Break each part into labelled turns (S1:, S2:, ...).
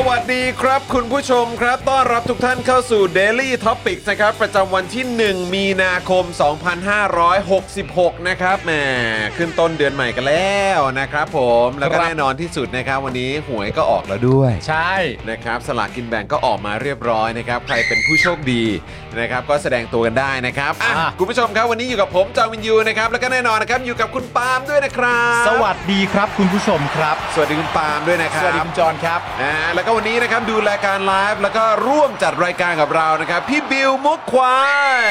S1: สวัสดีครับคุณผู้ชมครับ ต้อนรับทุกท่านเข้าสู่ Daily Topics นะครับ ประจำวันที่ 1 มีนาคม 2566 นะครับแหมขึ้นต้นเดือนใหม่กันแล้วนะครับผมแล้วก็แน่นอนที่สุดนะครับ วันนี้หวยก็ออกแล้วด้วย
S2: ใช่
S1: นะครับสลากกินแบ่งก็ออกมาเรียบร้อยนะครับ ใครเป็นผู้โชคดีนะครับ ก็แสดงตัวกันได้นะครับอ่ะ
S2: อ่ะ
S1: คุณผู้ชมครับวันนี้อยู่กับผมจาวินยูนะครับ แล้วก็แน่นอนนะครับอยู่กับคุณปาล์มด้วยนะครับ
S2: สวัสดีครับคุณผู้ชมครับ
S1: สวัสดีคุณปาล์มด้วยนะค
S2: ส
S1: รับ
S2: วัสดีคุณจรครับ
S1: นะฮะแล้วก็วันนี้นะครับดูรายการไลฟ์แล้วก็ร่วมจัดรายการกับเรานะครับ พี่บิวมุกควาย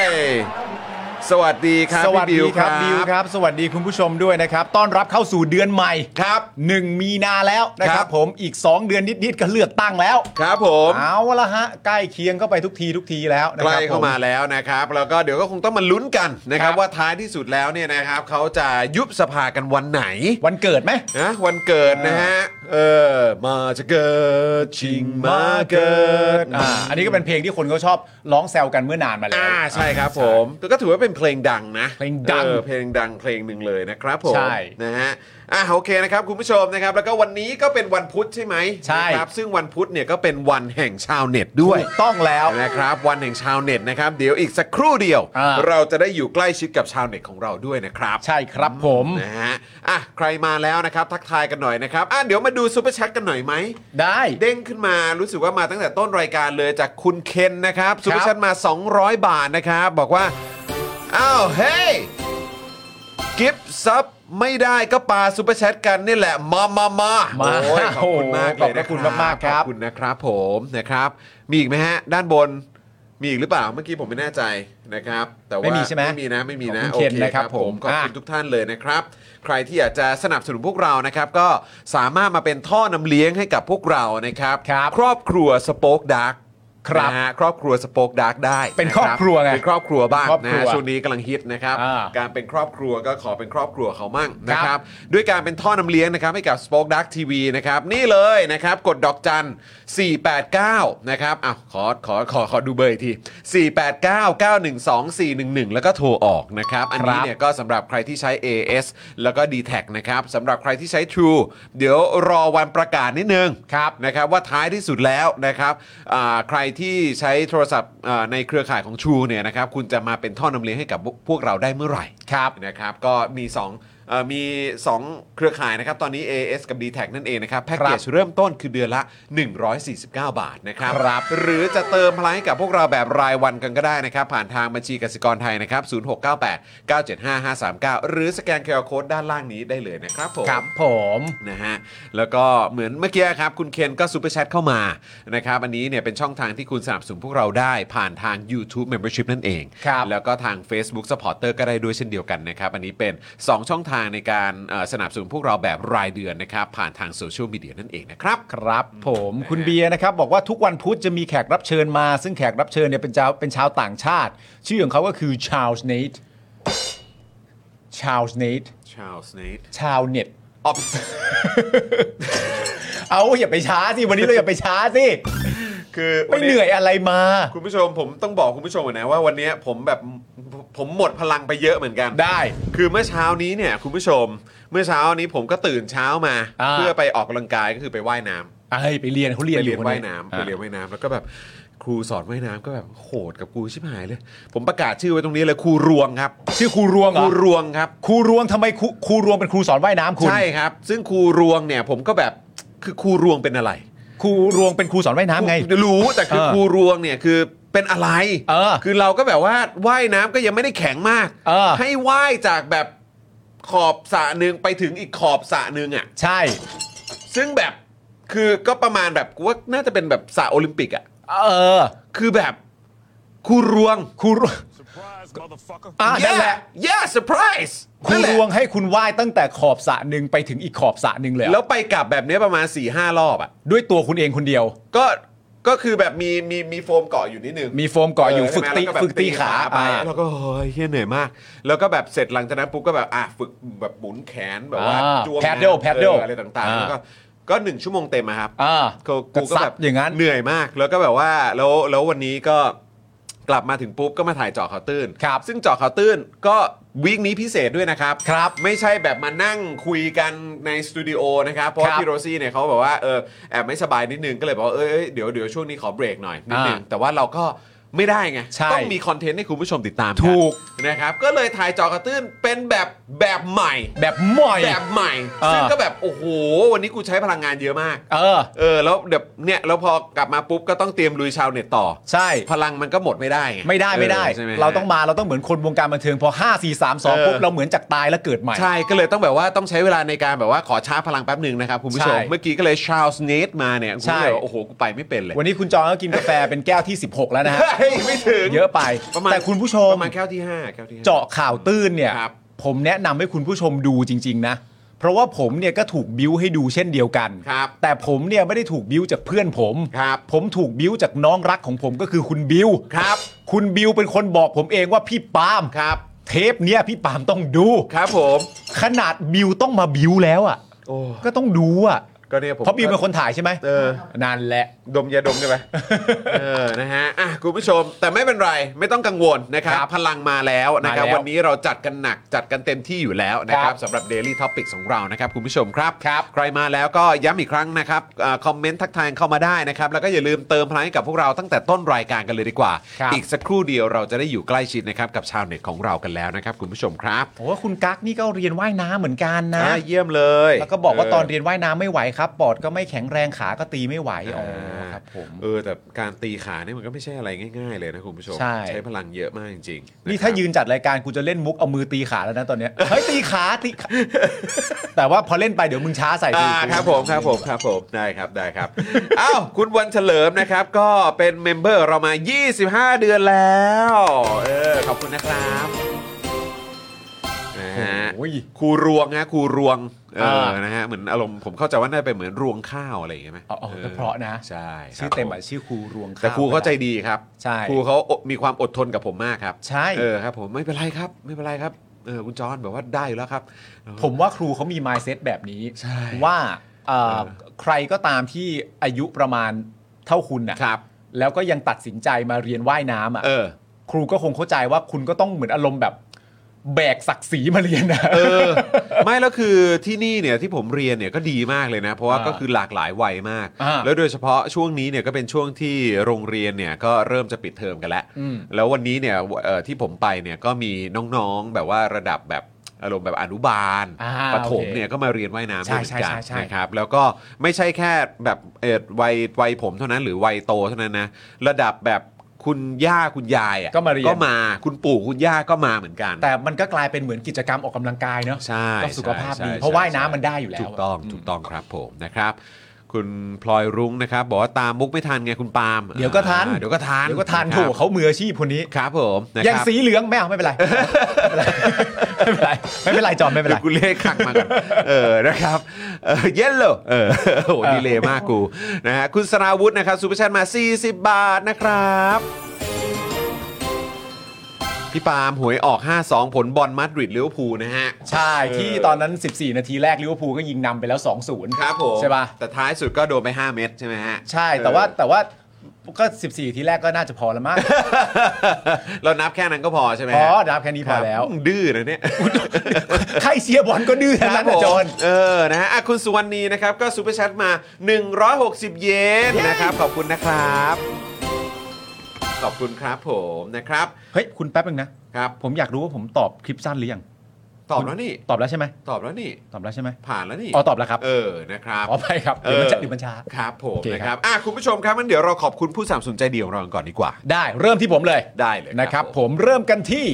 S1: สวัสดีครับ
S2: สวัส
S1: พี่
S2: ดี
S1: บิว
S2: ค
S1: ค
S2: รั
S1: รั
S2: บบ บิวครับ สวัสดีคุณผู้ชมด้วยนะครับ ต้อนรับเข้าสู่เดือนใหม่
S1: ครับ
S2: หนึ่งมีนาแล้วนะค
S1: ครั
S2: รับ บ ผมอีก 2 เดือนนิดๆก็เลือกตั้งแล้ว
S1: ครับผม
S2: เอาละฮะ ใกล้เคียงเข้าไปทุกทีทุกทีแล้วนะ
S1: ใก
S2: ค
S1: ล้
S2: รับ
S1: เข้า
S2: ผม
S1: มาแล้วนะครับ แล้วก็เดี๋ยวก็คงต้องมาลุ้นกันนะครับ
S2: ครับ
S1: ว่าท้ายที่สุดแล้วเนี่ยนะครับเขาจะยุบสภากันวันไหน
S2: วันเกิดไหม
S1: นะวันเกิดนะฮะเออมาจะเกิดชิงมาเกิด
S2: อ่า อันนี้ก็เป็นเพลงที่คนเขาชอบร้องแซวกันเมื่อนานมาแล้ว
S1: อ่าใช่ครับผมก็ถือว่าเป็นเพลงดังนะ
S2: เพลงดัง
S1: ออเพลงดังเพลงหนึ่งเลยนะครับผม
S2: ใช่
S1: นะฮะอ่ะโอเคนะครับคุณผู้ชมนะครับ แล้วก็วันนี้ก็เป็นวันพุธใช่ไหม
S2: ใช่
S1: นะครับซึ่งวันพุธเนี่ยก็เป็นวันแห่งชาวเน็ตด้วย
S2: ถูกต้องแล้ว
S1: นะครับวันแห่งชาวเน็ตนะครับ เดี๋ยวอีกสักครู่เดียว
S2: อ่า
S1: เราจะได้อยู่ใกล้ชิดกับชาวเน็ตของเราด้วยนะครับ
S2: ใช่ครับผม
S1: นะฮะอ่ะใครมาแล้วนะครับ ทักทายกันหน่อยนะครับอ่ะเดี๋ยวมาดูซูเปอร์แชทกันหน่อยไหม
S2: ได้
S1: เด้งขึ้นมารู้สึกว่ามาตั้งแต่ต้นรายการเลยจากคุณเคนนะครับซูเปอร์แชทมา 200 บาทนะครับ บอกว่าอ้าวเฮ้ยกิฟต์ซับไม่ได้ก็ปาซูเปอร์แชทกันนี่แหละมามามา
S2: มา
S1: โอ้ยขอบคุณมากเลยนะ
S2: ขอบพระคุณมากๆครับ
S1: ขอบคุณนะครับผมนะครับ มีอีกไหมฮะ ด้านบน มีอีกหรือเปล่าเมื่อกี้ผมไม่แน่ใจนะครับ แต่ว่า
S2: ไม่มีใช่ไหม
S1: ไม่มีนะไม่มีนะ
S2: ขอ
S1: โอ
S2: บคุณเคน
S1: เค
S2: นะครับผม
S1: ขอบคุณ
S2: อ่ะ
S1: ทุกท่านเลยนะครับ ใครที่อยากจะสนับสนุนพวกเรานะครับ ก็สามารถมาเป็นท่อนำเลี้ยงให้กับพวกเรานะครับ
S2: ครับ
S1: ครอบครัวสป็อกดาร์ก
S2: ครับ
S1: นะฮะครอบครัวสป็อกดาร์กได้
S2: เป็น
S1: นะ
S2: ครอบครัวไง
S1: เป็นครอบครัวบ้าง
S2: ครอบ
S1: นะ
S2: ครัว
S1: ฮะช่วงนี้กำลังฮิตนะครับ
S2: อ่า
S1: การเป็นครอบครัวก็ขอเป็นครอบครัวเขามั่งนะค
S2: ครั
S1: รับ
S2: บ
S1: ด้วยการเป็นท่อนำเลี้ยงนะครับให้กับ Spoke Dark TV นะครับ นี่เลยนะครับ กดดอกจัน 489 นะครับอ่ะขอขอขอขอดูเบอร์อีกที 489 912 411 แล้วก็โทรออกนะครับ อันนี้
S2: ครับ
S1: เนี่ยก็สำหรับใครที่ใช้ AS แล้วก็ d t แทนะครับสำหรับใครที่ใช้ True เดี๋ยวรอวันประกาศนิดนึง
S2: ครับ
S1: นะครับว่าท้ายที่สุดแล้วนะครับอ่าใครที่ใช้โทรศัพท์อ่าในเครือข่ายของชูเนี่ยนะครับคุณจะมาเป็นท่อนำเลี้ยงให้กับพวกเราได้เมื่อไหร่
S2: ครับ
S1: นะครับก็มี2เอ่อมี 2 เครือข่ายนะครับตอนนี้ AS กับ d t แทนั่นเองนะครับแพ็กเกจเริ่มต้นคือเดือนละ 149 บาทนะครับ
S2: ครับ
S1: หรือจะเติมพลังให้กับพวกเราแบบรายวันกันก็ได้นะครับ ผ่านทางบัญชีกสิกรไทยนะครับ0698 975 539 หรือสแกนเคอร์โค้ดด้านล่างนี้ได้เลยนะครับผม
S2: ครับผม
S1: นะฮะแล้วก็เหมือนเมื่อกี้ครับ คุณเคนก็ซูเปอร์แชทเข้ามานะครับอันนี้เนี่ยเป็นช่องทางที่คุณสนับสนุนพวกเราได้ผ่านทาง YouTube Membership นั่นเอง
S2: ครับ
S1: แล้วก็ทาง Facebook Supporter ก็ได้ด้วยเช่นเดียวกันนะครับ อันนี้เป็น 2 ช่องทางในการเอ่อสนับสนุนพวกเราแบบรายเดือนนะครับ ผ่านทางโซเชียลมีเดียนั่นเองนะครับ
S2: ครับผมคุณเบียร์นะครับ บอกว่าทุกวันพุธจะมีแขกรับเชิญมา ซึ่งแขกรับเชิญเนี่ยเป็นชาวเป็นชาวต่างชาติ ชื่อของเขาก็คือชาวเนตชาวเนต
S1: Charles n a t
S2: ชาวเน็ต
S1: ออบ
S2: เอาอย่าไปช้าสิวันนี้เราอย่าไปช้า สิ
S1: คือวั
S2: ไม่เหนื่อยอะไรมา
S1: คุณผู้ชมผมต้องบอกคุณผู้ชมก่อนนะว่าวันนี้ผมแบบผมหมดพลังไปเยอะเหมือนกัน
S2: ได้
S1: คือเมื่อเช้านี้เนี่ยคุณผู้ชม เมื่อเช้านี้ผมก็ตื่นเช้ามา
S2: อ่า
S1: เพื่อไปออกกำลังกายก็คือไปว่ายน้ำ
S2: ไอ้ยไปเรียนเขาเรียน
S1: ไปเรียน
S2: อค
S1: ว่ายน้ำไป
S2: อ่ะ
S1: เรียนว่ายน้ำแล้วก็แบบครูสอนว่ายน้ำก็แบบโหดกับกูชิบหายเลย ผมประกาศชื่อไว้ตรงนี้เลยครูรวงครับ
S2: ชื่อครูรวงเห
S1: ค
S2: ร
S1: รู
S2: อ
S1: รวงครับ
S2: ครูรวงทำไมครูครูรวงเป็นครูสอนว่ายน้ำคุณ
S1: ใช่ครับ ซึ่งครูรวงเนี่ยผมก็แบบคือครูรวงเป็นอะไร
S2: ครูรวงเป็นครูสอนว่ายน้ำไง
S1: รู้แต่คือ
S2: เออ
S1: ครูรวงเนี่ยคือเป็นอะไร
S2: เออ
S1: คือเราก็แบบว่าว่ายน้ำก็ยังไม่ได้แข็งมาก
S2: เออ
S1: ให้ว่ายจากแบบขอบสระหนึ่งไปถึงอีกขอบสระหนึ่งอ่ะ
S2: ใช่
S1: ซึ่งแบบคือก็ประมาณแบบกูว่าน่าจะเป็นแบบสระโอลิมปิกอ่ะ
S2: เออ
S1: คือแบบครูรวง
S2: ครูรวงอ่ะนั่นแหละ
S1: yeah surprise
S2: ครูรวงให้คุณว่ายตั้งแต่ขอบสระหนึ่งไปถึงอีกขอบสระหนึ่งเลยเหรอ
S1: แล้วไปกลับแบบเนี้ยประมาณ4ี่ห้ารอบอ่ะ
S2: ด้วยตัวคุณเองคนเดียว
S1: ก็ ก็คือแบบมี มี มีโฟมเกาะอยู่นิดนึง
S2: มีโฟมเกาะอยู่
S1: ใช่
S2: ฝึก
S1: ไหม
S2: ตี
S1: แล้วแบบ
S2: ฝึกตีขา
S1: ไป
S2: ไป
S1: อะแล้วก็เฮ้ยเหี้ยเหนื่อยมาก แล้วก็แบบเสร็จหลังจากนั้นปุ๊บก็แบบอ่ะฝึกแบบหมุนแขนแบบว่า
S2: อ่า
S1: จ้วง
S2: paddle
S1: น้ำ
S2: paddle
S1: เอออะไรต่างๆ
S2: อ่า
S1: แล้วก็ ก็หนึ่งชั่วโมงเต็มอะครับ
S2: อ่า
S1: ก็
S2: ก็
S1: กูก็
S2: ซั
S1: แบบ บ
S2: อย่างนั้น
S1: เหนื่อยมากแล้วก็แบบว่าแล้วแล้ววันนี้ก็กลับมาถึงปุ๊บก็มาถ่ายเจาะข่าวตื้น
S2: ครับ
S1: ซึ่งเจาะข่าวตื้นก็วีคนี้พิเศษด้วยนะครับ
S2: ครับ
S1: ไม่ใช่แบบมานั่งคุยกันในสตูดิโอนะครับเพราะว่า
S2: ครับ
S1: พี่โรซี่เนี่ยเขาบอกว่าเออแอบไม่สบายนิดนึงก็เลยบอกว่าเอยเอ้ยเดี๋ยวเดี๋ยวช่วงนี้ขอเบรกหน่อยนิดนึง
S2: อ่า
S1: แต่ว่าเราก็ไม่ได้ไง
S2: ใช่
S1: ต้องมีคอนเทนต์ให้คุณผู้ชมติดตามกัน
S2: ถูก
S1: นะครับก็เลยถ่ายเจาะข่าวตื้นเป็นแบบแบบใหม่
S2: แบบหม่อย
S1: แบบใหม่ ซึ่ง
S2: อ่า
S1: ก็แบบโอ้โหวันนี้กูใช้พลังงานเยอะมาก
S2: เออ
S1: เออแล้วเดี๋ยวเนี่ยแล้วพอกลับมาปุ๊บก็ต้องเตรียมลุยชาวเน็ตต่อ
S2: ใช่
S1: พลังมันก็หมดไม่ได้ง
S2: ไม่ได้ไม่ได้
S1: ออใช่หม
S2: เราต้องมาเราต้องเหมือนคนวงการบันเทิงพอ 5 4 3 2ปุ๊บเราเหมือนจากตายแล้วเกิดใหม่
S1: ใช่ก็เลยต้องแบบว่าต้องใช้เวลาในการแบบว่าขอชาร์จพลังแป๊บหนึ่งนะครับ คุณผู้ชม
S2: ใช่
S1: เมื่อกี้ก็เลยชาร์ลส์เนทมาเนี่ย
S2: ใช่
S1: กูเลยบอกโอ้โห กูไปไม่เป็นเลย
S2: วันนี้คุณจองก็กินกาแฟเป็นแก้วที่ 16 แล้วนะฮะ
S1: เฮ้ยไม่ถึง
S2: เยอะไป
S1: ประมาณ
S2: แต่คุณผู้ชม
S1: ประมาณแก้วที่ห้าแก้วที่ห้
S2: เจาะข่าวตื้นเนี่ย
S1: ครับ
S2: ผมแนะนำให้คุณผู้ชมดูจริง ๆ นะ เพราะว่าผมเนี่ยก็ถูกบิ้วให้ดูเช่นเดียวกัน
S1: ครับ
S2: แต่ผมเนี่ยไม่ได้ถูกบิ้วจากเพื่อนผม
S1: ครับ
S2: ผมถูกบิ้วจากน้องรักของผมก็คือคุณบิว
S1: ครับ
S2: คุณบิวเป็นคนบอกผมเองว่าพี่ปาล์ม
S1: ครับ
S2: เทปเนี้ยพี่ปาล์มต้องดู
S1: ครับผม
S2: ขนาดบิวต้องมาบิวแล้วอ่ะ
S1: โอ้
S2: ก็ต้องดูอ่ะ
S1: ก็เนี่ยผม
S2: เพราะบิวเป็นคนถ่ายใช่ไหม
S1: เออ
S2: นั่นแหละ
S1: ดมยาดมได้ไหม เออ นะฮะ อ่ะ คุณผู้ชม แต่ไม่เป็นไร ไม่ต้องกังวลนะครับ
S2: ครับ
S1: พลังมาแล้วนะครับ
S2: มาแล้ว
S1: วันนี้เราจัดกันหนัก จัดกันเต็มที่อยู่แล้วนะครับ
S2: ครับ
S1: สำหรับ Daily t o p i c ของเรานะครับ คุณผู้ชมครับ
S2: ครับ
S1: ใครมาแล้วก็ย้ำอีกครั้งนะครับอ่าคอมเมนต์ทักทายเข้ามาได้นะครับ แล้วก็อย่าลืมเติมพลังให้กับพวกเราตั้งแต่ต้นรายการกันเลยดีกว่า
S2: ครับ
S1: อีกสักครู่เดียวเราจะได้อยู่ใกล้ชิดนะครับกับชาวเน็ตของเรากันแล้วนะครับ คุณผู้ชมครับ
S2: โอ้คุณกั๊กนี่ก็เรียนว่ายน้ำเหมือนกันนะ
S1: อ่าเยี่ยมเลย
S2: แล้วก็บอกว่าตอน
S1: เ
S2: เรียนว่ายน้ำไม่ไหวครับ ปอดก็ไม่แข็งแรงขาก็ตีไม่ไหวอ๋อครับผม
S1: เออแต่การตีขาเนี่ยมันก็ไม่ใช่อะไรง่าย ๆ เลยนะคุณผู้ชม
S2: ใช่
S1: พลังเยอะมากจริงๆะ
S2: นี่
S1: ครั
S2: ถ้า
S1: บ
S2: ยืนจัดรายการกูจะเล่นมุกเอามือตีขาแล้วนะตอนเนี้ย เฮ้ยตีขาตีขาแต่ว่าพอเล่นไปเดี๋ยวมึงช้าใส่กู
S1: อ่าครับผมครับผมครับผมได้ครับได้ ครับ อ้าวคุณวันเฉลิมนะครับ ก็เป็นเมมเบอร์เรามา 25 เดือนแล้วเออขอบคุณนะครับนะฮะ
S2: โอ้ย
S1: ครูรวงนะครูรวงเออ
S2: อ่า
S1: นะฮะเหมือนอารมณ์ผมเข้าใจว่าน่าจะเป็นเหมือนรวงข้าวอะไรอย่างเงี้ยไหม
S2: อ๋ออ๋อก็เพราะนะ
S1: ใช่ครับ
S2: ชื่อเต็ม
S1: ผ
S2: อ่ะชื่อครูรวงข้ว
S1: แต่ครูเข้าใจดีครับ
S2: ใช่
S1: ครูเขามีความอดทนกับผมมากครับ
S2: ใช่
S1: เออครับ ผมไม่เป็นไรครับไม่เป็นไรครับเออคุณจอห์นแบบว่าได้อยู่แล้วครับ
S2: ผมว่าครูเขามี mindset แบบนี้
S1: ใช่
S2: ว่าเอ่อ
S1: เออ
S2: ใครก็ตามที่อายุประมาณเท่าคุณน่ะ
S1: ครับ
S2: แล้วก็ยังตัดสินใจมาเรียนว่ายน้ำอ่ะ
S1: เออ
S2: ครูก็คงเข้าใจว่าคุณก็ต้องเหมือนอารมณ์แบบแบกศักดิ์ศรีมาเรียนนะ
S1: เออ ไม่แล้วคือที่นี่เนี่ยที่ผมเรียนเนี่ยก็ดีมากเลยนะ เพราะว่า
S2: อ่า
S1: ก็คือหลากหลายวัยมาก
S2: อ่า
S1: แล้วโดยเฉพาะช่วงนี้เนี่ยก็เป็นช่วงที่โรงเรียนเนี่ยก็เริ่มจะปิดเทอมกันแล้ว
S2: อืม
S1: แล้ววันนี้เนี่ยเอ่อที่ผมไปเนี่ยก็มีน้องๆแบบว่าระดับแบบอารมณ์แบบอนุบาล
S2: อ่า
S1: ประถม
S2: โอเค
S1: เนี่ยก็มาเรียนว่ายน้ำด้วยเหมือนกัน
S2: ใช่ใช่ใช่ใช่
S1: นะครับแล้วก็ไม่ใช่แค่แบบเอ่อวัยวัยผมเท่านั้นหรือวัยโตเท่านั้นนะระดับแบบคุณย่าคุณยายอะ
S2: ก็มาเรียน
S1: ก็มาคุณปู่คุณย่าก็มาเหมือนกัน
S2: แต่มันก็กลายเป็นเหมือนกิจกรรมออกกำลังกายเนอะ
S1: ใช่
S2: ก็สุขภาพ
S1: ใช่
S2: ดี
S1: ใช่
S2: เพราะว่ายน้ำ
S1: ใช่
S2: มันได้อยู่แล้ว
S1: ถูกต้อง
S2: ม
S1: ถูกต้องครับผมนะครับ คุณพลอยรุ้งนะครับ บอกว่าตามมุกไม่ทันไงคุณปาล์ม
S2: เดี๋ยวก็ทาน
S1: อ่าเดี๋ยวก็ทาน
S2: เดี๋ยวก็ทาน
S1: ครับ
S2: ถูกเขามืออาชีพคนนี้
S1: ครับผมนะ
S2: อย่าง
S1: ครับ
S2: สีเหลืองไม่เอาไม่เป็นไร ไม่เป็นไรไม่เป็นไรจอมไม่เป็น
S1: เดี๋
S2: ไร
S1: ยวกูเลขขักมาก่อนเออนะครับเออเย็นเลยเออ โหดีเลยมากกูนะฮะคุณสราวุธนะครับซูเปอร์แชทมา 40 บาทนะครับ พี่ปาล์มหวยออก 5-2 ผลบอลมาดริดลิเวอร์พูลนะฮะ
S2: ใช่ที่ตอนนั้น 14 นาทีแรกลิเวอร์พูลก็ยิงนำไปแล้ว 2-0
S1: ครับผม
S2: ใช่ป่ะ
S1: แต่ท้ายสุดก็โดนไป 5 เม็ดใช่ไหมฮะ
S2: ใช่แต่ว่า
S1: เอ
S2: แต่ว่าก็ 14 ทีแรกก็น่าจะพอแล้วมั้ง
S1: อเรานับแค่นั้นก็พอใช่ไหม
S2: พ
S1: ฮะ
S2: อนับแค่นี้พอแล้ว
S1: ครับดื้อนะ เนี่ย
S2: ใครเชียร์บอลก็ดื้อทั้งนั้นนะจอห์น
S1: เออ นะฮะอ่ะคุณสุวรรณีนะครับ ก็ซูเปอร์แชทมา 160 เยนนะครับ ขอบคุณนะครับ ขอบคุณครับผมนะครับ
S2: เฮ้ย คุณแป๊บนึงนะ
S1: ครับ
S2: ผมอยากรู้ว่าผมตอบคลิปสั้นหรือยัง
S1: ตอบแล้วนี่
S2: ตอบแล้วใช่ไหม
S1: ตอบแล้วนี่
S2: ตอบแล้วใช่ไหม
S1: ผ่านแล้วนี่
S2: อ๋อตอบแล้วครับ
S1: เออ นะครับ
S2: ขอไปครับเดี๋ยวมันจะเดี๋ยวมันช้า
S1: ครับผม
S2: โอเค
S1: นะค
S2: ครั
S1: รับ
S2: บ
S1: อ่ะ คุณผู้ชมครับงั้นเดี๋ยวเราขอบคุณผู้สามสนุนใจดีของเราก่อนดีกว่า
S2: ได้เริ่มที่ผมเลย
S1: ได้เลยครับ
S2: นะครับ
S1: ผม
S2: ผมเริ่มกันที่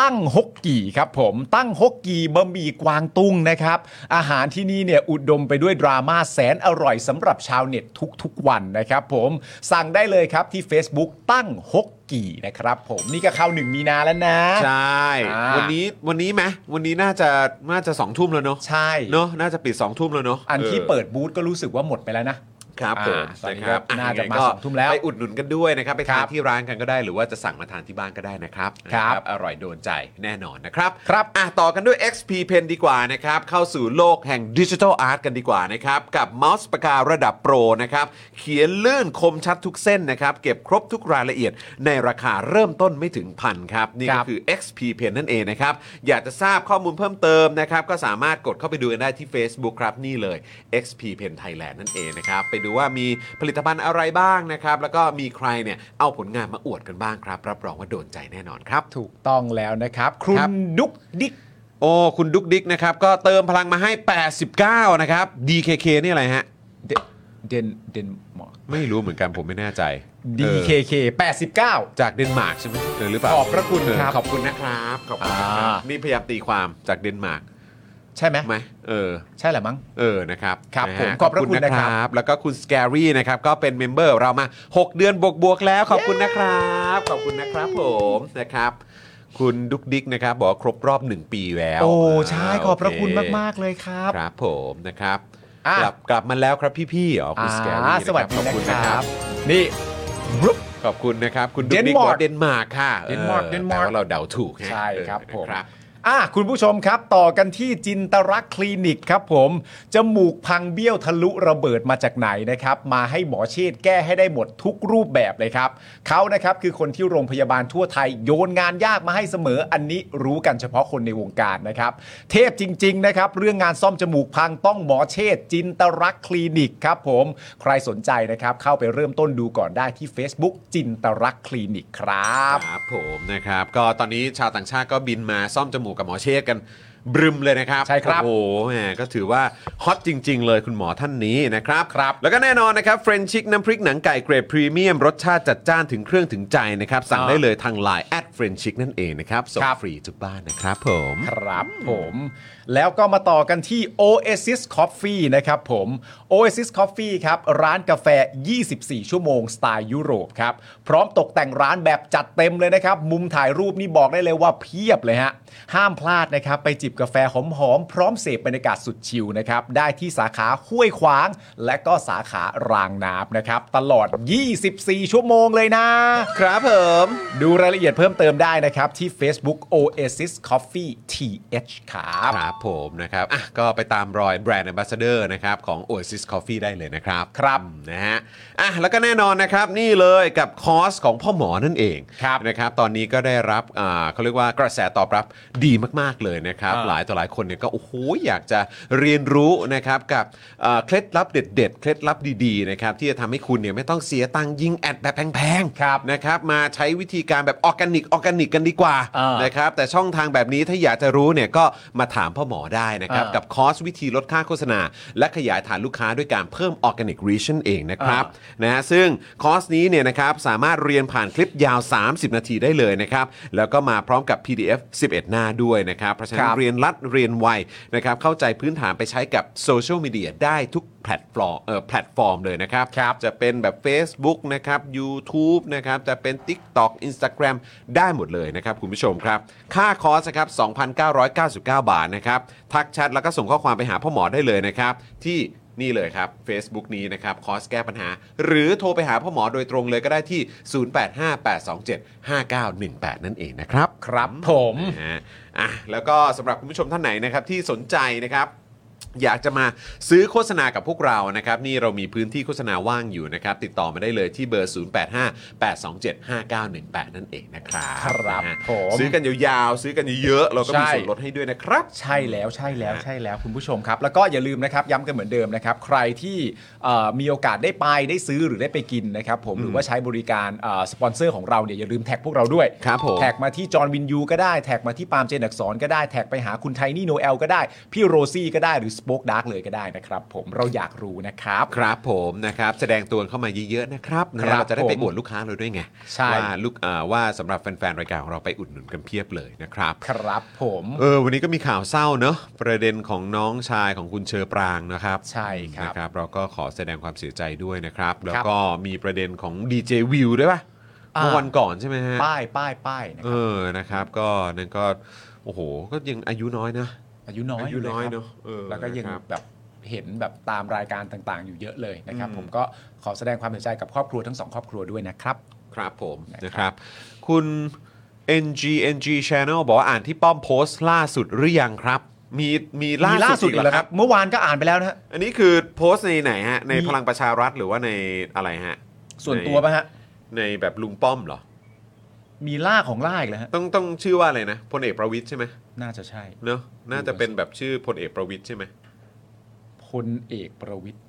S2: ตั้งฮกกี่ครับผมตั้งฮกกี่บะหมี่กวางตุ้งนะครับ อาหารที่นี่เนี่ยอุดมไปด้วยดราม่าแสนอร่อยสำหรับชาวเน็ตทุกๆวันนะครับผมสั่งได้เลยครับที่ Facebook ตั้งฮกกี่นะครับผมนี่ก็เข้าหนึ่งมีนาแล้วนะ
S1: ใช่
S2: อ่า
S1: วันนี้ วันนี้ไหมวันนี้น่าจะ น่าจะสองทุ่มแล้วเนาะ
S2: ใช่
S1: เนาะ น่าจะปิดสองทุ่มแล้วเนาะ
S2: อันที่
S1: เ
S2: เปิดบูธก็รู้สึกว่าหมดไปแล้วนะ
S1: ครับ
S2: อ่า
S1: ผม
S2: ตอนนี้
S1: ะครับ
S2: ก็น่าจะ
S1: ยังไง
S2: มา
S1: ก็
S2: สองทุ่มแล้ว
S1: ไปอุดหนุนกันด้วยนะครับ ไปทาน
S2: ครับ
S1: ที่ร้านกันก็ได้ หรือว่าจะสั่งมาทานที่บ้านก็ได้นะครับ
S2: ครับ
S1: นะอร่อยโดนใจแน่นอนนะครับ
S2: ครับ
S1: อ่ะต่อกันด้วย XP Pen ดีกว่านะครับ เข้าสู่โลกแห่งดิจิทัลอาร์ตกันดีกว่านะครับ กับเมาส์ปากการะดับโปรนะครับ เขียนลื่นคมชัดทุกเส้นนะครับ เก็บครบทุกรายละเอียดในราคาเริ่มต้นไม่ถึงพันครับ นี่
S2: ค
S1: ก็
S2: รับ
S1: คือ XP Pen นั่นเองนะครับ อยากจะทราบข้อมูลเพิ่มเติมนะครับ ก็สามารถกดเข้าไปดูกันได้ที่ Facebook ครับ นี่เลย XP Pen Thailand นั่นเองนะครับ ไปดูว่ามีผลิตภัณฑ์อะไรบ้างนะครับ แล้วก็มีใครเนี่ย เอาผลงานมาอวดกันบ้างครับ รับรองว่าโดนใจแน่นอนครับ
S2: ถูกต้องแล้วนะครับครุ
S1: ครั
S2: ณ
S1: บ
S2: ดุกดิก
S1: โอ้คุณดุกดิกนะครับ ก็เติมพลังมาให้ 89 นะครับ DKK นี่อะไรฮะ
S2: เดเดนเดนมาร์ก
S1: ไม่รู้เหมือนกันผมไม่แน่ใจ
S2: DKK 89
S1: จากเดนมาร์กใช่ไหมเออหรือเปล่า
S2: ขอบพระคุณ
S1: เออ
S2: ครับ
S1: ขอบคุณนะครับขอบคุณนะครับ
S2: อ่า
S1: นี่พยายามตีความจากเดนมาร์ก
S2: ใช่ไหม
S1: ไหมเออ
S2: ใช่แหละมั้ง
S1: เออ นะครับ
S2: ครับ
S1: นะ
S2: ผ
S1: ฮะ
S2: มขอบพระคุณนะครับ
S1: แล้วก็คุณสแกรี่นะครับ ก็เป็นเมมเบอร์เรามา 6 เดือนบวกบวกๆแล้ว ขอบคุณนะครับ ขอบคุณนะครับผมนะครับ คุณดุกดิกนะครับ บอกว่าครบรอบ 1 ปีแล้ว
S2: โอ้ใช่ขอบพระคุณ
S1: โอเ
S2: มาก ๆ เลยครับ
S1: ครับผมนะครับ
S2: อ่ะ
S1: กลับกลับมาแล้วครับพี่ๆอ๋อคุณสแกรี่
S2: อ่าสวัส
S1: ขอบคุ
S2: ดี
S1: ณ
S2: นะ
S1: นะ
S2: ค
S1: ค
S2: รั
S1: รับ บ
S2: นี่บรุ๊ป
S1: ขอบคุณนะครับ คุณดุกดิก
S2: เดน
S1: บ
S2: มา
S1: อก
S2: ร์ก
S1: ว่าเดนมาร์กค่ะ
S2: เดนมาร์ก
S1: ออ
S2: เดนมาร์ก
S1: แต่ว่าเราเดาถูกฮะ
S2: ใช่ครับ
S1: เออ
S2: ผม
S1: นะครับ
S2: อ่ะคุณผู้ชมครับต่อกันที่จินตรักษณ์คลินิกครับผม จมูกพังเบี้ยวทะลุระเบิดมาจากไหนนะครับ มาให้หมอเชษฐ์แก้ให้ได้หมดทุกรูปแบบเลยครับเขานะครับคือคนที่โรงพยาบาลทั่วไทยโยนงานยากมาให้เสมออันนี้รู้กันเฉพาะคนในวงการนะครับ เทพจริง ๆ นะครับ เรื่องงานซ่อมจมูกพังต้องหมอเชษฐ์จินตรักษณ์คลินิกครับผม ใครสนใจนะครับเข้าไปเริ่มต้นดูก่อนได้ที่ Facebook จินตรักษณ์คลินิกครับ
S1: ครับผมนะครับก็ตอนนี้ชาวต่างชาติก็บินมาซ่อมจมูกกับหมอเชษกันบรึมเลยนะครับ
S2: ใช่ครับ
S1: โอ้โหแหมก็ถือว่าฮอตจริง ๆ เลยคุณหมอท่านนี้นะครับครับ แล้วก็แน่นอนนะครับเฟรนชิกน้ำพริกหนังไก่เกรดพรีเมียมรสชาติจัดจ้านถึงเครื่องถึงใจนะครับ สั่ง
S2: อ่า
S1: ได้เลยทาง Line แอดเฟรนชิกนั่นเองนะครับส่ง
S2: ครับ
S1: ฟรีทุกบ้านนะครับผม
S2: ครับผมแล้วก็มาต่อกันที่ Oasis Coffee นะครับผม Oasis Coffee ครับร้านกาแฟ 24 ชั่วโมง สไตล์ยุโรปครับ พร้อมตกแต่งร้านแบบจัดเต็มเลยนะครับ มุมถ่ายรูปนี่บอกได้เลยว่าเพียบเลยฮะ ห้ามพลาดนะครับ ไปจิบกาแฟหอมๆ พร้อมเสพบรรยากาศสุดชิลนะครับ ได้ที่สาขาห้วยขวาง และก็สาขารางน้ำนะครับ ตลอด 24 ชั่วโมงเลยนะ
S1: ครับผม
S2: ดูรายละเอียดเพิ่มเติมได้นะครับที่ Facebook Oasis Coffee TH ครับ
S1: ครับผมนะครับอ่ะก็ไปตามรอยแบรนด์ a m b a s s a d o r นะครับของ Oasis Coffee ได้เลยนะครับ
S2: ครับ
S1: อืมนะฮะอ่ะแล้วก็แน่นอนนะครับนี่เลยกับคอร์สของพ่อหมอนั่นเอง
S2: ครับ
S1: นะครับตอนนี้ก็ได้รับอ่าเขาเรียกว่ากระแสตอบรับดีมาก ๆ เลยนะครับ
S2: อ่า
S1: หลายต่อหลายคนเนี่ยก็โอ้โหอยากจะเรียนรู้นะครับกับอ่าเคล็ดลับเด็ด ๆ เคล็ดลับดีๆนะครับที่จะทำให้คุณเนี่ยไม่ต้องเสียตังค์ยิงแอดแบบแพงๆ
S2: ครับ
S1: นะครับมาใช้วิธีการแบบออร์แกนิกออร์แกนิกกันดีกว่า
S2: อ่าน
S1: ะ นะครับแต่ช่องทางแบบนี้ถ้าอยากจะรู้เนี่ยก็มาถามพ่อหมอได้นะครับ
S2: อ่า
S1: กั
S2: กั
S1: บคอร์สวิธีลดค่าโฆษณา และขยายฐานลูกค้าด้วยการเพิ่มออร์แกนิกรีชั่นเองนะครับนะฮะซึ่งคอร์สนี้เนี่ยนะครับสามารถเรียนผ่านคลิปยาว 30 นาทีได้เลยนะครับ แล้วก็มาพร้อมกับ PDF 11 หน้าด้วยนะครับ เพราะฉะนั้
S2: คน รับ
S1: เรียนรัดเรียนไวนะครับเข้าใจพื้นฐานไปใช้กับโซเชียลมีเดียได้ทุกแพลตฟอร์มเอ่อแพลตฟอร์มเลยนะครับ
S2: ครับ
S1: จะเป็นแบบ Facebook นะครับ YouTube นะครับ จะเป็น TikTok Instagram ได้หมดเลยนะครับ คุณผู้ชมครับ ค่าคอร์สนะครับ 2,999 บาทนะครับ ทักแชทแล้วก็ส่งข้อความไปหาพ่อหมอได้เลยนะครับ ที่ นี่เลยครับ Facebook นี้นะครับคอร์สแก้ปัญหา หรือโทรไปหาพ่อหมอโดยตรงเลยก็ได้ที่ 0858275918 นั่นเองนะครับ
S2: ครับผม
S1: นะฮะอ่ะแล้วก็สำหรับคุณผู้ชมท่านไหนนะครับที่สนใจนะครับ อยากจะมาซื้อโฆษณากับพวกเรานะครับ นี่เรามีพื้นที่โฆษณาว่างอยู่นะครับ ติดต่อมาได้เลยที่เบอร์ 0858275918 นั่นเองนะครับ
S2: ครับ
S1: นะฮะ
S2: ผม
S1: ซื้อกันยาวๆ ซื้อกันเยอะๆเราก็มี
S2: ใช่
S1: ส่วนลดให้ด้วยนะครับ
S2: ใช่แล้วใช่แล้ว
S1: นะฮะ
S2: ใช่แล้วคุณผู้ชมครับ แล้วก็อย่าลืมนะครับย้ำกันเหมือนเดิมนะครับ ใครที่เอ่อมีโอกาสได้ไปได้ซื้อหรือได้ไปกินนะครับผมหรือว่าใช้บริการเอ่อสปอนเซอร์ของเราเนี่ยอย่าลืมแท็กพวกเราด้วย
S1: ครับผม
S2: แท็กมาที่จอร์นวินยูก็ได้แท็กมาที่ปาล์มเจนอักษรก็ได้แท็กไปหาคุณไทนี่โนเอลก็ได้ พี่โรซี่ก็ได้หรือสป็อคดาร์กเลยก็ได้นะครับผมเราอยากรู้นะครับ
S1: ครับผมนะครับแสดงตัวเข้ามาเยอะๆนะครับนะ
S2: ครั
S1: ฮะ
S2: บ
S1: เราจะได้ไป
S2: ผม
S1: อวดลูกค้าเราด้วยไง
S2: ใช่
S1: ว่าลูกอ่าว่าสำหรับแฟนๆรายการของเราไปอุดหนุนกันเพียบเลยนะครับ
S2: ครับผม
S1: เออวันนี้ก็มีข่าวเศร้าเนอะประเด็นของน้องชายของคุณเชอปรางนะครับ
S2: ใช่ครับ
S1: นะครับ เราก็ขอแสดงความเสียใจด้วยนะครับ แล้ว
S2: ครับ
S1: ก็มีประเด็นของดีเจวิวด้วยป่ะ
S2: อ่า
S1: เมื่อวันก่อนใช่ไหมฮะ
S2: ป้ายป้ายป้ายนะ
S1: เอ
S2: ครับ
S1: อนะครับ ก็นั่นก็โอ้โหก็ยังอายุน้อยนะ
S2: อายุน้อย
S1: อายุน้อย
S2: เล
S1: เน
S2: ครับ
S1: อะเออ
S2: แล้วก็ยัง
S1: นะครับ
S2: แบบเห็นแบบตามรายการต่างๆ อยู่เยอะเลยนะครับ
S1: อืม
S2: ผมก็ขอแสดงความเสียใจกับครอบครัวทั้งสองครอบครัวด้วยนะครับ
S1: ครับผมนะ
S2: นะ
S1: ค
S2: ครั
S1: รับ
S2: บ
S1: คุณ NG NG Channel บอกว่าอ่านที่ป้อมโพสต์ล่าสุดหรือยังครับ มีมีล่า
S2: มีล่าสุ
S1: สุ
S2: ด
S1: ดอี
S2: อี
S1: ก
S2: ก
S1: เหรอ
S2: แล้ว
S1: ค
S2: ค
S1: รั
S2: รับ บ เมื่อวานก็อ่านไปแล้วนะฮะ
S1: อันนี้คือโพสต์ในไหนฮะใน
S2: มี
S1: พลังประชารัฐหรือว่าในอะไรฮะ
S2: ส่วนตัวปะฮะ
S1: ในแบบลุงป้อมเหรอ
S2: มีล่าของล่าอีกแล้วฮะ
S1: ต้องต้องชื่อว่าอะไรนะพลเอกประวิทย์ใช่ไหม
S2: น่าจะใช่
S1: เนอะน่าจะเป็นแบบชื่อพลเอกประวิทย์ใช่ไหม
S2: พลเอกประวิทย์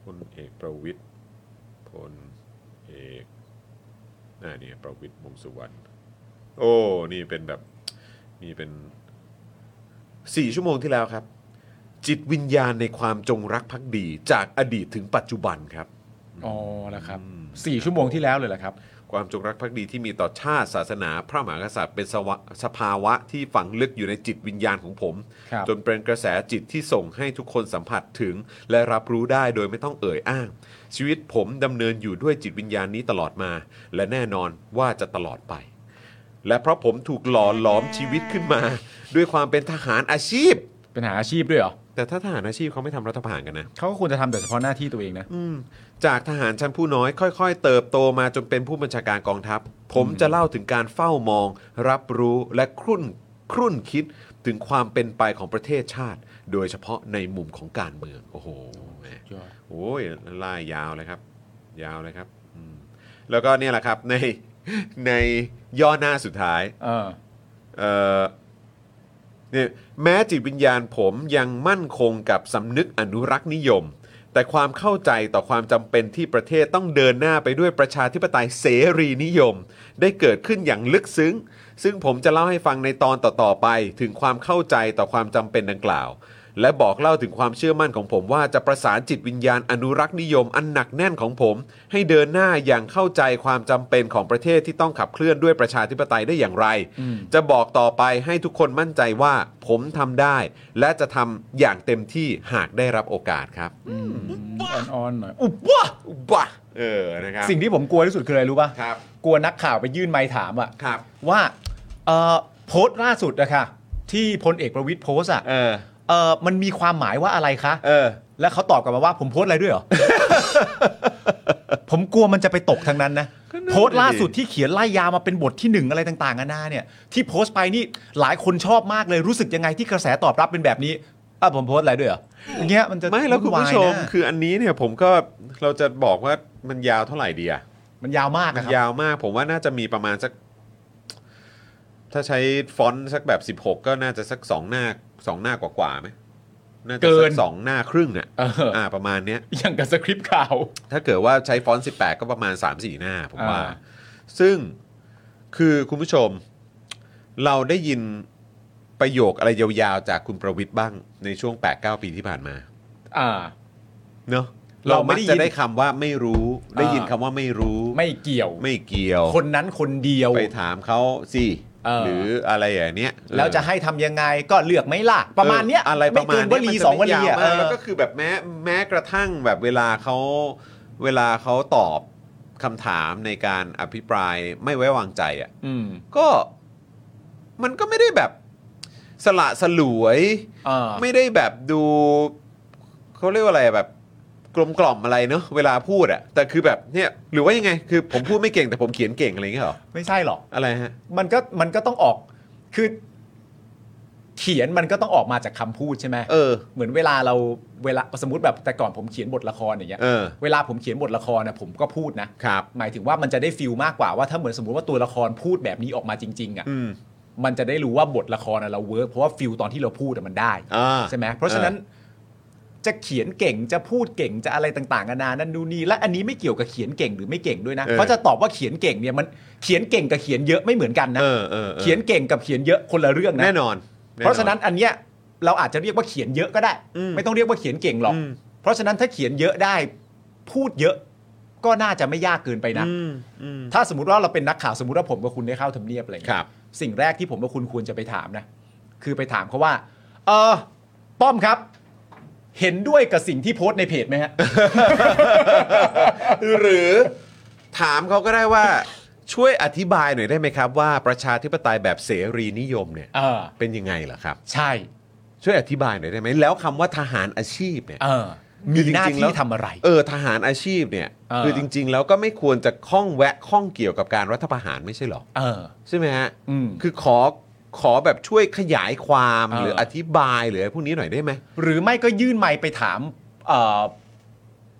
S1: พลเอกประวิทย์พลเอกน่านี่ประวิทย์วงษ์สุวรรณโอ้นี่เป็นแบบนี่เป็นสี่ชั่วโมงที่แล้วครับ จิตวิญญาณในความจงรักภักดีจากอดีตถึงปัจจุบันครับ
S2: อ๋อแล้วครับ
S1: อืม
S2: สี่ชั่วโมงที่แล้วเลยเหรอครับ
S1: ความจงรักภักดีที่มีต่อชาติศาสนา พระมหากษัตริย์เป็นสวะสภาวะที่ฝังลึกอยู่ในจิตวิญญาณของผม
S2: ครับ
S1: จนเป็นกระแสจิตที่ส่งให้ทุกคนสัมผัสถึง และรับรู้ได้โดยไม่ต้องเอ่ยอ้าง ชีวิตผมดำเนินอยู่ด้วยจิตวิญญาณนี้ตลอดมา และแน่นอนว่าจะตลอดไป และเพราะผมถูกหล่อหลอมชีวิตขึ้นมา ด้วยความเป็นทหารอาชีพ
S2: เป็นหาอาชีพด้วยเหรอ
S1: แต่ถ้าทหารอาชีพเขาไม่ทำรัฐประหารกันนะ
S2: เขาก็ควรจะทำแต่เฉพาะหน้าที่ตัวเองนะ
S1: อืมจากทหารชั้นผู้น้อยค่อย ๆ เติบโตมาจนเป็นผู้บัญชาการกองทัพ ผมจะเล่าถึงการเฝ้ามอง รับรู้และครุ่นครุ่นคิดถึงความเป็นไปของประเทศชาติ โดยเฉพาะในมุมของการเมือง โอ้โหแหม
S2: ยอด
S1: โอ้ยไล่ยาวเลยครับ ยาวเลยครับอืมแล้วก็เนี่ยแหละครับในในย่อหน้าสุดท้าย
S2: เออ
S1: เอ่อเนี่ยแม้จิตวิญญาณผมยังมั่นคงกับสำนึกอนุรักษ์นิยม แต่ความเข้าใจต่อความจำเป็นที่ประเทศต้องเดินหน้าไปด้วยประชาธิปไตยเสรีนิยม ได้เกิดขึ้นอย่างลึกซึ้ง ซึ่งผมจะเล่าให้ฟังในตอนต่อๆไป ถึงความเข้าใจต่อความจำเป็นดังกล่าว และบอกเล่าถึงความเชื่อมั่นของผมว่าจะประสานจิตวิญญาณอนุรักษ์นิยมอันหนักแน่นของผม ให้เดินหน้าอย่างเข้าใจความจำเป็นของประเทศที่ต้องขับเคลื่อนด้วยประชาธิปไตยได้อย่างไร จะบอกต่อไปให้ทุกคนมั่นใจว่าผมทำได้ และจะทำอย่างเต็มที่หากได้รับโอกาสครับ
S2: อ่อนๆหน่อยอุ๊บว้า
S1: บ้าเออนะครับ
S2: สิ่งที่ผมกลัวที่สุดคืออะไรรู้ป่ะ
S1: ครับ
S2: กลัวนักข่าวไปยื่นไมค์ถามอะ
S1: ครับ
S2: ว่าเอ่อโพสต์ล่าสุดอะค่ะที่พลเอกประวิทย์โพสต์อะ
S1: เออ
S2: เออมันมีความหมายว่าอะไรคะ
S1: เออ
S2: แล้วเขาตอบกลับมาว่าผมโพสต์อะไรด้วยเห รอ ผมกลัวมันจะไปตกทางนั้นนะ โพสต์ล่าสุดที่เขียนไล่ยาวมาเป็นบทที่หนึ่งอะไรต่างๆนานาเนี่ย ที่โพสต์ไปนี่หลายคนชอบมากเลยรู้สึกยังไงที่กระแสตอบรับเป็นแบบนี้อ่ะผมโพสต์อะไรด้วยเหรออย่างเงี้ยมันจะ
S1: ไม่แล้วคุณผู้ชม
S2: นายนะ
S1: คืออันนี้เนี่ยผมก็เราจะบอกว่ามันยาวเท่าไหร่ดีอะ
S2: มันยาว มาก
S1: มั
S2: นะ
S1: น
S2: ครั
S1: ยา
S2: บ
S1: วมากผมว่าน่าจะมีประมาณสัก ถ้าใช้ฟอนต์สักแบบ 16 ก็น่าจะสักสองหน้าสองหน้ากว่ากว่าๆไหมน่าจะ
S2: เกิ
S1: สั
S2: น
S1: กสองหน้าครึ่งอ่ะ
S2: เอออ่
S1: ่าประมาณเนี้ย
S2: อย่างกับสคริปต์ข่าว
S1: ถ้าเกิดว่าใช้ฟอนต์ 18 ก็ประมาณ 3 4 หน้าผมว่า
S2: อ่า
S1: ซึ่งคือคุณผู้ชม เราได้ยินประโยคอะไรยาวๆ จากคุณประวิทย์บ้างในช่วง 8-9 ปีที่ผ่านมา
S2: อ่า
S1: เนอะเรา
S2: เราไม่
S1: มัก
S2: ได้ยิน
S1: จะได้คำว่าไม่รู้ ได้ยิน
S2: อ่า
S1: คำว่าไม่รู้
S2: ไม่เกี่ยว
S1: ไม่เกี่ยว
S2: คนนั้นคนเดียว
S1: ไปถามเขาสิ
S2: เออ
S1: หรืออะไรอย่างเนี้ย
S2: แล้วจะให้ทำยังไงก็เลือกไหมล่ะ ประมาณเนี้ย
S1: เอออะไรประมาณ
S2: ไเกินวลีสองวลี
S1: อะ
S2: อะเออ
S1: แล้วก็คือแบบแม้แม้กระทั่งแบบเวลาเขาเวลาเขาตอบคำถามในการอภิปรายไม่ไว้วางใจอ่ะ
S2: อืม
S1: ก็มันก็ไม่ได้แบบสละสลวย
S2: เออ
S1: ไม่ได้แบบดู เขาเรียกว่าอะไรอะแบบกลมกล่อมอะไรเนอะเวลาพูดอะแต่คือแบบเนี่ยหรือว่ายังไงคือผมพูดไม่เก่งแต่ผมเขียนเก่งอะไรอย่างเงี้ยเหรอ
S2: ไม่ใช่หรอก
S1: อะไรฮะ
S2: มันก็มันก็ต้องออกคือ เขียนมันก็ต้องออกมาจากคำพูดใช่ไหม
S1: เออ
S2: เหมือนเวลาเราเวลาสมมติแบบแต่ก่อนผมเขียนบทละครอย่างเงี้ย
S1: เออ
S2: เวลาผมเขียนบทละครนะผมก็พูดนะ
S1: ครับ
S2: หมายถึงว่ามันจะได้ฟิลมากกว่าว่าถ้าเหมือนสมมติว่าตัวละครพูดแบบนี้ออกมาจริง ๆ อ่ะ
S1: อืม
S2: มันจะได้รู้ว่าบทละครอะเราเวิร์กเพราะว่าฟิลตอนที่เราพูดอะมันได้
S1: อ่า
S2: ใช่ไหมเพราะฉะนั้นจะเขียนเก่งจะพูดเก่งจะอะไรต่างๆนานานั่นนู่นนี่และอันนี้ไม่เกี่ยวกับเขียนเก่งหรือไม่เก่งด้วยนะ
S1: เออ
S2: เขาจะตอบว่าเขียนเก่งเนี่ยมันเขียนเก่งกับเขียนเยอะไม่เหมือนกันนะ
S1: เออเออออ
S2: เขียนเก่งกับเขียนเยอะคนละเรื่องนะ
S1: แน่นอนแอ
S2: เพราะฉะนั้นอันเนี้ยเราอาจจะเรียกว่าเขียนเยอะก็ได้
S1: อืม
S2: ไม่ต้องเรียกว่าเขียนเก่งหรอก
S1: อืม
S2: เพราะฉะนั้นถ้าเขียนเยอะได้ พูดเยอะก็น่าจะไม่ยากเกินไปนะ
S1: อืมอืม
S2: ถ้าสมมติว่าเราเป็นนักข่าวสมมติว่าผมกับคุณได้เข้าทำเนียบอะไรอย่าง
S1: ค
S2: เงี้ย
S1: รับ
S2: สิ่งแรกที่ผมกับคุณควรจะไปถามนะ คือไปถามเขาว่า เออป้อมครับ เห็นด้วยกับสิ่งที่โพสต์ในเพจไหมฮะ
S1: หรือถามเขาก็ได้ว่าช่วยอธิบายหน่อยได้ไหมครับว่าประชาธิปไตยแบบเสรีนิยมเนี่ย
S2: เออ
S1: เป็นยังไงเหรอครับ
S2: ใช่
S1: ช่วยอธิบายหน่อยได้ไหมแล้วคำว่าทหารอาชีพเนี่ย
S2: เออ
S1: คื
S2: มี
S1: อจ
S2: หน้า
S1: ริงๆแล้
S2: ที่
S1: ว
S2: ทำอะไร
S1: เออทหารอาชีพเนี่ย
S2: เออ
S1: คือจริง ๆ แล้วก็ไม่ควรจะข้องแวะข้องเกี่ยวกับการรัฐประหารไม่ใช่เหรอ
S2: เออ
S1: ใช่ไหมฮะ
S2: อืม
S1: คือขอขอแบบช่วยขยายความ
S2: เออ
S1: หรืออธิบายหรืออะไรพวกนี้หน่อยได้ไหม
S2: หรือไม่ก็ยื่นไมค์ไปถามเอ่อ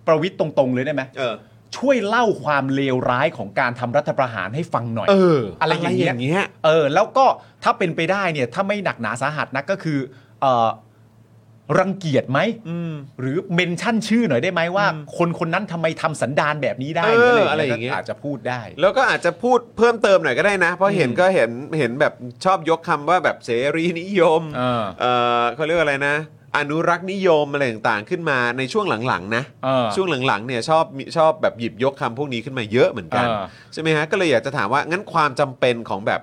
S2: ประวิทย์ตรงๆเลยได้ไหม
S1: เออ
S2: ช่วยเล่าความเลวร้ายของการทำรัฐประหารให้ฟังหน่อย
S1: เอออะ
S2: อะไรอย่างเงี้ย
S1: ย
S2: เออแล้วก็ถ้าเป็นไปได้เนี่ย ถ้าไม่หนักหนาสาหัสนะก็คือเออรังเกียจไหม หรือเมนชั่นชื่อหน่อยได้ไหมว่า คนคนนั้นทำไมทำสันดานแบบนี้ได้
S1: เออ
S2: หรือ
S1: อะ
S2: อะไร ไรอ
S1: อา
S2: ย่ย่าง ง
S1: เงี้ย
S2: เงี้ยอาจจะพูดได้
S1: แล้วก็อาจจะพูดเพิ่มเติมหน่อยก็ได้นะ เพราะเห็นก็เห็นเห็นแบบชอบยกคำว่าแบบเสรีนิยม
S2: เออ
S1: เออเขาเรียกว่าอะไรนะ อนุรักษ์นิยมอะไรต่างๆขึ้นมาในช่วงหลังๆนะ
S2: เออ
S1: ช่วงหลังๆเนี่ยชอบมีชอบแบบหยิบยกคำพวกนี้ขึ้นมาเยอะเหมือนกัน
S2: เออ
S1: ใช่ไหมฮะก็เลยอยากจะถามว่างั้นความจำเป็นของแบบ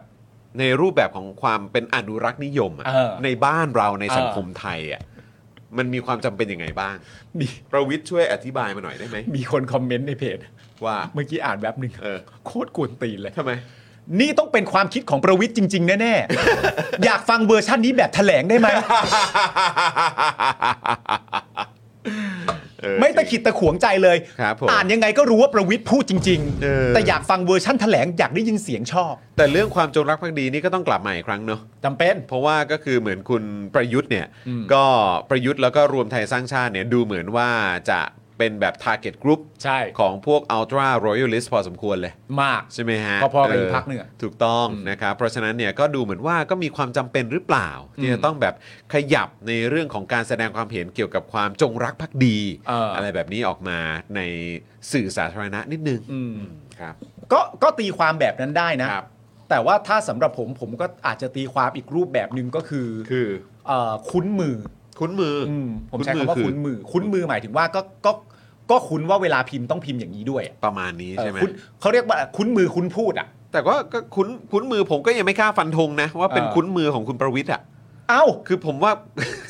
S1: ในรูปแบบของความเป็นอนุรักษ์นิยมอะ
S2: เออ
S1: ในบ้านเราในสัง
S2: เออ
S1: คมไทยอ่ะมันมีความจำเป็นยังไงบ้าง
S2: มี
S1: ประวิทย์ช่วยอธิบายมาหน่อยได้ไหม
S2: มีคนคอมเมนต์ในเพจ
S1: ว่า
S2: เมื่อกี้อ่านแบบหนึ่ง
S1: เออ
S2: โคตรกวนตีนเลย
S1: ทำไม
S2: นี่ต้องเป็นความคิดของประวิทย์จริง ๆ แน่ ๆ อยากฟังเวอร์ชั่นนี้แบบแถลงได้ไหม
S1: เออ
S2: ไม่ตะขิดตะขวงใจเลย
S1: ครับผม
S2: อ่านยังไงก็รู้ว่าประวิทย์พูดจริง
S1: เออ
S2: ๆ แต่อยากฟังเวอร์ชั่นแถลงอยากได้ยินเสียงชอบ
S1: แต่เรื่องความจงรักภักดีนี่ก็ต้องกลับมาอีกครั้งเนอะ
S2: จำเป็น
S1: เพราะว่าก็คือเหมือนคุณประยุทธ์เนี่ย ก็ประยุทธ์แล้วก็รวมไทยสร้างชาติเนี่ย ดูเหมือนว่าจะเป็นแบบ target group
S2: ใช่
S1: ของพวก ultra royalist พอสมควรเลย
S2: มาก
S1: ใช่ไหมฮะ
S2: พอๆกับอีกพรรคหนึ่งอะ
S1: ถูกต้องนะครับ เพราะฉะนั้นเนี่ยก็ดูเหมือนว่าก็มีความจำเป็นหรือเปล่า ที่
S2: อืม
S1: จะต้องแบบขยับในเรื่องของการแสดงความเห็นเกี่ยวกับความจงรักภักดี
S2: เอออ
S1: อะไรแบบนี้ออกมาในสื่อสาธารณะนิดนึงครับ
S2: ก็ก็ตีความแบบนั้นได้นะ
S1: ครับ
S2: แต่ว่าถ้าสำหรับผมผมก็อาจจะตีความอีกรูปแบบหนึ่งก็คือ
S1: คือ
S2: เอ่อคุ้นมือ
S1: คุ้นมืออ
S2: อผมใช้คำว่า
S1: อ
S2: คุ้นมือ คุ้นมือหมายถึงว่าก็ก็ก็คุ้นว่าเวลาพิมพ์ต้องพิมพ์อย่างนี้ด้วยอะ
S1: ประมาณนี้ใช่ไหม
S2: เออคุ้นเขาเรียกว่าคุ้นมือคุ้นพูดอ่ะ
S1: แต่ว่าก็คุ้นคุ้นมือผมก็ยังไม่กล้าฟันธงนะ ว่าเป็น
S2: เออ
S1: คุ้นมือของคุณประวิทย์อ่ะ
S2: เอ้า
S1: คือผมว่า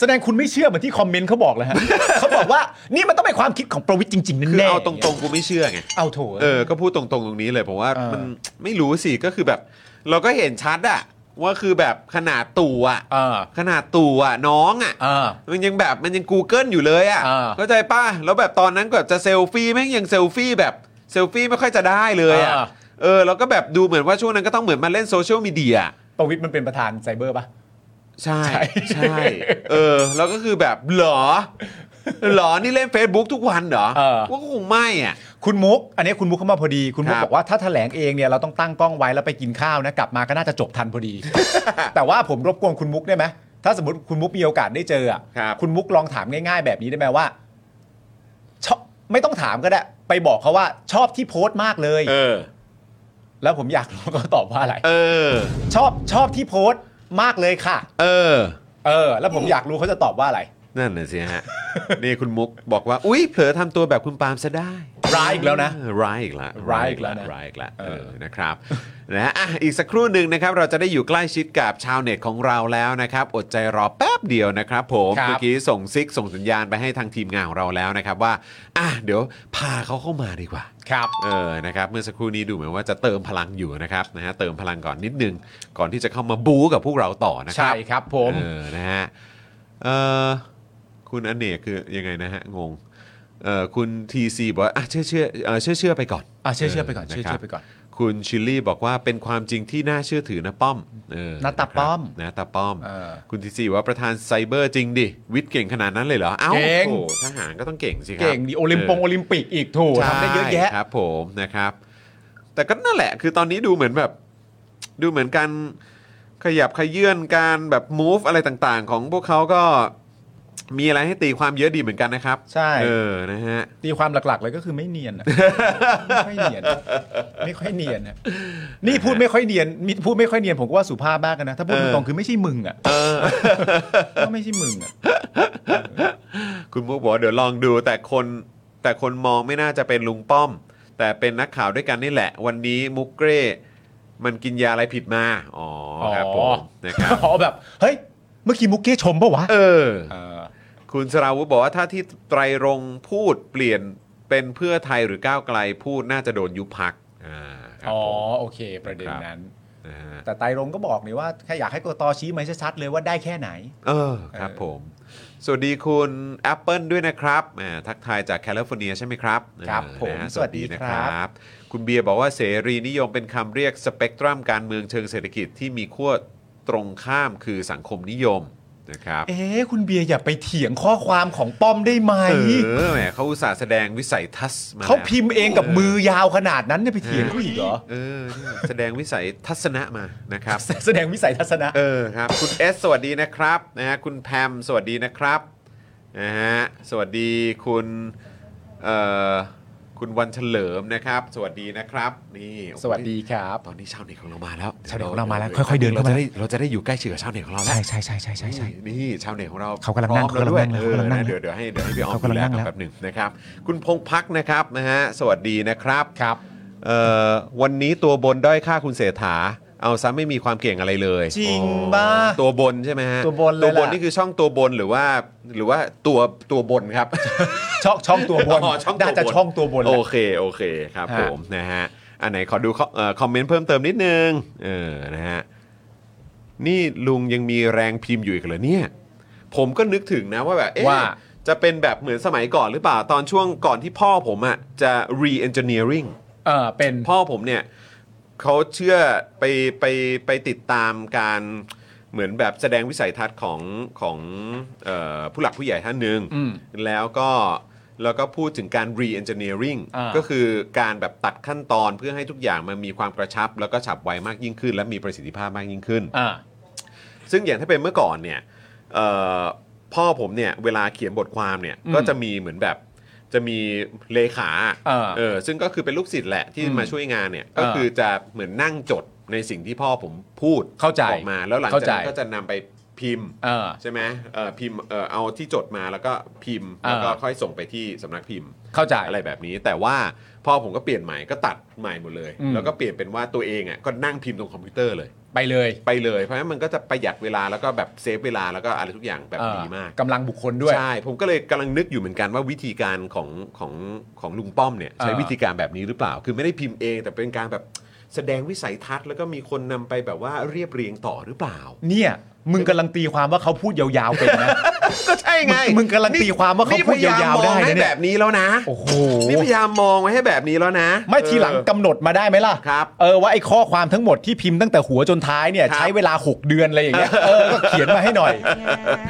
S2: แสดงคุณไม่เชื่อเหมือนที่คอมเมนต์เขาบอก เลยฮะ เขาบอกว่านี่มันต้องเป็นความคิดของประวิทย์จริงๆ
S1: คือ
S2: แน่ๆ
S1: เอาตรงๆกูไม่เชื่อไง
S2: เอาโถ
S1: เออ ก็พูดตรงๆ ตรงนี้เลยผมว่า
S2: เออ
S1: มันไม่รู้สิ ก็คือแบบ เราก็เห็นชัดอะว่าคือแบบขนาดตู่อะ
S2: เออ
S1: ขนาดตู่อะน้องอะ
S2: เออ
S1: มันยังแบบมันยัง Google อยู่เลยอะ
S2: เออ
S1: เข้าใจป่ะ แล้วแบบตอนนั้นก็แบบจะเซลฟี่แม่งยังเซลฟี่แบบเซลฟี่ไม่ค่อยจะได้เลยอะ
S2: เออ
S1: เออแล้วก็แบบดูเหมือนว่าช่วงนั้นก็ต้องเหมือนมาเล่นโซเชียลมีเดีย
S2: ประวิทย์มันเป็นประธานไซเบอร์ป่ะ
S1: ใช่
S2: ใช่
S1: ใช่ เออ แล้วก็คือแบบเหรอเหรอนี่เล่น Facebook ทุกวันเหรอ
S2: เออ
S1: ว่าก็คงไม่อ่ะ
S2: คุณมุก อันนี้คุณมุกเข้ามาพอดี คุณมุก
S1: ครับ
S2: บอกว่าถ้าแถลงเองเนี่ยเราต้องตั้งกล้องไว้แล้วไปกินข้าวนะกลับมาก็น่าจะจบทัน พอดี แต่ว่าผมรบกวนคุณมุกได้ไหมถ้าสมมติคุณมุกมีโอกาสได้เจออ่ะ
S1: ครับ
S2: คุณมุกลองถามง่าย ๆ แบบนี้ได้ไหมว่าชอบไม่ต้องถามก็ได้ ไปบอกเขาว่าชอบที่โพสต์มากเลย
S1: เออ
S2: แล้วผมอยากรู้ก็ตอบว่าอะไร
S1: เออ
S2: ชอบชอบที่โพสต์มากเลยค่ะ
S1: เออ
S2: เออ แล้วผมอยากรู้เขาจะตอบว่าอะไร
S1: นั่นน่ะสิฮะ นี่คุณมุกบอกว่า อุ๊ย เผลอทำตัวแบบคุณปาล์มซะได้
S2: ร้ายอีกแล้วนะ
S1: เออร้ายอีกแล้ว
S2: ร้ายอีกแล้วนะ
S1: ร้ายอีกแล้ว
S2: เออ
S1: เออนะครับนะฮะอ่ะอีกสักครู่หนึ่งนะครับ เราจะได้อยู่ใกล้ชิดกับชาวเน็ตของเราแล้วนะครับ อดใจรอแป๊บเดียวนะครับ ผม
S2: ครับ
S1: เมื่อกี้ส่งซิกส่งสัญญาณไปให้ทางทีมงานของเราแล้วนะครับว่าอ่ะเดี๋ยวพาเขาเข้ามาดีกว่า
S2: ครับ
S1: เออนะครับเมื่อสักครู่นี้ดูเหมือนว่าจะเติมพลังอยู่นะครับนะฮะเติมพลังก่อนนิดนึง ก่อนที่จะเข้ามาบู๊กับพวกเราต่อนะครับ
S2: ใช่ครับผม
S1: เออนะฮะเออคุณ คุณอเนกคือยังไงนะฮะ งงเอ่อคุณทีซีบอกว่าอ่ะเชื่อเชื่อเอ่อเชื่อเชื่อไปก่อน
S2: อ่ะเชื่อเชื่อไปก่อนเชื่อ
S1: ครับ
S2: เชื่อไปก่อน
S1: คุณชิลลี่บอกว่าเป็นความจริงที่น่าเชื่อถือนะป้อมเออ
S2: ณตาป้อม
S1: นะตาป้อม
S2: เออ
S1: คุณทีซีบอกว่าประธานไซเบอร์จริงดิ วิทย์เก่งขนาดนั้นเลยเหรอ เอ้า
S2: เก่ง
S1: โอ้ทหารก็ต้องเก่งสิครั
S2: เก่งดีโอลิมปง
S1: เ
S2: โอลิมปิกอีกถูกทำได้เยอะแยะ
S1: ใช่ครับผมนะครับ แต่ก็นั่นแหละ คือตอนนี้ดูเหมือนแบบ ดูเหมือนการขยับขยื่นการแบบ move อะไรต่างๆ ของพวกเขาก็มีอะไรให้ตีความเยอะดีเหมือนกันนะครับ
S2: ใช่
S1: เออนะฮะ
S2: ตีความหลักๆเลยก็คือไม่เนียนอะ ไม่ค่อยเนียนไม่ค่อยเนียนอะนี่พูดไม่ค่อยเนียนมิพูดไม่ค่อยเนียนผมก็ว่าสุภาพมากนะ ถ้าพูด
S1: เออ
S2: ตรงๆคือไม่ใช่มึงอ่ะก็ไม่ใช่มึงอ่ะ
S1: คุณมุกบอกว่าเดี๋ยวลองดู แต่คนแต่คนมองไม่น่าจะเป็นลุงป้อม แต่เป็นนักข่าวด้วยกันนี่แหละ วันนี้มุกเกรมันกินยาอะไรผิดมาอ๋อครับผมนะครับ
S2: อ๋อแบบ เฮ้ย เมื่อกี้มุกเก้ชมปะวะ
S1: เออ
S2: เออ
S1: คุณสราวุธบอกว่าถ้าที่ไตรรงค์พูดเปลี่ยนเป็นเพื่อไทยหรือก้าวไกลพูดน่าจะโดนยุบพักอ่าครับ
S2: อ๋อ
S1: ผม
S2: โอเค ประเด็น
S1: ครับ
S2: นั้น
S1: นะฮะ
S2: แต่ไตรรงก็บอกนี่ว่าแค่อยากให้กตชี้มาให้ชัดๆเลยว่าได้แค่ไหน
S1: เออครับผม สวัสดีคุณ Apple ด้วยนะครับแหมทักทายจากแคลิฟอร์เนียใช่ไหมครับ
S2: ครับ
S1: เออ
S2: ผม
S1: นะฮะ
S2: สวัสดี
S1: นะ
S2: ครั
S1: บคุณเบียร์บอกว่าเสรีนิยมเป็นคำเรียกสเปกตรัมการเมืองเชิงเศรษฐกิจที่มีขั้วตรงข้ามคือสังคมนิยมนะครับ
S2: เอ๊ะคุณเบียร์อย่าไปเถียงข้อความของป้อมได้ไหม
S1: เออแหมเขาอุตส่าห์แสดงวิสัยทัศน์มา
S2: เขา
S1: แล้ว
S2: พิมพ์เองกับมือยาวขนาดนั้นเนี่ยไปเถียงเขาอีกเหรอ
S1: เออเนี่ยแสดงวิสัยทัศนะมานะครับ
S2: แสดงวิสัยทัศนะ
S1: เออครับ คุณเอสสวัสดีนะครับนะฮะคุณแพมสวัสดีนะครับนะฮะสวัสดีคุณเอ่อคุณวันเฉลิมนะครับ สวัสดีนะครับนี่โอ้โห
S2: สวัสดีครับ
S1: ตอนนี้ชาวเน็ตของเรามาแล้ว
S2: ชาวเน็ตของเรามาแล้วค่อยๆเดิน
S1: เรา
S2: เข้า
S1: จะ
S2: มา
S1: ได้เราจะได้อยู่ใกล้ชิดกับชาวเน็ตของเราแล้ว
S2: ใช่ใช่ใช่ใช่ใช่ใช่
S1: นี่นี่ชาวเน็ตของเรา
S2: เขากำลังนั่ง
S1: พร้อมแล้วด้วยเอก
S2: เขาำลังนั่ง
S1: อนะ
S2: เขากำลังนั่ง
S1: เดี๋ยวเดี๋ยวให้เดี๋ยวให้พี่ออม
S2: เขากำลัง
S1: ดูแล
S2: นั่งแล้ว
S1: แป๊บหนึ่งนะครับ คุณพงพักนะครับนะฮะสวัสดีนะครับ
S2: ครับ
S1: เอ่อวันนี้ตัวบนด้อยค่าคุณเสถาเอาซะไม่มีความเก่งอะไรเลย
S2: จริง
S1: อ๋อ
S2: ป่ะ
S1: ตัวบนใช่ไหมฮะ
S2: ตัวบนเลย
S1: ตัวบน
S2: ล่ะ
S1: นี่คือช่องตัวบนหรือว่า หรือว่าตัวตัวบนครับ
S2: ช่องช่องตัวบน
S1: อ๋อช่องตัวบน
S2: น่าจะช่องตัวบนแหละ
S1: โอเค โอเคครับ
S2: ฮะ
S1: ผมนะฮะ อันไหนขอดูข้อเอ่อคอมเมนต์เพิ่มเติมนิดนึง เออ นะฮะ นี่ลุงยังมีแรงพิมพ์อยู่อีกเหรอเนี่ย ผมก็นึกถึงนะว่าแบบ เอ๊ะ
S2: ว่า
S1: จะเป็นแบบเหมือนสมัยก่อนหรือเปล่า ตอนช่วงก่อนที่พ่อผมอะจะ re-engineering
S2: เออเป็น
S1: พ่อผมเนี่ยเขาเชื่อไปไปไปติดตามการเหมือนแบบแสดงวิสัยทัศน์ของของเออผู้หลักผู้ใหญ่ท่านหนึ่ง
S2: อืม
S1: แล้วก็แล้วก็พูดถึงการ re-engineering
S2: อ่า
S1: ก็คือการแบบตัดขั้นตอนเพื่อให้ทุกอย่างมันมีความกระชับ แล้วก็ฉับไวมากยิ่งขึ้น และมีประสิทธิภาพมากยิ่งขึ้น
S2: อ่า
S1: ซึ่งอย่างถ้าเป็นเมื่อก่อนเนี่ยเอ่อพ่อผมเนี่ยเวลาเขียนบทความเนี่ย
S2: อืม
S1: ก็จะมีเหมือนแบบจะมีเลขา
S2: เออ
S1: เออซึ่งก็คือเป็นลูกศิษย์แหละที่
S2: อืม
S1: มาช่วยงานเนี่ย
S2: เออ
S1: ก็คือจะเหมือนนั่งจดในสิ่งที่พ่อผมพูด
S2: เข้าใจ
S1: ออกมาแล้วหลังจาก
S2: เข้าใจ
S1: นั้นก็จะนำไปพิมพ์
S2: เออ
S1: ใช่ไหมเออพิมพ์เออเอาที่จดมาแล้วก็พิมพ์
S2: เอ
S1: แล้
S2: อ
S1: วก็ค่อยส่งไปที่สำนักพิมพ์
S2: เข้าใจ
S1: อะไรแบบนี้แต่ว่าพ่อผมก็เปลี่ยนใหม่ก็ตัดใหม่หมดเลย
S2: อืม
S1: แล้วก็เปลี่ยนเป็นว่าตัวเองอ่ะก็นั่งพิมพ์ตรงคอมพิวเตอร์เลย
S2: ไปเลย
S1: ไปเลยเพราะฉะนั้นมันก็จะประหยัดเวลาแล้วก็แบบเซฟเวลาแล้วก็อะไรทุกอย่างแบบ
S2: เออ
S1: ดีมาก
S2: กำลังบุคคลด้วย
S1: ใช่ผมก็เลยกำลังนึกอยู่เหมือนกันว่าวิธีการของของของลุงป้อมเนี่ยใช้
S2: เออ
S1: วิธีการแบบนี้หรือเปล่า คือไม่ได้พิมพ์เอง แต่เป็นการแบบแสดงวิสัยทัศน์แล้วก็มีคนนำไปแบบว่าเรียบเรียงต่อหรือเปล่า
S2: เนี่ย มึงกำลังตีความว่าเขาพูดยาวๆเป็นนะ
S1: ก็ใช่ไง
S2: มึงมึงกำลังตีความว่าเขาพูดยาวๆ
S1: นี่พมม
S2: ได้
S1: อง
S2: นะ
S1: ให้
S2: เนี่ย
S1: แบบนี้แล้วนะ
S2: โอ้โห
S1: นี่พยายามมองไว้ให้แบบนี้แล้วนะ
S2: ไม่ทีหลัง
S1: เออ
S2: กำหนดมาได้ไหมล่ะ
S1: ครับ
S2: เออว่าไอ้ข้อความทั้งหมดที่พิมพ์ตั้งแต่หัวจนท้ายเนี่ย
S1: ครับ
S2: ใช้เวลา 6 เดือนอะไรอย่างเงี้ยเออก็เขียนมาให้หน่อย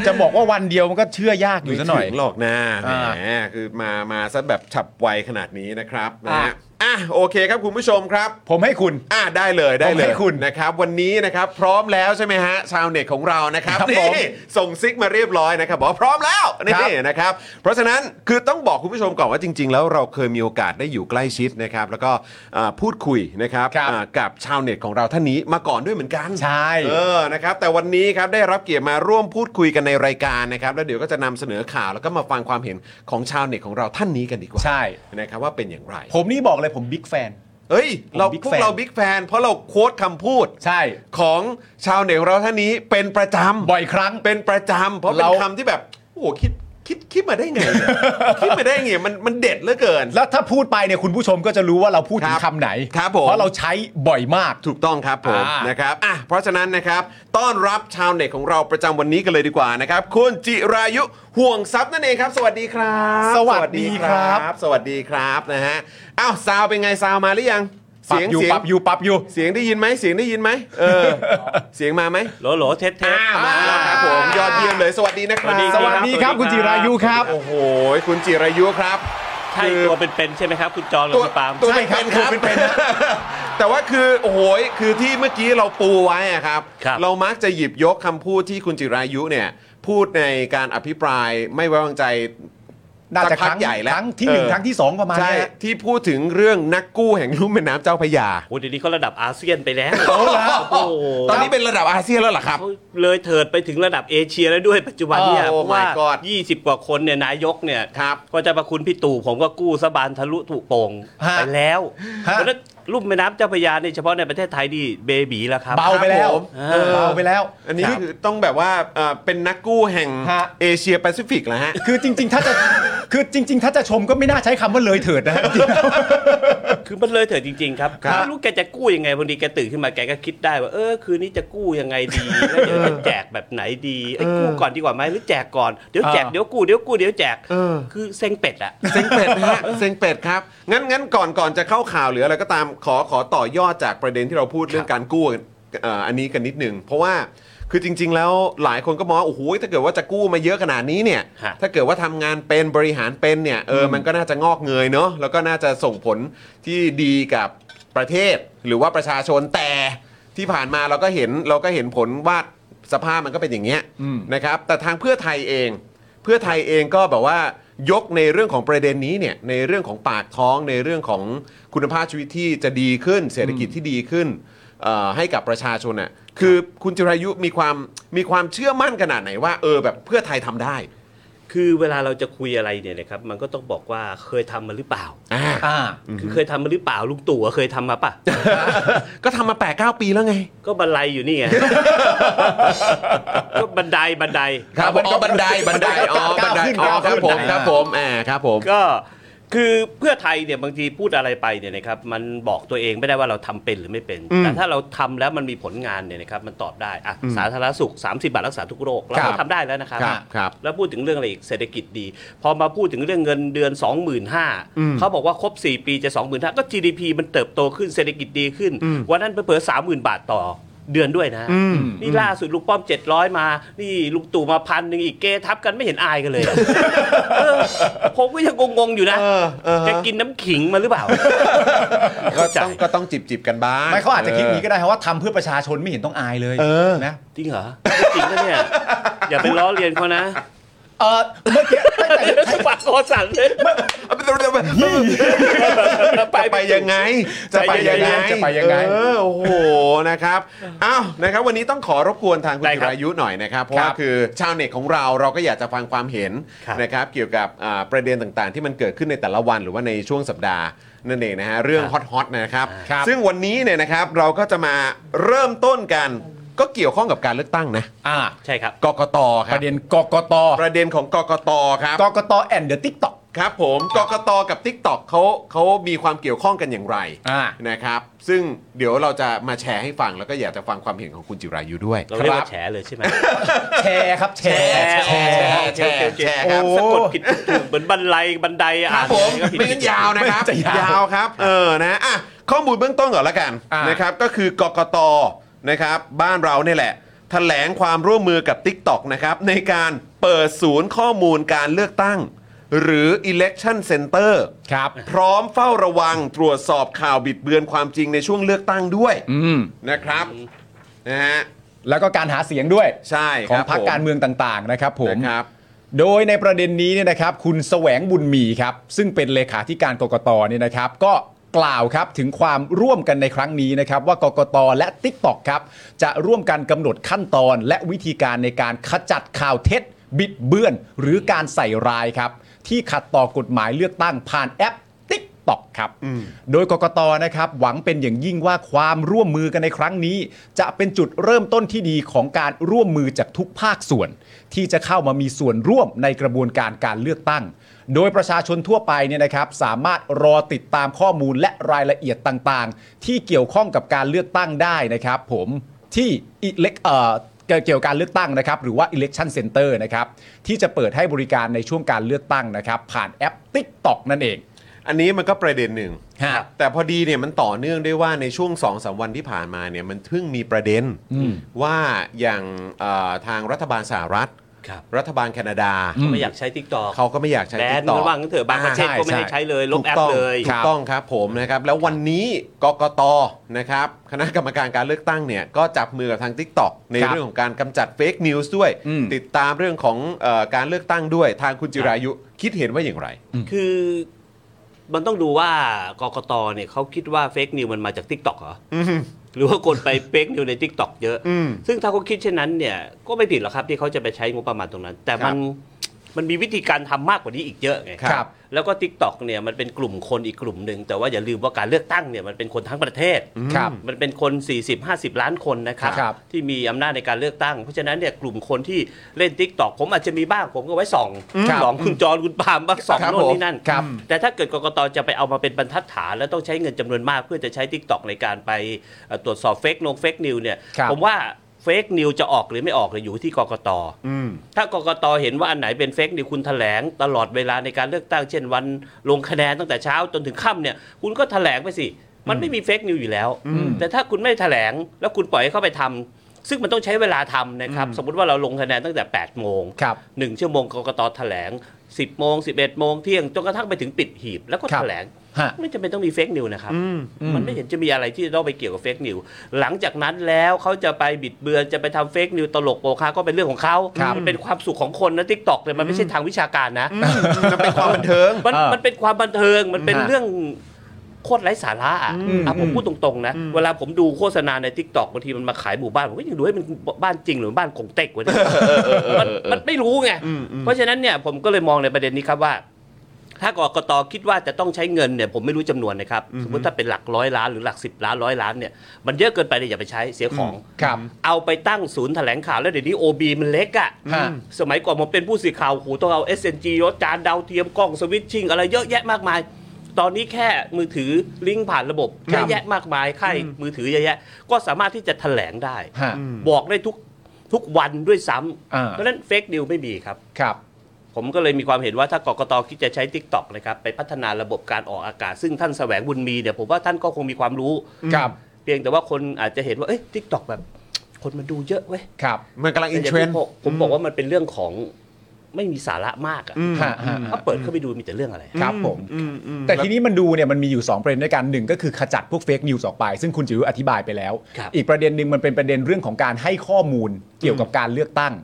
S2: จะบอกว่าวันเดียวมันก็เชื่อยากอยู่ซะหน่อย
S1: ไม่ถึงหรอกนะแห
S2: อ่าม
S1: คือมามาซะแบบฉับไวขนาดนี้นะครับนะฮะ
S2: อ่ะ
S1: อ่ะโอเคครับคุณผู้ชมครับ
S2: ผมให้คุณ
S1: อ่ะได้เลยได้
S2: ผม
S1: เล
S2: ให้
S1: ย
S2: คุณ
S1: นะครับ วันนี้นะครับพร้อมแล้วใช่ไหมฮะชาวเน็ตของเรานะครับ
S2: ครับผม
S1: นี่ส่งซิกมาเรียบร้อยนะครับบอกว่าพร้อมแล้ว
S2: ครั
S1: นี่
S2: บ
S1: นะครับ เพราะฉะนั้นคือต้องบอกคุณผู้ชมก่อนว่าจริง ๆ แล้วเราเคยมีโอกาสได้อยู่ใกล้ชิดนะครับ แล้วก็อ่าพูดคุยนะครับ
S2: ครับ
S1: อ่ากับชาวเน็ตของเราท่านนี้มาก่อนด้วยเหมือนกัน
S2: ใช่
S1: เออ นะครับ แต่วันนี้ครับได้รับเกียรติมาร่วมพูดคุยกันในรายการนะครับ แล้วเดี๋ยวก็จะนำเสนอข่าวแล้วก็มาฟังความเห็นของชาวเน็ตของเราท่านนี้กันดีกว่า
S2: ใช่
S1: นะครับว่าเป็นอย่างไร
S2: ผมนี่บอกเลยผมบิ๊กแฟน
S1: เฮ้ย เรา
S2: ผมบิ๊ก
S1: พวก
S2: แฟน
S1: เราบิ๊กแฟน เพราะเราโค้ดคำพูด
S2: ใช่
S1: ของชาวเน็ตของเราท่านนี้เป็นประจำ
S2: บ่อยครั้ง
S1: เป็นประจำเพราะเป็น
S2: เรา
S1: คำที่แบบ โอ้โหคิด คิดคิดมาได้ไง คิดมาได้ไงมันมันเด็ดเหลือเกิน
S2: แล้วถ้าพูดไปเนี่ยคุณผู้ชมก็จะรู้ว่าเราพูดถึ
S1: ค
S2: ง
S1: รับ
S2: คำไหน
S1: ครับผม
S2: เพราะเราใช้บ่อยมาก
S1: ถูกต้องครับผม
S2: อ่าน
S1: นะครับอ่ะเพราะฉะนั้นนะครับต้อนรับชาวเน็ตของเราประจำวันนี้กันเลยดีกว่านะครับ คุณจิรายุห่วงทรัพย์นั่นเองครับ สวัสดีครับ
S2: สวัสดีครับ
S1: สวัสดีครับนะฮะอ้าวซาวเป็นไงซาวมาหรือยัง
S2: ปรับอยู่
S1: เสียง
S2: ปรับอยู่ปรับอยู่
S1: เสียงได้ยินไหมเสียงได้ยินไหมเออ เสียงมาไหม
S3: โหลโหลเทสเทส
S1: อ่ามาแล้วครับผมยอดเยี่ยมเลยสวัสดีนะครับ
S2: สวัสดีครับคุณจิรายุครับ
S1: โอ้โห คุณจิรายุครับ
S3: ใช่
S1: คือ
S3: ตัวเป็นๆใช่ไหมครับ คุณจอนกับ
S1: ตัว
S3: คุณปาล์ม
S1: ตัว
S2: ใช่
S1: เป็น
S2: ครับ
S1: ครับ
S2: ตัวเป็น
S1: แต่ว่าคือโอ้โหคือที่เมื่อกี้เราปูไว้อะครับ เรามักจะหยิบยกคำพูดที่คุณจิรายุเนี่ย พูดในการอภิปรายไม่ไว้วางใจ
S2: น่าจะ
S1: สักพั
S2: ค
S1: ก
S2: รั้ง
S1: ใหญ่แล้ว
S2: ครั้งที่หนึ่ง
S1: เออ
S2: ครั้งที่สองประมาณ
S1: ใช่
S2: เนี้
S1: ที่พูดถึงเรื่องนักกู้แห่งลุ่มแม่น้ำเจ้าพระยา
S3: โอ้เดี๋ยวนี้เขาระดับอาเซียนไปแล้วโอ้โห
S1: ตอนนี้เป็นระดับอาเซียนแล้วเหรอครับ
S3: เขาเลยเถิดไปถึงระดับเอเชียแล้วด้วยปัจจุบันเนี่ย
S1: โอ้ my
S3: เพราะว่า
S1: God
S3: 20 กว่าคนเนี่ยนายกเนี่ย
S1: ครับ
S3: ก็จะประคุณพี่ตู่ผมก็กู้สะบานทะลุถูกโป่ง
S2: ฮะ
S3: ไปแล้ว
S2: ฮะ
S3: เพราะฉะนั้นลุ่มแม่น้ำเจ้าพระยาเนี่ยเฉพาะในประเทศไทยนี่เบบีแล้วครับ
S2: เบาไปแล้ว
S3: เออ
S2: เบาไปแล้ว
S1: อันนี้คือต้องแบบว่าเอ่อเป็นนักกู้แห่ง
S2: ฮะ
S1: เอเชียแปซิฟิกเหรอฮะ
S2: คือจริง ๆ ถ้าจะคือจริง ๆ ถ้าจะชมก็ไม่น่าใช้คำว่าเลยเถิด นะฮะจริง
S3: คือมันเลยเถิดจริง ๆ ครับ
S1: ครับ
S3: ไม่รู้แกจะกู้ยังไงบางทีแกตื่นขึ้นมาแกก็คิดได้ว่าเออคืนนี้จะกู้ยังไงดีแล้วเดี๋ยวจะแจกแบบไหนดีเอ้ยกู้ก่อนดีกว่าไหมหรือแจกก่อนเดี๋ยวแจก
S2: เออ
S3: เดี๋ยวกู้เดี๋ยวกู้เดี๋ยวแจกคือเซ็งเป็ดอะ
S1: เซ็งเป็ดนะฮะเซ็งเป็ดครับ งั้นงั้นก่อนก่อนจะเข้าข่าวหรืออะไรก็ตามขอขอต่อยอดจากประเด็นที่เราพูดเรื่องการกู้กันเอ่ออันนี้กันนิดหนึ่งเพราะว่าคือจริง ๆ แล้วหลายคนก็มองว่าโอ้โหถ้าเกิดว่าจะกู้มาเยอะขนาดนี้เนี่ย
S3: ฮะ
S1: ถ้าเกิดว่าทำงานเป็นบริหารเป็นเนี่ยเออมันก็น่าจะงอกเงยเนาะแล้วก็น่าจะส่งผลที่ดีกับประเทศ หรือว่าประชาชนแต่ที่ผ่านมาเราก็เห็นเราก็เห็นผลว่าสภาพมันก็เป็นอย่างเงี้ยนะครับแต่ทางเพื่อไทยเอง เพื่อไทยเองก็แบบว่ายกในเรื่องของประเด็นนี้เนี่ยในเรื่องของปากท้องในเรื่องของคุณภาพชีวิตที่จะดีขึ้น เศรษฐกิจที่ดีขึ้นเอ่อให้กับประชาชนน่ะคือคุณจิรายุมีความมีความเชื่อมั่นขนาดไหนว่าเออแบบเพื่อไทยทำได้
S3: คือเวลาเราจะคุยอะไรเนี่ยนะครับมันก็ต้องบอกว่าเคยทำมาหรือเปล่า
S1: อ่า
S2: อ่า
S3: คือเคยทำมาหรือเปล่าลุงตู่อะเคยทำมาปะ
S1: ก็ทำมา8ปเปีแล้วไง
S3: ก็บันไดอยู่ นี่ไง ก็บันไดบันได
S1: ครับผมอ๋อบันไดบันไดอ๋อบันไดอ๋อครับผมครับผมแอบครับผม
S3: ก็คือเพื่อไทยเนี่ยบางทีพูดอะไรไปเนี่ยนะครับมันบอกตัวเองไม่ได้ว่าเราทำเป็นหรือไม่เป็น แต่ถ้าเราทำแล้วมันมีผลงานเนี่ยนะครับมันตอบได้อะสาธารณสุข 30 บาทรักษาทุกโรคเรา
S1: ครั
S3: ก็
S1: บ
S3: ทำได้แล้วนะครับ
S1: ครับครับ
S3: แล้วพูดถึงเรื่องอะไรอีกเศรษฐกิจดี พอมาพูดถึงเรื่องเงินเดือน 25,000เขาบอกว่าครบ 4 ปีจะ 25,000ก็ GDP มันเติบโตขึ้นเศรษฐกิจดีขึ้น วันนั้นเผลอๆ30,000 บาทต่อเดือนด้วยนะ นี่ล่าสุดลุงป้อม 700 มา นี่ลุงตู่มาพันหนึ่งอีกเกทับกันไม่เห็นอายกันเลยอะ เออผมก็ยังงงๆอยู่นะ
S1: เออเออ
S3: แกกินน้ำขิงมาหรือเปล่า
S1: ก็
S3: เข้าใจ
S1: ต้องก็ต้องจิบจิบกันบ้าง
S2: ไม่เขาอาจจะคิดอย่างนี้ก็ได้ครับว่าทำเพื่อประชาชนไม่เห็นต้องอายเลยนะ
S3: จริงเหรอจริงนะเนี่ย อย่าไปล้อเลียนเขา นะ
S2: เออเมื่อกี้ตั้งแต่
S3: ปากคอสั่นเลย
S1: จะ ไปยังไง จะไปยังไงเออโอ้โหนะครับอ้าวนะครับ วันนี้ต้องขอรบกวนทางคุณจิรายุหน่อยนะครับเพราะว่าคือชาวเน็ตของเราเราก็อยากจะฟังความเห็นนะครับ เกี่ยวกับประเด็นต่างๆ ที่มันเกิดขึ้นในแต่ละวันหรือว่าในช่วงสัปดาห์นั่นเองนะฮะเรื่องฮอตๆนะครับ ซึ่งวันนี้เนี่ยนะครับเราก็จะมาเริ่มต้นกันก็เกี่ยวข้องกับการเลือกตั้งนะ
S2: อ่า
S3: ใช่ครับ
S1: กกตค
S2: ป
S1: รับ
S2: ระเด็นกกต
S1: ประเด็นของกกตครับ
S2: กกตแอนเดอะทิกตอก
S1: ครับผมกกตกับ t i k t o k เขาเขามีความเกี่ยวข้องกันอย่างไร
S2: อ่า
S1: นะครับ ซึ่งเดี๋ยวเราจะมาแชร์ให้ฟัง แล้วก็อยากจะฟังความเห็นของคุณจิรายุด้วย
S3: เราเรียกว่าแฉเลยใช่ไหม
S2: แชร์ครับแชร์
S1: แชร์แชร์แชร์ครับ
S3: โอ้สะกดผิดถูกเหมือนบันไดบันไดอะ
S1: ค
S3: อ่า
S1: รับ
S3: น
S1: ผม
S3: ก็ผิด
S1: ไม่งั้นยาวนะครับยาวครับเออนะอ่ะข้อมูลเบื้องต้นก่อนละกันนะครับก็คือกกตนะครับบ้านเราเนี่ยแหละ แถลงความร่วมมือกับ t i k t o k นะครับในการเปิดศูนย์ข้อมูลการเลือกตั้ง หรือ election center
S2: ครับ
S1: พร้อมเฝ้าระวังตรวจสอบข่าวบิดเบือนความจริงในช่วงเลือกตั้งด้วย
S2: อืม
S1: นะครับนะฮะ
S2: แล้วก็การหาเสียงด้วย
S1: ใช่ค
S2: ขอ
S1: รั
S2: ง
S1: บ
S2: พรรค
S1: ผ
S2: การเมืองต่างๆนะครับผม
S1: นะครับ
S2: โดยในประเด็นนี้เนี่ยนะครับคุณแสวงบุญมีครับ ซึ่งเป็นเลขาธิการกกตเนี่ยนะครับ ก็กล่าวครับถึงความร่วมกันในครั้งนี้นะครับ ว่ากกตและ t i k t o k ครับ จะร่วมกันกำหนดขั้นตอน และวิธีการในการขจัดข่าวเท็จ บิดเบือน หรือการใส่ร้ายครับ ที่ขัดต่อกฎหมายเลือกตั้งผ่านแอป t i k t o k ครับ โดยกกตนะครับหวังเป็นอย่างยิ่งว่าความร่วมมือกันในครั้งนี้ จะเป็นจุดเริ่มต้นที่ดีของการร่วมมือจากทุกภาคส่วน ที่จะเข้ามามีส่วนร่วมในกระบวนการการเลือกตั้ง โดยประชาชนทั่วไปเนี่ยนะครับสามารถรอติดตามข้อมูลและรายละเอียดต่างๆ ที่เกี่ยวข้องกับการเลือกตั้งได้นะครับผมที่อิเล็กเอ่อ เกี่ยวกับการเลือกตั้งนะครับหรือว่า election center นะครับที่จะเปิดให้บริการในช่วงการเลือกตั้งนะครับ ผ่านแอป TikTok นั่นเอง
S1: อันนี้มันก็ประเด็นหนึ่ง
S2: ฮะ
S1: แต่พอดีเนี่ยมันต่อเนื่องด้วยว่าในช่วง2อสวันที่ผ่านมาเนี่ยมันเพิ่งมีประเด็น
S2: อืม
S1: ว่าอย่างเอ่อทางรัฐบาลสหรัฐ
S3: ครับ
S1: รัฐบาลแคนาดา
S3: เขาไม่อยากใช้ทิกตอก
S1: เขาก็ไม่อยากใช้
S3: แบ
S1: ติ๊
S3: น
S1: กต็อ
S3: กัน
S1: ก
S3: ว่างนเถอะบางประเทศก็ไม่ให้ใช้เลยลบแอปเลย
S1: ถูกต้องครับผมนะครับ แล้ววันนี้กกตนะครับคณะกรรมการการเลือกตั้งเนี่ยก็จับมือกับทาง Tik t o อกใน
S2: ครับ
S1: เรื่องของการกำจัดเฟกนิวส์ด้วย
S2: อืม
S1: ติดตามเรื่องของเออการเลือกตั้งด้วยทางคุณจิรายุคิดเห็นว่าอย่างไร
S3: คือมันต้องดูว่ากกตเนี่ยเขาคิดว่าเฟกนิวมันมาจากทิกตอกเหรออหรือว่าคนไปเฟกนิวในทิกตอกเยอะ
S1: อืม
S3: ซึ่งถ้าเขาคิดเช่นนั้นเนี่ยก็ไม่ผิดหรอกครับที่เขาจะไปใช้งบประมาณตรงนั้น แต่มันมันมีวิธีการทำมากกว่านี้อีกเยอะไง
S2: ครับ
S3: แล้วก็ t ิกตอกเนี่ยมันเป็นกลุ่มคนอีกกลุ่มหนึ่งแต่ว่าอย่าลืมว่าการเลือกตั้งเนี่ยมันเป็นคนทั้งประเทศ
S2: ครับ
S3: มันเป็นคน 40-50 ล้านคนนะครับ
S2: ครับ
S3: ที่มีอำนาจในการเลือกตั้ง เพราะฉะนั้นเนี่ยกลุ่มคนที่เล่น t ิกตอกผมอาจจะมีบ้างผมก็ไว้ส่อง
S2: ครับ
S3: สองคุณจรคุณปาล์มบ้างส่อง
S2: ครับ
S3: โน่น
S2: ผม
S3: นี่นั่น
S2: ครับ
S3: แต่ถ้าเกิดกกตจะไปเอามาเป็นบรรทัดฐาน แล้วต้องใช้เงินจำนวนมากเพื่อจะใช้ t ิกตอกในการไปเอ่อตรวจสอบเฟกนงเฟกนิวเนี่ย
S2: ครับ
S3: ผมว่าเฟกนิวจะออกหรือไม่ออกเนี่ยอยู่ที่กกต ถ้ากกตเห็นว่าอันไหนเป็นเฟกนิวคุณแถลงตลอดเวลาในการเลือกตั้งเช่นวันลงคะแนนตั้งแต่เช้าจนถึงค่ำเนี่ย คุณก็แถลงไปสิ มันไม่มีเฟกนิวอยู่แล้ว แต่ถ้าคุณไม่แถลงแล้วคุณปล่อยให้เข้าไปทำซึ่งมันต้องใช้เวลาทำนะครับ สมมติว่าเราลงคะแนนตั้งแต่ 8 โมง
S2: ครับ
S3: หนึ่งชั่วโมงกกตแถลง 10 โมง 11 โมงเที่ยงจนกระทั่งไปถึงปิดหีบ แล้วก็
S2: ครั
S3: แถ
S2: บ
S3: ลง
S2: ฮะ
S3: ไม่จำเป็นต้องมีเฟกนิวนะครับ
S2: อืม
S3: มันไม่เห็นจะมีอะไรที่จะต้องไปเกี่ยวกับเฟกนิวหลังจากนั้นแล้วเขาจะไปบิดเบือนจะไปทำเฟกนิวตลกโปคาก็เป็นเรื่องของเขา
S2: ครับ
S3: มันเป็นความสุขของคนนะทิกตอกเลยมันไม่ใช่ทางวิชาการนะ
S1: มันเป็นความบันเทิง
S3: มัน
S2: เออ
S3: มันเป็นความบันเทิงมันเป็น
S2: ฮะ
S3: เรื่องโคตรไร้สาระอ่ะ
S2: ม
S3: อ่ะผม
S2: อืม
S3: พูดตรงๆนะ เวลาผมดูโฆษณาในทิกตอกบางทีมันมาขายหมู่บ้านผมก็ยังดูให้มันบ้านจริงหรือบ้านกงเต็กวะเนี่ยมันมันไม่รู้ไง เพราะฉะนั้นเนี่ยผมก็เลยมองในประเด็นนี้ครับว่า ถ้ากกตคิดว่าจะต้องใช้เงินเนี่ยผมไม่รู้จำนวนนะครับ สมมติถ้าเป็นหลักร้อยล้านหรือหลักสิบล้านร้อยล้านเนี่ยมันเยอะเกินไปเลยอย่าไปใช้เสียของ
S2: ครับ
S3: เอาไปตั้งศูนย์แถลงข่าวแล้วเดี๋ยวนี้ OB มันเล็กอะ่ะ
S2: ฮะ
S3: สมัยก่อนผมเป็นผู้สื่อข่าวหูต้องเอา SNG รถจานดาวเทียมกล้องสวิตชิ่งอะไรเยอะแยะมากมาย ตอนนี้แค่มือถือลิงก์ผ่านระบบ
S2: ค
S3: เย
S2: รับ
S3: อะแยะมากมายค่ายมือถือเยอะแยะ ก็สามารถที่จะแถลงได้
S2: ฮะ
S3: บอกได้ทุกทุกวันด้วยซ้
S2: อ่า
S3: ำเพราะฉะนั้นเฟกนิวไม่มีครับ
S2: ครับ
S3: ผมก็เลยมีความเห็นว่าถ้ากกตคิดจะใช้ t ิ k t o k นะครับไปพัฒนาระบบการออกอากาศ ซึ่งท่านแสวงบุญมีเนี่ยผมว่าท่านก็คงมีความรู้
S2: ครับ
S3: เพียงแต่ว่าคนอาจจะเห็นว่าเอ้ย t ิ k t o k แบบ คนมันดูเยอะเว้ย
S2: ครับ
S1: มันกำลังอินเทรนด์
S3: แต่ย่างที่ผมผมบอกว่ามันเป็นเรื่องของไม่มีสาระมากอะ
S2: ฮะฮะ
S3: ถ้าเปิดเข้าไปดูมีแต่เรื่องอะไร
S2: ครับผม แต่ทีนี้มันดูเนี่ยมันมีอยู่ 2 ประเด็นด้วยกันหนึ่งก็คือขจัดพวกเฟกนิวส์ออกไป ซึ่งคุณจิ๋วอธิบายไปแล้ว
S3: ครับ
S2: อีกประเด็นหนึ่งมันเป็นประเด็นเรื่องของการให้ข้อมูลเกี่ยวกับการเลือกตั้ง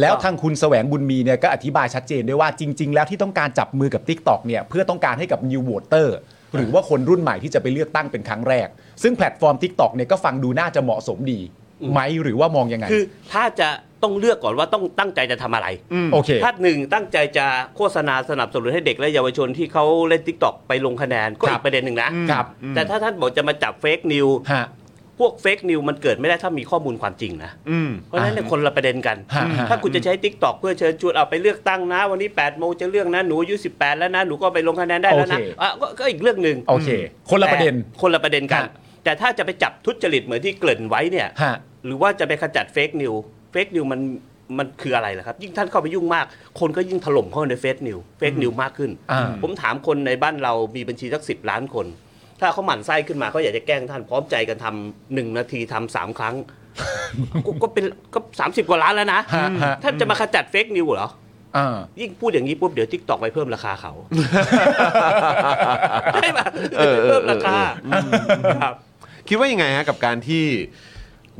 S2: แล้วทางคุณแสวงบุญมีเนี่ยก็อธิบายชัดเจนด้วยว่าจริง ๆ แล้วที่ต้องการจับมือกับ Tik t o อกเนี่ยเพื่อต้องการให้กับนิวโวเตอร์หรือว่าคนรุ่นใหม่ที่จะไปเลือกตั้งเป็นครั้งแรก ซึ่งแพลตฟอร์ม Tik t o อกเนี่ยก็ฟังดูน่าจะเหมาะสมดี
S3: อืม
S2: ไหมหรือว่ามองยังไง
S3: คือถ้าจะต้องเลือกก่อนว่าต้องตั้งใจจะทำอะไร
S2: โอเค
S3: ถ้าหนึ่งตั้งใจจะโฆษณาสนับสนุนให้เด็กและเยาวชนที่เขาเล่นทิกตอกไปลงคะแนนก็
S2: ครั
S3: อี
S2: บ
S3: กประเด็นหนึ่งนะครับ แต่ถ้าท่านบอกจะมาจับเฟกนิว
S2: ฮะ
S3: พวกเฟกนิวมันเกิดไม่ได้ถ้ามีข้อมูลความจริงนะ เพราะฉะนั้นเนี่ยคนละประเด็นกัน
S2: ฮะฮะ
S3: ถ้าคุณจะใช้ t ิ k t o k เพื่อเชิญชวนเอาไปเลือกตั้งนะ วันนี้8โมงจะเลือกนะหนูอายุ18 แล้วนะหนูก็ไปลงคะแนนได้แล้วนะ
S2: โอเค
S3: อ่ะก็ก็อีกเรื่องหนึ่ง
S2: โอเค คนละประเด็น
S3: แต่คนละประเด็นกัน
S2: ฮะ
S3: แต่ถ้าจะไปจับทุจริตเหมือนที่เกริ่นไว้เนี่ย
S2: ฮะ
S3: หรือว่าจะไปขจัดเฟกนิวเฟกนิวมันมันคืออะไรล่ะครับ ยิ่งท่านเข้าไปยุ่งมาก คนก็ยิ่งถล่มเข้าไปในเฟกนิวเฟกนิวมากขึ้น
S2: อ่า
S3: ผมถามคนในบ้านเรามีบัญชีสักสิบล้านคน ถ้าเขาหมั่นไส้ขึ้นมาเขาอยากจะแกล้งท่านพร้อมใจกันทำหนึ่งนาทีทำสามครั้ง ก็ก็เป็นก็สามสิบกว่าล้านแล้วนะ
S2: ฮะฮะ
S3: ท่านจะมาขจัดเฟกนิวเหรอ
S2: อ่า
S3: ยิ่งพูดอย่างนี้ปุ๊บเดี๋ยวทิกตอกไปเพิ่มราคาเขาใช่ปะ
S1: เออเออเออ
S3: เพิ่มราคาครับ
S1: คิดว่ายังไงฮะกับการที่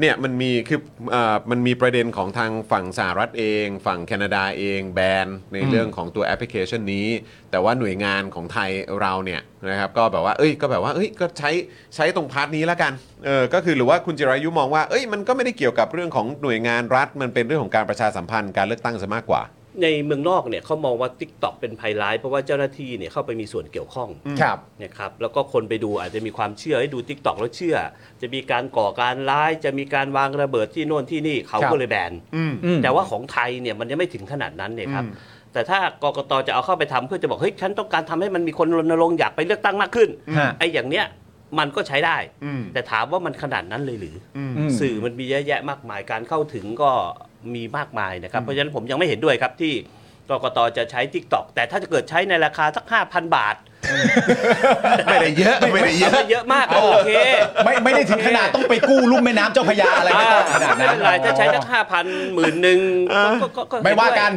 S1: เนี่ยมันมีคือเอ่อมันมีประเด็นของทางฝั่งสหรัฐเอง ฝั่งแคนาดาเองแบนในเรื่องของตัวแอปพลิเคชันนี้ แต่ว่าหน่วยงานของไทยเราเนี่ยนะครับก็แบบว่าเอ้ยก็แบบว่าเอ้ยก็ใช้ใช้ตรงพาร์ทนี้ละกันเออก็คือหรือว่าคุณจิรายุมองว่าเอ้ยมันก็ไม่ได้เกี่ยวกับเรื่องของหน่วยงานรัฐ มันเป็นเรื่องของการประชาสัมพันธ์การเลือกตั้งซะมากกว่า
S3: ในเมืองนอกเนี่ยเขามองว่า Tik t o อกเป็นภัยร้าย เพราะว่าเจ้าหน้าที่เนี่ยเข้าไปมีส่วนเกี่ยวข้อง
S2: ครับ
S3: นะครับแล้วก็คนไปดูอาจจะมีความเชื่อให้ยดู Tik t o อกแล้วเชื่อ จะมีการก่อการร้าย จะมีการวางระเบิดที่โน่นที่นี่เขา
S2: ครับ
S3: ก็เลยแบน
S1: อืม
S2: อืม
S3: แต่ว่าของไทยเนี่ยมันยังไม่ถึงขนาดนั้นเนี่ยครับ
S1: อืม
S3: แต่ถ้ากกตจะเอาเข้าไปทำเพื่อจะบอกเฮ้ยฉันต้องการทำให้มันมีคนรณรงค์อยากไปเลือกตั้งมากขึ้น
S2: ฮะ
S3: ไอ้อย่างเนี้ยมันก็ใช้ได้
S1: อืม
S3: แต่ถามว่ามันขนาดนั้นเลยหรือ
S1: อืม
S2: ม
S3: สื่อมันมีเยอะแยะมากมายการเข้าถึงก็มีมากมายนะครับ เพราะฉะนั้นผมยังไม่เห็นด้วยครับที่กกตจะใช้ t ิ k t o k แต่ถ้าจะเกิดใช้ในราคาสัก 5,000 บาท
S1: ไม่ได้เยอะ ไม่ได้เยอะ
S3: ก็เยอะมากโอเค
S2: ไม่ไม่ได้ถึงขนาดต้องไปกู้ลุ่มแม่น้ำเจ้าพระยาอะไรไม่ต้องขนาด
S3: ไม่
S2: นั้
S3: เป็น นไรถ้าใช้สักห้าพันหมื่นหนึ่ง
S2: ไม่ว่ากัน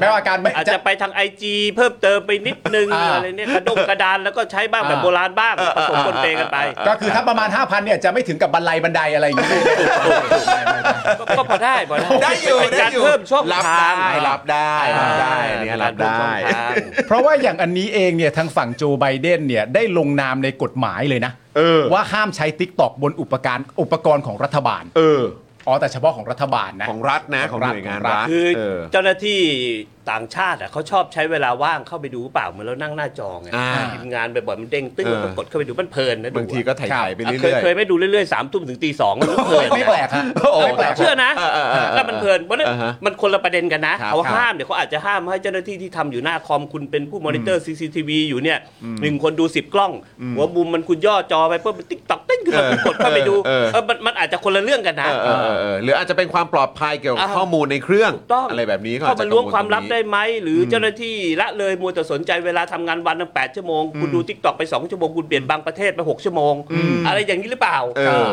S2: ไม่ว่ากันไม่
S3: อาจ
S2: จะ
S3: จะไปทางไอจีเพิ่มเติมไปนิดนึง
S2: อ่า
S3: อะไรเนี่ยกระดงกระดานแล้วก็ใช้บ้างแบบ
S2: อ่า
S3: โบราณบ้างผสมปนเปกันไป
S2: ก็คือถ้าประมาณ 5,000เนี่ยจะไม่ถึงกับบรรลัยบันไดอะไรอย่างนี้
S3: ก็ก็พอได้พอได้
S1: ได้อยู่
S3: เป็น
S1: ได้
S3: การ
S1: อยู่
S3: เพิ่มช่อง
S1: รับ
S3: ทาง
S1: ได้รับได้รับได้เนี่ยรับได้
S3: เป็นการเพิ่มช่องทาง
S2: เพราะว่าอย่างอันนี้เองเนี่ยทางฝั่งโจไบเดนเนี่ยได้ลงนามในกฎหมายเลยนะ
S1: เออ
S2: ว่าห้ามใช้ t ิ k t o k บนอุปการณ์อุปกรณ์ของรัฐบาล
S1: เออ
S2: อ๋อแต่เฉพาะของรัฐบาลนะ
S1: ของรัฐนะ ของหน่วยงานรัฐ
S3: คือ
S1: เออ
S3: เจ้าหน้าที่ต่างชาติอะเขาชอบใช้เวลาว่างเข้าไปดูเปล่าเหมือนเรานั่งหน้าจอไง
S1: อ่า
S3: ทีมงานบ่อยๆมันเด้งตึ้ง
S1: เออ
S3: แล้วก็กดเข้าไปดูมันเพลินนะดู
S1: บางทีก็ถ่ายๆไป
S3: อะ
S1: เรื่
S3: เคย
S1: อย
S3: เคยไม่ดูเรื่อยๆสามทุ่มถึงตีสองมันเพลิน
S2: ไม่แปลกฮะไม่แปลก
S3: เชื่อนะ
S1: เออเออเออ
S3: แล้วมันเพลินเพราะฉะนั้น
S1: อ่าฮะ
S3: มันคนละประเด็นกันนะครับ เขา
S1: ครับ
S3: ห้ามเดี๋ยวเขาอาจจะห้ามให้เจ้าหน้าที่ที่ทำอยู่หน้าคอมคุณเป็นผู้มอนิเตอร์ CCTV อยู่เนี่ยหนึ่งคนดูสิบกล้องหัวมุมมันคุณย่อจอไปเพิ่มติ๊กตอกเต้นขึ้นมาคุณกดเข้าไปดูเออมันมันอาจจะคนละเรื่องกันนะ
S1: เออเออเออเออหรืออาจจะเป็นความปลอดภัยเกี่ยวกับ
S3: อ่า
S1: ข้อมูลในเครื่อง
S3: ถูกต้อง
S1: อะไรแบบนี้ก็อ
S3: เข้า
S1: จ
S3: มา
S1: จะ
S3: ล้วง
S1: กั
S3: ความลับ
S1: ต
S3: ได้
S1: นี้
S3: ไหม หรือเจ้าหน้าที่ละเลยมัวแต่สนใจเวลาทำงานวันละแปดชั่วโมง คุณดูทิกตอกไปสองชั่วโมง คุณเปลี่ยนบางประเทศไปหกชั่วโมง อะไรอย่างนี้หรือเปล่า
S1: เออ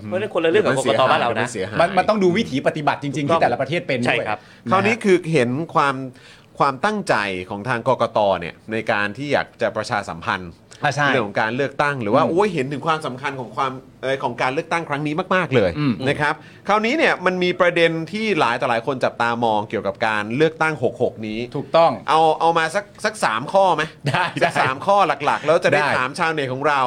S3: เพราะฉะนั้นคนละเรื่องกับกกตบ้านเรานะ
S1: สียหย
S2: มันมันต้องดูวิถีปฏิบัติจริง ๆ ที่แต่ละประเทศเป็น
S3: ใช่
S2: ด้วย
S3: ครับ
S1: คราวนี้คือเห็นความความตั้งใจของทางกกตเนี่ยในการที่อยากจะประชาสัมพันธ์
S2: อ่ะใช่
S1: เรื่องของการเลือกตั้ง หรือว่าโอ้ยเห็นถึงความสำคัญของความเอ่อของการเลือกตั้งครั้งนี้มาก ๆเลย
S2: อืม
S1: นะครับคราวนี้เนี่ยมันมีประเด็นที่หลายต่อหลายคนจับตามองเกี่ยวกับการเลือกตั้ง 66 นี้
S2: ถูกต้อง
S1: เอาเอามาสักสักสามข้อไหม
S2: ได้
S1: สัก
S2: ได้
S1: สามข้อหลักๆ แล้วจะได้
S2: ได้
S1: ถามชาวเน็ตของเรา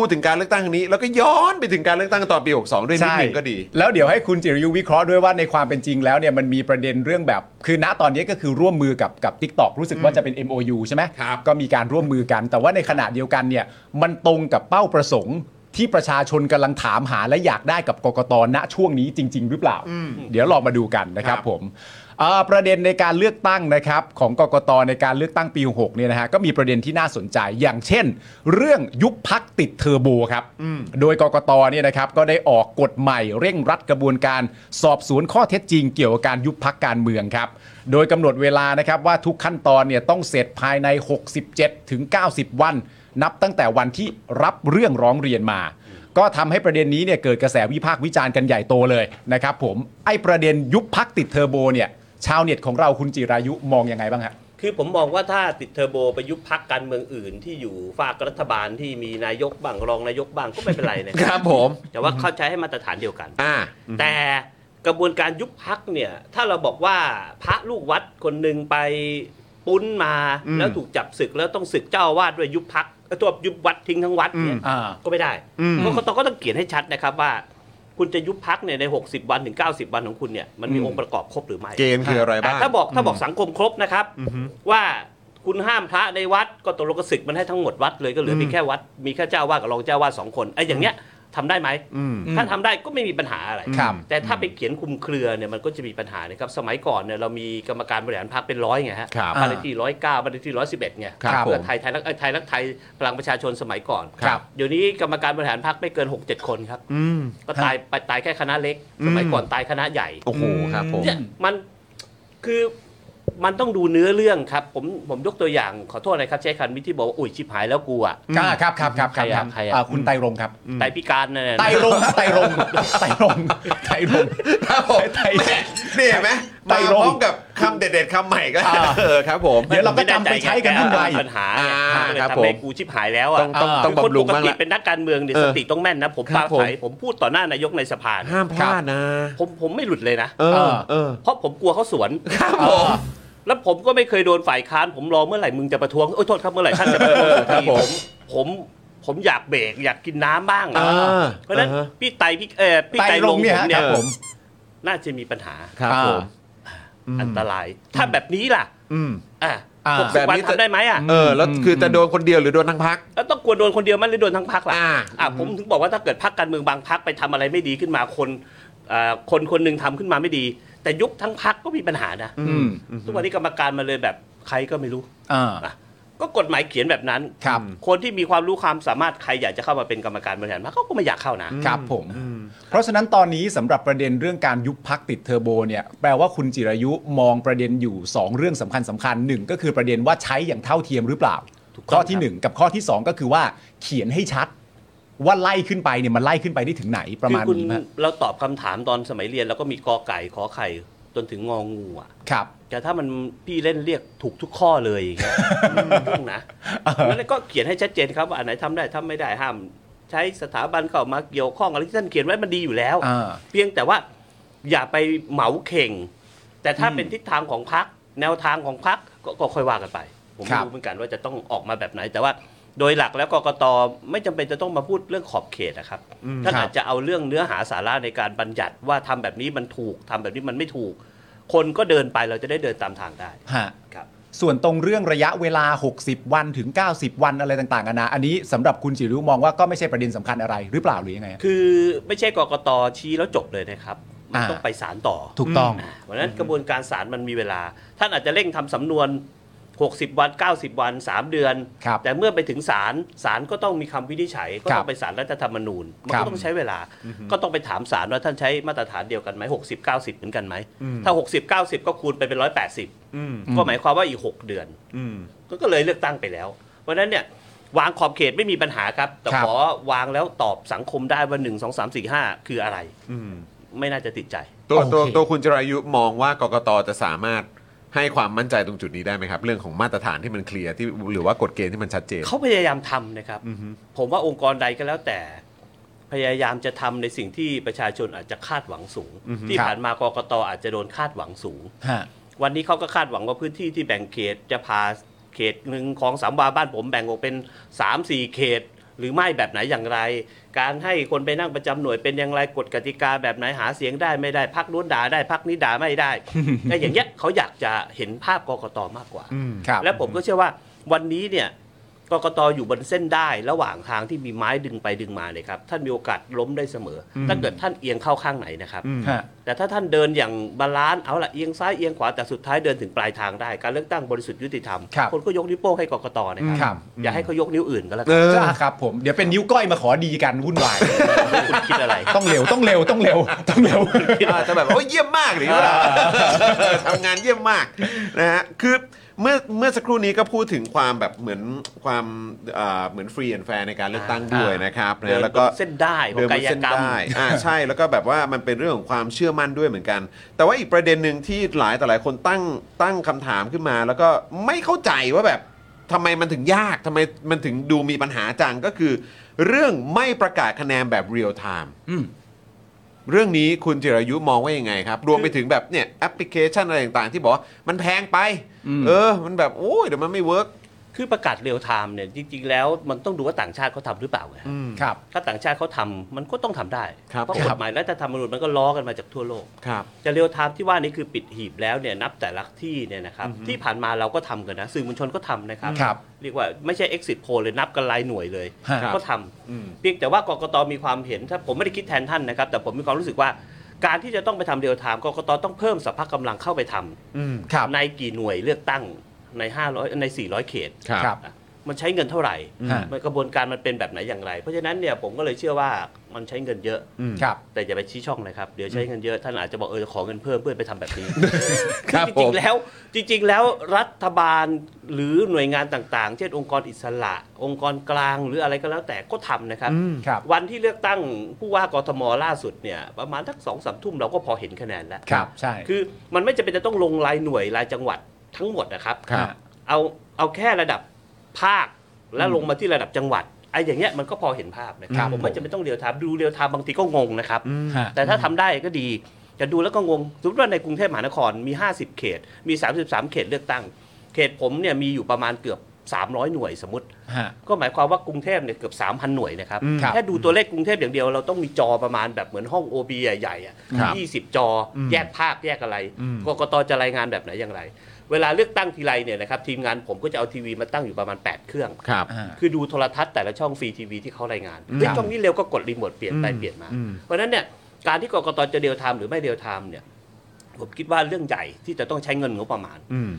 S1: พูดถึงการเลือกตั้งครั้งนี้ แล้วก็ย้อนไปถึงการเลือกตั้งตอนปี62ด้วยนิดนึงก็ดี
S2: แล้วเดี๋ยวให้คุณจิรยุวิเคราะห์ด้วยว่าในความเป็นจริงแล้วเนี่ยมันมีประเด็นเรื่องแบบ คือณตอนนี้ก็คือร่วมมือกับกับ t i k t o k รู้สึกว่าจะเป็น MOU ใช่ไหม
S1: ครับ
S2: ก็มีการร่วมมือกัน แต่ว่าในขณะเดียวกันเนี่ยมันตรงกับเป้าประสงค์ที่ประชาชนกำลังถามหาและอยากได้กับกกตณช่วงนี้จริง ๆ หรือเปล่า เดี๋ยวลองมาดูกันนะครับผมเอ่อประเด็นในการเลือกตั้งนะครับของกกตในการเลือกตั้งปี6เนี่ยนะฮะก็มีประเด็นที่น่าสนใจอย่างเช่น เรื่องยุบพักติดเทอร์โบครับโดยกกตเนี่ยนะครับก็ได้ออกกฎใหม่เร่งรัดกระบวนการสอบสวนข้อเท็จจริงเกี่ยวกับการยุบพักการเมืองครับ โดยกำหนดเวลานะครับว่าทุกขั้นตอนเนี่ยต้องเสร็จภายใน 67ถึง90 วัน นับตั้งแต่วันที่รับเรื่องร้องเรียนมา ก็ทำให้ประเด็นนี้เนี่ยเกิดกระแสวิพากษ์วิจารณ์กันใหญ่โตเลยนะครับผมไอ้ประเด็นยุบพักติดเทอร์โบเนี่ยชาวเน็ตของเราคุณจิรายุมองยังไงบ้างฮะ
S3: คือผมมองว่าถ้าติดเทอร์โบไปยุบพักการเมืองอื่นที่อยู่ฝากรัฐบาลที่มีนายกบ้างรองนายกบ้างก็ไม่เป็นไรนะ
S1: ค
S3: ค
S1: รั
S3: รั
S1: บบ ผม
S3: แต่ว่าเขาใช้ให้มาตรฐานเดียวกัน
S1: อ่า
S3: แต่กระบวนการยุบพักเนี่ย ถ้าเราบอกว่าพระลูกวัดคนหนึ่งไปปุ้นมา
S1: อืม
S3: แล้วถูกจับศึกแล้วต้องศึกเจ้าอาวาดด้วยยุบพักตัวยุบวัดทิ้งทั้งวัดเนี่ย
S1: อืม
S2: อ่า
S3: ก็ไม่ได้
S1: อืม
S3: กกตก็ต้องเขียนให้ชัดนะครับว่า คุณจะยุบพักเนี่ยใน 60 วันถึง 90 วันของคุณเนี่ยมันมี
S2: อืม
S3: องค์ประกอบครบหรือไม่
S1: เกณฑ์คืออะไร
S3: แต่
S1: บ้าง
S3: ถ้าบอกถ้าบอกสังคมครบนะครับ
S1: อือฮึ
S3: ว่าคุณห้ามพระในวัดก็ตกลงก็ศึกมันให้ทั้งหมดวัดเลยก็เหลืออเพียงแค่วัดมีแค่เจ้าอาวาดกับรองเจ้าอาวาดสองคนไอ้อย่างเนี้ยทำได้ไหม
S1: อืม
S3: ถ้าทำได้ก็ไม่มีปัญหาอะไร
S2: ครับ
S3: แต่ถ้าไปเขียนคุมเครือเนี่ยมันก็จะมีปัญหานะครับ สมัยก่อนเนี่ยเรามีกรรมการบริหารพรรคเป็นร้อยไงฮะ
S1: ครับ
S3: บ้านเลขที่ร้อยเก้าบ้านเลขที่ร้อยสิบเอ็ดไง
S1: ครับ
S3: เพื่อ
S1: ผม
S3: ไทยไทยรักเอ้ยไทยรักไทยพลังประชาชนสมัยก่อน
S1: ครับ
S3: เดี๋ยวนี้กรรมการบริหารพรรคไม่เกิน 6 7 คนครับ
S1: อืม
S3: ก็ตายไปตายแค่คณะเล็ก สมัยก่อนตายคณะใหญ่
S1: โอ้โหครับผม
S3: เนี่ยมันคือมันต้องดูเนื้อเรื่องครับ ผมผมยกตัวอย่างขอโทษนะครับใช้คันวิธีบอกว่าอุ้ยชิบหายแล้วกูอ่ะ
S2: อ่าครับครับครับครับ
S3: ใครอะใครอะ
S2: อ่าคุณไตรรงค์ครับ
S3: ไตพิการเนี่ยนะ
S2: ไตรรงค์ครับไตรรงค์ไตรรงค์ไตรรงค์
S1: ครับผม
S2: ไตร
S1: นี่เห็นไหม
S2: ไต
S1: มาร พ
S2: ง
S1: ร้อมกับคำเด็ดๆคำใหม่ก็
S2: อ่า
S1: เออครับผม
S2: เดี๋ยวเราก็จำไปใช้กันวุ่นวาย
S3: ปัญหาไง
S1: อ่า
S3: ก็เลย
S1: ครับ
S3: ทำ
S1: ผ
S3: ให้
S1: ม
S3: กูชิบหายแล้วอ่ะ
S1: ต้องต้อง
S2: อ่า
S1: ต้อง
S3: คน
S1: บำรุ
S3: ป
S1: ง
S3: ก
S1: บ้าง
S3: ติ
S1: ละ
S3: เป็นนักการเมืองเนี่ย
S1: เออ
S3: สติต้องแม่นนะ ผม
S1: ครั
S3: ปา
S1: บผม
S3: ใสผมพูดต่อหน้านายกในสภา
S1: ห้ามพลาดนะ
S3: ผมผมไม่หลุดเลยนะ
S1: เออเออ
S3: เพราะผมกลัวเขาสวน
S1: ครับผม
S3: แล้วผมก็ไม่เคยโดนฝ่ายค้านผมรอเมื่อไหร่มึงจะประท้วงโอ้ยโทษครับเมื่อไหร่ท่านจะประท้วงสัก
S1: ครับ
S3: ที
S1: ผ
S3: ผม มผมผมอยากเบรกอยากกินน้ำบ้าง
S1: อ่า
S3: เพราะฉะนั้น
S1: อ่าฮะ
S3: พี่ไตพี่เออพี่
S2: ไต
S3: ไต
S2: ร
S3: ล
S2: รง ง
S3: ค์
S2: ค์เนี่ย
S3: ผ
S2: ฮะ
S3: ม
S2: ค
S3: เนี่
S2: รั
S3: ย
S2: บผม
S3: น่าจะมีปัญหา
S1: ครับผม
S3: อันตราย ถ้าแบบนี้ล่ะ
S2: อืม
S3: อ่ะ
S2: อ่า
S3: หกสิบวั
S1: แบบ
S3: น
S1: นี้จะ
S3: ทำได้ไหมอ่ะ
S1: เออแล้วคือจะโดนคนเดียวหรือโดนทั้งพัก
S3: แล้วต้องกลัวโดนคนเดียวมันหรือโดนทั้งพักล่ะ
S1: อ่า
S3: อ่ะผมถึงบอกว่าถ้าเกิดพักการเมืองบางพักไปทำอะไรไม่ดีขึ้นมาคนอ่าคนคนหนึ่งทำขึ้นมาไม่ดี แต่ยุบทั้งพักก็มีปัญหานะ
S2: อืม
S3: ทุกวันนี้กรรมการมาเลยแบบใครก็ไม่รู้
S2: อ่า
S3: ก็กฎหมายเขียนแบบนั้น
S2: ครับ
S3: คนที่มีความรู้ความสามารถใครอยากจะเข้ามาเป็นกรรมการบริหารพรรคเขาก็ไม่อยากเข้านะ
S2: ครับผม เพราะฉะนั้นตอนนี้สำหรับประเด็นเรื่องการยุบพักติดเทอร์โบเนี่ยแปลว่าคุณจิรายุมองประเด็นอยู่ 2 เรื่องสำคัญสำคัญหนึ่งก็คือประเด็นว่าใช้อย่างเท่าเทียมหรือเปล่า
S3: ถูกต้อง
S2: ข้อ
S3: ค
S2: ที่
S3: รับ
S2: หนึ่งกับข้อที่สองก็คือว่าเขียนให้ชัด ว่าไล่ขึ้นไปเนี่ยมันไล่ขึ้นไปได้ถึงไหนประมาณ
S3: คือคุณ
S2: นี้มั้ย
S3: เราตอบคำถามตอนสมัยเรียนแล้วก็มีกอไก่ขอไข่จนถึงงองูอ่ะ
S2: ครับ
S3: แต่ถ้ามันพี่เล่นเรียกถูกทุกข้อเลยอย่างเงี้ย ต้องนะแล้วก็เขียนให้ชัดเจนครับว่าอันไหนทำได้ทำไม่ได้ห้าม ใช้สถาบันเข้ามาเกี่ยวข้องอะไรที่ท่านเขียนไว้มันดีอยู่แล้ว
S2: อ่า
S3: เพียงแต่ว่าอย่าไปเหมาเข่ง แต่ถ้าเป็นทิศทางของพักแนวทางของพักกก็ค่อยว่ากันไป ผม
S2: ครับ
S3: ไม่รู้เหมือนกันว่าจะต้องออกมาแบบไหน แต่ว่าโดยหลักแล้วกกตไม่จำเป็นจะต้องมาพูดเรื่องขอบเขตนะครับท่านอาจจะเอาเรื่องเนื้อหาสาระในการบัญญัติว่าทำแบบนี้มันถูกทำแบบนี้มันไม่ถูก คนก็เดินไปเราจะได้เดินตามทางได้
S2: ฮะ
S3: ครับ
S2: ส่วนตรงเรื่องระยะเวลา 60 วันถึง 90 วันอะไรต่างๆกันานะอันนี้สำหรับคุณจิรุมองว่าก็ไม่ใช่ประเด็นสำคัญอะไรหรือเปล่าหรือยังไงฮะ
S3: คือไม่ใช่กกตชี้แล้วจบเลยนะครับมัน
S2: อ่า
S3: ต้องไปศาลต่อ
S2: ถูกต้อง
S3: เพราะฉะนั้นกระบวนการศาลมันมีเวลา ท่านอาจจะเร่งทำสำนวน 60 วัน 90 วัน 3 เดือน
S2: ครับ
S3: แต่เมื่อไปถึงศาลศาลก็ต้องมีคำวินิจฉัย ก็
S2: ครั
S3: ต้อบ งไปศาลรัฐธรรมนูญ มัน
S2: ครั
S3: ก็
S2: บ
S3: ต้องใช้เวลา ก็ต้องไปถามศาลว่าท่านใช้มาตรฐานเดียวกันไหม60 90 เหมือนกันไหม ถ้า 60 90 ก็คูณไปเป็น 180 ก็หมายความว่าอีก 6 เดือน ก็เลยเลือกตั้งไปแล้ว เพราะฉะนั้นเนี่ยวางขอบเขตไม่มีปัญหาครับ แต่
S2: ครับ
S3: ขอวางแล้วตอบสังคมได้ว่า 1 2 3 4 5 คืออะไร ไม่น่าจะติดใจ
S1: ตัวตัว
S2: โอเค
S1: ตัวคุณจรายุมองว่ากกตจะสามารถให้ความมั่นใจตรงจุดนี้ได้ไหมครับ เรื่องของมาตรฐานที่มันเคลียร์ที่หรือว่ากฎเกณฑ์ที่มันชัดเจน
S3: เขาพยายามทำนะครับ ผมว่าองค์กรใดก็แล้วแต่ พยายามจะทำในสิ่งที่ประชาชนอาจจะคาดหวังสูง ที่
S2: ครับ
S3: ผ่านมากกตอาจจะโดนคาดหวังสูง
S2: ฮะ
S3: วันนี้เขาก็คาดหวังว่าพื้นที่ที่แบ่งเขตจะพาเขตหนึ่งของสามวาบ้านผมแบ่งออกเป็น 3 4 เขต หรือไม่แบบไหนอย่างไร การให้คนไปนั่งประจำหน่วยเป็นอย่างไรกฎกติกาแบบไหนหาเสียงได้ไม่ได้พักนู้นด่าได้พักนี้ด่าไม่ ได้ แต่อย่างเงี้ยเขาอยากจะเห็นภาพกกตมากกว่า
S2: ครับ
S3: และผมก็เชื่อว่าวันนี้เนี่ยกกตอยู่บนเส้นได้ระหว่างทางที่มีไม้ดึงไปดึงมาเลยครับ ท่านมีโอกาสล้มได้เสมออถ้าเกิดท่านเอียงเข้าข้างไหนนะครับ
S2: ฮะ
S3: แต่ถ้าท่านเดินอย่างบาลานซ์เอาละเอียงซ้ายเอียงขวาแต่สุดท้ายเดินถึงปลายทางได้ การเลือกตั้งบริสุทธิ์ยุติธรรม
S2: ครับ
S3: นก็ยกนิ้วโป้งให้กกตนะ
S2: ค
S3: ค
S2: รั
S3: รับ อย่าให้เขายกนิ้วอื่นก็แล้ว
S1: เอ
S3: กัน
S1: อ
S2: จ้าครับผมเดี๋ยวเป็นนิ้วก้อยมาขอดีกันวุ่นวาย
S3: คุณคิดอะไร
S2: ต้องเร็วต้องเร็วต้องเร็วต้องเร็ว
S1: อาจจะแบบโอ้ยเยี่ยมมากหรือเปล่าทำงานเยี่ยมมากนะฮะคือเมื่อเมื่อสักครู่นี้ก็พูดถึงความแบบเหมือนความเอ่อเหมือนฟรีแอนแฟร์ในการเลือกตั้งด้วยนะครับนะ
S3: เดิน
S1: แล้วก็
S3: บนเส้นได้ของ
S1: เดินบนเส้น
S3: กายกรรม
S1: ได้อ่าใช่แล้วก็แบบว่ามันเป็นเรื่องของความเชื่อมั่นด้วยเหมือนกัน แต่ว่าอีกประเด็นหนึ่งที่หลายต่อหลายคนตั้งตั้งคำถามขึ้นมา แล้วก็ไม่เข้าใจว่าแบบทำไมมันถึงยากทำไมมันถึงดูมีปัญหาจังก็คือ เรื่องไม่ประกาศคะแนนแบบเรียลไทม์ เรื่องนี้คุณจิรายุมองว่ายังไงครับ รวมไปถึงแบบเนี่ยแอปพลิเคชันอะไรต่างๆ ที่บอกว่ามันแพงไป เออ มันแบบ โอ้ยเดี๋ยวมันไม่เวิร์ก
S3: คือประกาศเรียลไทม์เนี่ยจริงๆ แล้วมันต้องดูว่าต่างชาติเขาทำหรือเปล่าไงฮะ
S2: ครับ
S3: ถ้าต่างชาติเขาทำมันก็ต้องทำได้
S1: ครับ
S3: เพราะ
S1: ผม
S3: กฎหมายรัฐธรรมนูญมันก็ล้อกันมาจากทั่วโลก
S1: ครับ
S3: จะเรียลไทม์ที่ว่านี้คือปิดหีบแล้วเนี่ยนับแต่ละที่เนี่ยนะครับที่ผ่านมาเราก็ทำกันนะสื่อมวลชนก็ทำนะครับ
S2: ครับ
S3: เรียกว่าไม่ใช่ exit poll เลยนับกันรายหน่วยเลย
S2: ฮะ
S3: ก็ทำเพียงแต่ว่ากกตมีความเห็นถ้าผมไม่ได้คิดแทนท่านนะครับ แต่ผมมีความรู้สึกว่าการที่จะต้องไปทำเรียลไทม์กกตต้องเพิ่มสัพพะกำลังเข้าไปทำ
S2: ครับ
S3: ในกี่หน่วยเลือกตั้งใน 500 ใน 400 เขต
S1: ครับ
S2: ครับ
S3: มันใช้เงินเท่าไหร่
S2: ฮะ
S3: มันกระบวนการมันเป็นแบบไหนอย่างไร เพราะฉะนั้นเนี่ยผมก็เลยเชื่อว่ามันใช้เงินเยอะ
S2: ครับ
S3: แต่อย่าไปชี้ช่องนะครับ เดี๋ยวใช้เงินเยอะท่านอาจจะบอกเออขอเงินเพิ่มเพื่อไปทำแบบนี้
S1: ครับ
S3: จ
S1: ผ
S3: ริ
S1: ม
S3: งๆแล้วจริง ๆ แล้วรัฐบาลหรือหน่วยงานต่างๆ เช่นองค์กรอิสระ องค์กรกลางหรืออะไรก็แล้วแต่ก็ทำนะครับ
S2: ครับ
S3: วันที่เลือกตั้งผู้ว่ากทมล่าสุดเนี่ยประมาณทักสองสามทุ่มเราก็พอเห็นคะแนนแล้ว
S2: ครับใช่
S3: คือมันไม่จำเป็นจะต้องลงรายหน่วยรายจังหวัดทั้งหมดนะครับ
S2: ครับ
S3: เอาเอาแค่ระดับภาคแล้วลงมาที่ระดับจังหวัดไอ้อย่างเงี้ยมันก็พอเห็นภาพนะค
S2: ครั
S3: รับบ ผม
S2: ผม
S3: ไม่จำเป็นต้องเรียวทามดูเรียวทามบางทีก็งงนะครับ
S2: ฮะ
S3: แต่ถ้าทำได้ก็ดีจะดูแล้วก็งงสมมติว่าในกรุงเทพมหานครมี 50 เขต มี 33 เขตเลือกตั้ง เขตผมเนี่ยมีอยู่ประมาณเกือบ 300 หน่วยสมมติ
S2: ฮะ
S3: ก็หมายความว่ากรุงเทพเนี่ยเกือบ 3,000 หน่วยนะครับ
S2: อืมครับ
S3: แค่ดูตัวเลขกรุงเทพอย่างเดียวเราต้องมีจอประมาณแบบเหมือนห้อง OB ใหญ่ๆอ่ะ
S2: ครับ
S3: 20 จออแยกภาคแยกอะไร
S2: อืม
S3: กกตจะรายงานแบบไหนอย่างไร เวลาเลือกตั้งทีไรเนี่ยนะครับทีมงานผมก็จะเอาทีวีมาตั้งอยู่ประมาณ 8 เครื่อง
S1: ครับ
S2: อ่า
S3: คือดูโทรทัศน์แต่ละช่องฟรีทีวีที่เขารายงานเฮ้ยช่องนี้เร็วก็กดรีโมทเปลี่ยนไปเปลี่ยนมา เพราะฉะนั้นเนี่ยการที่กกตจะเดียวไทม์หรือไม่เดียวไทม์เนี่ยผมคิดว่าเรื่องใหญ่ที่จะต้องใช้เงินงบประมาณ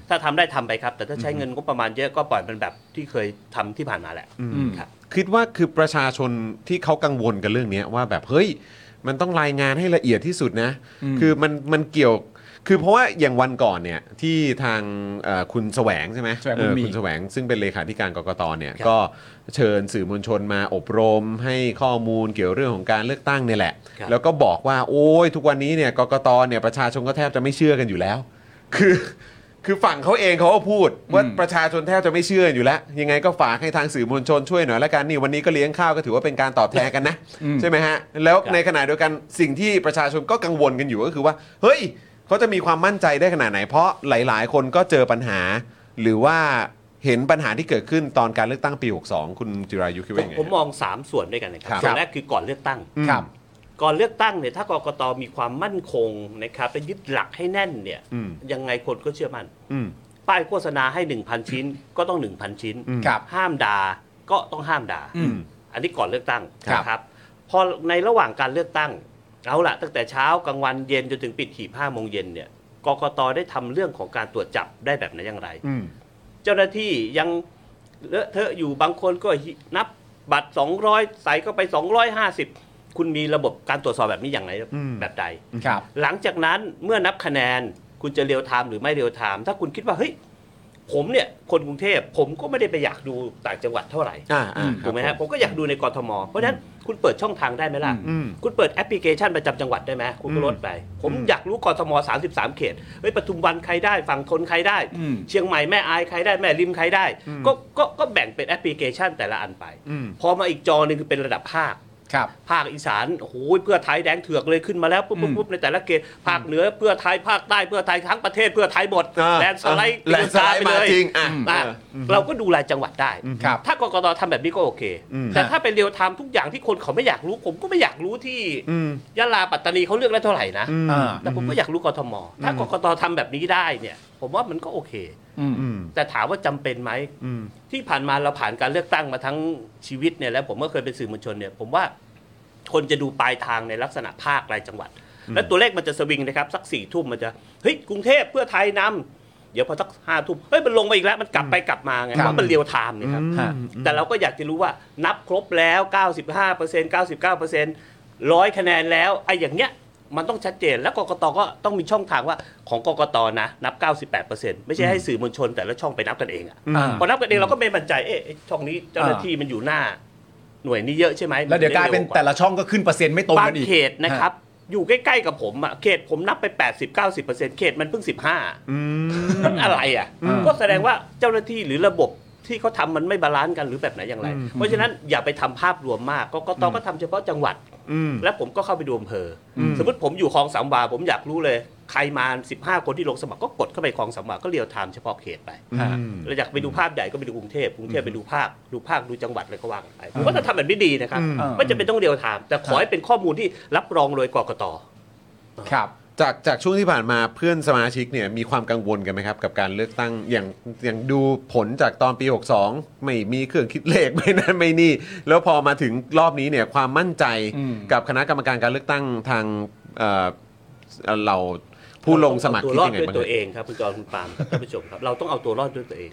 S3: ถ้าทำได้ทำไปครับ แต่ถ้าใช้เงินงบประมาณเยอะก็ปล่อยเป็นแบบที่เคยทำที่ผ่านมาแหละ
S2: อืม
S3: ครับ
S1: คิดว่าคือประชาชนที่เขากังวลกันเรื่องเนี้ยว่าแบบเฮ้ยมันต้องรายงานให้ละเอียดที่สุดนะ คือมันมันเกี่ยว คือเพราะว่าอย่างวันก่อนเนี่ยที่ทางเอ่อคุณแสวงใช่ไหม
S2: แสวงบุ
S1: เอ
S2: ญ
S1: อ
S2: มี
S1: คุณแสวงซึ่งเป็นเลขาธิการกกตเนี่ย
S3: ครับ
S1: ก็เชิญสื่อมวลชนมาอบรม ให้ข้อมูลเกี่ยวเรื่องของการเลือกตั้งเนี่ยแหละ แล้วก็บอกว่าโอ้ยทุกวันนี้เนี่ยกกตเนี่ยประชาชนก็แทบจะไม่เชื่อกันอยู่แล้ว คือคือฝั่งเขาเองเขาก็พูดว่าประชาชนแทบจะไม่เชื่ออยู่แล้ว ยังไงก็ฝากให้ทางสื่อมวลชนช่วยหน่อยละกันนี่วันนี้ก็เลี้ยงข้าวก็ถือว่าเป็นการตอบแทนกันนะใช่ไหมฮะแล้วในขณะเดียวกันสิ่งที่ประชาชนก็กังวลกันอยู่ก็คือว่า เฮ้ยเขาจะมีความมั่นใจได้ขนาดไหน เพราะหลาย ๆ คนก็เจอปัญหา หรือว่าเห็นปัญหาที่เกิดขึ้นตอนการเลือกตั้งปี 62 คุณจิรายุคิด
S3: ผ
S1: ว่ายั
S3: ม
S1: งไง
S3: ผมมอง 3 ส่วนด้วยกันนะค
S1: ครั
S3: รับ ส่วนแรกคือก่อนเลือกตั้ง
S1: อืม
S2: ครับ
S3: ก่อนเลือกตั้งเนี่ยถ้ากกตมีความมั่นคงนะครับและยึดหลักให้แน่นเนี่ย
S1: อืม
S3: ยังไงคนก็เชื่อมั่น
S1: อืม
S3: ป้ายโฆษณาให้ 1,000 ชิ้นก็ต้อง 1,000 ชิ้น
S1: อืม
S2: ครับ
S3: ห้ามด่าก็ต้องห้ามด่า
S2: อืม
S3: อันนี้ก่อนเลือกตั้ง
S2: ครับ
S3: นะครับ พอในระหว่างการเลือกตั้ง เอาละตั้งแต่เช้ากลางวันเย็นจนถึงปิดหีบห้าโมงเย็นเนี่ยกกตได้ทำเรื่องของการตรวจจับได้แบบไหนอย่างไร
S1: อืม
S3: เจ้าหน้าที่ยังเลอะเทอะอยู่บางคนก็นับบัตร 200 ใส่เข้าไป 250 คุณมีระบบการตรวจสอบแบบนี้อย่างไร
S1: อืม
S3: แบบใด
S2: ครับ
S3: หลังจากนั้นเมื่อนับคะแนนคุณจะเรียวไทม์หรือไม่เรียวไทม์ถ้าคุณคิดว่าเฮ้ยผมเนี่ยคนกรุงเทพผมก็ไม่ได้ไปอยากดูต่างจังหวัดเท่าไหร่
S1: อ่าอ่าค
S3: ถู
S1: รับ
S3: กไหมฮะผมก็อยากดูในกรทม เพราะฉะนั้นคุณเปิดช่องทางได้ไหมล่ะ
S1: อืม
S3: คุณเปิดแอปพลิเคชันประจำจังหวัดได้ไหมคุณก็ลดไป ผมอยากรู้กรทม 33 เขตเฮ้ยปทุมวันใครได้ฝั่งทนใครได้
S2: อืม
S3: เชียงใหม่แม่อายใครได้แม่ริมใครได้ก็ก็ก็แบ่งเป็นแอปพลิเคชันแต่ละอันไป
S1: อืม
S3: พอมาอีกจอหนึ่งคือเป็นระดับภาค
S2: ครับ
S3: ภาคอีสานโอ้โหเพื่อไทยแดงเถือกเลยขึ้นมาแล้วปุ๊บปุ๊บปุ๊บในแต่ละเขตภาคเหนือเพื่อไทยภาคใต้เพื่อไทยทั้งประเทศเพื่อไทยหมด
S1: อ่า
S3: แลนด์สไลด์
S1: แลนด์สไลด์
S3: ป
S1: มา
S3: เย
S1: จริงอ่ะ
S3: อ่ะ
S1: เออ
S3: เราก็ดูรายจังหวัดได้
S2: ครับ
S3: ถ้ากกตทำแบบนี้ก็โอเค
S1: อืม
S3: แต่ถ้าเป็นเรียวไทม์ทุกอย่างที่คนเขาไม่อยากรู้ ผมก็ไม่อยากรู้ที่
S1: อืม
S3: ยะลาปัตตานีเขาเลือกได้เท่าไหร่นะ
S2: อ่า
S3: แต่ผมก็อยากรู้กทม ถ้ากกตทำแบบนี้ได้เนี่ยผมว่ามันก็โอเค
S2: อืม
S1: อืม
S3: แต่ถามว่าจำเป็นไหม
S1: อืม
S3: ที่ผ่านมาเราผ่านการเลือกตั้งมาทั้งชีวิตเนี่ยแล้วผมก็เคยเป็นสื่อมวลชนเนี่ยผมว่าคนจะดูปลายทางในลักษณะภาครายจังหวัด และตัวเลขมันจะสวิงนะครับสักสี่ทุ่มมันจะเฮ้ยกรุงเทพเพื่อไทยนำเดี๋ยวพอสักห้าทุ่มเฮ้ยมันลงมาอีกแล้วมันกลับไปกลับมาไง
S2: ครับ
S3: เพราะมันเรียวไทม์นะครับ
S2: ฮะ
S3: แต่เราก็อยากจะรู้ว่านับครบแล้ว 95% 99% 100 คะแนนแล้วไอ้อย่างเงี้ยมันต้องชัดเจนแล้วกกตก็ต้องมีช่องทางว่าของกกตนะนับ 98%ไม่ใช่ให้สื่อมวลชนแต่ละช่องไปนับกันเองอะ
S2: อ่า
S3: พอนับกันเองเราก็ไม่มั่นใจเอ๊ะไอ้ช่องนี้เจ้าหน้าที่มันอยู่หน้า หน่วยนี้เยอะใช่ไหม
S2: แล้วเดี๋ยวกลายเป็นแต่ละช่องก็ขึ้นเปอร์เซ็นต์ไม่ตรง
S3: บาง
S2: กันอีก
S3: เขตนะครับ อยู่ใกล้ๆกับผมอะเขตผมนับไป 80-90%เขตมันเพิ่ง 15 มันอะไรอ่ะ ก็แสดงว่าเจ้าหน้าที่หรือระบบที่เขาทำมันไม่บาลานซ์กันหรือแบบไหนอย่างไร เพราะฉะนั้นอย่าไปทำภาพรวมมากกกตก็ทำเฉพาะจังหวัด และผมก็เข้าไปดูอำเภออสมมติผมอยู่คลองสามวาผมอยากรู้เลย ใครมา 15 คนที่ลงสมัครก็กดเข้าไปคลองสามวาก็เรียวไทม์เฉพาะเขตไป
S2: ฮะ
S3: เราอยากไปดูภาพใหญ่ก็ไปดูกรุงเทพกรุงเทพไปดูภาคดูภาคดูจังหวัดอะไรก็ว่างไปผมว่าถ้าทำแบบนี้ดีนะครับ
S2: อืม
S3: ไม่จำเป็นต้องเรียวไทม์แต่ขอให้เป็นข้อมูลที่รับรองโดยกกต
S2: ครับ
S1: จากจากช่วงที่ผ่านมาเพื่อนสมาชิกเนี่ยมีความกังวลกันไหมครับ กับการเลือกตั้งอย่างอย่างดูผลจากตอนปี 62 ไม่มีเครื่องคิดเลข ไม่นั่นไม่นี่ แล้วพอมาถึงรอบนี้เนี่ยความมั่นใจ
S2: อืม
S1: กับคณะกรรมการการเลือกตั้งทางเอ่อเอ่อเราผู้ลงสมัคร
S3: เา
S1: คิด
S3: ต้อง
S1: ยังไง
S3: เอาตัวรอดด้วย
S1: บ้าง
S3: ตัว
S1: ฮะ
S3: เองครับคุณจอห์นคุณปาล์มครับท่านผู้ชมครับ เราต้องเอาตัวรอดด้วยตัวเอง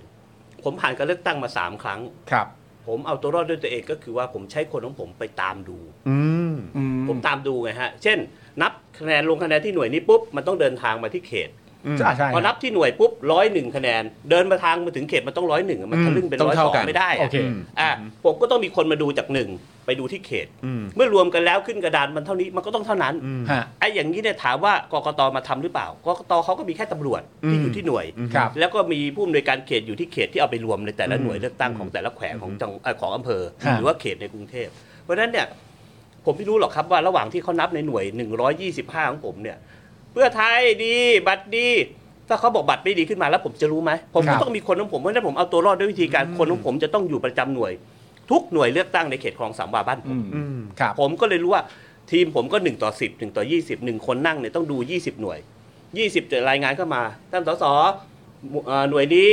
S3: ผมผ่านการเลือกตั้งมาสามครั้ง
S2: ครับ
S3: ผมเอาตัวรอดด้วยตัวเองก็คือว่าผมใช้คนของผมไปตามดู
S1: อืม
S2: อืม
S3: ผมตามดูไงฮะ เช่น นับคะแนนลงคะแนนที่หน่วยนี้ปุ๊บมันต้องเดินทางมาที่เขต
S2: อ่าใช่
S3: พอนับที่หน่วยปุ๊บร้อยหนึ่งคะแนน เดินมาทางมาถึงเขตมันต้องร้อยหนึ่งมันทะลึ่งเป็น
S1: ต้อง
S3: ร้อยส
S1: เท่า
S3: อง
S1: กัน
S3: ไม่ได้
S2: โอ
S3: อะ
S2: เค
S3: อ่ะผมก็ต้องมีคนมาดูจากหนึ่งไปดูที่เขต เมื่อรวมกันแล้วขึ้นกระดานมันเท่านี้มันก็ต้องเท่านั้น
S2: ฮะ
S3: ไอ้อย่างนี้เนี่ยถามว่ากกตมาทำหรือเปล่ากกตเขาก็มีแค่ตำรวจที่อยู่ที่หน่วย
S2: ครับ
S3: แล้วก็มีผู้อำนวยการเขตอยู่ที่เขตที่เอาไปรวมในแต่ละหน่วยเลือกตั้งของแต่ละแขวงของจังเอ่อของอำเภอ
S2: ครับ
S3: หรือว่าเขตในกรุงเทพเพราะฉะนั้นเนี่ยผมไม่รู้หรอกครับว่าระหว่างที่เขานับในหน่วย 125 ของผมเนี่ย เพื่อไทยดี บัตรดี ถ้าเขาบอกบัตรไม่ดีขึ้นมาแล้วผมจะรู้ไหมผม
S2: ครั
S3: ก็
S2: บ
S3: ต้องมีคนของผมเพราะฉะนั้นผมเอาตัวรอดด้วยวิธีการคนของผมจะต้องอยู่ประจำหน่วย ทุกหน่วยเลือกตั้งในเขตคลองสามวาบ้านผม
S2: อืมครับ
S3: ผมก็เลยรู้ว่าทีมผมก็ 1 ต่อ 10 1 ต่อ 20 1 คนนั่งเนี่ยต้องดู 20 หน่วย 20จะรายงานเข้ามาท่านสสเอ่อหน่วยนี้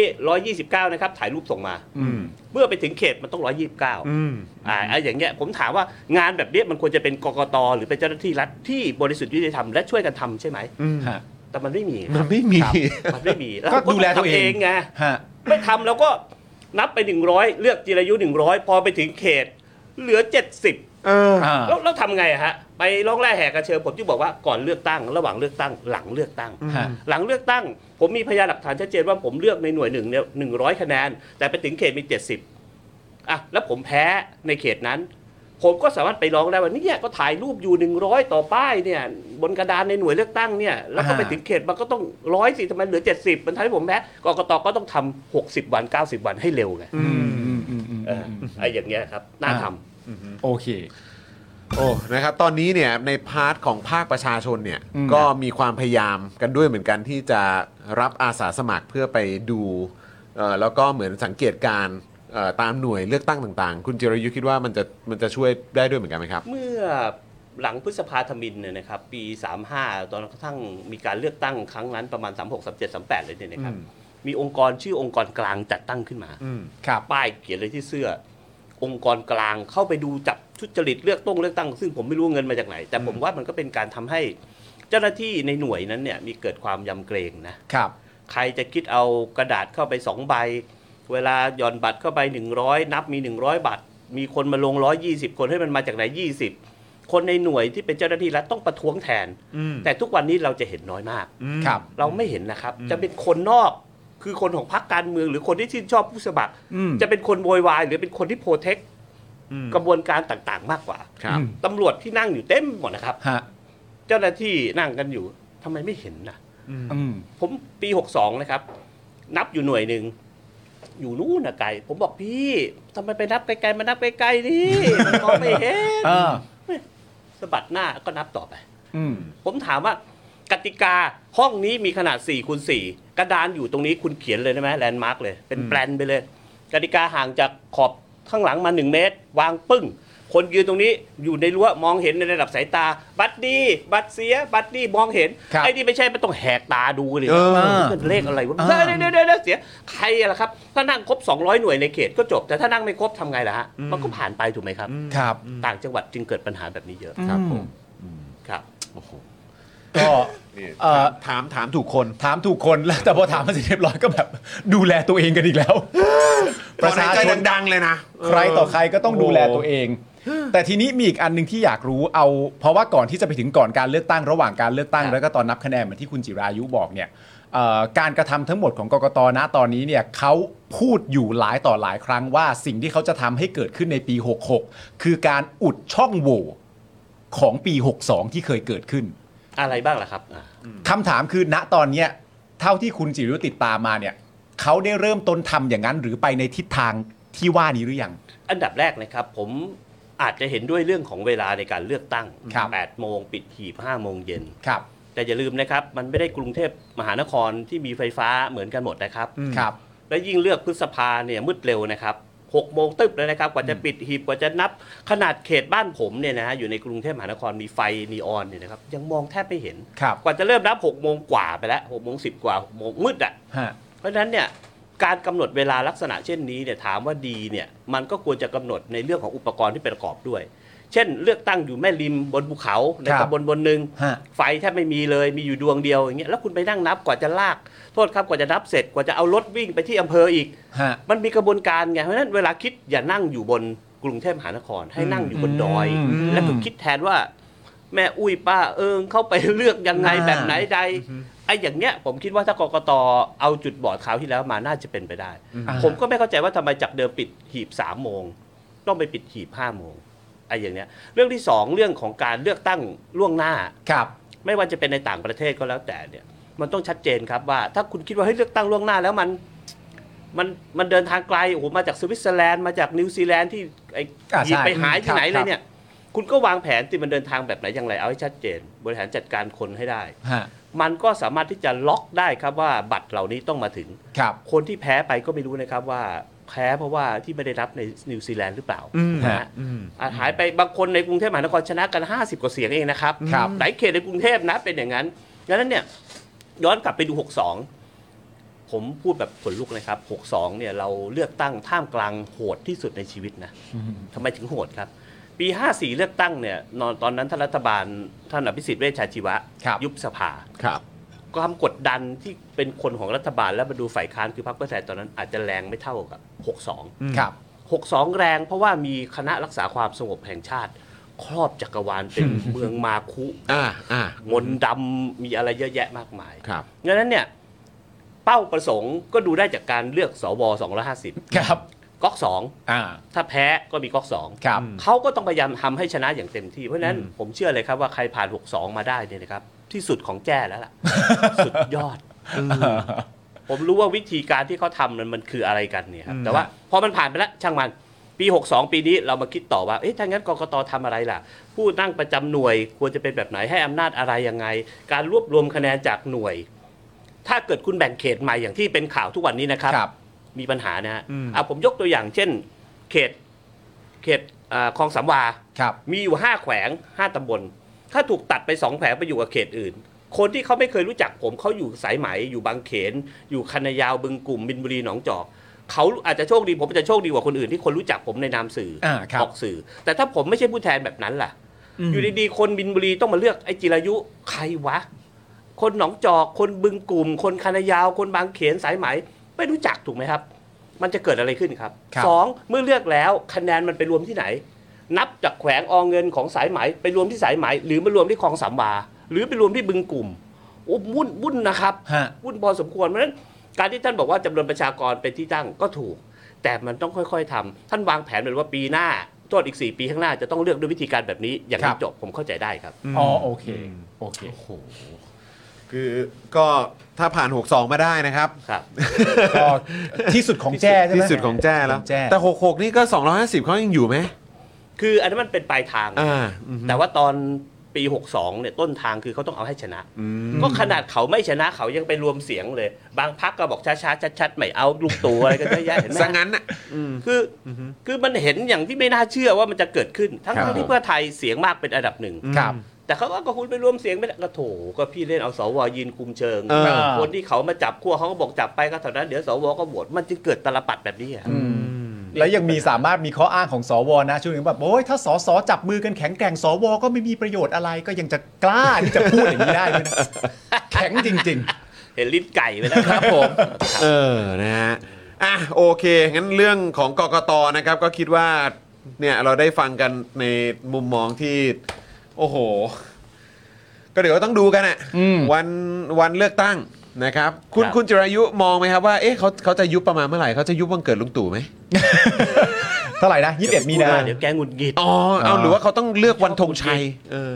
S3: 129 นะครับ ถ่ายรูปส่งมา
S2: อืม
S3: เมื่อไปถึงเขตมันต้อง 129
S1: อืม
S3: อ่าอ่ะอย่างเงี้ยผมถามว่างานแบบเนี้ยมันควรจะเป็นกกตหรือเป็นเจ้าหน้าที่รัฐที่บริสุทธิ์ยุติธรรมและช่วยกันทำใช่ไหม
S2: ฮะ
S3: แต่มันไม่มี
S1: มันไม่มี
S2: ครับ
S3: มันไม่มี
S2: ก็
S3: เรา
S2: ดูแลตัวเอง
S3: ทำไง
S2: ฮะ
S3: ไม่ทำแล้วก็นับไป 100 เลือกจิรายุ 100 พอไปถึงเขต เหลือ 70
S1: เออ
S2: อ่า
S3: แล้วเราทำไงอะฮะ ไปร้องแร่แหกกระเชิญผมที่บอกว่าก่อนเลือกตั้ง ระหว่างเลือกตั้ง หลังเลือกตั้ง
S2: ฮะ
S3: หลังเลือกตั้ง ผมมีพยานหลักฐานชัดเจนว่าผมเลือกในหน่วยหนึ่งเนี่ยหนึ่งร้อยคะแนน แต่ไปถึงเขตมีเจ็ดสิบอ่ะแล้วผมแพ้ในเขตนั้น ผมก็สามารถไปร้องได้ว่าเนี่ยก็ถ่ายรูปอยู่หนึ่งร้อยต่อป้ายเนี่ยบนกระดานในหน่วยเลือกตั้งเนี่ยแล้วก็ไป
S2: อ่า
S3: ถึงเขตมันก็ต้องร้อยสิทำไมเหลือเจ็ดสิบมันทำให้ผมแพ้กกตก็ต้องทำหกสิบวันเก้าสิบวันให้เร็วไง
S2: อืมอืมอืมอืม
S3: เออไอ้อย่างเงี้ยครับน่าทำ
S2: โอเค
S1: โอ้ นะครับ ตอนนี้เนี่ยในพาร์ทของภาคประชาชนเนี่ย
S2: อืม
S1: ก็มีความพยายามกันด้วยเหมือนกันที่จะรับอาสาสมัครเพื่อไปดูเอ่อแล้วก็เหมือนสังเกตการณ์เอ่อตามหน่วยเลือกตั้งต่างๆ คุณจิรยุคิดว่ามันจะมันจะช่วยได้ด้วยเหมือนกันไหมครับ
S3: เมื่อหลังพฤษภาธมินเนี่ยนะครับปี 35 ตอนกระทั่งมีการเลือกตั้งครั้งนั้นประมาณ 36 37 38 เลยเนี่ยนะครับ
S1: อืม
S3: มีองค์กรชื่อองค์กรกลางจัดตั้งขึ้นมา
S2: ครับ
S3: ป้ายเขียนเลยที่เสื้อ องค์กรกลางเข้าไปดูจับทุจริตเลือกต้งเลือกตั้ง ซึ่งผมไม่รู้เงินมาจากไหน แต่ผมว่ามันก็เป็นการทำให้เจ้าหน้าที่ในหน่วยนั้นเนี่ยมีเกิดความยำเกรงนะ
S2: ครับ
S3: ใครจะคิดเอากระดาษเข้าไปสองใบ เวลาหย่อนบัตรเข้าไป 100 นับมี 100 บัตร มีคนมาลง 120 คนให้มันมาจากไหน 20 คนในหน่วยที่เป็นเจ้าหน้าที่รัฐต้องประท้วงแทน แต่ทุกวันนี้เราจะเห็นน้อยมาก
S2: ครับ
S3: เราไม่เห็นนะครับ จะเป็นคนนอก คือคนของพรรคการเมือง หรือคนที่ชื่นชอบผู้สมัคร
S2: อืม
S3: จะเป็นคนโวยวาย หรือเป็นคนที่โปรเทคกระบวนการต่างๆ มากกว่า
S1: ครับ
S3: ตำรวจที่นั่งอยู่เต็มหมดนะครับ
S2: ฮะ
S3: เจ้าหน้าที่นั่งกันอยู่ทำไมไม่เห็นนะ
S2: อืม
S3: ผมปี 62 นะครับ นับอยู่หน่วยหนึ่ง อยู่นู่นนะไกล ผมบอกพี่ทำไมไปนับไกลๆมานับไกลๆนี่ มันมองไม่เห็น
S2: เออ
S3: สะบัดหน้าก็นับต่อไป
S2: อืม
S3: ผมถามว่ากติกาห้องนี้มีขนาด4คูณ4กระดานอยู่ตรงนี้คุณเขียนเลยได้ไหมแลนด์มาร์กเลย เป็นแปลนไปเลย กติกาห่างจากขอบข้างหลังมา 1 เมตร วางปึ้ง คนยืนตรงนี้อยู่ในรั้วมองเห็นในระดับสายตา บัตรดี บัตรเสีย บัตรดีมองเห็น
S2: ครับ
S3: ไอ้นี่ไม่ใช่ไม่ต้องแหกตาดูเลย
S1: เออ
S3: มันเลขอะไรวะ
S2: เออ
S3: เดี๋ยวเดี๋ยวเดี๋ยวเดี๋ยวเสียใครอะล่ะครับ ถ้านั่งครบ 200 หน่วยในเขตก็จบ แต่ถ้านั่งไม่ครบทำไงล่ะฮะมันก็ผ่านไปถูกไหมครับ
S2: ครับ
S3: ต่างจังหวัดจึงเกิดปัญหาแบบนี้เยอะ
S1: ครับผม
S3: ครับ
S1: โอ้โห
S2: ก็
S1: นี่
S2: เอ่อ
S1: ถามถามถูกคน
S2: ถามถูกคนแล้วแต่พอถามมาเสร็จเรียบร้อยก็แบบ ดูแลตัวเองกันอีกแล้ว ประชา
S1: ตอนหย
S2: ช
S1: ใจ
S2: น
S1: ดังๆเลยนะ
S2: ใครต่อใครก็ต้องดูแลตัวเอง แต่ทีนี้มีอีกอันหนึ่งที่อยากรู้เอา เพราะว่าก่อนที่จะไปถึงก่อนการเลือกตั้งระหว่างการเลือกตั้ง
S3: ครับ
S2: แล้วก็ตอนนับคะแนนเหมือนที่คุณจิรายุบอกเนี่ยเอ่อการกระทำทั้งหมดของกกตนะตอนนี้เนี่ยเขาพูดอยู่หลายต่อหลายครั้งว่าสิ่งที่เขาจะทำให้เกิดขึ้นในปี 66 คือการอุดช่องโหว่ของปี 62 ที่เคยเกิดขึ้น
S3: อะไรบ้างล่ะครับอ่า
S2: คำถามคือณตอนเนี้ยเท่าที่คุณจิรุติดตามมาเนี่ยเขาได้เริ่มต้นทำอย่างนั้นหรือไปในทิศทางที่ว่านี้หรือยัง
S3: อันดับแรกนะครับ ผมอาจจะเห็นด้วยเรื่องของเวลาในการเลือกตั้ง
S2: ครับ
S3: 8 โมงปิดหีบ5โมงเย็น
S2: ครับ
S3: แต่อย่าลืมนะครับ มันไม่ได้กรุงเทพมหานครที่มีไฟฟ้าเหมือนกันหมดนะครับ
S2: ครับ
S3: และยิ่งเลือกพฤษภาเนี่ยมืดเร็วนะครับ6โมงตึ๊บเลยนะครับ กว่าจะปิดหีบกว่าจะนับ ขนาดเขตบ้านผมเนี่ยนะฮะอยู่ในกรุงเทพมหานครมีไฟนีออนเนี่ยนะครับยังมองแทบไม่เห็น
S2: ครับ
S3: กว่าจะเริ่มนับ6โมงกว่าไปแล้ว6โมง10 กว่า6โมงมืดอะ
S2: ฮะ
S3: เพราะฉะนั้นเนี่ยการกำหนดเวลาลักษณะเช่นนี้เนี่ยถามว่าดีเนี่ยมันก็ควรจะกำหนดในเรื่องของอุปกรณ์ที่ประกอบด้วย เช่น เลือกตั้งอยู่แม่ริมบนภูเขาใน
S2: ครับ
S3: ตำบลบนหนึ่ง
S2: ฮะ
S3: ไฟแทบไม่มีเลยมีอยู่ดวงเดียวอย่างเงี้ยแล้วคุณไปนั่งนับกว่าจะลากโทษครับกว่าจะนับเสร็จกว่าจะเอารถวิ่งไปที่อำเภออีก
S2: ฮะ
S3: มันมีกระบวนการไงเพราะฉะนั้นเวลาคิดอย่านั่งอยู่บนกรุงเทพมหานคร ให้นั่งอยู่บนดอย
S2: อืม
S3: แล้วก็คิดแทนว่า แม่อุ้ยป้าเอิงเข้าไปเลือกยังไง
S2: อ่า
S3: แบบไหนใดไอ้อย่างเนี้ย ผมคิดว่าถ้ากกตเอาจุดบอดคราวที่แล้วมาน่าจะเป็นไปได้ ผมก็ไม่เข้าใจว่าทำไมจากเดิมปิดหีบสามโมง ต้องไปปิดหีบห้าโมงไอ้อย่างเนี้ย เรื่องที่สองเรื่องของการเลือกตั้งล่วงหน้า
S2: ครับ
S3: ไม่ว่าจะเป็นในต่างประเทศก็แล้วแต่เนี่ย มันต้องชัดเจนครับว่า ถ้าคุณคิดว่าเฮ้ยเลือกตั้งล่วงหน้าแล้วมันมันมันเดินทางไกลโอ้โหมาจากสวิตเซอร์แลนด์มาจากนิวซีแลนด์ที่ไอ้
S2: อ่า
S3: หยิบไป
S2: ใช่
S3: หาย
S2: ครั
S3: ที่
S2: บ
S3: ไหน
S2: ค
S3: เล
S2: รั
S3: ย
S2: บ
S3: เนี่ย คุณก็วางแผนที่มันเดินทางแบบไหนอย่างไรเอาให้ชัดเจน บริหารจัดการคนให้ได้
S2: ฮะ
S3: มันก็สามารถที่จะล็อกได้ครับว่าบัตรเหล่านี้ต้องมาถึง
S2: ครับ
S3: คนที่แพ้ไปก็ไม่รู้นะครับว่าแพ้เพราะว่าที่ไม่ได้รับในนิวซีแลนด์หรือเปล่า
S2: อืม
S3: นะฮะ
S2: ฮะอืม
S3: อ่ะหายไปบางคนในกรุงเทพมหานครชนะกัน 50 กว่าเสียงเองนะครับ
S2: ครับ
S3: หลายเขตในกรุงเทพนะเป็นอย่างนั้นดังนั้นเนี่ยย้อนกลับไปดู 62 ผมพูดแบบขนลุกนะครับ 62 เนี่ยเราเลือกตั้งท่ามกลางโหดที่สุดในชีวิตนะ ทำไมถึงโหดครับ ปี 54 เลือกตั้งเนี่ยนอนตอนนั้นท่านรัฐบาลท่านอภิสิทธิ์เวชชาชีวะ
S2: ครับ
S3: ยุบสภา
S2: ครับ
S3: ความกดดันที่เป็นคนของรัฐบาลและมาดูฝ่ายค้านคือพรรคเพื่อไทยตอนนั้นอาจจะแรงไม่เท่ากับ 62
S2: ครับ
S3: 62 แรงเพราะว่ามีคณะรักษาความสงบแห่งชาติ ครอบจักรวาลเป็น เมืองมาคุ
S1: อ่าอ่าม
S3: นต์ดำมีอะไรเยอะแยะมากมาย
S1: ครับ
S3: ดังนั้นเนี่ยเป้าประสงค์ก็ดูได้จากการเลือกสว250
S2: ครับ
S3: ก๊อกสอง
S2: อ่า
S3: ถ้าแพ้ก็มีก๊อกสอง
S2: ครับ
S3: เขาก็ต้องพยายามทำให้ชนะอย่างเต็มที่ เพราะฉะนั้นผมเชื่อเลยครับว่าใครผ่าน 6-2 มาได้เนี่ยนะครับ ที่สุดของแจ้แล้ว ล่ะ สุดยอด ผมรู้ว่าวิธีการที่เขาทำมันมันคืออะไรกันเนี่ยครับแต่ว่าพอมันผ่านไปแล้วช่างมัน ปี 62 ปีนี้เรามาคิดต่อว่า เอ๊ะถ้างั้นกกตทำอะไรล่ะ ผู้นั่งประจำหน่วยควรจะเป็นแบบไหนให้อำนาจอะไรยังไง การรวบรวมคะแนนจากหน่วย ถ้าเกิดคุณแบ่งเขตใหม่อย่างที่เป็นข่าวทุกวันนี้นะครับ
S2: ครับ
S3: มีปัญหานะฮะอ่ะผมยกตัวอย่างเช่น เขต เขตอ่าคลองสามวา
S2: ครับ
S3: มีอยู่ 5 แขวง 5 ตำบล ถ้าถูกตัดไป 2 แขวงไปอยู่กับเขตอื่น คนที่เขาไม่เคยรู้จักผมเขาอยู่สายไหม อยู่บางเขน อยู่คันนายาวบึงกลุ่มบินบุรีหนองจอก เขาอาจจะโชคดีผมอาจจะโชคดีกว่าคนอื่นที่คนรู้จักผมในนามสื่อ
S2: อ่าครับ
S3: ออกสื่อ แต่ถ้าผมไม่ใช่ผู้แทนแบบนั้นล่ะ อยู่ดีๆ คนบินบุรีต้องมาเลือกไอ้จิรายุใครวะ คนหนองจอก คนบึงกลุ่ม คนคันนายาว คนบางเขนสายไหม ไม่รู้จักถูกไหมครับ มันจะเกิดอะไรขึ้นครับ
S2: ครับ
S3: สองเมื่อเลือกแล้วคะแนนมันไปรวมที่ไหน นับจากแขวงอเงินของสายไหมไปรวมที่สายไหม หรือมารวมที่คลองสามวา หรือไปรวมที่บึงกลุ่มโอ้วุ่นวุ่นนะครับ
S2: ฮะ
S3: วุ่นพอสมควรเพราะฉะนั้นการที่ท่านบอกว่าจำนวนประชากรเป็นที่ตั้งก็ถูก แต่มันต้องค่อยๆทำท่านวางแผนไว้ว่าปีหน้าโทษอีก 4 ปีข้างหน้าจะต้องเลือกด้วยวิธีการแบบนี้ อย่าง
S2: ครั
S3: นี้
S2: บ
S3: จบผมเข้าใจได้ครับ
S2: อ๋อโอเค โอเค
S1: คือก็ถ้าผ่าน 62 มาได้นะครับ
S3: ครับ
S2: ก็ที่สุดของแจ้ใช่ไหม
S1: ที่สุดของแจ้แล้ว
S2: จ้
S1: แต่ 66 นี่ก็ 250เขายังอยู่ไหม
S3: คืออันนั้นมันเป็นปลายทาง
S1: อ่าอืม
S3: แต่ว่าตอนปี 62 เนี่ยต้นทางคือเขาต้องเอาให้ชนะ ก็ขนาดเขาไม่ชนะเขายังไปรวมเสียงเลย บางพักก็บอกช้าๆ ชัดๆไม่เอาลุกตู่อะไรกันเยอะแยะเห็นไหม
S1: ซะงั้นน่ะ
S3: คืออคือมันเห็นอย่างที่ไม่น่าเชื่อว่ามันจะเกิดขึ้น ทั้ง
S1: ครั
S3: ๆ
S1: บ
S3: ที่เพื่อไทยเสียงมากเป็นอันดับหนึ่ง
S2: ครับ
S3: แต่เขาก็คุณไปรวมเสียงไม่ได้ก็โถก็พี่เล่นเอาสวยืนคุมเชิง
S1: เออ
S3: คนที่เขามาจับขั้วเขาก็บอกจับไปก็เท่านั้นเดี๋ยวสวก็โหวตมันจึงเกิดตลปัดแบบนี้อะ
S2: แล้วยังมีสามารถมีข้ออ้างของสวนะช่วงนี้แบบโอ้ยถ้าสสจับมือกันแข็งแกร่งสวก็ไม่มีประโยชน์อะไรก็ยังจะกล้า ที่จะพูดอย่างนี้ได้ด้วยนะ แข็งจริง
S3: เห็นลิ้นไก่ไปแล้วครับผม
S1: เออ นะฮะ อ่ะ โอเค งั้นเรื่องของกกตนะครับ ก็คิดว่า เนี่ย เราได้ฟังกันในมุมมองที่ โอ้โห ก็เดี๋ยวต้องดูกันอะ
S2: อืม
S1: วัน วันเลือกตั้งนะครับ คุณ
S3: ครับ
S1: คุณจิรายุมองไหมครับว่า เอ๊ะเขาเขาจะยุบประมาณเมื่อไหร่ เขาจะยุบวันเกิดลุงตู่ไหม
S2: ๆ เท่าไหร่นะยี่สิบเอ็ดมีนา
S3: เดี๋ยวแกหงุดหงิด
S1: อ๋อ เอา หรือว่าเขาต้องเลือกวันธงชัย เออ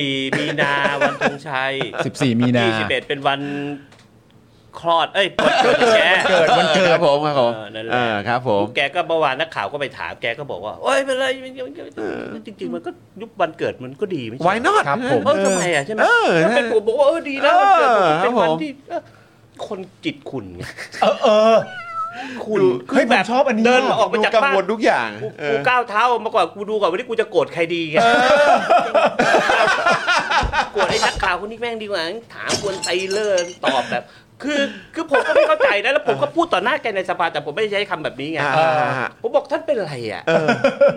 S3: 14 มีนาวันธงชัย
S2: 14มีนา
S3: 21 เป็นวันคลอด เอ้ยเปิดเกิดแก
S2: เกิดวันเกิ
S1: ค
S2: ด
S1: รับผม ครับผม
S3: เออนั่นแห
S1: เอ
S3: ละ
S1: อครับผม
S3: แกก็เมื่อวานนักข่าวก็ไปถามแกก็บอกว่าโอ้ยเป็นไรมันมันมันจริง ๆ มันก็ยุบวันเกิดมันก็ดีไม่ใช่
S1: why not
S2: ครับผม
S3: เออทำไมอ่ะใช่ไหม
S1: เออ
S3: ถ้าเป็นผมบอกว่าเออดีนะวันเกิดผม
S1: เออครั
S3: เป็
S1: บ
S3: น
S1: ผม
S3: วันที่เออคนจิตคุณไง
S2: เออเออ
S3: คุณ
S2: เฮ้ยผมชอบอันนี้
S3: เดินมาออกไป
S1: ดู
S3: จาก
S1: กัง
S3: บ้าน
S1: วลทุกอย่าง
S3: กู
S1: เอ
S3: กู
S1: อ
S3: ก้าวเท้าออกมาก่อนกูดูก่อนวันนี้กูจะโกรธใครดีไงโกรธไอ้นักข่าวคนนี้แม่งดีกว่าถามควรไตเลอร์ตอบแบบ คือคือผมก็ไม่เข้าใจนะแล้วผมก็พูดต่อหน้าแกในสภาแต่ผมไม่ได้ใช้คำแบบนี้ไง
S1: อ่า
S3: เออผมบอกท่านเป็นไรอ่ะ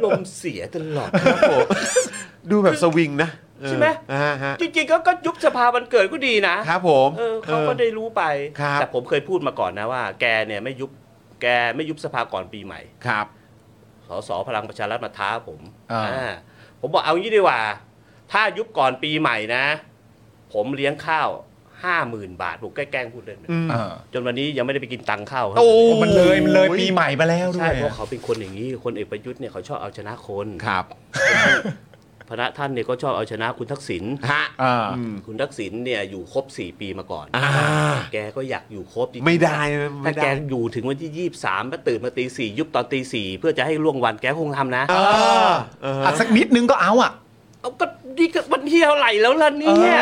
S3: ลมเสียตลอด
S1: ครับผม ดูแบบสวิงนะเออ
S3: ใช่ไหม
S1: อ่าฮะ
S3: จริงๆก็ก็ยุบสภาวันเกิดก็ดีนะ
S1: ครับผม
S3: เออเขาก็ได้รู้ไป
S1: ครับ
S3: แต่ผมเคยพูดมาก่อนนะว่า แกเนี่ยไม่ยุบแกไม่ยุบสภาก่อนปีใหม่
S1: ครับ
S3: สสพลังประชารัฐมาท้าผม
S2: อ่า
S3: อ่าผมบอกเอางี้ดีกว่า ถ้ายุบก่อนปีใหม่นะ ผมเลี้ยงข้าวห้าหมื่นบาทผมแกล้งพูดเล่น
S2: เออ
S3: จนวันนี้ยังไม่ได้ไปกินตังค์ข้าว
S1: โอ้
S2: โอ้มันเลยมันเลยปีใหม่มาแล้วด้
S3: ใช่
S2: วย
S3: เพราะเขาเป็นคนอย่างนี้คนเอกประยุทธ์เนี่ยเขาชอบเอาชนะคน
S1: ครับ
S3: พระท่านเนี่ยก็ชอบเอาชนะคุณทักษิณ
S1: ฮะ
S2: อ่า
S3: คุณทักษิณเนี่ยอยู่ครบสี่ปีมาก่อน
S1: อ่า
S3: แกก็อยากอยู่ครบจริงๆ
S1: ไม่ได้ไม่
S3: ถ้าแก
S1: ได้
S3: อยู่ถึงวันที่ 23มาตื่นมาตีสี่ยุบตอนตีสี่เพื่อจะให้ล่วงวันแกคงทำนะ
S1: เออเออ
S2: อ่ะสักนิดนึงก็เอาอ่ะ
S3: เอาก็นี่ก็วันที่เท่าไหร่แล้วล่ะเนี่ย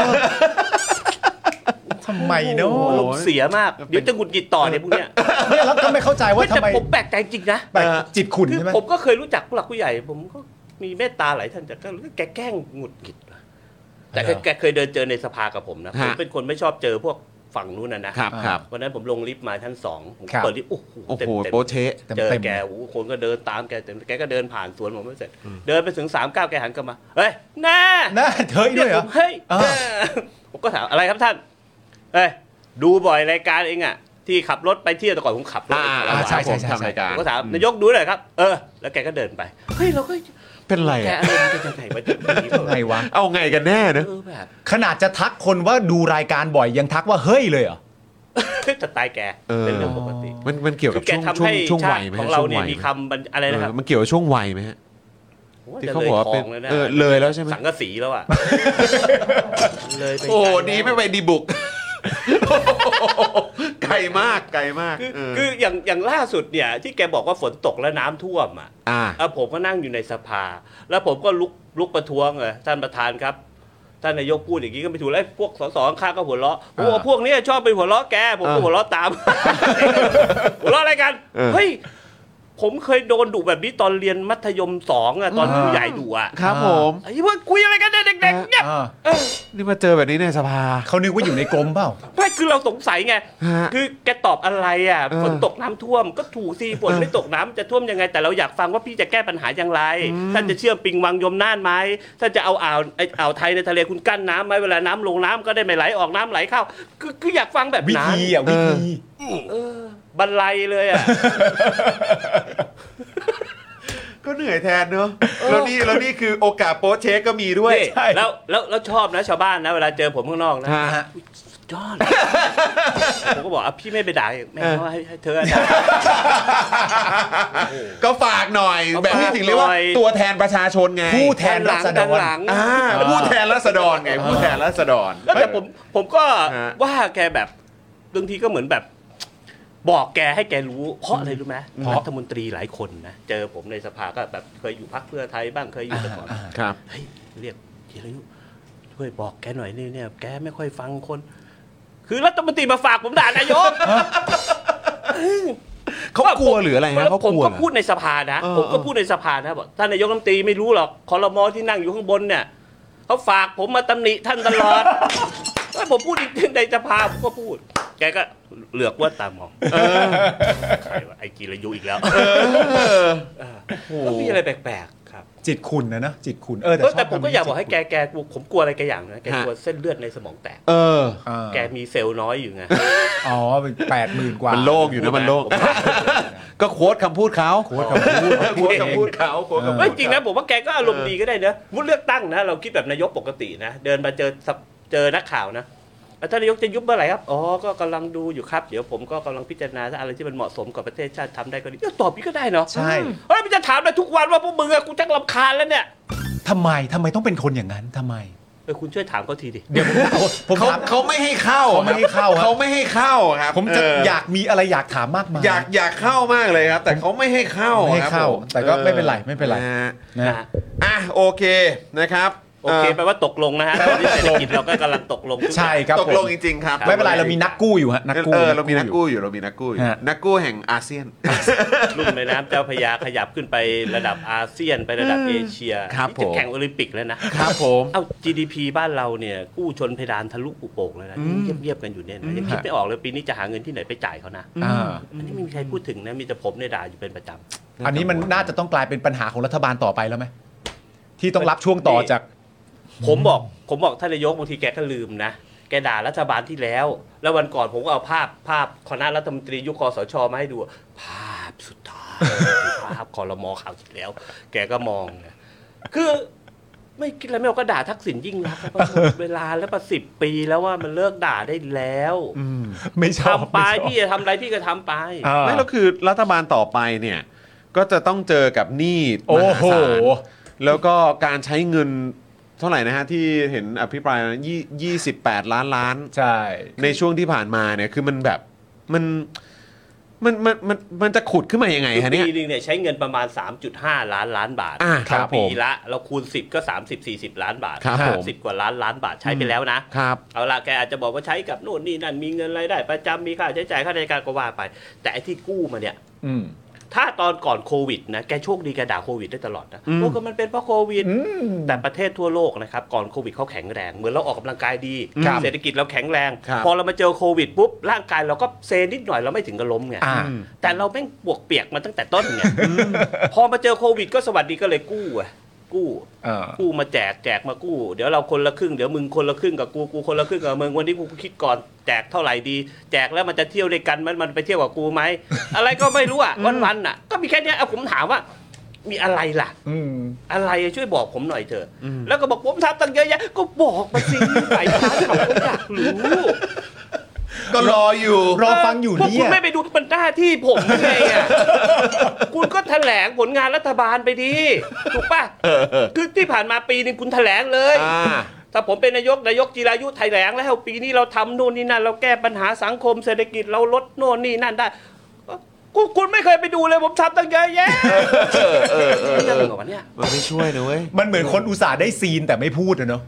S2: ำไมเนาะ
S3: ลมเสียมาก เดี๋ยวจะหงุดหงิดต่อเนี่ยพวกเนี้ย
S2: เนี่ยแล้วก็ไม่เข้าใจว่า
S3: ไม่แต่
S2: ทำไม
S3: ผมแปลกใจจริงนะ
S2: แบบจิตขุน
S3: คือ
S2: ใช่ไหม
S3: ผมก็เคยรู้จักผู้หลักผู้ใหญ่ ผมก็มีเมตตาหลายท่านแต่ก็รู้สึกแกแกล้งหงุดหงิดว่ะแต่
S1: เออ
S3: แกเคยเดินเจอในสภากับผมนะ ผม
S1: ฮะ
S3: เป็นคนไม่ชอบเจอพวกฝั่งนู้นนะนะครับ
S1: ครับ
S3: วันนั้นผมลงลิฟต์มาชั้นสองผม
S2: ครับ
S3: เปิดลิฟต์โอ้โห
S1: โอ้
S3: เต็ม
S1: โห
S3: เต็ม
S1: โปะเชะ
S2: เต็ม
S3: เจอ
S2: เต็ม
S3: แกโอ้โหคนก็เดินตามแกเต็มแกก็เดินผ่านสวนผมไม่เสร็จ เดินไปถึงสามเก้าแกหันกลับมาเฮ้ยแน่
S2: นะเธออีกด้วยเหรอ
S3: ผมเฮ้ย
S2: เออ
S3: แน่ผมก็ถามอะไรครับท่านเอ้ยดูบ่อยรายการเองอะที่ขับรถไปเที่ยวแต่ก่อนผมขับรถ
S1: อ่า
S3: เอง
S1: อ่าใช่ใช่
S2: ใช่
S1: ใช่ทำรายการ
S3: ผมก็ถามนายกดูหน่อยครับ เออ แล้วแกก็เดินไป เฮ้ย เราก็
S1: เป็นไร
S3: แก
S1: อะ
S3: อารมณ์จะยังไงวะอย่างนี้
S2: ไงวะ
S1: เอาไงกันแน่นะ
S3: เออแบบ
S2: ขนาดจะทักคนว่าดูรายการบ่อยยังทักว่าเฮ้ยเลยเหรอ
S3: จะตายแก เป็นเรื่องปกติ
S1: มันมันเกี่ยว
S3: คื
S1: กับ
S3: อแก
S1: ช่วง
S3: ทำ
S1: ช่วง
S3: ให้
S1: ช่วง
S3: ชา
S1: วัย
S3: ติ
S1: ไหม
S3: ของเรา
S1: ช่ว
S3: เนี่ย
S1: วัย
S3: มี
S1: ไห
S3: คำบรรอะไร
S1: เอ
S3: นะ
S1: อ
S3: ครับ
S1: มันเกี่ยวกับช่วงวัยไหมฮะ
S3: โอ้
S1: ที่
S3: จะ
S1: เขาบอกว่าเป็น
S3: ลยทง
S1: เออเลยแล้วใช่ไหม
S3: สังกะสีแล้วอ่ะ เลยไป
S1: โอ้โห
S3: กลแล้ว
S1: ดีไม่ไปดีบุก ไกลมากไกลมาก
S3: คือ
S1: เออ
S3: คืออย่างอย่างล่าสุดเนี่ย ที่แกบอกว่าฝนตกและน้ำท่วมอ่ะ
S1: อ่า
S3: อ่ะผมก็นั่งอยู่ในสภา แล้วผมก็ลุกลุกประท้วงเลยท่านประธานครับ ท่านนายกพูดอย่างนี้ก็ไม่ถูกแล้วไอ้พวกสสข้างๆก็หัวเราะโอ้พวกเนี้ยชอบไปหัวเราะแก ผมก็
S1: อ่า
S3: หัวเราะตาม หัวเราะอะไรกัน
S1: เออ
S3: เฮ้ยผมเคยโดนดุแบบนี้ตอนเรียนมัธยมสองอะตอนผู้ใหญ่ดุอะ
S1: ครับผม
S3: ไอ้พวกคุยอะไรกันเนี่ยเด็กๆเนี่ย
S2: อ่า
S3: เออ
S1: นี่มาเจอแบบนี้ในสภา
S2: เขานึกว่าอยู่ในกรมเปล่า
S3: ไม่คือเราสงสัยไง
S1: ฮะ
S3: คือแกตอบอะไรอ่ะ
S1: เออ
S3: ฝนตกน้ำท่วม ก็ถูกสิฝนไม่ตกน้ำจะท่วมยังไง แต่เราอยากฟังว่าพี่จะแก้ปัญหาอย่างไรท่านจะเชื่อมปิงวังยมน่านไหมท่านจะเอาอ่าวไอ้อ่าวไทยในทะเลคุณกั้นน้ำไหมเวลาน้ำลงน้ำก็ได้ไม่ไหลออกน้ำไหลเข้า คือคืออยากฟังแบบ
S2: วิ
S3: นั้น
S2: ธีอ่ะวิธี
S3: เออบันไลเลยอ่ะ
S1: ก็เหนื่อยแทนเนอะแล้วนี่แล้วนี่คือโอกาสโป๊เชคก็มีด้วย
S3: นี่แล้วแล้วแล้วชอบนะชาวบ้านนะ เวลาเจอผมข้างนอกนะ
S1: ฮะ
S3: อุ๊ยสุดยอด ผมก็บอกอ่ะพี่ไม่ไปด่าแม่ง
S1: เออ
S3: ว่าให้ให้เธอด่า
S1: ก็ฝากหน่อย
S3: เอาฝา
S1: แบบ
S3: ก
S1: นี้ถึงเรียกว่า
S3: หน่อย
S1: ตัวแทนประชาชนไง
S2: ผู้แทนรัษฎ
S3: ด้าน
S2: ร
S3: หลัง
S1: อ่า
S3: ด้านหลัง
S1: ผู้แทนรัษฎรไงผู้แทนรัษฎร
S3: แล้วแต่ผมผมก็
S1: ฮะ
S3: ว่าแกแบบบางทีก็เหมือนแบบ บอกแกให้แกรู้ เพราะอะไรรู้ไหม
S2: เพราะ
S3: รัฐมนตรีหลายคนนะเจอผมในสภาก็แบบเคยอยู่พักเพื่อไทยบ้างเคยอยู่แต่ก่อน
S1: ครับ
S3: เฮ้ยเรียกธีรยุช่วยบอกแกหน่อยนี่เนี่ย แกไม่ค่อยฟังคน คือรัฐมนตรีมาฝากผมด่านายก
S1: เขากลัวหรืออะไรฮะเขา
S3: ผ
S1: ก
S3: ม
S1: ลัว
S3: ก็
S1: เหรอ
S3: พูดในสภานะ
S1: เออ
S3: ผมก็พูดในสภานะบอกท่านนายกรัฐมนตรีไม่รู้หรอกคอรมอที่นั่งอยู่ข้างบนเนี่ยเขาฝากผมมาตำหนิท่านตลอด แล้วผมพูดจริงๆในสภาผมก็พูด แกก็เหลือกว่าตามองใครวะไอ้กีรยุอีกแล้ว
S1: เออ
S3: ก็มีอะไรแปลกๆครับ
S2: จิตคุณนะนะจิตคุณเออ
S3: เออ
S2: ชบ
S3: แต่ผมก็อยากบอกให้แก
S2: ทำ
S3: แกกลัวผมกลัวอะไรแกอย่างนะแกกลัวเส้นเลือดในสมองแตก
S1: เออ
S2: อ่า
S3: แกมีเซลล์น้อยอยู่ไง
S2: อ๋อแปดหมื่นกว่า
S1: มั
S2: มัน
S1: โล่งอยู่นะมันโล่ง ก็โค้ดคำพูดเขา
S2: โค้ดกับพูด
S1: โค้ดคำพูดเขาโค้ดคำ
S3: เฮ้
S1: พู
S3: ย
S1: ด
S3: จริงนะผมว่าแกก็อารมณ์ดีก็ได้นะมุดเลือกตั้งนะ เราคิดแบบนายกปกตินะ เดินมาเจอสับเจอนักข่าวนะแล้วท่านนายกจะยุบเมื่อไหร่ครับ อ๋อ ก็กำลังดูอยู่ครับ เดี๋ยวผมก็กำลังพิจารณาถ้าอะไรที่มันเหมาะสมกับประเทศชาติทำได้ก็ดีเอ้ยตอบนี้ก็ได้เนาะ
S2: ใช่
S3: เฮ้ยมันจะถามเลยทุกวันว่าพวกมึงอะกูจักลำคาญแล้วเนี่ย
S2: ทำไมทำไมต้องเป็นคนอย่างนั้นทำไม
S3: เออคุณช่วยถามเขาทีดิ
S2: เดี๋ยวผมผม
S1: เขา
S2: ถาม
S1: เขาไม่ให้เข้า
S2: เขาไม่ให้เข้าครับ
S1: เขาไม่ให้เข้าครับ
S2: ผมจะ
S1: เ
S2: อยากมีอะไรอยากถามมากมาย
S1: อยากอยากเข้ามากเลยครับ แต่เขาไม่ให้เข้า
S2: ไม่ให้
S1: ครับ
S2: เข้า
S1: ผม
S2: แต่ก็ไม่เป็นไรไม่เป็นไร
S1: ะฮะ
S2: นะ
S1: อ่ะโอเคนะครับ
S3: โอเคแปลว่าตกลงนะฮะตอนนี้เศรษฐกิจเราก็กำลังตกลงทุกอย่าง
S2: ใช่
S1: เออ
S2: ครับ
S1: ตกลง
S2: ผม
S1: จริง ๆ ครับ
S2: ไม่เป็นไรเรามีนักกู้อยู่ฮะนักกู้
S1: เออเรามีนักกู้อยู่เรามีนักกู้อยู่
S2: ฮะ
S1: นักกู้แห่งอาเซียน
S3: ลุ่มแม่น้ำเจ้าพระยาขยับขึ้นไประดับอาเซียนไประดับเอเชีย
S1: ครับ
S3: นี่จะ
S1: ผม
S3: แข่งโอลิมปิกแล้วนะ
S1: ครับผม
S3: เอา GDP บ้านเราเนี่ยกู้ชนเพดานทะลุปุโปร่งเลยนะนี่เงียบๆกันอยู่เนี่ยนะยังคิดไม่ออกเลยปีนี้จะหาเงินที่ไหนไปจ่ายเขานะ
S2: อ่า
S3: อันนี้ไม่มีใครพูดถึงนะมีแต่ผมเนี่ยด่าอยู่เป็นประจำ
S2: อันนี้มันน่าจะต้องกลายเป็นปัญหาของรัฐบาลต่อไปแล้วไหมที่ต้องรับช่วงต่อจาก
S3: ผมบอกผมบอกท่านนายกบางทีแกก็ลืมนะ แกด่ารัฐบาลที่แล้ว แล้ววันก่อนผมก็เอาภาพภาพคณะรัฐมนตรียุคคอสชมาให้ดู ภาพสุดท้าย ภาพคอรมอข่าวสุดแล้ว แกก็มองนะคือไม่คิดแล้วไม่เอาก็ด่าทักษิณยิ่งรักษณ์แล้วก็หมดเวลาแล้วประสิบปีแล้วว่ามันเลิกด่าได้แล้ว
S2: ไม่ชอบ
S3: ทำ ไป
S2: ม่ชอบ
S3: พี่จะทำอะไรพี่ก็ทำไป
S2: อ่า
S1: ไม่แล้วคือรัฐบาลต่อไปเนี่ย ก็จะต้องเจอกับหนี้
S2: โอ้
S1: มหา
S2: โห
S1: ศาลแล้วก็การใช้เงินเท่าไหร่นะฮะ ที่เห็นอภิปรายนะยี่ยี่สิบแปดล้านล้าน
S2: ใช่
S1: ในช่วงที่ผ่านมาเนี่ยคือมันแบบมัน มันมันมันมันจะขุดขึ้นมายังไงฮะเนี่ย
S3: ปีหนึงเนี่ยใช้เงินประมาณ 3.5 ล้านล้านบาท
S1: อ่า
S2: ครับผม
S3: ปีละ เราคูณ 10 ก็ 30 40 ล้านบาท
S1: ครับผม
S3: สามสิบกว่าล้านล้านบาทใช้ไปแล้วนะ
S1: ครับ
S3: เอาละแกอาจจะบอกว่าใช้กับโน่นนี่นั่นมีเงินรายได้ ประจำมีค่าใช้จ่ายค่าราชการก็ว่าไป แต่ไอ้ที่กู้มาเนี่ย
S2: อืม
S3: ถ้าตอนก่อนโควิดนะแกโชคดีแกด่าโควิดได้ตลอดนะโอ้ก็มันเป็นเพราะโควิด แต่ประเทศทั่วโลกนะครับก่อนโควิดเขาแข็งแรง เหมือนเราออกกำลังกายดี
S2: ครับ
S3: เศรษฐกิจเราแข็งแรง
S1: ครับ
S3: พอเรามาเจอโควิดปุ๊บร่างกายเราก็เซนิดหน่อยเราไม่ถึงกับล้มไง
S2: อ่า
S3: แต่เราแม่งปวกเปียกมาตั้งแต่ต้นไงพอมาเจอโควิดก็สวัสดีก็เลยกู้อะกู้
S2: เออ
S3: กู้มาแจกแจกมากู้ เดี๋ยวเราคนละครึ่งเดี๋ยวมึงคนละครึ่งกับกูกูคนละครึ่งกับมึงวันนี้กูคิดก่อนแจกเท่าไหร่ดี แจกแล้วมันจะเที่ยวด้วยกันมันมันไปเที่ยวกับกูไหม อะไรก็ไม่รู้อ่ะวันวันๆอ่ะ ก็มีแค่เนี้ยเอาผมถามว่า มีอะไรล่ะ
S2: อืม
S3: อะไรอะช่วยบอกผมหน่อยเถอะ แล้วก็บอกผมทำตั้งเยอะแยะก็บอกมาสิไหนทางผมอยากรู้
S1: ก็รออยู่
S2: รอฟังอยู่
S3: พวก
S2: เนี่
S3: คุณ
S2: ย
S3: ไม่ไปดูมันหน้าที่ผมไงอ่ะ คุณก็แถลงผลงานรัฐบาลไปดีถูกป่ะคือที่ผ่านมาปีหนึงคุณแถลงเลย
S1: อ่า
S3: ถ้าผมเป็นนายก นายกจีรายุไทยแหลงแล้วปีนี้เราทำนู่นนี่นั่น เราแก้ปัญหาสังคมเศรษฐกิจเราลดโน่นนี่นั่นได้คุณคุณไม่เคยไปดูเลยผมทำตั้งเยอะแยะเรื่องเหรอวะเนี่ย
S1: มันไม่ช่วยนะเว้ย
S2: มันเหมือนคนอุตส่าห์ได้ซีนแต่ไม่พูดอะเนาะ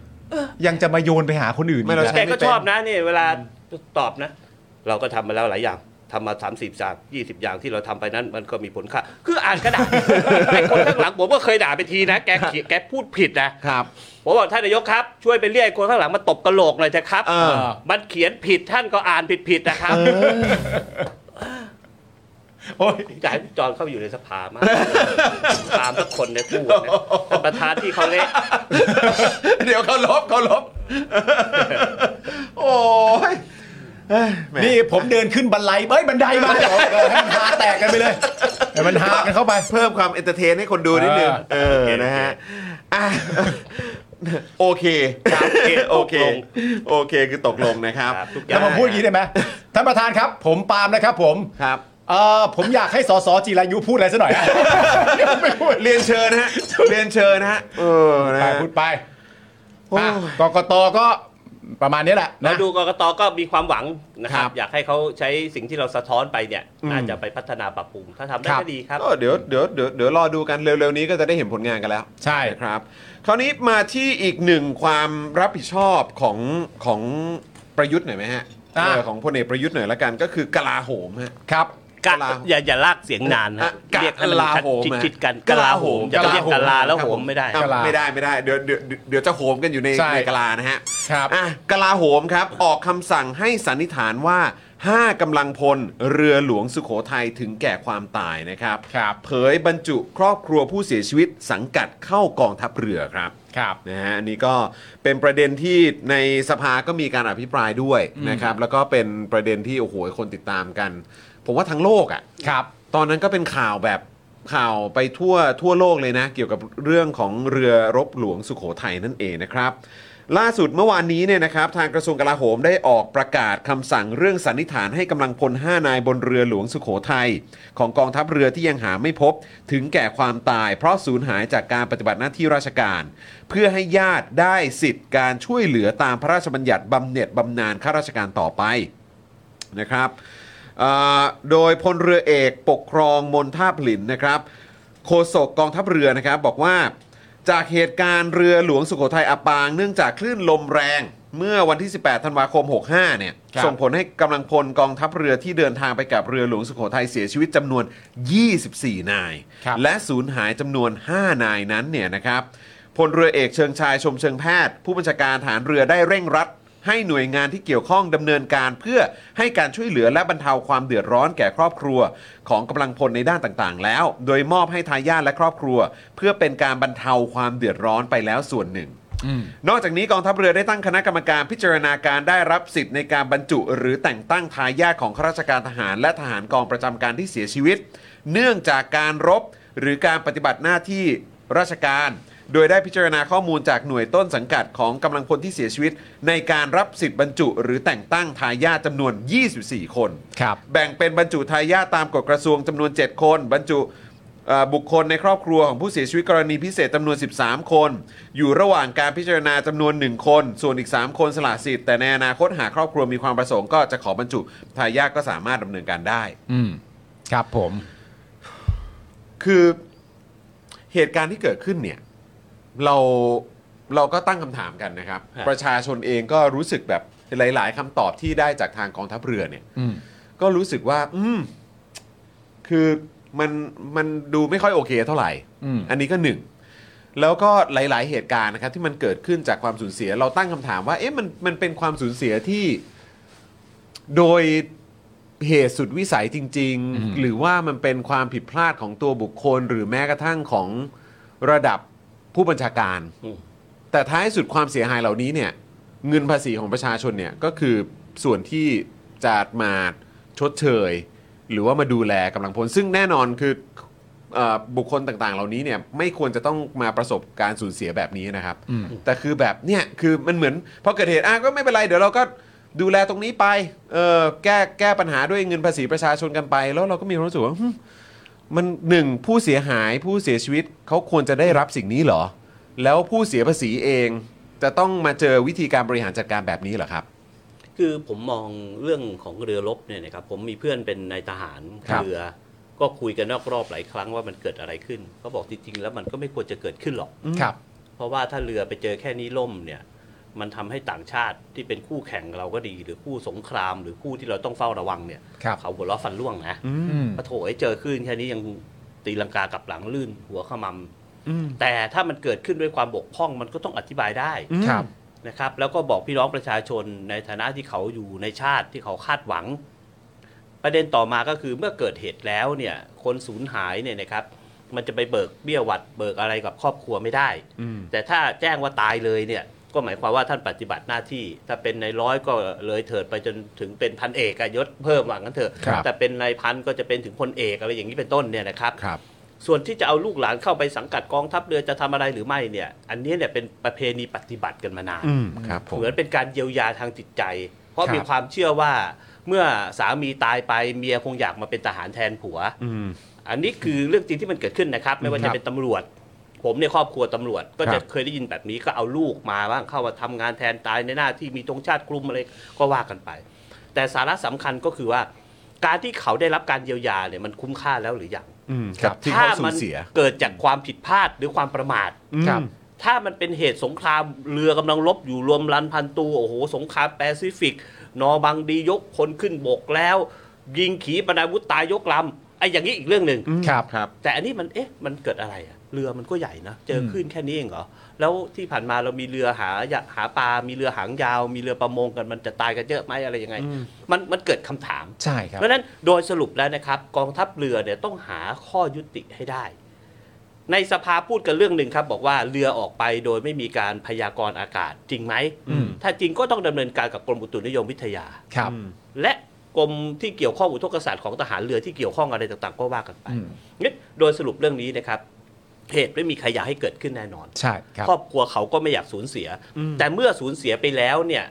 S2: ยังจะมาโยนไปหาคนอื่น
S1: ไม่เรา
S2: อีก
S1: ใช้
S2: อะ
S3: แกก็ชอบนะนี่เวลาตอบนะ เราก็ทำมาแล้วหลายอย่างทำมา 30จาก20 อย่างที่เราทำไปนั้นมันก็มีผลค่ะ คืออ่านกระดาษ ไอ้คนข้างหลังผมก็เคยด่าไปทีนะ แกเขียนแกพูดผิดนะ
S1: ครับ
S3: ผมบอกท่านนายกครับ ช่วยไปเรียกไอ้คนข้างหลังมาตบกระโหลกหน่อยเถอะครับ
S1: เออ
S3: มันเขียนผิดท่านก็อ่านผิดผิดๆนะครับ
S2: โอ้ย
S3: จะให้จอนเข้าไปอยู่ในสภามากตามทุกคนในพูดนะท่านประธานที่เขาเละ
S1: เดี๋ยวเขาลบเขาลบ โอ้ย
S2: นี่ผมเดินขึ้นบันไดเอ้ยบันไดมาเดี๋ยวเดี๋ยวให้มันหาแตกกันไปเลยให้มันหากันเข้าไป
S1: เพิ่มความเอนเตอร์เทนให้คนดูนิดนึง เออ นะฮะอ่ะโอเคโอเค โอเค คือตกลงนะครับ
S3: ครับทุกอ
S2: แล้ว
S3: ย่าง
S2: ผมพูดอย่างนี้ได้ไหมท่านประธานครับ ผมปาล์มนะครับผม
S1: ครับ
S2: เอ่อผมอยากให้สสจิรายุพูดอะไรสักหน่อย อะ ไม่พูด
S1: เรียนเชิญนะฮะ เรียนเชิญนะฮะ เออ นะ
S2: ไป
S1: ฮะ
S2: พูดไป
S1: โอ้ย
S2: อ่ะกกตก็ประมาณนี้แหละ
S3: เรา
S2: นะ
S3: ดูกรกตก็มีความหวังนะครั
S1: ครับ บ
S3: อยากให้เขาใช้สิ่งที่เราสะท้อนไปเนี่ย น่าจะไปพัฒนาปรับปรุงถ้าทำได้
S2: ครับ
S3: ก็ดีครับ
S1: ก็เดี๋ยวเดี๋ยวเดี๋ยวเดี๋ยวรอดูกันเร็วๆนี้ก็จะได้เห็นผลงานกันแล้ว
S2: ใช่
S1: นะครับ คราวนี้มาที่อีกหนึ่งความรับผิดชอบของของประยุทธ์หน่อยไหมฮะ
S2: อ่ะ
S1: เออของพลเอกประยุทธ์หน่อยละกันก็คือกลาโหมฮะ
S2: ครับ
S3: กะ
S1: กลาโหม
S3: อย่าอย่าลากเสียงนาน
S1: อ่ะ
S3: นะ
S1: กะ
S3: เรียกให้มัน
S1: ลาโหม
S3: ชิด
S1: อ่ะ
S3: ชิดกันกลาโหมอย่าไปเรียกกะลาแล้วโหมไม่ได้
S1: อ่ะ
S2: กลา
S1: ไม่ได้ไม่ได้เดี๋ยวเดี๋ยวเดี๋ยวจะโหมกันอยู่ใน
S2: ใช่
S1: ในกลานะฮะ
S2: ครับ
S1: อ่ะกลาโหมครับ ออกคำสั่งให้สันนิษฐานว่า 5กำลังพลเรือหลวงสุโขทัยถึงแก่ความตายนะครับ
S2: ครับ
S1: เผยบรรจุครอบครัวผู้เสียชีวิตสังกัดเข้ากองทัพเรือครับ
S2: ครับ
S1: นะฮะอันนี้ก็เป็นประเด็นที่ในสภาก็มีการอภิปรายด้วยนะครับ แล้วก็เป็นประเด็นที่โอ้โหคนติดตามกัน ผมว่าทั้งโลกอะ่ะ
S2: ครับ
S1: ตอนนั้นก็เป็นข่าวแบบข่าวไปทั่วทั่วโลกเลยนะ เกี่ยวกับเรื่องของเรือรบหลวงสุโขทัยนั่นเองนะครับ ล่าสุดเมื่อวานนี้เนี่ยนะครับทางกระทรวงกลาโหมได้ออกประกาศคำสั่งเรื่องสันนิษฐานให้กำลังพล 5 นายบนเรือหลวงสุโขทัยของกองทัพเรือที่ยังหาไม่พบถึงแก่ความตาย เพราะสูญหายจากการปฏิบัติหน้าที่ราชการ เพื่อให้ญาติได้สิทธิ์การช่วยเหลือตามพระราชบัญญัติบำเหน็จบำนาญข้าราชการต่อไป นะครับเอ่อโดยพลเรือเอกปกครองมนท่าผลินนะครับ โฆษกกองทัพเรือนะครับบอกว่าจากเหตุการณ์เรือหลวงสุโขทัยอับปาง เนื่องจากคลื่นลมแรง เมื่อวันที่ 18 ธันวาคม 65 เนี่ย
S2: ครับ
S1: ส่งผลให้กำลังพลกองทัพเรือที่เดินทางไปกับเรือหลวงสุโขทัยเสียชีวิตจำนวน 24 นาย
S2: ครับ
S1: และสูญหายจำนวน 5 นายนั้นเนี่ยนะครับพลเรือเอกเชิงชายชมเชิงแพทย์ ผู้บัญชาการฐานเรือได้เร่งรัด ให้หน่วยงานที่เกี่ยวข้องดำเนินการเพื่อให้การช่วยเหลือและบรรเทาความเดือดร้อนแก่ครอบครัว ของกำลังพลในด้านต่างๆ แล้ว โดยมอบให้ทายาทและครอบครัว เพื่อเป็นการบรรเทาความเดือดร้อนไปแล้วส่วนหนึ่ง นอกจากนี้กองทัพเรือได้ตั้งคณะกรรมการพิจารณาการได้รับสิทธิ์ในการบรรจุ หรือแต่งตั้งทายาทของข้าราชการทหาร และทหารกองประจำการที่เสียชีวิต เนื่องจากการรบหรือการปฏิบัติหน้าที่ราชการ โดยได้พิจารณาข้อมูลจากหน่วยต้นสังกัดของกำลังพลที่เสียชีวิต ในการรับสิทธิ์บรรจุ หรือแต่งตั้งทายาทจำนวน 24 คน
S2: ครับ
S1: แบ่งเป็นบรรจุทายาทตามกฎกระทรวงจำนวน 7 คน บรรจุเอ่อบุคคลในครอบครัวของผู้เสียชีวิตกรณีพิเศษจำนวน 13 คน อยู่ระหว่างการพิจารณาจำนวน 1 คน ส่วนอีก 3 คนสละสิทธิ์ แต่ในอนาคตหากครอบครัวมีความประสงค์ก็จะขอบรรจุทายาทก็สามารถดำเนินการได้
S2: ครับผม
S1: คือเหตุการณ์ที่เกิดขึ้นเนี่ย เราเราก็ตั้งคำถามกันนะครับ
S3: ครับ
S1: ประชาชนเองก็รู้สึกแบบหลาย ๆคำตอบที่ได้จากทางกองทัพเรือเนี่ย
S2: อืม
S1: ก็รู้สึกว่า อืม คือมันมันดูไม่ค่อยโอเคเท่าไหร่
S2: อืม
S1: อันนี้ก็หนึ่ง แล้วก็หลาย ๆ เหตุการณ์นะครับ ที่มันเกิดขึ้นจากความสูญเสีย เราตั้งคำถามว่า เอ๊ะมันมันเป็นความสูญเสียที่ โดยเหตุสุดวิสัยจริง
S2: อืม
S1: ๆ หรือว่ามันเป็นความผิดพลาดของตัวบุคคล หรือแม้กระทั่งของระดับผู้บัญชาการ
S3: อืม
S1: แต่ท้ายสุดความเสียหายเหล่านี้เนี่ย เงินภาษีของประชาชนเนี่ยก็คือส่วนที่จะมาชดเชย หรือว่ามาดูแลกำลังพลซึ่งแน่นอนคือเอ่อบุคคลต่างๆ เหล่านี้เนี่ยไม่ควรจะต้องมาประสบการสูญเสียแบบนี้นะครับ แต่คือแบบเนี่ยคือมันเหมือนพอเกิดเหตุอ่ะก็ไม่เป็นไรเดี๋ยวเราก็ดูแลตรงนี้ไปเออแก้แก้ปัญหาด้วยเงินภาษีประชาชนกันไป แล้วเราก็มีความรู้สึกว่าหึมันหนึ่งผู้เสียหายผู้เสียชีวิตเขาควรจะได้รับสิ่งนี้เหรอ แล้วผู้เสียภาษีเองจะต้องมาเจอวิธีการบริหารจัดการแบบนี้เหรอครับ
S3: คือผมมองเรื่องของเรือรบเนี่ยนะครับผมมีเพื่อนเป็นนายทหาร
S1: ครับ
S3: เรือ ก็คุยกันนอกรอบหลายครั้งว่ามันเกิดอะไรขึ้นเขาบอกจริงๆแล้วมันก็ไม่ควรจะเกิดขึ้นหรอก
S2: ครับ
S3: เพราะว่าถ้าเรือไปเจอแค่นี้ล่มเนี่ย มันทำให้ต่างชาติที่เป็นคู่แข่งเราก็ดี หรือคู่สงคราม หรือคู่ที่เราต้องเฝ้าระวังเนี่ย
S2: ครับ
S3: เขาหัวเราะฟันร่วงนะ
S2: อืม
S3: ปะโถไอ้เจอคลื่นแค่นี้ยังตีลังกากลับหลังลื่น หัวขมำแต่ถ้ามันเกิดขึ้นด้วยความบกพร่องมันก็ต้องอธิบายได้
S2: ครับ
S3: นะครับแล้วก็บอกพี่น้องประชาชนในฐานะที่เขาอยู่ในชาติที่เขาคาดหวัง ประเด็นต่อมาก็คือเมื่อเกิดเหตุแล้วเนี่ยคนสูญหายเนี่ยนะครับ มันจะไปเบิกเบี้ยหวัดเบิกอะไรกับครอบครัวไม่ได้ แต่ถ้าแจ้งว่าตายเลยเนี่ยก็หมายความว่าท่านปฏิบัติหน้าที่ ถ้าเป็นในร้อยก็เลยเถิดไปจนถึงเป็นพันเอกอะยศเพิ่มว่างั้นเถอะ
S2: ครับ
S3: แต่เป็นนายพันก็จะเป็นถึงพลเอกอะไรอย่างนี้เป็นต้นเนี่ยนะครับ
S1: ครับ
S3: ส่วนที่จะเอาลูกหลานเข้าไปสังกัดกองทัพเรือจะทำอะไรหรือไม่เนี่ย อันนี้เนี่ยเป็นประเพณีปฏิบัติกันมานาน
S1: อืมครับผม
S3: เหมือนเป็นการเยียวยาทางจิตใจ เพราะ
S2: ครับ
S3: มีความเชื่อว่าเมื่อสามีตายไปเมียคงอยากมาเป็นทหารแทนผัว
S1: อืม
S3: อันนี้คือเรื่องจริงที่มันเกิดขึ้นนะครับ ไม่ว่าจะเป็นตำรวจ ผมในยครอบครัวตำรวจ ก็
S1: ครั
S3: จะ
S1: บ
S3: เคยได้ยินแบบนี้ก็เอาลูกมาบ้างเข้ามาทำงานแทนตายในหน้าที่มีธงชาติกลุ่มอะไรก็ว่ากันไป แต่สาระสำคัญก็คือว่า การที่เขาได้รับการเยียวยาเนี่ยมันคุ้มค่าแล้วหรือยัง
S1: อืม
S2: ครับ
S1: กับที่
S3: ถ้า
S1: เขาสู
S3: มั
S1: ญเสีย
S3: เกิดจากความผิดพลาดหรือความประมาท
S2: ครับ
S1: อืม
S3: ถ้ามันเป็นเหตุสงครามเรือกำลังลบอยู่รวมรันพันตูโอ้โห สงครามแปซิฟิก นอร์บังดียกพลขึ้นบกแล้ว ยิงขีปนาวุธตายยกลำไอ้อย่างนี้อีกเรื่องหนึ่ง
S2: ครับ
S3: แต่อันนี้มันเอ๊ะมันเกิดอะไรอะเรือมันก็ใหญ่นะ เจออ
S2: ม
S3: คลื่นแค่นี้เองเหรอ แล้วที่ผ่านมาเรามีเรือหาหาปลา มีเรือหางยาว มีเรือประมงกันมันจะตายกันเยอะไหมอะไรยังไง มันมันเกิดคำถาม
S2: ใช่ครับ
S3: เพราะฉะนั้นโดยสรุปแล้วนะครับ กองทัพเรือเนี่ยต้องหาข้อยุติให้ได้ ในสภาพูดกันเรื่องหนึ่งครับ บอกว่าเรือออกไปโดยไม่มีการพยากรณ์อากาศจริงไหม
S2: อืม
S3: ถ้าจริงก็ต้องดำเนินการกับกรมอุตุนิยมวิทยา
S2: ครับ
S3: และกรมที่เกี่ยวข้องอุทกศาสตร์ของทหารเรือที่เกี่ยวข้องอะไรต่างๆ ก็ว่ากันไป
S2: อืม
S3: งั้นโดยสรุปเรื่องนี้นะครับ เหตุไม่มีใครอยากให้เกิดขึ้นแน่นอน
S2: ใช่ครับ
S3: ครอบครัวเขาก็ไม่อยากสูญเสีย แต่เมื่อสูญเสียไปแล้วเนี่ย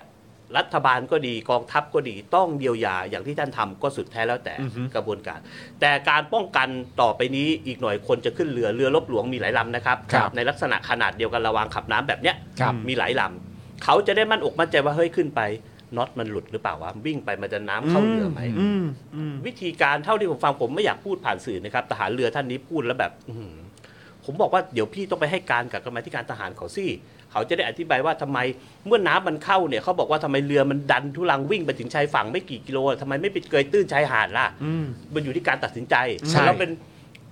S3: รัฐบาลก็ดีกองทัพก็ดีต้องเยียวยาอย่างที่ท่านทำก็สุดแท้แล้วแต่กระบวนการ แต่การป้องกันต่อไปนี้อีกหน่อยคนจะขึ้นเรือเรือลบหลวงมีหลายลำนะครับ
S2: ครับ
S3: ในลักษณะขนาดเดียวกันระวางขับน้ำแบบเนี้ย
S2: ครับ
S3: มีหลายลำเขาจะได้มั่นอกมั่นใจว่าเฮ้ยขึ้นไปน็อตมันหลุดหรือเปล่าวะวิ่งไปมันจะน้ำเข้าเรือไหม วิธีการเท่าที่ผมฟังผมไม่อยากพูดผ่านสื่อนะครับทหารเรือท่านนี้พูดแล้วแบบ อื้อหือผมบอกว่าเดี๋ยวพี่ต้องไปให้การกับกรรมาธิการทหารเขาสิเขาจะได้อธิบายว่าทำไมเมื่อน้ำมันเข้าเนี่ยเขาบอกว่าทำไมเรือมันดันทุลังวิ่งไปถึงชายฝั่งไม่กี่กิโลทำไมไม่ไปเกยตื้นชายหาดล่ะมันอยู่ที่การตัดสินใจ
S2: ใช่
S3: แล้วเป็น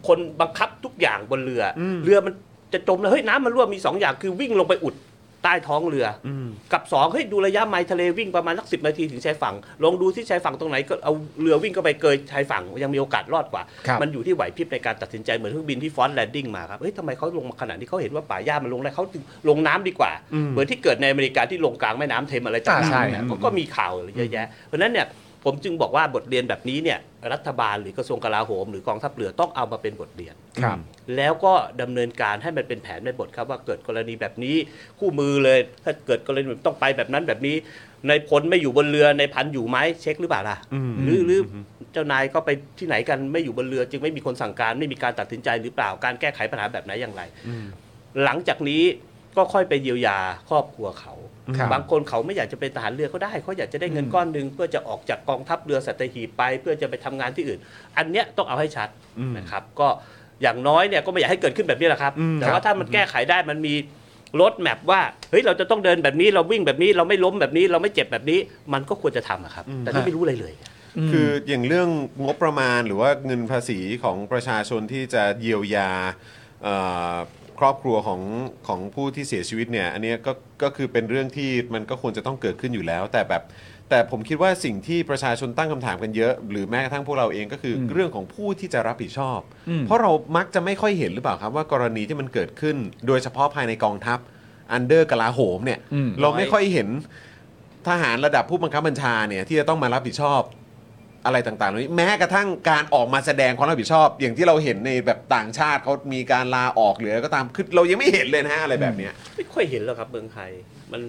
S3: คนบังคับทุกอย่างบนเรืออเรือมันจะจมแล้วเฮ้ยน้ำมันรั่วมีสองอย่างคือวิ่งลงไปอุดใต้ท้องเรืออ กับสองเฮ้ยดูระยะไมล์ทะเลวิ่งประมาณสักสินาทีถึงชายฝั่ง ลองดูที่ชายฝั่งตรงไหนก็เอาเรือวิ่งเข้าไปเกยชายฝั่งยังมีโอกาสรอดกว่า
S2: ครับ
S3: มันอยู่ที่ไหวพริบในการตัดสินใจเหมือนเครื่องบินที่ฟอนต์แลนดิ้งมาครับเฮ้ยทำไมเขาลงมาขนาดนี้เขาเห็นว่าป่าหญ้ามันลงแล้วเขาถึงลงน้ำดีกว่า เหมือนที่เกิดในอเมริกาที่ลงกลางแม่น้ำเทมอะไรต่าง
S2: อ่าใช่
S3: ๆเนี่ย
S2: อืม
S3: ก็ก็มีข่าวเยอะแยะเพราะฉะนั้นเนี่ยผมจึงบอกว่าบทเรียนแบบนี้เนี่ยรัฐบาลหรือกระทรวงกลาโหมหรือกองทัพเรือต้องเอามาเป็นบทเรียน
S2: ครับ
S3: แล้วก็ดำเนินการให้มันเป็นแผนในบทครับว่าเกิดกรณีแบบนี้คู่มือเลยถ้าเกิดกรณีแบบต้องไปแบบนั้นแบบนี้ในพลไม่อยู่บนเรือในพันอยู่ไหมเช็คหรือเปล่าล่ะหรือหรือเจ้านายก็ไปที่ไหนกันไม่อยู่บนเรือ จึงไม่มีคนสั่งการไม่มีการตัดสินใจหรือเปล่าการแก้ไขปัญหาแบบไหนอย่างไร หลังจากนี้ ก็ค่อยไปเยียวยาครอบครัวเขา
S2: ครับ
S3: งคนเขาไม่อยากจะเป็นทหารเรือก็ได้เขาอยากจะได้เงินก้อนหนึ่งเพื่อจะออกจากกองทัพเรือสัตหีบไป เพื่อจะไปทำงานที่อื่น อันเนี้ยต้องเอาให้ชัดนะครับ ก็อย่างน้อยเนี่ยก็ไม่อยากให้เกิดขึ้นแบบนี้แหละครับ แต่ว่าถ้ามันแก้ไขได้มันมีรถแมพว่าเฮ้ยเราจะต้องเดินแบบนี้เราวิ่งแบบนี้เราไม่ล้มแบบนี้เราไม่เจ็บแบบนี้ มันก็ควรจะทำอะครับ แต่นี่ไม่รู้อะไรเลย
S1: คืออย่างเรื่องงบประมาณหรือว่าเงินภาษีของประชาชนที่จะเยียวยาเอ่อครอบครัวของของผู้ที่เสียชีวิตเนี่ยอันเนี้ยก็ก็คือเป็นเรื่องที่มันก็ควรจะต้องเกิดขึ้นอยู่แล้ว แต่แบบแต่ผมคิดว่าสิ่งที่ประชาชนตั้งคำถามกันเยอะ หรือแม้กระทั่งพวกเราเองก็คือเรื่องของผู้ที่จะรับผิดชอบ เพราะเรามักจะไม่ค่อยเห็นหรือเปล่าครับว่ากรณีที่มันเกิดขึ้น โดยเฉพาะภายในกองทัพอันเดอร์กลาโหมเนี่ย
S2: อืม
S1: เราไม่ค่อยเห็น ทหารระดับผู้บังคับบัญชาเนี่ยที่จะต้องมารับผิดชอบอะไรต่างๆเหล่านี้ แม้กระทั่งการออกมาแสดงความรับผิดชอบ อย่างที่เราเห็นในแบบต่างชาติเขามีการลาออกหรืออะไรก็ตามคือเรายังไม่เห็นเลยนะฮะอะไรแบบเนี้ย
S3: ไม่ค่อยเห็นหรอกครับเมืองไทย มัน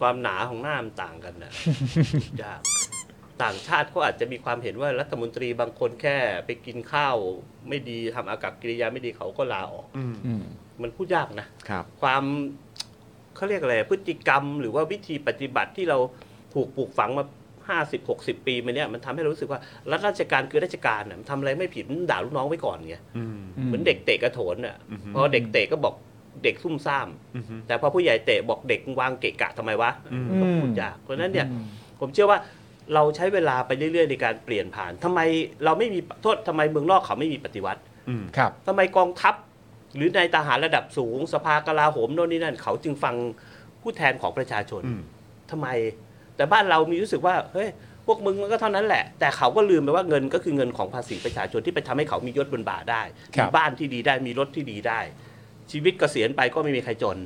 S3: ความหนาของหน้ามันต่างกัน นะ ยากต่างชาติเขาอาจจะมีความเห็นว่ารัฐมนตรีบางคนแค่ไปกินข้าวไม่ดีทำอากับกิริยาไม่ดีเขาก็ลาออก
S1: อืม
S2: อืม
S3: มันพูดยากนะ
S1: ครับ
S3: ความเขาเรียกอะไรพฤติกรรมหรือว่าวิธีปฏิบัติที่เราถูกปลูกฝังมา 50 60 ปีมาเนี่ยมันทำให้เรารู้สึกว่ารัฐราชการคือราชการน่ะมันทำอะไรไม่ผิดมันด่าลูกน้องไว้ก่อนไง
S1: อืม
S3: เหมือนเด็กเตะกระโถนอ่ะพอเด็กเตะก็บอกเด็กซุ่มซ่าม
S1: อือฮึ
S3: แต่พอผู้ใหญ่เตะบอกเด็กวางเกะกะทำไมวะก็พูดยากเพราะฉะนั้นเนี่ยผมเชื่อว่าเราใช้เวลาไปเรื่อยๆในการเปลี่ยนผ่านทำไมเราไม่มีโทษทำไมเมืองนอกเขาไม่มีปฏิวัติ
S2: ครับ
S3: ทำไมกองทัพ หรือนายทหารระดับสูง สภากลาโหมโน่นนี่นั่น เขาจึงฟังผู้แทนของประชาชนทำไม แต่บ้านเรามีรู้สึกว่าเฮ้ยพวกมึงมันก็เท่านั้นแหละ แต่เขาก็ลืมไปว่าเงินก็คือเงินของภาษีประชาชนที่ไปทำให้เขามียศบนบ่าได้
S2: ครั
S3: มี
S2: บ
S3: บ้านที่ดีได้มีรถที่ดีได้ ชีวิตเกษียณไปก็ไม่มีใครจน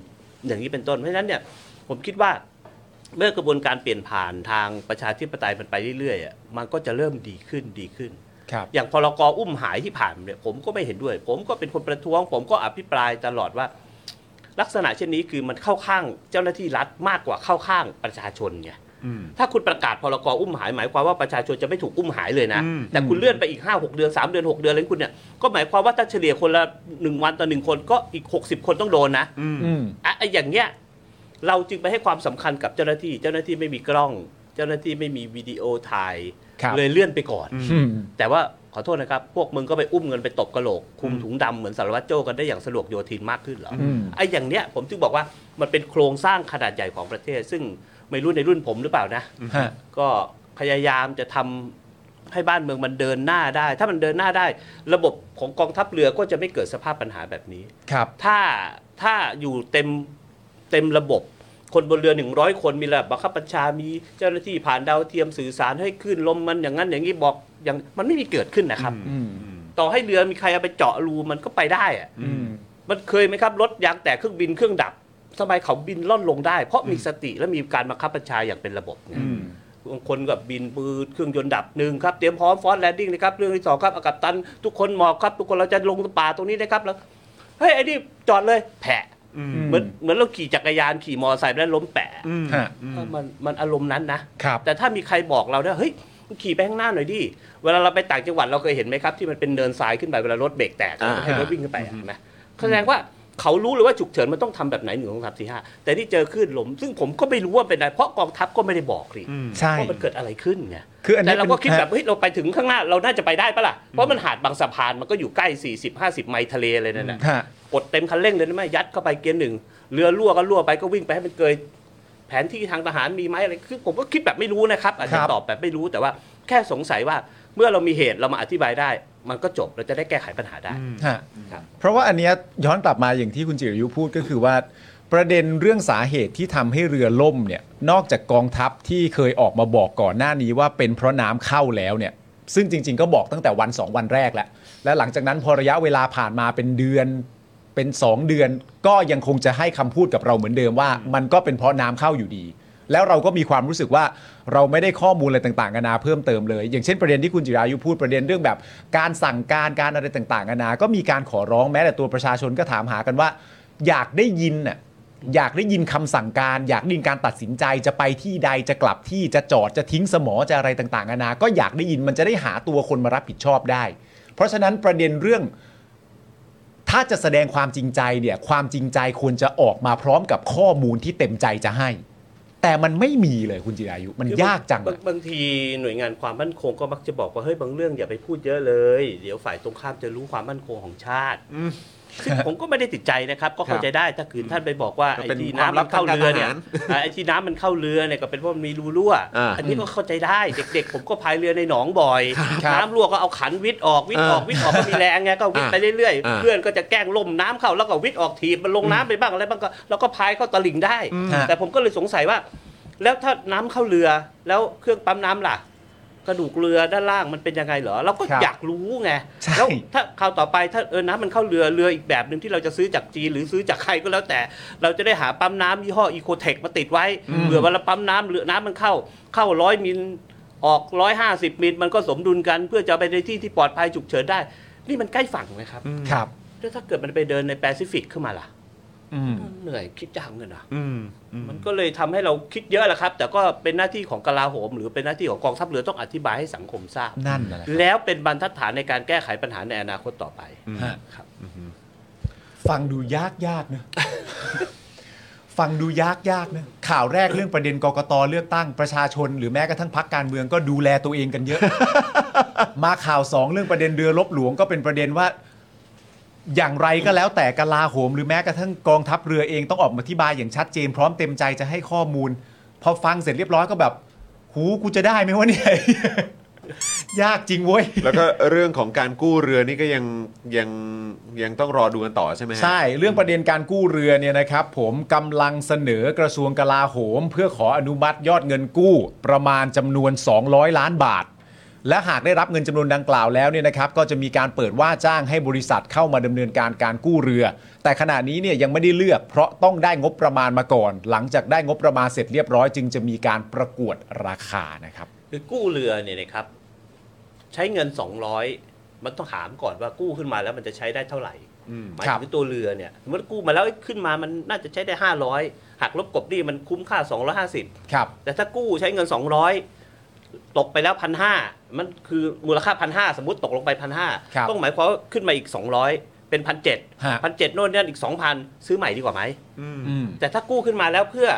S3: อย่างนี้เป็นต้นเพราะฉะนั้นเนี่ยผมคิดว่าเมื่อกระบวนการเปลี่ยนผ่านทางประชาธิปไตยมันไปเรื่อยๆอ่ะมันก็จะเริ่มดีขึ้นดีขึ้น
S2: ครับ
S3: อย่างพรกอุ้มหายที่ผ่านเนี่ยผมก็ไม่เห็นด้วย ผมก็เป็นคนประท้วง ผมก็อภิปรายตลอดว่า ลักษณะเช่นนี้คือมันเข้าข้างเจ้าหน้าที่รัฐมากกว่าเข้าข้างประชาชนไงถ้าคุณประกาศพรกอุ้มหายหมายความว่าประชาชนจะไม่ถูกอุ้มหายเลยนะ แต่คุณเลื่อนไปอีก 5 6 เดือน 3 เดือน 6 เดือนอะไรของคุณเนี่ยก็หมายความว่าถ้าเฉลี่ยคนละ 1 วันต่อหนึ่งคนก็อีก 60 คนต้องโดนนะ
S2: อืม
S3: อะไอ้อย่างเงี้ยเราจึงไปให้ความสำคัญกับเจ้าหน้าที่ เจ้าหน้าที่ไม่มีกล้อง เจ้าหน้าที่ไม่มีวิดีโอถ่าย
S2: ครับ
S3: เลยเลื่อนไปก่อน
S2: อืม
S3: แต่ว่าขอโทษนะครับ พวกมึงก็ไปอุ้มเงินไปตบกระโหลกคุมถุงดำเหมือนสารวัตรโจ้กันได้อย่างสะดวกโยธินมากขึ้นเหรออ
S2: ม
S3: ไอ้อย่างเนี้ยผมถึงบอกว่ามันเป็นโครงสร้างขนาดใหญ่ของประเทศ ซึ่งไม่รู้ในรุ่นผมหรือเปล่านะ
S2: ฮะ
S3: ก็พยายามจะทำให้บ้านเมืองมันเดินหน้าได้ ถ้ามันเดินหน้าได้ ระบบของกองทัพเรือก็จะไม่เกิดสภาพปัญหาแบบนี้
S2: ครับ
S3: ถ้าถ้าอยู่เต็มเต็มระบบ คนบนเรือ 100 คนมีระดับบังคับบัญชา มีเจ้าหน้าที่ผ่านดาวเทียมสื่อสารให้ขึ้นลมมันอย่างนั้นอย่างนี้บอกอย่างมันไม่มีเกิดขึ้นนะครับ
S2: อืม
S3: ต่อให้เรือมีใครเอาไปเจาะรูมันก็ไปได้อะ
S2: อืม
S3: มันเคยไหมครับรถยางแตกเครื่องบินเครื่องดับทำไมเขาบินล่อนลงได้ เพราะมีสติและมีการบังคับบัญชาอย่างเป็นระบบไง บางคนกับบินปืนเครื่องยนต์ดับหนึ่งครับ เตรียมพร้อมฟอสแลนดิ้งนะครับ เรื่องที่สองครับอากับตัน ทุกคนหมอบครับ ทุกคนเราจะลงป่าตรงนี้นะครับแล้วเฮ้ยไอ้นี่จอดเลยแผะเหมือนเหมือนเราขี่จักรยานขี่มอเตอร์ไซค์ไปแล้วล้มแปะ
S2: ฮะ
S3: ก็มันมันอารมณ์นั้นนะ
S2: ครับ
S3: แต่ถ้ามีใครบอกเราได้เฮ้ยขี่ไปข้างหน้าหน่อยดิเวลาเราไปต่างจังหวัดเราเคยเห็นไหมครับ ที่มันเป็นเนินทรายขึ้นไปเวลารถเบรกแตก
S1: อ่า
S3: ให้รถวิ่งขึ้นไปอ่ะเห็นไหมแสดงว่าเขารู้เลยว่าฉุกเฉินมันต้องทำแบบไหนหนึ่งสองสามสี่ห้าแต่ที่เจอคลื่นลม ซึ่งผมก็ไม่รู้ว่าเป็นอะไรเพราะกองทัพก็ไม่ได้บอกนี่
S2: ใช่
S3: ว่ามันเกิดอะไรขึ้นไง
S2: คืออันนี้
S3: แต่เราก็
S2: เป็น
S3: คิดแบบ
S2: ฮะ
S3: เฮ้ยเราไปถึงข้างหน้าเราน่าจะไปได้ปะล่ะ เพราะมันหาดบางสะพานมันก็อยู่ใกล้ 40 50 ไมล์ทะเลเลยนั่นแหละ
S2: ฮะ
S3: กดเต็มคันเร่งเลยนะแม่ยัดเข้าไปเกียร์หนึ่งเรือรั่วก็รั่วไปก็วิ่งไปให้มันเกย แผนที่ทางทหารมีไหมอะไรคือผมก็คิดแบบไม่รู้นะครับอาจ
S2: ครั
S3: จะ
S2: บ
S3: ตอบแบบไม่รู้แต่ว่าแค่สงสัยว่าเมื่อเรามีเหตุเรามาอธิบายได้ มันก็จบเราจะได้แก้ไขปัญหาได้
S2: ฮะ
S3: ครับ
S2: เพราะว่าอันเนี้ยย้อนกลับมาอย่างที่คุณจิรยุพูดก็คือว่า ประเด็นเรื่องสาเหตุที่ทำให้เรือล่มเนี่ยนอกจากกองทัพที่เคยออกมาบอกก่อนหน้านี้ว่าเป็นเพราะน้ำเข้าแล้วเนี่ย ซึ่งจริง ๆ ก็บอกตั้งแต่วัน 2 วันแรกแล้ว และหลังจากนั้นพอระยะเวลาผ่านมาเป็นเดือน เป็น 2 เดือน ก็ยังคงจะให้คำพูดกับเราเหมือนเดิมว่า มันก็เป็นเพราะน้ำเข้าอยู่ดี แล้วเราก็มีความรู้สึกว่าเราไม่ได้ข้อมูลอะไรต่างๆกันานาเพิ่มเติมเลย อย่างเช่นประเด็นที่คุณจิรายุพูดประเด็นเรื่องแบบ การสั่งการการอะไรต่างๆกันานาก็มีการขอร้องแม้แต่ตัวประชาชนก็ถามหากันว่า อยากได้ยินน่ะอยากได้ยินคำสั่งการ อยากได้ยินการตัดสินใจจะไปที่ใดจะกลับที่จะจอดจะทิ้งสมอจะอะไรต่างๆกันานาก็อยากได้ยินมันจะได้หาตัวคนมารับผิดชอบได้ เพราะฉะนั้นประเด็นเรื่อง ถ้าจะแสดงความจริงใจเนี่ยความจริงใจควรจะออกมาพร้อมกับข้อมูลที่เต็มใจจะให้ แต่มันไม่มีเลยคุณจิรายุ มัน
S3: คือย
S2: ากจัง
S3: บา
S2: อะ
S3: บางทีหน่วยงานความมั่นคงก็มักจะบอกว่าเฮ้ยบางเรื่องอย่าไปพูดเยอะเลย เดี๋ยวฝ่ายตรงข้ามจะรู้ความมั่นคงของชาติซึ่ง ผมก็ไม่ได้ติดใจนะครับ ก็เข้าใจได้ถ้าคืนท่านไปบอกว่า
S1: ก็
S3: ไอ้
S1: เป็น
S3: ที่
S1: ความ
S3: น้ำ
S1: ลั
S3: มั
S1: บ
S3: นเข้าเรือเนี่ย
S1: ทางการทหาร
S3: ไอ้ที่น้ำมันเข้าเรือเนี่ยก็เป็นเพราะมันมีรูรั่ว
S1: อ่า
S3: อันนี้ก็เข้าใจได้เด็ก ๆ ผมก็พายเรือในหนองบ่อย
S2: ครับ
S3: น้ำรั่วก็เอาขันวิทย์ออกวิทย์ออก
S1: อ่า
S3: วิทย์ออกก็มีแรงไงก็วิทย์
S1: อ่า
S3: ไปเรื่อย
S1: อ่า
S3: ๆ เพื่อนก็จะแกล้งล่มน้ำเข้าแล้วก็วิทย์ออกถีบมันลงน้ำไปบ้างอะไรบ้างก็แล้วก็พายเข้าตลิ่งได้
S2: ฮะ
S3: แต่ผมก็เลยสงสัยว่า แล้วถ้าน้ำเข้าเรือแล้วเครื่องปั๊มน้ำล่ะ กระดูกเรือด้านล่างมันเป็นยังไงเหรอเราก็
S2: ครับ
S3: อยากรู้ไง
S2: ใช่
S3: แล้วถ้าคราวต่อไปถ้าเออน้ำมันเข้าเรือเรืออีกแบบหนึ่งที่เราจะซื้อจากจีนหรือซื้อจากใครก็แล้วแต่ เราจะได้หาปั๊มน้ำยี่ห้ออีโคเทคมาติดไว้เผื่อเวันละปั๊มน้ำเรือน้ำมันเข้า เข้าร้อยมิลออกร้อยห้าสิบมิลมันก็สมดุลกัน เพื่อจะเอาไปในที่ที่ปลอดภัยฉุกเฉินได้ นี่มันใกล้ฝั่งไหมครับ
S2: ครับ
S3: แล้วถ้าเกิดมันไปเดินในแปซิฟิกขึ้นมาล่ะ
S2: อืม
S3: เหนื่อยคิดยากเงินอ่ะ
S1: อืม
S3: มันก็เลยทำให้เราคิดเยอะแหละครับ แต่ก็เป็นหน้าที่ของกลาโหม หรือเป็นหน้าที่ของกองทัพเรือต้องอธิบายให้สังคมทราบ
S2: นั่นแหละครับ
S3: แล้วเป็นบรรทัดฐานในการแก้ไขปัญหาในอนาคตต่อไป
S2: ฮะ
S3: ครับ
S2: ฟังดูยากยากๆนะ ฟังดูยากยากๆนะ ข่าวแรกเรื่องประเด็นกกตเลือกตั้งประชาชน หรือแม้กระทั่งพักการเมืองก็ดูแลตัวเองกันเยอะ มาข่าวสองเรื่องประเด็นเรือลบหลวงก็เป็นประเด็นว่า อย่างไรก็แล้วแต่กลาโหม หรือแม้กระทั่งกองทัพเรือเองต้องออกมาอธิบายอย่างชัดเจน พร้อมเต็มใจจะให้ข้อมูล พอฟังเสร็จเรียบร้อยก็แบบ หูกูจะได้ไหมวะเนี่ย ยากจริงเว้ย
S1: แล้วก็เรื่องของการกู้เรือนี่ก็ยังยังยังต้องรอดูกันต่อใช่ไหมฮะ
S2: ใช่ เรื่องประเด็นการกู้เรือเนี่ยนะครับ ผมกำลังเสนอกระทรวงกลาโหม เพื่อขออนุมัติยอดเงินกู้ประมาณจำนวน 200 ล้านบาท และหากได้รับเงินจำนวนดังกล่าวแล้วเนี่ยนะครับ ก็จะมีการเปิดว่าจ้างให้บริษัทเข้ามาดำเนินการการกู้เรือ แต่ขณะนี้เนี่ยยังไม่ได้เลือก เพราะต้องได้งบประมาณมาก่อน หลังจากได้งบประมาณเสร็จเรียบร้อยจึงจะมีการประกวดราคานะครับ
S3: คือกู้เรือเนี่ยนะครับ ใช้เงิน 200 มันต้องถามก่อนว่ากู้ขึ้นมาแล้วมันจะใช้ได้เท่าไหร่หมาย
S2: ครับ
S3: ถึงตัวเรือเนี่ยสมมติกู้มาแล้วขึ้นมามันน่าจะใช้ได้ 500หักลบกบหนี่มันคุ้มค่า 250
S2: ครับ
S3: แต่ถ้ากู้ใช้เงิน 200 ตกไปแล้วพันห้ามันคือมูลค่าพันห้าสมมติตกลงไปพันห้า
S2: ครับ
S3: ต้องหมายความว่าขึ้นมาอีก 200 เป็นพันเจ็ด
S2: ฮะ
S3: พันเจ็ดโน่นนี่นอีก 2,000 ซื้อใหม่ดีกว่าไหม
S2: อืม
S3: แต่ถ้ากู้ขึ้นมาแล้วเพื่อ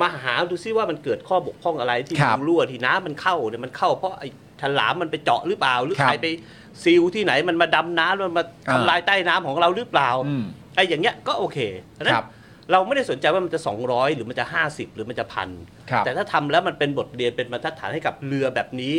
S3: มาหาดูซิว่ามันเกิดข้อบกพร่องอะไรที่
S2: ครับ
S3: รูรั่วที่น้ำมันเข้าเนี่ยมันเข้าเพราะไอ้ฉลามมันไปเจาะหรือเปล่า หรือ
S2: ครับ
S3: ใครไปซิลที่ไหนมันมาดำน้ำมันมา
S2: อ่า
S3: ทำลายใต้น้ำของเราหรือเปล่า
S2: อืม
S3: ไอ้อย่างเงี้ยก็โอเคดังนั้
S2: คน รับ
S3: เราไม่ได้สนใจว่ามันจะ 200 หรือมันจะ 50 หรือมันจะพัน
S2: ครับ
S3: แต่ถ้าทำแล้วมันเป็นบทเรียนเป็นบรรทัดฐานให้กับเรือแบบนี้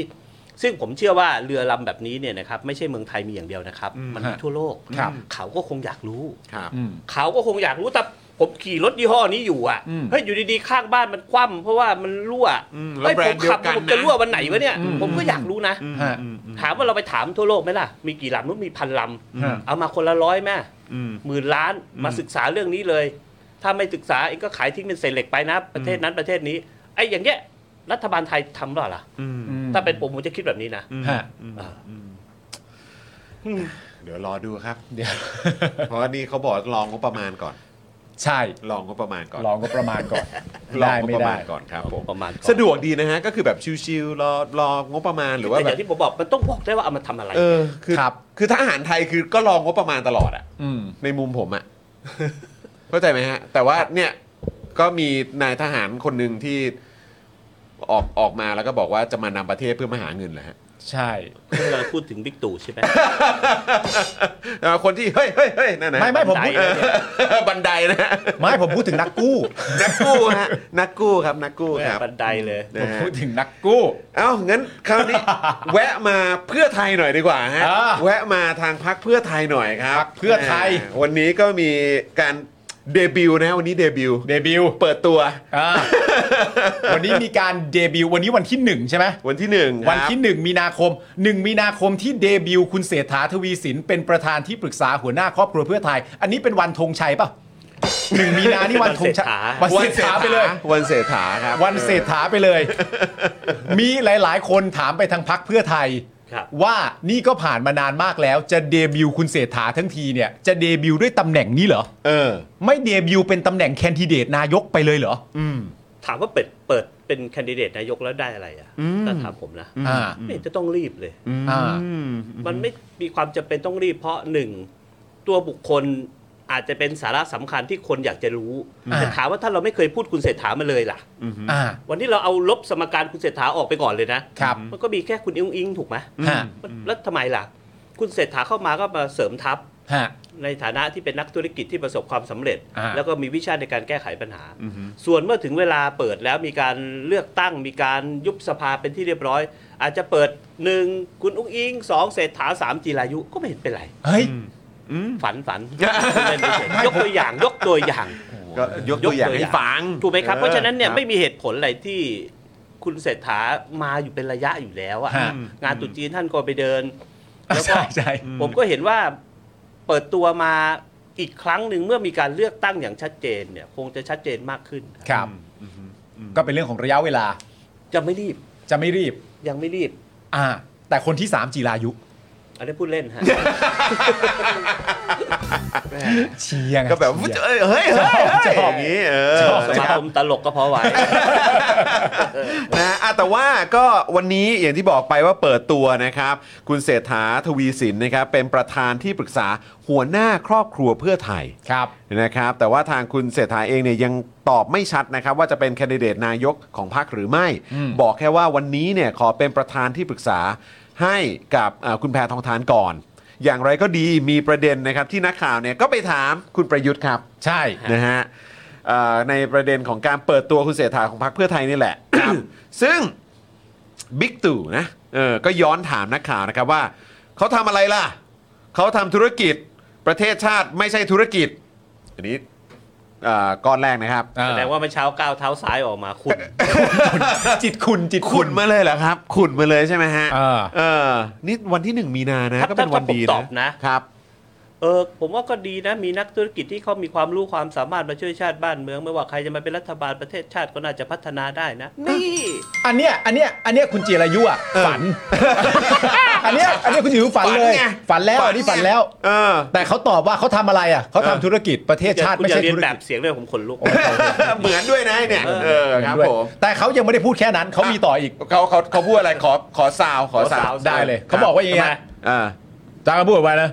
S3: ซึ่งผมเชื่อว่าเรือลำแบบนี้เนี่ยนะครับไม่ใช่เมืองไทยมีอย่างเดียวนะครับ มันมีทั่วโลก
S2: ครับ
S3: เขาก็คงอยากรู้
S1: ครับ
S2: อืม
S3: เขาก็คงอยากรู้แต่ผมขี่รถยี่ห้อนี้อยู่อ่ะ
S2: อืม
S3: เฮ้ยอยู่ดีๆข้างบ้านมันคว่ำเพราะว่ามันรั่ว
S1: อืมแล้ว
S3: เฮ้ย
S1: แบรน
S3: ผ
S1: ด์
S3: ม
S1: เดียว
S3: ขับ
S1: กันนะ
S3: ผมจะรั่ววันไหนวะเนี่ย
S2: อืม
S3: ผมก็อยากรู้นะ
S2: ฮะ
S3: ถามว่าเราไปถามทั่วโลกไหมล่ะ มีกี่ลำนู้นมีพันล
S2: ฮะ
S3: ำเอามาคนละร้อยแม่
S1: อืม
S3: หมื่นล้านมาศึกษาเรื่องนี้เลย ถ้าไม่ศึกษาเองก็ขายทิ้งเป็นเศษเหล็กไปนะ ประเทศนั้นประเทศนี้ ไอ้อย่างเงี้ยรัฐบาลไทยทำหรอล่ะ
S1: อืม
S2: อืม
S3: ถ้าเป็นผมผมจะคิดแบบนี้นะ
S2: ฮะ
S3: อ่า
S1: เดี๋ยวรอดูครับ
S2: เดี๋ยว
S1: เพราะว่านี่เขาบอกลองงบประมาณก่อน
S2: ใช่
S1: ลองงบประมาณก่อน
S2: ลองก็ประมาณก่อน
S1: ลอง
S2: ได้
S1: งบ
S2: ไม่
S1: ประ
S2: ได้
S1: มาณก่อนครับผม
S3: ประมาณก่อน
S1: สะดวกดีนะฮะ ก็คือแบบชิวๆรอรองบประมาณหรือว่า
S3: แต่อ
S1: แบบ
S3: ย่างที่ผมบอกมันต้องบอกได้ว่าเอามาทำอะไร
S1: เออ คือ
S2: ครับ
S1: คือถ้าอาหารไทยคือก็รองงบประมาณตลอดอะ
S2: อืม
S1: ในมุมผมอะ เข้าใจไหมฮะ แต่ว่าเนี่ยก็มีนายทหารคนหนึ่งที่ออกออกมาแล้วก็บอกว่าจะมานำประเทศเพื่อมาหาเงินแหละฮะ
S2: ใช่
S3: คุณกำลังพูดถึงบิ๊กตู่ใช่ไหม
S1: เอ่อคนที่เฮ้ยเฮ้ยเฮ้ยนั่นนะ
S2: ไม่ไม่ผมพูด
S1: เออ บันไดนะฮะ
S2: ไม่ผมพูดถึงนักกู้
S1: นักกู้ฮะนักกู้ครับนักกู้ครับ
S3: บันไดเลย
S2: ผ
S1: นะ
S2: ม
S1: ฮะ
S2: พูดถึงนักกู้
S1: เอ้างั้นคราวนี้ แวะมาเพื่อไทยหน่อยดีกว่าฮะ
S2: อ่า
S1: แวะมาทางพักเพื่อไทยหน่อยครับ
S2: พรรคเพื่อไทย
S1: าวันนี้ก็มีการเดบิวต์นะฮะวันนี้เดบิวต์
S2: เดบิวต์
S1: เปิดตัว
S2: อ่าวันนี้มีการเดบิวต์วันนี้วันที่หนึ่งใช่ไหม
S1: วันที่หนึ่งครับ
S2: วันที่หนึ่งมีนาคมหนึ่งมีนาคมที่เดบิวต์คุณเศรษฐาทวีสินเป็นประธานที่ปรึกษาหัวหน้าครอบครัวเพื่อไทย อันนี้เป็นวันธงชัยป่ะหนึ่งมีนานี่วันธงชัยวันเศรษฐาไปเลย
S1: วันเศรษฐาครับ
S2: วันเศรษฐาไปเลย มีหลาย ๆ คนถามไปทางพักเพื่อไทย
S3: ครับ
S2: ว่านี่ก็ผ่านมานานมากแล้ว จะเดบิวต์คุณเศรษฐาทั้งทีเนี่ย จะเดบิวต์ด้วยตำแหน่งนี้เหรอ
S1: เออ
S2: ไม่เดบิวต์เป็นตำแหน่งแคนดิเดตนายกไปเลยเหรอ
S3: ถามว่าเปิดเปิดเป็นแคนดิเดตนายกแล้วได้อะไรอ่ะถ้าถามผมนะ
S2: อ่า
S3: ไม่เห็นจะต้องรีบเลย
S2: อ่า
S3: มันไม่มีความจำเป็นต้องรีบเพราะหนึ่ง ตัวบุคคลอาจจะเป็นสาระสำคัญที่คนอยากจะรู้
S2: อ่า
S3: แต่ถามว่าถ้าเราไม่เคยพูดคุณเศรษฐามาเลยล่ะ
S2: อ่า
S3: วันนี้เราเอาลบสมการคุณเศรษฐาออกไปก่อนเลยนะ
S2: ครับ
S3: มันก็มีแค่คุณอิงอิงถูกไหม
S2: ฮะ
S3: มันแล้วทำไมล่ะ คุณเศรษฐาเข้ามาก็มาเสริมทัพ
S2: ฮะ
S3: ในฐานะที่เป็นนักธุรกิจที่ประสบความสำเร็จ
S2: อ่า
S3: แล้วก็มีวิชาในการแก้ไขปัญหา ส่วนเมื่อถึงเวลาเปิดแล้วมีการเลือกตั้งมีการยุบสภาเป็นที่เรียบร้อย อาจจะเปิดหนึ่งคุณอุ้งอิงสองเศรษฐาสามจีรายุก็ไม่เห็นเป็นไร
S2: เฮ้ย
S3: ฝันฝันเล่นเฉยๆยกตัวอย่างยกตัวอย่าง
S1: ก็ยกตัวอย่างให้ฟัง
S3: ถูกไหมครับ เพราะฉะนั้นเนี่ย
S1: ออ
S3: ไม่มีเหตุผลอะไรที่คุณเศรษฐามาอยู่เป็นระยะอยู่แล้วอะ
S2: ฮะ
S3: งานตรุษจีนท่านก็ไปเดิน แล้วก็
S2: ใช่ใช่
S3: ผมก็เห็นว่าเปิดตัวมาอีกครั้งหนึ่งเมื่อมีการเลือกตั้งอย่างชัดเจนเนี่ย คงจะชัดเจนมากขึ้น
S2: ครับ ก็เป็นเรื่องของระยะเวลา
S3: จะไม่รีบ
S2: จะไม่รีบ
S3: ยังไม่รีบ
S2: อ่า แต่คนที่ 3 จีรายุ
S3: อันนี้พูดเล่น ฮะ
S2: เชียร์ไง
S1: ก็แบบ
S2: เชียร์
S1: เอ้ยเฮ้ยเฮ้ยเฮ้ยอย่างนี้เออ
S3: สมาคมตลกก็พ อไหว
S1: นะอ่ะแต่ว่าก็วันนี้อย่างที่บอกไปว่าเปิดตัวนะครับ คุณเศรษฐาทวีสินนะครับ เป็นประธานที่ปรึกษาหัวหน้าครอบครัวเพื่อไทย
S2: ครับ
S1: นะครับแต่ว่าทางคุณเศรษฐาเองเนี่ยยังตอบไม่ชัดนะครับ ว่าจะเป็นแคนดิเดตนายกของพรรคหรือไม่ บอกแค่ว่าวันนี้เนี่ยขอเป็นประธานที่ปรึกษาให้กับเอ่อคุณแพทองทานก่อน อย่างไรก็ดีมีประเด็นนะครับที่นักข่าวเนี่ยก็ไปถามคุณประยุทธ์ครับ
S2: ใช่
S1: นะฮะเอ่อในประเด็นของการเปิดตัวคุณเศรษฐาของพรรคเพื่อไทยนี่แหละ ซึ่งบิ๊กตู่นะเออก็ย้อนถามนักข่าวนะครับว่า เขาทำอะไรล่ะ เขาทำธุรกิจประเทศชาติไม่ใช่ธุรกิจ อันนี้เอ่อก้อนแรกนะครับ
S2: อ่
S3: แสดงว่าเมื่อเช้าก้าวเท้าซ้ายออกมาคุณ
S2: จิตคุณจิต
S1: ขุ
S2: คุ
S1: น
S2: ณ
S1: มาเลยเหรอครับ ขุนมาเลยใช่ไหมฮะ
S2: เออ
S1: เออนี่วันที่หนึ่งมีนานะ
S3: ถ้า
S1: ก็เป็นวันดี
S3: ถ้าผมตอบนะ
S1: ครับ
S3: เออผมว่าก็ดีนะ มีนักธุรกิจที่เขามีความรู้ความสามารถมาช่วยชาติบ้านเมือง ไม่ว่าใครจะมาเป็นรัฐบาลประเทศชาติก็น่าจะพัฒนาได้นะ นี่
S2: อันเนี้ย อันเนี้ย อันเนี้ยคุณจีรายุอ่ะ ฝัน อันเนี้ย อันเนี้ยคุณจีรายุฝันเลย
S1: ฝันไง
S2: ฝันแล้วอันนี้ฝันแล้ว
S1: เออ
S2: แต่เขาตอบว่าเขาทำอะไรอ่ะ เขาทำธุรกิจประเทศชาติ
S3: คุณ
S2: ไม่
S3: อย่า
S2: ใช่
S3: เรียน
S2: ธุร
S3: แบ
S2: กิจ
S3: บเสียงเลยผมขน ลุก
S1: เหมือนด้วยนะไอ้เนี่ยเออครับ
S2: ด้วย
S1: ผม
S2: แต่เขายังไม่ได้พูดแค่นั้น เขามีต่ออีก
S1: เขาเขาเขาพูดอะไรขอขอซาวขอซาว
S2: ได้เลย เขาบอกว่าอย่างเงี้ย
S1: อ่า
S2: จางก็พูดออกไปนะ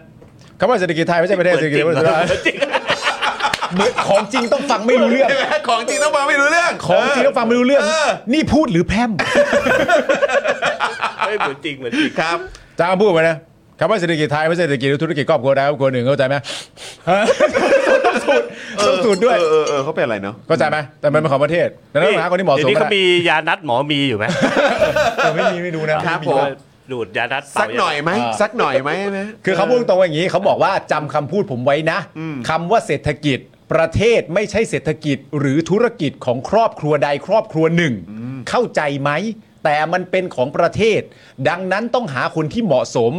S2: เขาว่าเศรษฐกิจไทยไม่ใช่ประเทศเศรษฐกิจประเทศ เหมือนของจริงต้องฟังไม่รู้เรื่อง
S1: ใช่ไหมของจริงต้องมาไม่รู้เรื่อง
S2: ของจริงต้องฟังไม่รู้เรื่อง นี่พูดหรือแพร่ม
S3: เฮ้ยเหมือนจริงเหมือนจริง
S1: ครับ
S2: จางพูดไปนะคำว่าเศรษฐกิจไทยไม่ใช่เศรษฐกิจหรือธุรกิจครอบครัวใดครอบครัวหนึ่งเข้าใจไหมฮะต้องสูตรต้องสูตรด้วย
S1: เออเออเออเขาเป็นอะไรเนาะ
S2: เข้าใจไหมแต่มันเป็นของประเทศดังนั้นต้องหาคนที่เหมาะส
S3: เดี๋
S2: ม
S3: ยวนี้เขา
S2: นะ
S3: มียานัดหมอมีอยู่ไหม
S2: เออไม่มีไม่ดูนะ
S1: ครับผม
S3: ว่าดูดยานัดเปล่า
S1: สักหน่อยไหม
S2: อ่า
S1: สักหน่อยไหมนะ
S2: คือเขาพูดตรงๆว่าอย่างนี้เขาบอกว่าจำคำพูดผมไว้นะคำว่าเศรษฐกิจ ประเทศไม่ใช่เศรษฐกิจ หรือธุรกิจของครอบครัวใดครอบครัวหนึ่ง เข้าใจไหม แต่มันเป็นของประเทศ ดังนั้นต้องหาคนที่เหมาะสม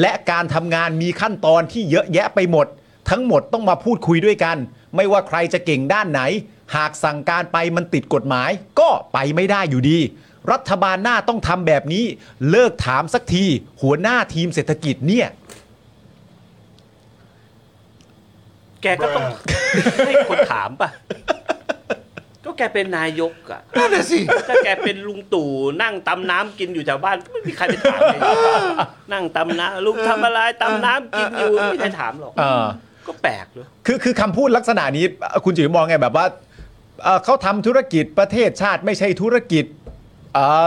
S2: และการทำงานมีขั้นตอนที่เยอะแยะไปหมด ทั้งหมดต้องมาพูดคุยด้วยกัน ไม่ว่าใครจะเก่งด้านไหน หากสั่งการไปมันติดกฎหมาย ก็ไปไม่ได้อยู่ดี รัฐบาลหน้าต้องทำแบบนี้ เลิกถามสักที หัวหน้าทีมเศรษฐกิจเนี่ย
S3: แกก็ต้องให้คนถามป่ะ ก็แกเป็นนายกอ่ะนั่นแหะสิ ถ้าแกเป็นลุงตู่นั่งตำน้ำกินอยู่แถวบ้านก็ไม่มีใครไปถามเลยนั่งตำน้ำลุงทำอะไรตำน้ำกินอยู่ไม่มีใครถามหรอก
S2: เออ
S3: ก็แปลกเลย
S2: คือคือคำพูดลักษณะนี้เอ่อคุณจุ๋ยมองไงแบบว่าเอ่อเขาทำธุรกิจประเทศชาติไม่ใช่ธุรกิจเอ่อ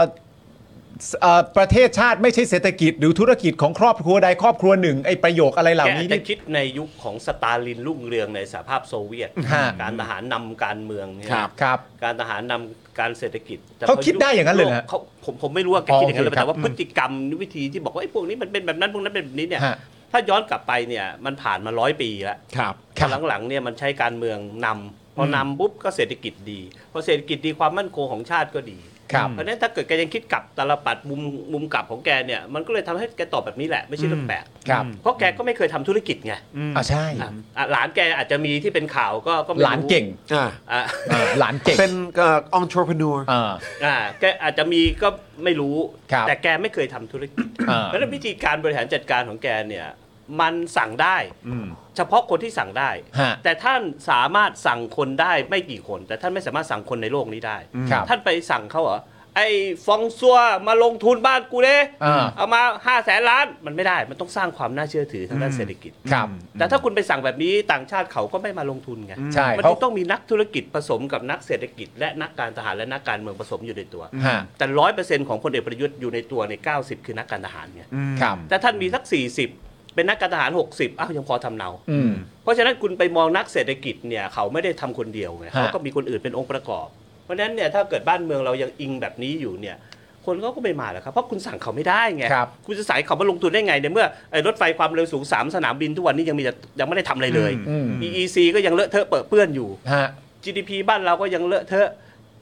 S2: สเอ่อประเทศชาติไม่ใช่เศรษฐกิจ หรือธุรกิจของครอบครัวใดครอบครัวหนึ่งไอประโยคอะไรเหล่า
S3: แก
S2: นี้
S3: จะ
S2: นี่
S3: คิดในยุคของสตาลินรุ่งเรืองในสหภาพโซเวียต
S2: ฮะ
S3: การทหารนำการเมืองเนี่ย
S1: ครับ
S2: ครับ
S3: การทหารนำการเศรษฐกิจแต่
S2: เขาคิดได้อย่างนั้นเลยเหรอฮะ
S3: ขาผมผมไม่รู้ว่าแกคิดอย่างนั้นหรือเป
S2: อ๋
S3: ล่า
S2: อ
S3: แต่ว่าพฤติกรรมวิธีที่บอกว่าไอ้พวกนี้มันเป็นแบบนั้นพวกนั้นเป็นแบบนี้เนี่ย
S2: ฮะ
S3: ถ้าย้อนกลับไปเนี่ยมันผ่านมาร้อยปีแล้ว
S1: ครับ
S2: ครับ
S3: หลังๆเนี่ยมันใช้การเมืองนำพอนำปุ๊บก็เศรษฐกิจดีพอเศรษฐกิจดีความมั่นคงของชาติก็ดี
S2: ครับ
S3: เพราะฉะนั้นถ้าเกิดแกยังคิดกลับตาลปัดมุมมุมกลับของแกเนี่ยมันก็เลยทำให้แกตอบแบบนี้แหละไม่ใช่เรื่องแปลก
S2: ครับ
S3: เพราะแกก็ไม่เคยทำธุรกิจไง
S2: อ่าใช่
S3: อ่ะอ่ะหลานแกอาจจะมีที่เป็นข่าวก็ก็ไม่รู้
S2: หลานเก่ง
S1: อ่า
S3: อ่ะ
S2: อ่าหลานเก่ง
S1: เป็นเอ่อ entrepreneur
S2: อ่า
S3: อ่าแกอาจจะมีก็ไม่รู้
S2: ครับ
S3: แต่แกไม่เคยทำธุรกิจ
S2: อ่า
S3: เพราะฉะนั้นวิธีการบริหารจัดการของแกเนี่ยมันสั่งได้ เฉพาะคนที่สั่งได้
S2: ฮะ
S3: แต่ท่านสามารถสั่งคนได้ไม่กี่คน แต่ท่านไม่สามารถสั่งคนในโลกนี้ได้
S2: ครับ
S3: ท่านไปสั่งเขาเหรอ ไอ้ฟองซัวมาลงทุนบ้านกูเด้
S2: อ่า
S3: เอามาห้าแสนล้านมันไม่ได้มันต้องสร้างความน่าเชื่อถือทางด้านเศรษฐกิจ
S2: ครับ
S3: แต่ถ้าคุณไปสั่งแบบนี้ต่างชาติเขาก็ไม่มาลงทุนไง
S2: ใช่
S3: มัน
S2: เพราะ
S3: จึงต้องมีนักธุรกิจผสมกับนักเศรษฐกิจ และนักการทหารและนักการเมืองผสมอยู่ในตัว
S2: ฮะ
S3: แต่ร้อยเปอร์เซ็นต์ของพลเอกประยุทธ์อยู่ในตัวใน 90 คือนักการทหารไง
S2: ครับ
S3: แต่ท่านมีสัก 40 เป็นนักการทหาร 60อ้าวยังพอทำเนา
S2: อืม
S3: เพราะฉะนั้นคุณไปมองนักเศรษฐกิจเนี่ยเขาไม่ได้ทำคนเดียวไง
S2: ฮะ
S3: เขาก็มีคนอื่นเป็นองค์ประกอบ เพราะฉะนั้นเนี่ยถ้าเกิดบ้านเมืองเรายังอิงแบบนี้อยู่เนี่ยคนเขาก็ไม่มาหรอกครับเพราะคุณสั่งเขาไม่ได้ไง
S2: ครับ
S3: คุณจะสั่งเขามาลงทุนได้ไงในเมื่อไอ้รถไฟความเร็วสูง 3 สนามบินทุกวันนี้ยังมีแต่ยังไม่ได้ทำอะไรเลย
S2: อืม
S3: EEC ก็ยังเลอะเทอะเปอะเปื้อนอยู่
S2: ฮะ
S3: GDP บ้านเราก็ยังเลอะเทอะ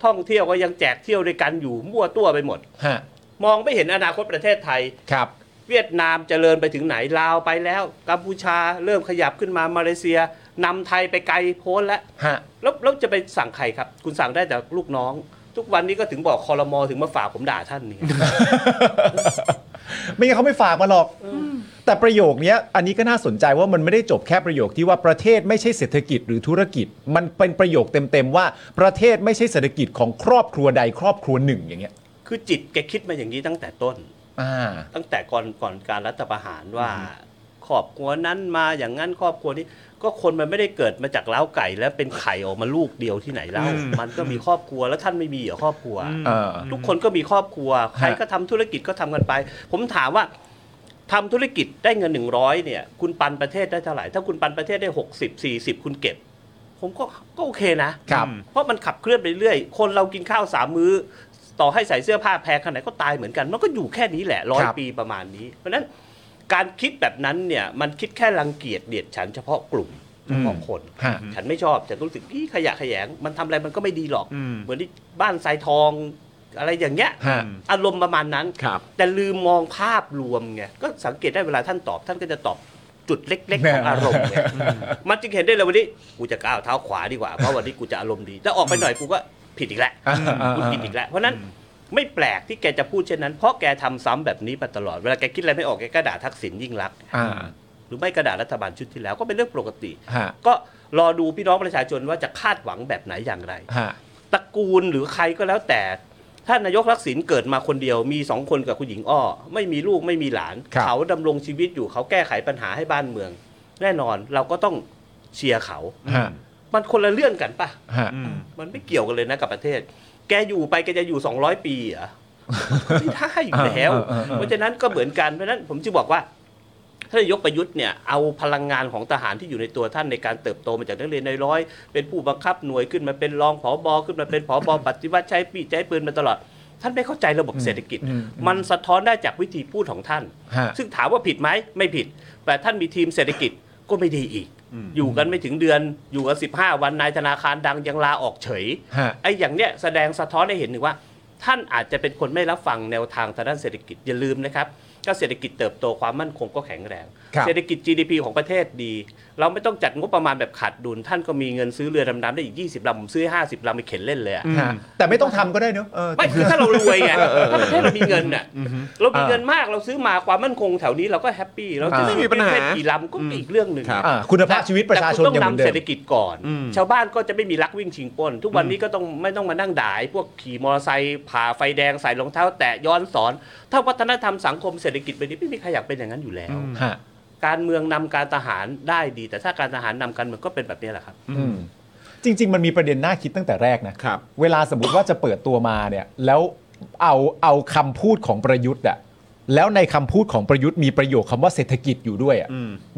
S3: ท่องเที่ยวก็ยังแจกเที่ยวด้วยกันอยู่มั่วตัวไปหมด
S2: ฮะ
S3: มองไม่เห็นอนาคตประเทศไทย
S2: ครับ
S3: เวียดนามเจริญไปถึงไหนลาวไปแล้ว กัมพูชาเริ่มขยับขึ้นมามาเลเซียนำไทยไปไกลโพ้นแล้ว
S2: ฮะ
S3: แล้วแล้วจะไปสั่งใครครับ คุณสั่งได้แต่ลูกน้อง ทุกวันนี้ก็ถึงบอกคอรมอถึงมาฝากผมด่าท่านนี่
S2: ไม่งั้นเขาไม่ฝากมาหรอก แต่ประโยคเนี้ยอันนี้ก็น่าสนใจว่ามันไม่ได้จบแค่ประโยคที่ว่าประเทศไม่ใช่เศรษฐกิจหรือธุรกิจ มันเป็นประโยคเต็มๆว่าประเทศไม่ใช่เศรษฐกิจของครอบครัวใดครอบครัวหนึ่งอย่างเงี้ย
S3: คือจิตแกคิดมาอย่างนี้ตั้งแต่ต้น
S2: อ่า
S3: ตั้งแต่ก่อนก่อนการรัฐประหารว่าครอบครัวนั้นมาอย่างนั้นครอบครัวนี้ ก็คนมันไม่ได้เกิดมาจากเล้าไก่ แล้วเป็นไข่ออกมาลูกเดียวที่ไหนเล่ามันก็มีครอบครัวแล้วท่านไม่มีเหรอครอบครัว
S2: เออ
S3: ทุกคนก็มีครอบครัว ใครก็ทำธุรกิจก็ทำกันไป ผมถามว่าทำธุรกิจได้เงิน 100เนี่ย คุณปันประเทศได้เท่าไหร่ ถ้าคุณปันประเทศได้ 60 40 คุณเก็บ ผมก็ก็โอเคนะครับ เพราะมันขับเคลื่อนไปเรื่อย คนเรากินข้าวสามมื้อ ต่อให้ใส่เสื้อผ้าแพงขนาดไหนก็ตายเหมือนกัน มันก็อยู่แค่นี้แหละร้อย
S2: ครับ
S3: ปีประมาณนี้ เพราะฉะนั้นการคิดแบบนั้นเนี่ยมันคิดแค่รังเกียจเดียดฉันเฉพาะกลุ่มเฉพาะคน
S2: ฮะ
S3: ฉันไม่ชอบฉันก็รู้สึกอี้ขยะแขยง มันทำอะไรมันก็ไม่ดีหรอก
S1: อืม
S3: เหมือนที่บ้านทรายทองอะไรอย่างเงี้ย
S2: ฮะ
S3: อารมณ์ประมาณนั้น
S1: ครับ
S3: แต่ลืมมองภาพรวมไงก็สังเกตได้เวลาท่านตอบ ท่านก็จะตอบจุดเล็ก ๆ ของอารม ณ์ไงมันจึงเห็นได้เลยวันนี้กูจะก้าวเท้าขวาดีกว่า เพราะวันนี้กูจะอารมณ์ดีแล้วออกไปหน่อยกูก็ผิดอีกแล้ว
S2: อ่าอ่า
S3: กูผิดอีกแล้ว เพราะฉะนั้นไม่แปลกที่แกจะพูดเช่นนั้น เพราะแกทำซ้ำแบบนี้มาตลอดเวลาแกคิดอะไรไม่ออกแกก็ด่าทักษิณยิ่งรักษณ์
S2: อ่า
S3: หรือไม่กระดาษรัฐบาลชุดที่แล้วก็เป็นเรื่องปกติ
S2: ฮะ
S3: ก็รอดูพี่น้องประชาชนว่าจะคาดหวังแบบไหนอย่างไร
S2: ฮะ
S3: ตระกูลหรือใครก็แล้วแต่ ถ้านายกรักษิณเกิดมาคนเดียว มีสองคนกับคุณหญิงอ้อ ไม่มีลูกไม่มีหลาน
S2: ครับ
S3: เขาดำรงชีวิตอยู่เขาแก้ไขปัญหาให้บ้านเมือง แน่นอนเราก็ต้องเชียร์เขา
S2: ฮะ
S3: มันคนละเรื่องกันปะ
S2: ฮะ
S3: มันไม่เกี่ยวกันเลยนะกับประเทศ แกอยู่ไปแกจะอยู่ 200 ปีเหรอ ไม่ได้อยู่แล้ว
S2: เออเออเออ
S3: เพราะฉะนั้นก็เหมือนกันเพราะฉะนั้นผมจะบอกว่าท่านนายกประยุทธ์เนี่ยเอาพลังงานของทหารที่อยู่ในตัวท่านในการเติบโตมาจากนักเรียนในร้อย เป็นผู้บังคับหน่วยขึ้นมาเป็นรองผอบอขึ้นมาเป็นผอบอปฏิวัติใช้ปีกใช้ปืนมาตลอด ท่านไม่เข้าใจระบบเศรษฐกิจ มันสะท้อนได้จากวิธีพูดของท่าน
S2: ฮะ
S3: ซึ่งถามว่าผิดไหมไม่ผิด แต่ท่านมีทีมเศรษฐกิจก็ไม่ดีอีก อยู่กันไม่ถึงเดือนอยู่กัน15 วันนายธนาคารดังยังลาออกเฉย
S2: ฮะ
S3: ไอ้อย่างเนี้ยแสดงสะท้อนให้เห็นถึงว่า ท่านอาจจะเป็นคนไม่รับฟังแนวทางทางด้านเศรษฐกิจอย่าลืมนะครับก็เศรษฐกิจเติบโตความมั่นคงก็แข็งแรง
S2: ครับ
S3: เศรษฐกิจ GDP ของประเทศดี เราไม่ต้องจัดงบประมาณแบบขาดดุล ท่านก็มีเงินซื้อเรือดำน้ำได้อีก 20ลำผมซื้อ 50ลำไปเข็นเล่นเลยอะ
S2: ฮะ แต่ไม่ต้องทำก็ได้เนอะเออ
S3: ไม่คือถ้าเรารวยไงถ้าประเทศเรามีเงินน่ะเรามีเงินมากเราซื้อมาความมั่นคงแถวนี้เราก็แฮปปี้เราจะ
S1: อ่า
S3: ซื้อ
S1: ไม่มีปัญหา
S3: เพศกี่ลำก็เป็นอีกเรื่องหนึ่ง
S1: ครับ
S2: อ่าคุณภาพชีวิตประชาชน
S3: แต่คุณ
S2: ยัง
S3: ต้
S2: เห
S3: อ
S2: มือนเดิม
S3: งนำเศรษฐกิจก่อน ชาวบ้านก็จะไม่มีลักวิ่งชิงปล้น ทุกวันนี้ก็ต้องไม่ต้องมานั่งด่ายพวกขี่มอเตอร์ไซค์ผ่าไฟแดงใส่รองเท้า แตะย้อนสอน ถ้าวัฒนธรรมสังคมเศรษฐกิจแบบนี้ไม่มีใครอยากเป็นอย่างนั้นอยู่แล้ว
S2: ฮะ
S3: การเมืองนำการทหารได้ดี แต่ถ้าการทหารนำการเมืองก็เป็นแบบนี้แหละครับ
S2: อืมจริง ๆ มันมีประเด็นน่าคิดตั้งแต่แรกนะ
S1: ครับ
S2: เวลาสมมติว่าจะเปิดตัวมาเนี่ย แล้วเอาเอาคำพูดของประยุทธ์อะแล้วในคำพูดของประยุทธ์มีประโยคคำว่าเศรษฐกิจอยู่ด้วยอะ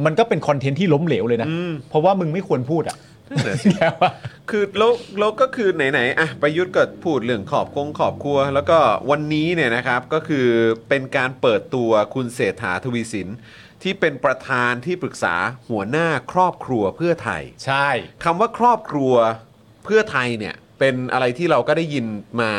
S2: มันก็เป็นคอนเทนต์ที่ล้มเหลวเลยนะ เพราะว่ามึงไม่ควรพูดอะ
S1: นั่นแหละสิ
S2: แล้วอะ
S1: คือแล้วแล้วก็คือไหนๆอ่ะประยุทธ์ก็พูดเรื่องขอบคงขอบครัว แล้วก็วันนี้เนี่ยนะครับก็คือเป็นการเปิดตัวคุณเศรษฐาทวีสิน ที่เป็นประธานที่ปรึกษาหัวหน้าครอบครัวเพื่อไทย
S2: ใช่
S1: คำว่าครอบครัวเพื่อไทยเนี่ยเป็นอะไรที่เราก็ได้ยินมา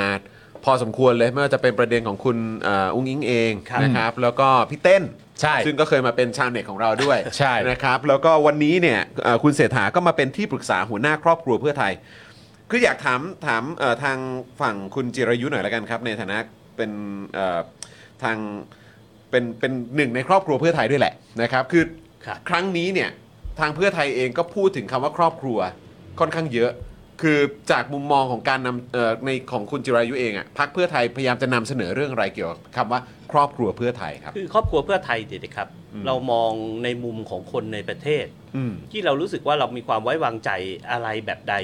S1: พอสมควรเลยไม่ว่าจะเป็นประเด็นของคุณเอ่ออุ้งอิงเองนะครับ แล้วก็พี่เต้น
S2: ใช่
S1: ซึ่งก็เคยมาเป็นชาวเน็ตของเราด้วย
S2: ใช่
S1: นะครับแล้วก็วันนี้เนี่ยเอ่อคุณเศรษฐาก็มาเป็นที่ปรึกษาหัวหน้าครอบครัวเพื่อไทย คืออยากถามถามเอ่อทางฝั่งคุณจิรายุหน่อยละกันครับ ในฐานะเป็นเอ่อทางเป็นเป็นหนึ่งในครอบครัวเพื่อไทยด้วยแหละนะครับคือ
S3: ครับ
S1: ครั้งนี้เนี่ยทางเพื่อไทยเองก็พูดถึงคำว่าครอบครัวค่อนข้างเยอะ คือจากมุมมองของการนำเอ่อในของคุณจิรายุเองอ่ะพักเพื่อไทยพยายามจะนำเสนอเรื่องอะไรเกี่ยวกับคำว่าครอบครัวเพื่อไทยครับ
S3: คือครอบครัวเพื่อไทยเด็ดครับ เรามองในมุมของคนในประเทศ
S1: อืม
S3: ที่เรารู้สึกว่าเรามีความไว้วางใจอะไรแบบใด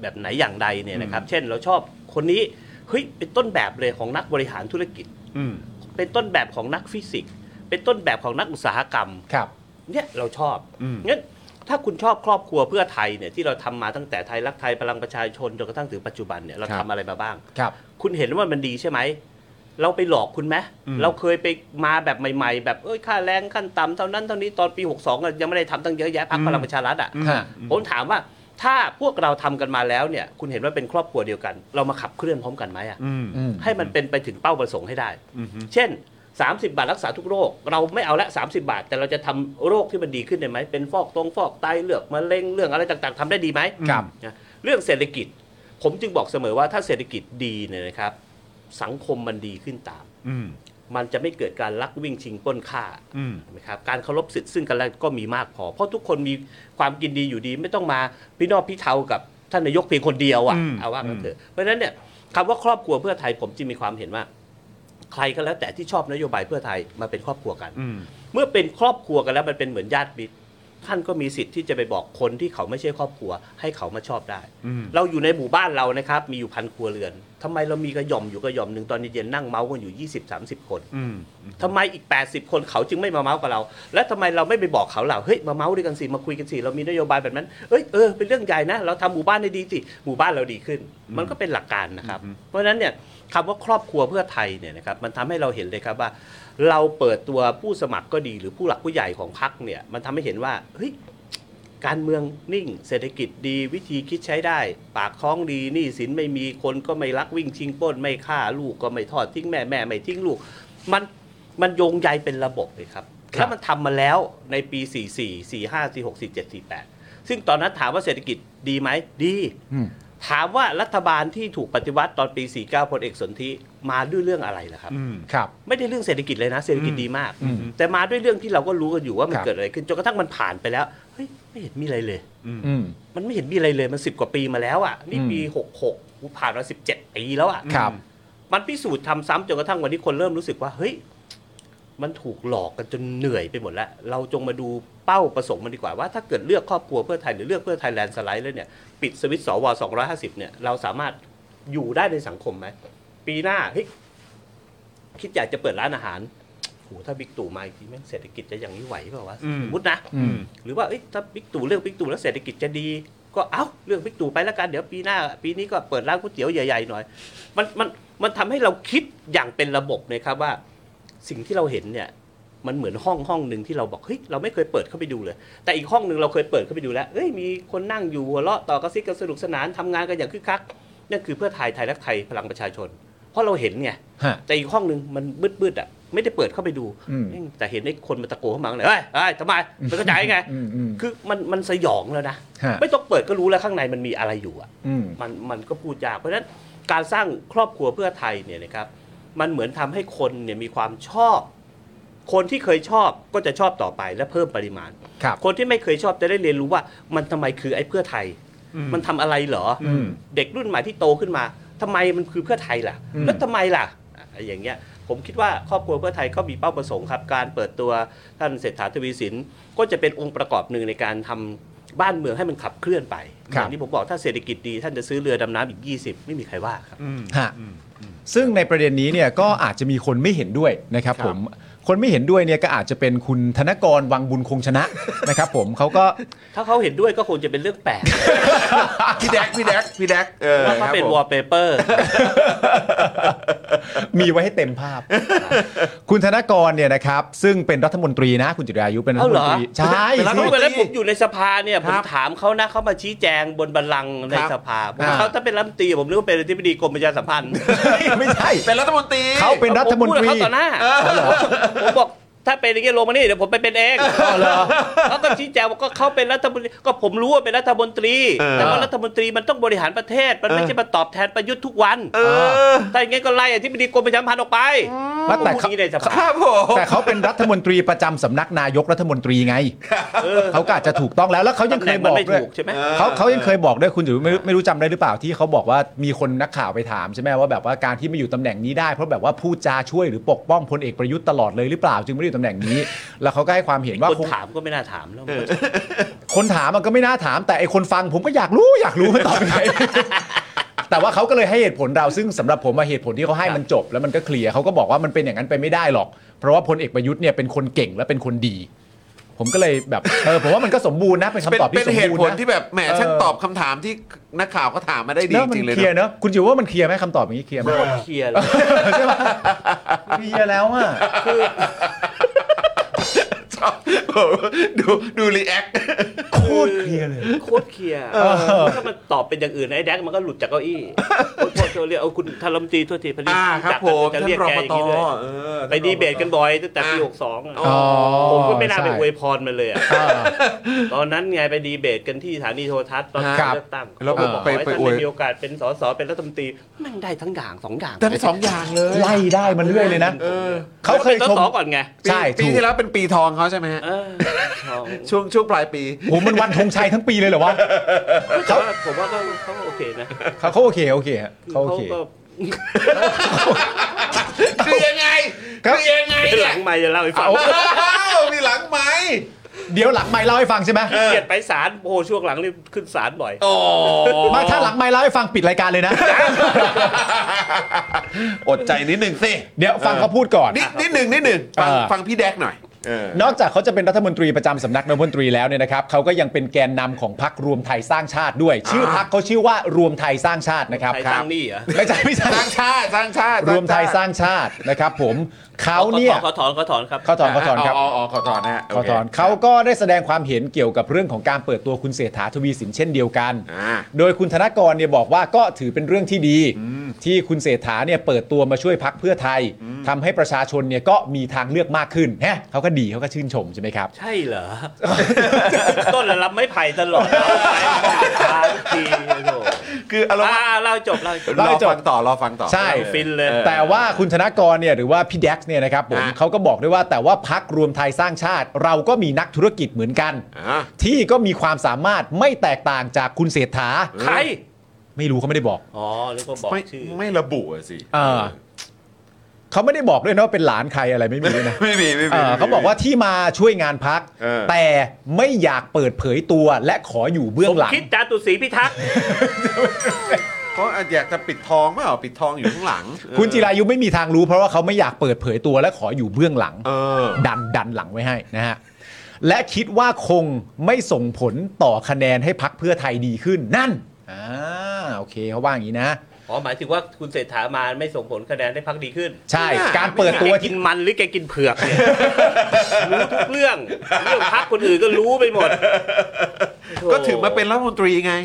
S3: แบบไหนอย่างใดเนี่ยนะครับ เช่นเราชอบคนนี้เฮ้ยเป็นต้นแบบเลยของนักบริหารธุรกิจ
S1: อืม
S3: เป็นต้นแบบของนักฟิสิกส์เป็นต้นแบบของนักอุตสาหกรรม
S2: ครับ
S3: เนี่ยเราชอบ
S1: อืม
S3: งั้นถ้าคุณชอบครอบครัวเพื่อไทยเนี่ยที่เราทำมาตั้งแต่ไทยรักไทยพลังประชาชนจนกระทั่งถึงปัจจุบันเนี่ยเราทำอะไรมาบ้าง
S2: ครับ
S3: คุณเห็นว่ามันดีใช่ไหม เราไปหลอกคุณไหมเราเคยไปมาแบบใหม่ ๆ แบบเอ้ยค่าแรงขั้นต่ำเท่านั้นเท่านี้ตอนปี 62อะยังไม่ได้ทำตั้งเยอะแยะพักพลังประชารัฐอ่ะ
S2: อืมฮะ
S3: ผมถามว่าถ้าพวกเราทำกันมาแล้วเนี่ย คุณเห็นว่าเป็นครอบครัวเดียวกัน เรามาขับเคลื่อนพร้อมกันไหมอ่ะ
S1: อืม
S2: อืม
S3: ให้มันเป็นไปถึงเป้าประสงค์ให้ได้ เช่น 30 บาทรักษาทุกโรค เราไม่เอาละ 30 บาท แต่เราจะทำโรคที่มันดีขึ้นได้ไหม เป็นฟอกตรงฟอกไตเลือกมะเร็งเรื่องอะไรต่างๆทำได้ดีไหม
S2: ครับ
S3: นะเรื่องเศรษฐกิจ ผมจึงบอกเสมอว่าถ้าเศรษฐกิจดีเนี่ยนะครับ สังคมมันดีขึ้นตาม
S1: อืม
S3: มันจะไม่เกิดการลักวิ่งชิงปล้นฆ่า
S1: อืม
S3: เห็นะครับการเคารพสิทธิ์ซึ่งกันและกันก็มีมากพอ เพราะทุกคนมีความกินดีอยู่ดี ไม่ต้องมาพี่นอกพี่เทากับท่านนายกเพียงคนเดียว
S1: อื
S3: อ่ะ
S1: ม
S3: เอาว่ากันเถอะเพราะฉะนั้นเนี่ยคำว่าครอบครัวเพื่อไทยผมจึงมีความเห็นว่า ใครก็แล้วแต่ที่ชอบนโยบายเพื่อไทยมาเป็นครอบครัวกัน
S1: อืม
S3: เมื่อเป็นครอบครัวกันแล้วมันเป็นเหมือนญาติมิตรท่านก็มีสิทธิ์ที่จะไปบอกคนที่เขาไม่ใช่ครอบครัว ให้เขามาชอบได้ เราอยู่ในหมู่บ้านเรานะครับ มีอยู่พันครัวเรือนทำไมเรามีกระหย่อมอยู่กระหย่อมหนึ่งตอนเย็นๆนั่งเมาส์กันอยู่ 20-30 คนทำไมอีก 80 คนเขาจึงไม่มาเมาส์กับเรา และทำไมเราไม่ไปบอกเขาเราเฮ้ยมาเมาส์ด้วยกันสิมาคุยกันสิเรามีนโยบายแบบนั้นเอ้ยเออเป็นเรื่องใหญ่นะเราทำหมู่บ้านให้ดีสิหมู่บ้านเราดีขึ้น มันก็เป็นหลักการนะครับ เพราะฉะนั้นเนี่ยคำว่าครอบครัวเพื่อไทยเนี่ยนะครับมันทำให้เราเห็นเลยครับว่า เราเปิดตัวผู้สมัครก็ดีหรือผู้หลักผู้ใหญ่ของพรรคเนี่ยมันทำให้เห็นว่าเฮ้ย การเมืองนิ่ง เศรษฐกิจดีวิธีคิดใช้ได้ ปากท้องดีหนี้สินไม่มีคนก็ไม่ลักวิ่งชิงปล้น ไม่ฆ่าลูกก็ไม่ทอดทิ้งแม่แม่ไม่ทิ้งลูก มันมันโยงใยเป็นระบบเลยครับ
S2: ครับ
S3: แล้วมันทำมาแล้วในปี 44 45 46 47 48 ซึ่งตอนนั้นถามว่าเศรษฐกิจดีไหมดี
S4: อืม
S3: ถามว่ารัฐบาลที่ถูกปฏิวัติตอนปี 49พลเอกสนธิมาด้วยเรื่องอะไรล่ะครับ
S2: ครับ
S3: ไม่ได้เรื่องเศรษฐกิจเลยนะเศรษฐกิจดีมาก
S2: อืม
S3: แต่มาด้วยเรื่องที่เราก็รู้กันอยู่ว่ามัน
S2: ครับ
S3: เกิดอะไรขึ้นจนกระทั่งมันผ่านไปแล้วเฮ้ยไม่เห็นมีอะไรเลย
S2: อืม
S3: มันไม่เห็นมีอะไรเลยมันสิบกว่าปีมาแล้วอ่ะนี่
S2: อืม
S3: ปีหกหกผ่านมาสิบเจ็ดปีแล้วอ่ะ
S2: ครับ
S3: มันพิสูจน์ทำซ้ำจนกระทั่งวันนี้คนเริ่มรู้สึกว่าเฮ้ยมันถูกหลอกกันจนเหนื่อยไปหมดแล้ว เราจงมาดูเป้าประสงค์มันดีกว่าว่าถ้าเกิดเลือกครอบครัวเพื่อไทยหรือเลือกเพื่อไทยแลนด์สไลด์แล้วเนี่ยปิดสวิตช์สวสองร้อยห้าสิบเนี่ยเราสามารถอยู่ได้ในสังคมไหมปีหน้าเฮ้ยคิดอยากจะเปิดร้านอาหารโหถ้าบิ๊กตู่มาอีกทีแม่งเศรษฐกิจจะอย่างนี้ไหวเปล่าวะ
S1: อืม
S3: สมมตินะ
S2: อืม
S3: หรือว่าเอ้ยถ้าบิ๊กตู่เรื่องบิ๊กตู่แล้วเศรษฐกิจจะดี ก็เอ้าเรื่องบิ๊กตู่ไปแล้วกันเดี๋ยวปีหน้า ปีนี้ก็เปิดร้านก๋วยเตี๋ยวใหญ่ๆหน่อย มันมันมันทำให้เราคิดอย่างเป็นระบบเลยครับว่า สิ่งที่เราเห็นเนี่ย มันเหมือนห้องห้องหนึ่งที่เราบอกเฮ้ยเราไม่เคยเปิดเข้าไปดูเลย แต่อีกห้องหนึ่งเราเคยเปิดเข้าไปดูแล้วเอ้ยมีคนนั่งอยู่หัวเราะต่อกระซิกกันสนุกสนานทำงานกันอย่างคึกคักนั่นคือเพื่อไทยไทยรักไทยพลังประชาชน เพราะเราเห็นไง
S2: ฮะ
S3: แต่อีกห้องหนึ่งมันมืดๆอ่ะไม่ได้เปิดเข้าไปดู
S2: อืม
S3: เอ้ยแต่เห็นไอ้คนมาตะโกนเข้ามาเลยเฮ้ยเฮ้ยทำไมมันเข้าใจไง
S2: อืมอืม
S3: คือมันมันสยองแล้วนะ
S2: ฮะ
S3: ไม่ต้องเปิดก็รู้แล้วข้างในมันมีอะไรอยู่อ่ะ
S2: อืม
S3: มันมันก็พูดยากเพราะฉะนั้นการสร้างครอบครัวเพื่อไทยเนี่ยนะครับ มันเหมือนทำให้คนเนี่ยมีความชอบ คนที่เคยชอบก็จะชอบต่อไปและเพิ่มปริมาณ
S2: ครับ
S3: คนที่ไม่เคยชอบจะได้เรียนรู้ว่า มันทำไมคือไอ้เพื่อไทย มันทำอะไรเหรออ
S2: ม
S3: เด็กรุ่นใหม่ที่โตขึ้นมาทำไมมันคือเพื่อไทยล่ะ
S2: อืม
S3: แล้วทำไมล่ะอ่ะอย่างเงี้ย ผมคิดว่าครอบครัวเพื่อไทยก็มีเป้าประสงค์ครับการเปิดตัวท่านเศรษฐาทวีสินก็จะเป็นองค์ประกอบหนึ่งในการทำบ้านเมืองให้มันขับเคลื่อนไป
S2: ครับ
S3: อย่างที่ผมบอกถ้าเศรษฐกิจดี ท่านจะซื้อเรือดำน้ำอีก 20 ไม่มีใครว่าครับ
S2: ฮะซึ่งในประเด็นนี้เนี่ยก็อาจจะมีคนไม่เห็นด้วยนะครับ
S3: ครับ
S2: ผมคนไม่เห็นด้วยเนี่ยก็อาจจะเป็นคุณธนกรวังบุญคงชนะ นะครับผมเขาก็
S3: ถ้าเขาเห็นด้วยก็คงจะเป็นเรื่องแปลก
S1: พี่แดกพี่แดกพี่แดกเออ
S3: แล้วเขาเป็นวอลเปเปอร์
S2: มีไว้ให้เต็ม ภาพ คุณธนกรเนี่ยนะครับ ซึ่งเป็นรัฐมนตรีนะ คุณจิรายุเป็นรัฐ
S3: เอา
S2: ม
S3: เหร
S2: น
S3: อ
S2: ตรีใช่
S1: เป็นรัฐม
S2: สิ
S1: น
S3: เมื่อ
S1: ตรี
S3: นั้นผมอยู่ในสภาเนี่ยผม
S1: ครับ
S3: ถามเขานะเขามาชี้แจงบนบัลลังก์ใน
S1: ครับ
S3: สภาผม
S2: อ่า
S3: เขาถ้าเป็นรัฐมนตรีผมนึกว่าเป็นอธิบดีกรมประชาสัมพันธ์
S2: ไม่ ใช่
S1: เป็นรัฐมนตรี
S2: เขาเป็นรัฐมนตรี
S3: ผพูดกับเขาต่อหน้าผมบอกถ้าเป็นอย่างเงี้ยลงมานี่เดี๋ยวผมไปเป็นเองเขาก็ชี้แจงว่าก็เขาเป็นรัฐมนตรีก็ผมรู้ว่าเป็นรัฐมนตรี
S1: เออ
S3: แต่ว่ารัฐมนตรีมันต้องบริหารประเทศ มันไม่
S1: เออ
S3: ใช่มาตอบแทนประยุทธ์ทุกวัน
S1: เออ
S3: ถ้าอย่างงี้ก็ไล่อธิบดีกรมประชาสัมพันธ์ออกไป
S2: ว่าแต่เขา
S3: พูดอย่างนี้ในสภา
S1: ครับผม
S2: แต่เขาเป็นรัฐมนตรีประจำสำนักนายกรัฐมนตรีไงเขาก็อาจจะถูกต้องแล้วแล้วเขายัง
S3: ตำแห
S2: เค
S3: น่
S2: ย
S3: ง
S2: บ
S3: มัน
S2: อก
S3: ไม่
S2: ด้วย
S3: ถูกใช่ไหม
S1: เออ
S2: เขาเขายังเคยบอกด้วยคุณจุ๋ยไม่รู้ไม่รู้จำได้หรือเปล่าที่เขาบอกว่ามีคนนักข่าวไปถามใช่ไหมว่าแบบว่าการที่มาอยู่ตำแหน่งนี้ได้เพราะแบบว่าพูดจาช่วยหรือปกป้องพลเอกประยุทธ์ตลอดเลยหรือเปล่าจึงไม่ได้อยู่ตำแหน่งนี้ แล้วเขาก็ให้ความเห็นว่า
S3: คน
S2: คง
S3: ถามก็ไม่น่าถามแล้ว
S2: คนถามมันก็ไม่น่าถาม แต่ไอคนฟังผมก็อยากรู้อยากรู้มันตอบยังไง แต่ว่าเขาก็เลยให้เหตุผลเราซึ่งสำหรับผมอะเหตุผลที่เขาให้มันจบ แล้วมันก็เคลียร์เขาก็บอกว่ามันเป็นอย่างนั้นไปไม่ได้หรอก เพราะว่าพลเอกประยุทธ์เนี่ยเป็นคนเก่งและเป็นคนดี ผมก็เลยแบบเออผมว่ามันก็สมบูรณ์นะเป็น
S1: เป็น
S2: คำตอบที่
S1: เป็น
S2: สม
S1: เหตุ
S2: บูร
S1: ผล
S2: ณ์นะ
S1: ที่แบบแหม
S2: เออ
S1: ช่างตอบคำถามที่นักข่าวก็ถามมาได้ดี
S2: เนอะ
S1: จ
S2: มัน
S1: ริงเลย
S2: เคลียร์
S1: นะ
S2: เนอะคุณจิวว่ามันเคลียร์ไหมคำตอบอย่างนี้เคลียร์ไหม
S3: โคตรเคลียร์เลย
S2: ใช่ไหมเคลียร์แล้วอ่ะ
S1: ชอบผม ดูดูรีแอค
S2: โคตรเคลียร์เลย
S3: โคตรเคลียร์ถ้ามันตอบเป็นอย่างอื่นไอ้แดกมันก็หลุดจากเก้าอี้โคตรเรียกเอาคุณทารมตีโทั่วทีพอดี
S1: อ่าครับ
S3: จัก
S1: ผ
S3: กัน
S1: มท่าน
S3: จะเรียก
S1: รอ
S3: แก
S1: ป
S3: อย่าง
S1: ต
S3: นี้เลย
S1: เออ
S3: ไปดีเบตกันบ่อยตั้งแต่ปี
S1: อ่ะ
S3: หกสองอะ
S1: อ๋อ
S3: ผมก็ไม่น่าไปอวยพรมันเลยอะ
S2: ใช่
S3: ตอนนั้นไงไปดีเบตกันที่สถานีโทรทัศน์ตอน
S2: ครับ
S3: เลือกตั้ง
S1: แล้ว
S3: ผมบอก
S1: ไป
S3: ว่าให้
S1: ไป
S3: ท่าน
S1: อวย
S3: ได้มีโอกาสเป็นสสเป็นรัฐมนตรีแมันได้ทั้งด่างสองด่าง
S1: ทั้งสองอย่างเลย
S2: ไล่ได้มันเรื่อยเลยนะ
S1: เออ
S2: เขาเคย
S3: ป็น
S2: ชม
S3: สสก่อนไง
S2: ใช่
S1: ปี
S2: ถูก
S1: ที่แล้วเป็นปีทองเขาใช่ไหมฮะ
S3: เออชอบ
S1: ช่วงช่วงปลายปี
S2: โอ้มันวันธงชัยทั้งปีเลยเหรอวะ
S3: แต่ว่าผมว่าก็เขาก็โอเคนะ
S2: เขาเขาโอเคโอเคฮะเขาโอเค
S3: ก็
S1: คือยังไง
S2: ครับ
S1: คือยังไง
S3: ห
S1: เนี่
S3: ลั
S1: ย
S3: งไม่จะเล่าให้ฟัง
S1: อ้าวมีหลังไหม
S2: เดี๋ยวหลังไมค์เล่าให้ฟังใช่ไหม
S3: เกลียดไปศาลโอ้โหช่วงหลังนี่ขึ้นศาลบ่อย
S1: โอ้
S2: ไมาถ้าหลังไมค์เล่าให้ฟังปิดรายการเลยนะ
S1: อดใจนิดหนึ่งสิ
S2: เดี๋ยวฟังเขาพูดก่อน
S1: นิดนิดหนึ่งนิดหนึ่งฟัง
S2: เออ
S1: ฟังพี่แดกหน่อยเออ
S2: นอกจากเขาจะเป็นรัฐมนตรีประจำสำนักนายกรัฐมนตรีแล้วเนี่ยนะครับเขาก็ยังเป็นแกนนำของพรรครวมไทยสร้างชาติด้วย ชื่อพรรคเขาชื่อว่ารวมไทยสร้างชาตินะครับ
S3: ไทยสร้างหนี้เหรอ
S2: ไม่ใช่ไม่ใช่
S1: สร้างชาติสร้างชาติ
S2: รวมไทยสร้างชาตินะครับ ผมเขาเนี่ย
S3: ขอถอนขอถอนครับ
S2: เขาถอนเขาถอนครับ
S1: อ๋ออ๋อขอถอนนะฮะ
S2: เขาถอนเขาก็ได้แสดงความเห็นเกี่ยวกับเรื่องของการเปิดตัวคุณเศรษฐาทวีสินเช่นเดียวกัน
S1: อ่า
S2: โดยคุณธนกรเนี่ยบอกว่าก็ถือเป็นเรื่องที่ดี ที่คุณเศรษฐาเนี่ยเปิดตัวมาช่วยพักเพื่อไทยทำให้ประชาชนเนี่ยก็มีทางเลือกมากขึ้นฮะเขาก็ดีเขาก็ชื่นชมใช่ไหมครับ
S3: ใช่เหรอ ต้นละรับไม่ไผ่ตลอดรับไผ่ทางทีโอ้โห
S1: คืออารมณ์
S3: อ่าเล่าจบเล่าจบ
S1: ร
S2: เล่าให้
S1: อ
S2: จบ
S1: ฟังต่อรอฟังต่อ
S2: ใช่
S3: ฟินเลย
S2: ออแต่ว่าคุณธนกรเนี่ยหรือว่าพี่แดกซ์เนี่ยนะครับผม
S1: ฮะ
S2: เขาก็บอกด้วยว่าแต่ว่าพักรวมไทยสร้างชาติ เราก็มีนักธุรกิจเหมือนกัน
S1: อ่า
S2: ที่ก็มีความสามารถไม่แตกต่างจากคุณเศรษฐา
S3: ใคร
S2: ไม่รู้เขาไม่ได้บอก
S3: อ๋อแล้วก็บอก
S1: ไม่
S3: ชื่อ
S1: ไม่ระบุอะสิ
S2: เออเขาไม่ได้บอกด้วยนะว่าเป็นหลานใครอะไรไม่มีด้วยนะ
S1: ไม่มีไม่
S2: เอ
S1: มี
S2: อเขาบอกว่าที่มาช่วยงานพัก
S1: เออ
S2: แต่ไม่อยากเปิดเผยตัวและขออยู่เบื้อ
S3: ผ
S2: ง
S3: ม
S2: หลัง
S3: คิดจาตุศรีพิ ทักษ์
S1: เขาอาจอยากจะปิดทองเปล่าปิดทองอยู่ข้างหลัง
S2: คุณจิรายุไม่มีทางรู้เพราะว่าเขาไม่อยากเปิดเผยตัวและขออยู่เบื้องหลัง
S1: เออ
S2: ดันดันหลังไว้ให้นะฮะ และคิดว่าคงไม่ส่งผลต่อคะแนนให้พักเพื่อไทยดีขึ้นนั่นอ่าโอเคเขาว่าอย่างนี้นะ
S3: อ๋อหมายถึงว่าคุณเศรษฐามาไม่ส่งผลคะแนนให้พักดีขึ้น
S2: ใช่
S1: ไม่น่า
S2: การเปิดตัว
S3: แกกินมันหรือแกกินเผือกเนี่ยรู้ทุกเรื่องเรื่องพักคนอื่นก็รู้ไปหมด
S1: ก็ถือมาเป็นรัฐมนตรีไง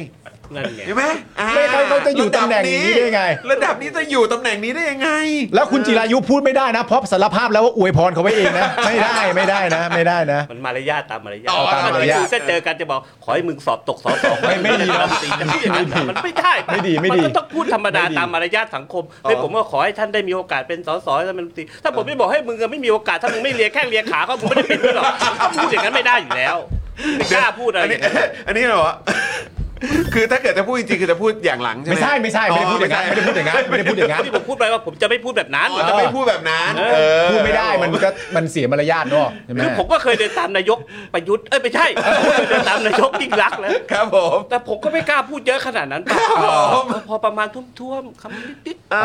S3: นั่นไง
S1: เห็นไหมอ่
S2: ไม่เขาเขาจะอยู่ตำแหน่งนี้ได้ไง
S1: ระดับนี้จะอยู่ตำแหน่งนี้ได้ยังไง
S2: แล้วคุณจิรายุพูดไม่ได้นะเพราะสารภาพแล้วว่าอวยพรเขาไว้เองนะ ไม่ได้ไม่ได้นะ ไม่ได้นะ
S3: มันมารยาทตามมารยาท
S1: อ๋อตามมารยาท
S3: ถ้าเจอกันจะบอก ขอให้มึงสอบตกสอบสอง
S2: ไม่ไม่ดีหรอก
S3: จะพูดอย่างนั้นมันไม่ได้ปะ
S2: ไม่ดีไม่ดี
S3: นก็ต้องพูดธรรมดา
S2: ไม่ดี
S3: ตามมารยาทสังคมเฮ้ยผมก็ขอให้ท่านได้มีโอกาสเป็นสสท่านเป็นรัฐมนตรีถ้าผมไม่บอกให้มึงอะไม่มีโอกาสถ้ามึงไม่เลียแข้งเลียขาก็มึงไม่ได้เป็นด้วยหรอกก็พูดอย่างนั้นไม่ได้อยู่แล้วไม่กล้าพูดอะไร
S1: อันนี้
S3: อย่างนั้น
S1: อันนี้เหรอวะคือถ้าเกิดจะพูดจริงๆคือจะพูดอย่างหลังใช่ไหม
S2: ไม่ใช่ไม่ใช่ไม่ได้พูดอย่างนั้นไม่ได้พูดอย่างนั้นไม่ได้พูดอย่างนั้น
S3: ที่ผมพูดไปว่าผมจะไม่พูดแบบนั้น
S1: อ๋อจะไม่พูดแบบนั้นเออ
S2: พูดไม่ได้มันก็มันเสียมารยาทเนอะใช่ไหม
S3: คือผมก็เคยเดินตามนายกประยุทธ์เอ้ยไม่ใช่ผมเคยเดินตามนายกยิ่งรักษณ์แล้ว
S1: ครับผม
S3: แต่ผมก็ไม่กล้าพูดเยอะขนาดนั้นป่ะเออพอประมาณทุ่วมๆคำนิด
S1: เอ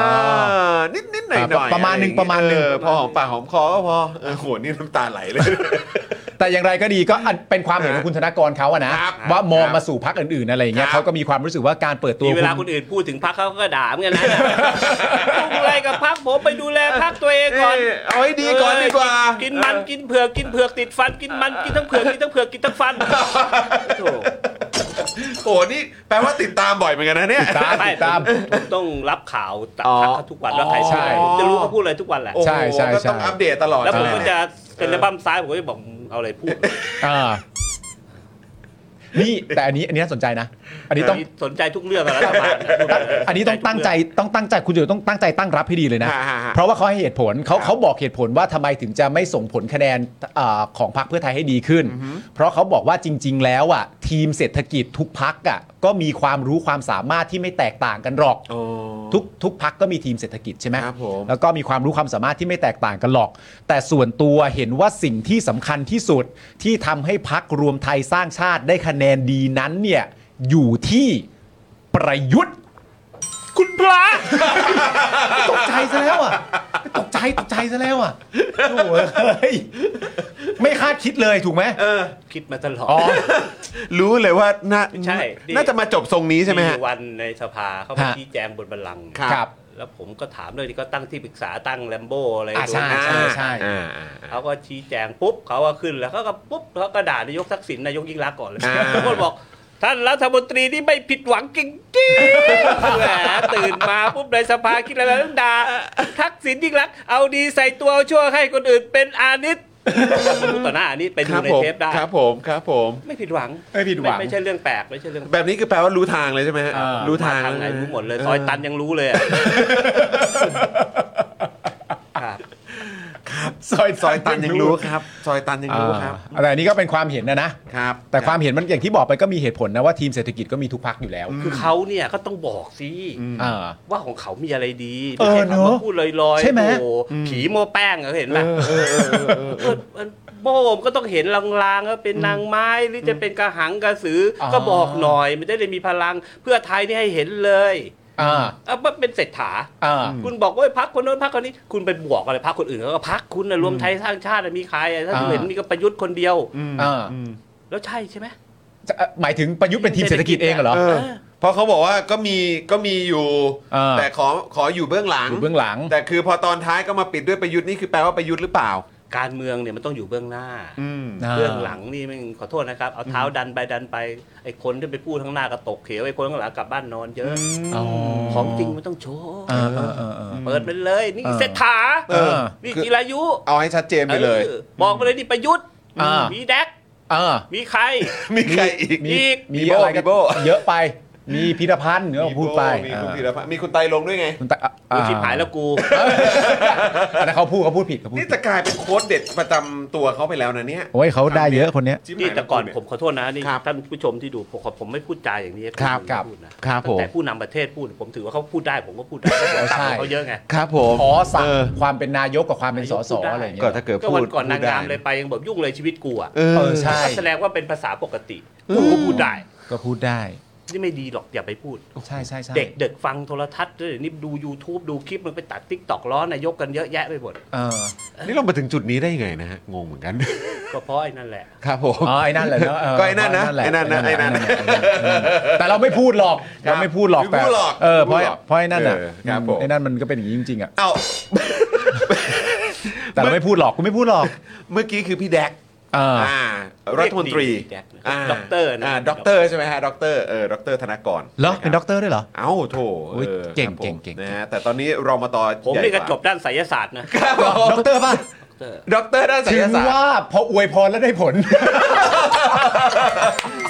S1: อนิดนิดๆหน่อยหน่อย
S2: ประมาณหนึ่งประมาณหนึ่ง
S1: พอหอมปากหอมคอก็พอเออโหนี่น้ำตาไหลเลย
S2: แต่อย่างไรก็ดีก็อันเป็นความเห็นของคุณธนกรเขาอะนะครับ ว่ามอง
S1: ครับ
S2: มาสู่พักอื่นๆอะไรอย่างเงี้
S1: ค
S2: ย
S1: รับ
S2: เขาก็มีความรู้สึกว่าการเปิด
S3: ๆ
S2: ตัว
S3: มีเวลา
S2: คุ
S3: คน
S2: ณ
S3: อื่นพูดถึงพักเขาก็ด่าเหมือนกันนะ ดูอะไรกับพักผมไปดูแลพักตัวเองก่อน
S1: เอ้ยเอาให้ดีก่อนดีกว่า
S3: กินมันกินเผือกกินเผือกติดฟันกินมันกินทั้งเผือกกินทั้งเผือกกินทั้งฟันโถ่
S1: โอ้นี่แปลว่าติดตามบ่อยเหมือนกันนะเนี่ย
S2: ตาม
S3: ไม่
S2: ติดตาม
S3: ผมต้องรับข่าวจาก
S1: อ๋อ
S3: พักเขาทุกวันว่าใคร
S2: ใช่
S3: ผมจะรู้เขาพูดอะไรทุกวันแหละ
S1: โอ้โห
S2: ใช่ใช่
S1: ก็
S2: ใช่
S1: ต้องอัปเดตตลอด
S3: แล้วผมก็
S1: ใช่ไห
S3: จะเป็นระบ้มซ้ายผมก็จะบอกมึงเอาอะไรพูด
S2: อ่า นี่แต่อันนี้อันนี้น่าสนใจนะ อัน นี้ต้อง
S3: สนใจทุกเรื่องอะรัฐบาล
S2: อันนี้ต้องตั้งใจต้องตั้งใจคุณจุ๋ยต้องตั้งใจตั้งรับให้ดีเลยนะ
S1: ฮะฮะฮะ
S2: เพราะว่าเขาให้เหตุผลเขา
S1: ครับ
S2: เขาบอกเหตุผลว่าทำไมถึงจะไม่ส่งผลคะแนนเอ่อของพรรคเพื่อไทยให้ดีขึ้น เพราะเขาบอกว่าจริง ๆ แล้วอ่ะทีมเศรษฐกิจทุกพักอ่ะก็มีความรู้ความสามารถที่ไม่แตกต่างกันหรอก ทุกทุกพักก็มีทีมเศรษฐกิจใช่ไหม
S1: ครับผม
S2: แล้วก็มีความรู้ความสามารถที่ไม่แตกต่างกันหรอก แต่ส่วนตัวเห็นว่าสิ่งที่สำคัญที่สุดที่ทำให้พักรวมไทยสร้างชาติได้คะแนนดีนั้นเนี่ยอยู่ที่ประยุทธ์
S3: คุณพระ
S2: ตกใจซะแล้วอ่ะ ตกใจตกใจซะแล้วอ่ะโอ้โหเฮ้ยไม่คาดคิดเลยถูกไหม
S1: เออ
S3: คิดมาตลอด
S2: อ๋อ
S1: รู้เลยว่าน่า
S3: ใช่นี่
S1: น่าจะมาจบทรงนี้ใช่ไหมฮะ
S3: อยู่วันในสภาเขามา
S2: ฮะ
S3: ชี้แจงบนบัลลังก์
S1: ครับ
S2: ครับ
S3: แล้วผมก็ถามเรื่องนี้ก็ตั้งที่ปรึกษาตั้งแลมโบอะไร
S2: อ่ะใช่
S3: ด้วยนะ
S2: ใช่
S1: อ่าอ่าอ่า
S3: เขาก็ชี้แจงปุ๊บเขาก็ขึ้นแล้วเขาก็ปุ๊บเขาก็ด่านายกทักษิณนายกยิ่งรักษณ์ก่อนเลย
S1: อ่า
S3: ทุกคนบอกท่านรัฐมนตรีนี่ไม่ผิดหวังจริงๆแหมตื่นมาปุ๊บในสภาคิดอะไรต้องด่าทักษิณยิ่งรักษณ์เอาดีใส่ตัวเอาชั่วให้คนอื่นเป็นอานิตพูดต่อหน้าอานิตไป
S1: ค
S3: ดู
S1: รับ
S3: ใน
S1: ผม
S3: เทปได้
S1: ครับผมครับผม
S3: ไม่ผิดหวัง
S2: ไม่ผิดหวัง
S3: ไม่ใช่เรื่องแปลกไม่ใช่เรื่องแปลก
S1: แบบนี้คือแปลว่ารู้ทางเลยใช่ไหมฮะ
S2: เออ
S1: รู้ทาง
S3: มทางไหน
S1: แว
S3: รู้หมดเลย
S1: ออ
S3: ซอยตันยังรู้เลยอะครับ
S1: ซอยตันยังรู้ครับ ซอยตันยังรู้ครับ
S2: อ่าแต่อันนี้ก็เป็นความเห็นนะนะ
S1: ครับ
S2: แต่ความเห็นมันอย่างที่บอกไปก็มีเหตุผลนะว่าทีมเศรษฐกิจก็มีทุกพักอยู่แล้ว
S3: คือเขาเนี่ยก็ต้องบอกสิ
S2: อ่า
S3: ว่าของเขามีอะไรดี
S2: เอ
S3: ไม่
S2: อ
S3: ใช่
S2: เน
S3: คำว่า
S2: อะ
S3: พูดลอยๆ
S2: ใช่ไหม
S3: โอ้โผีโมแป้งอะเห็นไหมเออมันโบมนก็ต้องเห็นลางๆว่าเป็นนางไม้หรือจะเป็นกระหังกระสืออ
S2: อ
S3: ก็บอกหน่อย มันจะได้มีพลังเพื่อไทยนี่ให้เห็นเลย
S2: อ่า
S3: เอาว่าเป็นเศรษฐา
S2: อ่า
S3: คุณบอกว่าพักคนโน้นพักคนนี้ คุณไปบวกอะไรพักคนอื่นเขาก็พักคุณนะรวมไทยสร้างชาติน่ะมีใครอ่ะถ้า
S2: อ่า
S3: คุณเห็นมีก็ประยุทธ์คนเดียว
S2: อ่า
S3: แล้วใช่ใช่ไหม
S2: จะหมายถึงประยุทธ์เป็นทีมเศรษฐกิจเองเหรอ
S1: เออเพราะเขาบอกว่าก็มีก็มีอยู่
S2: เออ
S1: แต่ขอขออยู่เบื้องหลัง
S2: อยู่เบื้องหลัง
S1: แต่คือพอตอนท้ายก็มาปิดด้วยประยุทธ์นี่คือแปลว่าประยุทธ์หรือเปล่า
S3: การเมืองเนี่ยมันต้องอยู่เบื้องหน้า
S1: อืม
S3: เบื้องหลังนี่มันขอโทษนะครับ เอาเท้าดันไปดันไปไอ้คนที่ไปพูดข้างหน้าก็ตกเขียวไอ้คนข้างหลังกลับบ้านนอนเยอะ
S2: อ๋อ
S3: ของจริงมันต้องโชว์
S2: อ่าอ่าอ่าอ่า
S3: เปิดไปเลย นี่
S2: เออ
S3: เศรษฐา
S2: เออ
S3: นี่
S1: คือ
S3: จิรายุ
S1: เอาให้ชัดเจนไปเลย
S3: ออบอกไปเลยนี่ประยุทธ์
S2: อ่ามี
S3: มีแดก
S2: อ่า
S3: มีใคร
S1: มีใครอีก
S2: มี
S3: อีก
S2: มี
S1: มีโบ้
S2: อะไร
S1: มี
S2: ก็
S1: โบ้
S2: เยอะไปมีพิธภัณฑ์เนื้อพูดไป
S1: มีคุณพีรพัฒน์มีคุณไตรลงด้วยไง
S2: คุณตา
S3: กูชิบหายแล้วกู
S2: อันนั้นเขาพูดเขาพูดผิดเขาพูด
S1: นี่
S2: ผิด
S1: จะกลายเป็นโค้ดเด็ดประจำตัวเขาไปแล้วนะเนี่ย
S2: โอ้ยเขาได้เยอะคนเนี้ย
S1: จิ๊บหาย
S3: นี่แต่ก่อน
S1: ล้ว
S3: ผมขอโทษนะนี่
S1: ครับ
S3: ท่านผู้ชมที่ดูผมผมไม่พูดจาอย่างนี้ให้
S1: ครับ
S3: น
S2: ครับ
S3: อื่นพูดนะครับ
S1: ผม
S3: ตั้งแต่ผู้นำประเทศพูดผมถือว่าเขาพูดได้ผมก็พูดได้
S2: อใช่
S3: ต่างของเขาเยอะไง
S1: ครับผม
S2: ขอสั่งความเป็นนายกกับความเป็นสสอะไรอย่าง
S1: ก็
S2: เงี้ย
S1: ถ้าเกิด
S3: ก็
S1: พู
S3: วั
S1: ด
S3: นก่อนนางงาม
S1: พูดได้
S3: เลยไปยังแบบยุ่งเลยชีวิตกูอ่ะ
S1: เออ
S2: เออใช่
S3: ก็แสดงว่าเป็นภาษาปกติกูก็พูดได้
S2: ก็พูดได้
S3: นี่ไม่ดีหรอกอย่าไปพูด
S2: ใช่ใช่ใช่
S3: เด็กเด็กๆฟังโทรทัศน์ด้วยนี่ดู YouTube ดูคลิปมันไปตัดติ๊กตอกล้อนายกกันเยอะแยะไปหมด
S2: เออ
S1: นี่เรามาถึงจุดนี้ได้ยังไงนะฮะ งงเหมือนกัน
S3: ก็เพราะไอ้นั่นแหละ
S1: ครับผม
S2: อ๋อไอ้นั่นแหละเนาะเ
S1: ก็ไอ้นั่นนะ
S2: แหล
S1: ไอ้นั่นนะไอ้นั่นนะ
S2: แหละไอ้นั่นแหละแต่เราไม่พูดหรอก
S1: ครับ
S2: เราไม่พูดหรอก
S1: ไม่พูดหรอก
S2: แต่เออเพราะ
S1: ไม่พูดหรอก
S2: เพราะไอ้นั่นน่ะ
S1: เออครับผม
S2: ไอ้นั่นมันก็เป็นอย่างนี้จริงๆอ่ะ
S1: เอ้า
S2: แต่เราไม่พูดหรอกกูไม่พูดหรอก
S1: เมื่อกี้คือพี่แดก
S2: เออ
S1: อ่ารัฐมนตรี
S3: เรียกดีแจ็คนะด็อกเตอร์นะ
S1: ด็อกเตอร์ใช่ไหมฮะด็อกเตอร์เออด็อกเตอร์ธนกร
S2: เหรอเป็นะ
S1: ค
S2: ด็
S1: บอก
S2: เตอร์ด้วยเหรอ
S1: เอ้าโถ
S2: โอ้ย
S1: ออ
S2: เก่ง
S1: ครับผม
S2: เก่งเก่ง
S1: นะฮะแต่ตอนนี้รอมาต่อ
S3: ผม
S1: ใหญ่
S3: นี่ก็
S1: ว่า
S3: จบด้านไสยศาสตร์นะ
S1: ครับผม
S2: ด็อกเตอร์ป่ะ
S1: ด็อกเตอร์ด้านศิ
S2: ถึ
S1: ล
S2: ง
S1: ศาสตร์
S2: ว่าพออวยพรแล้วได้ผล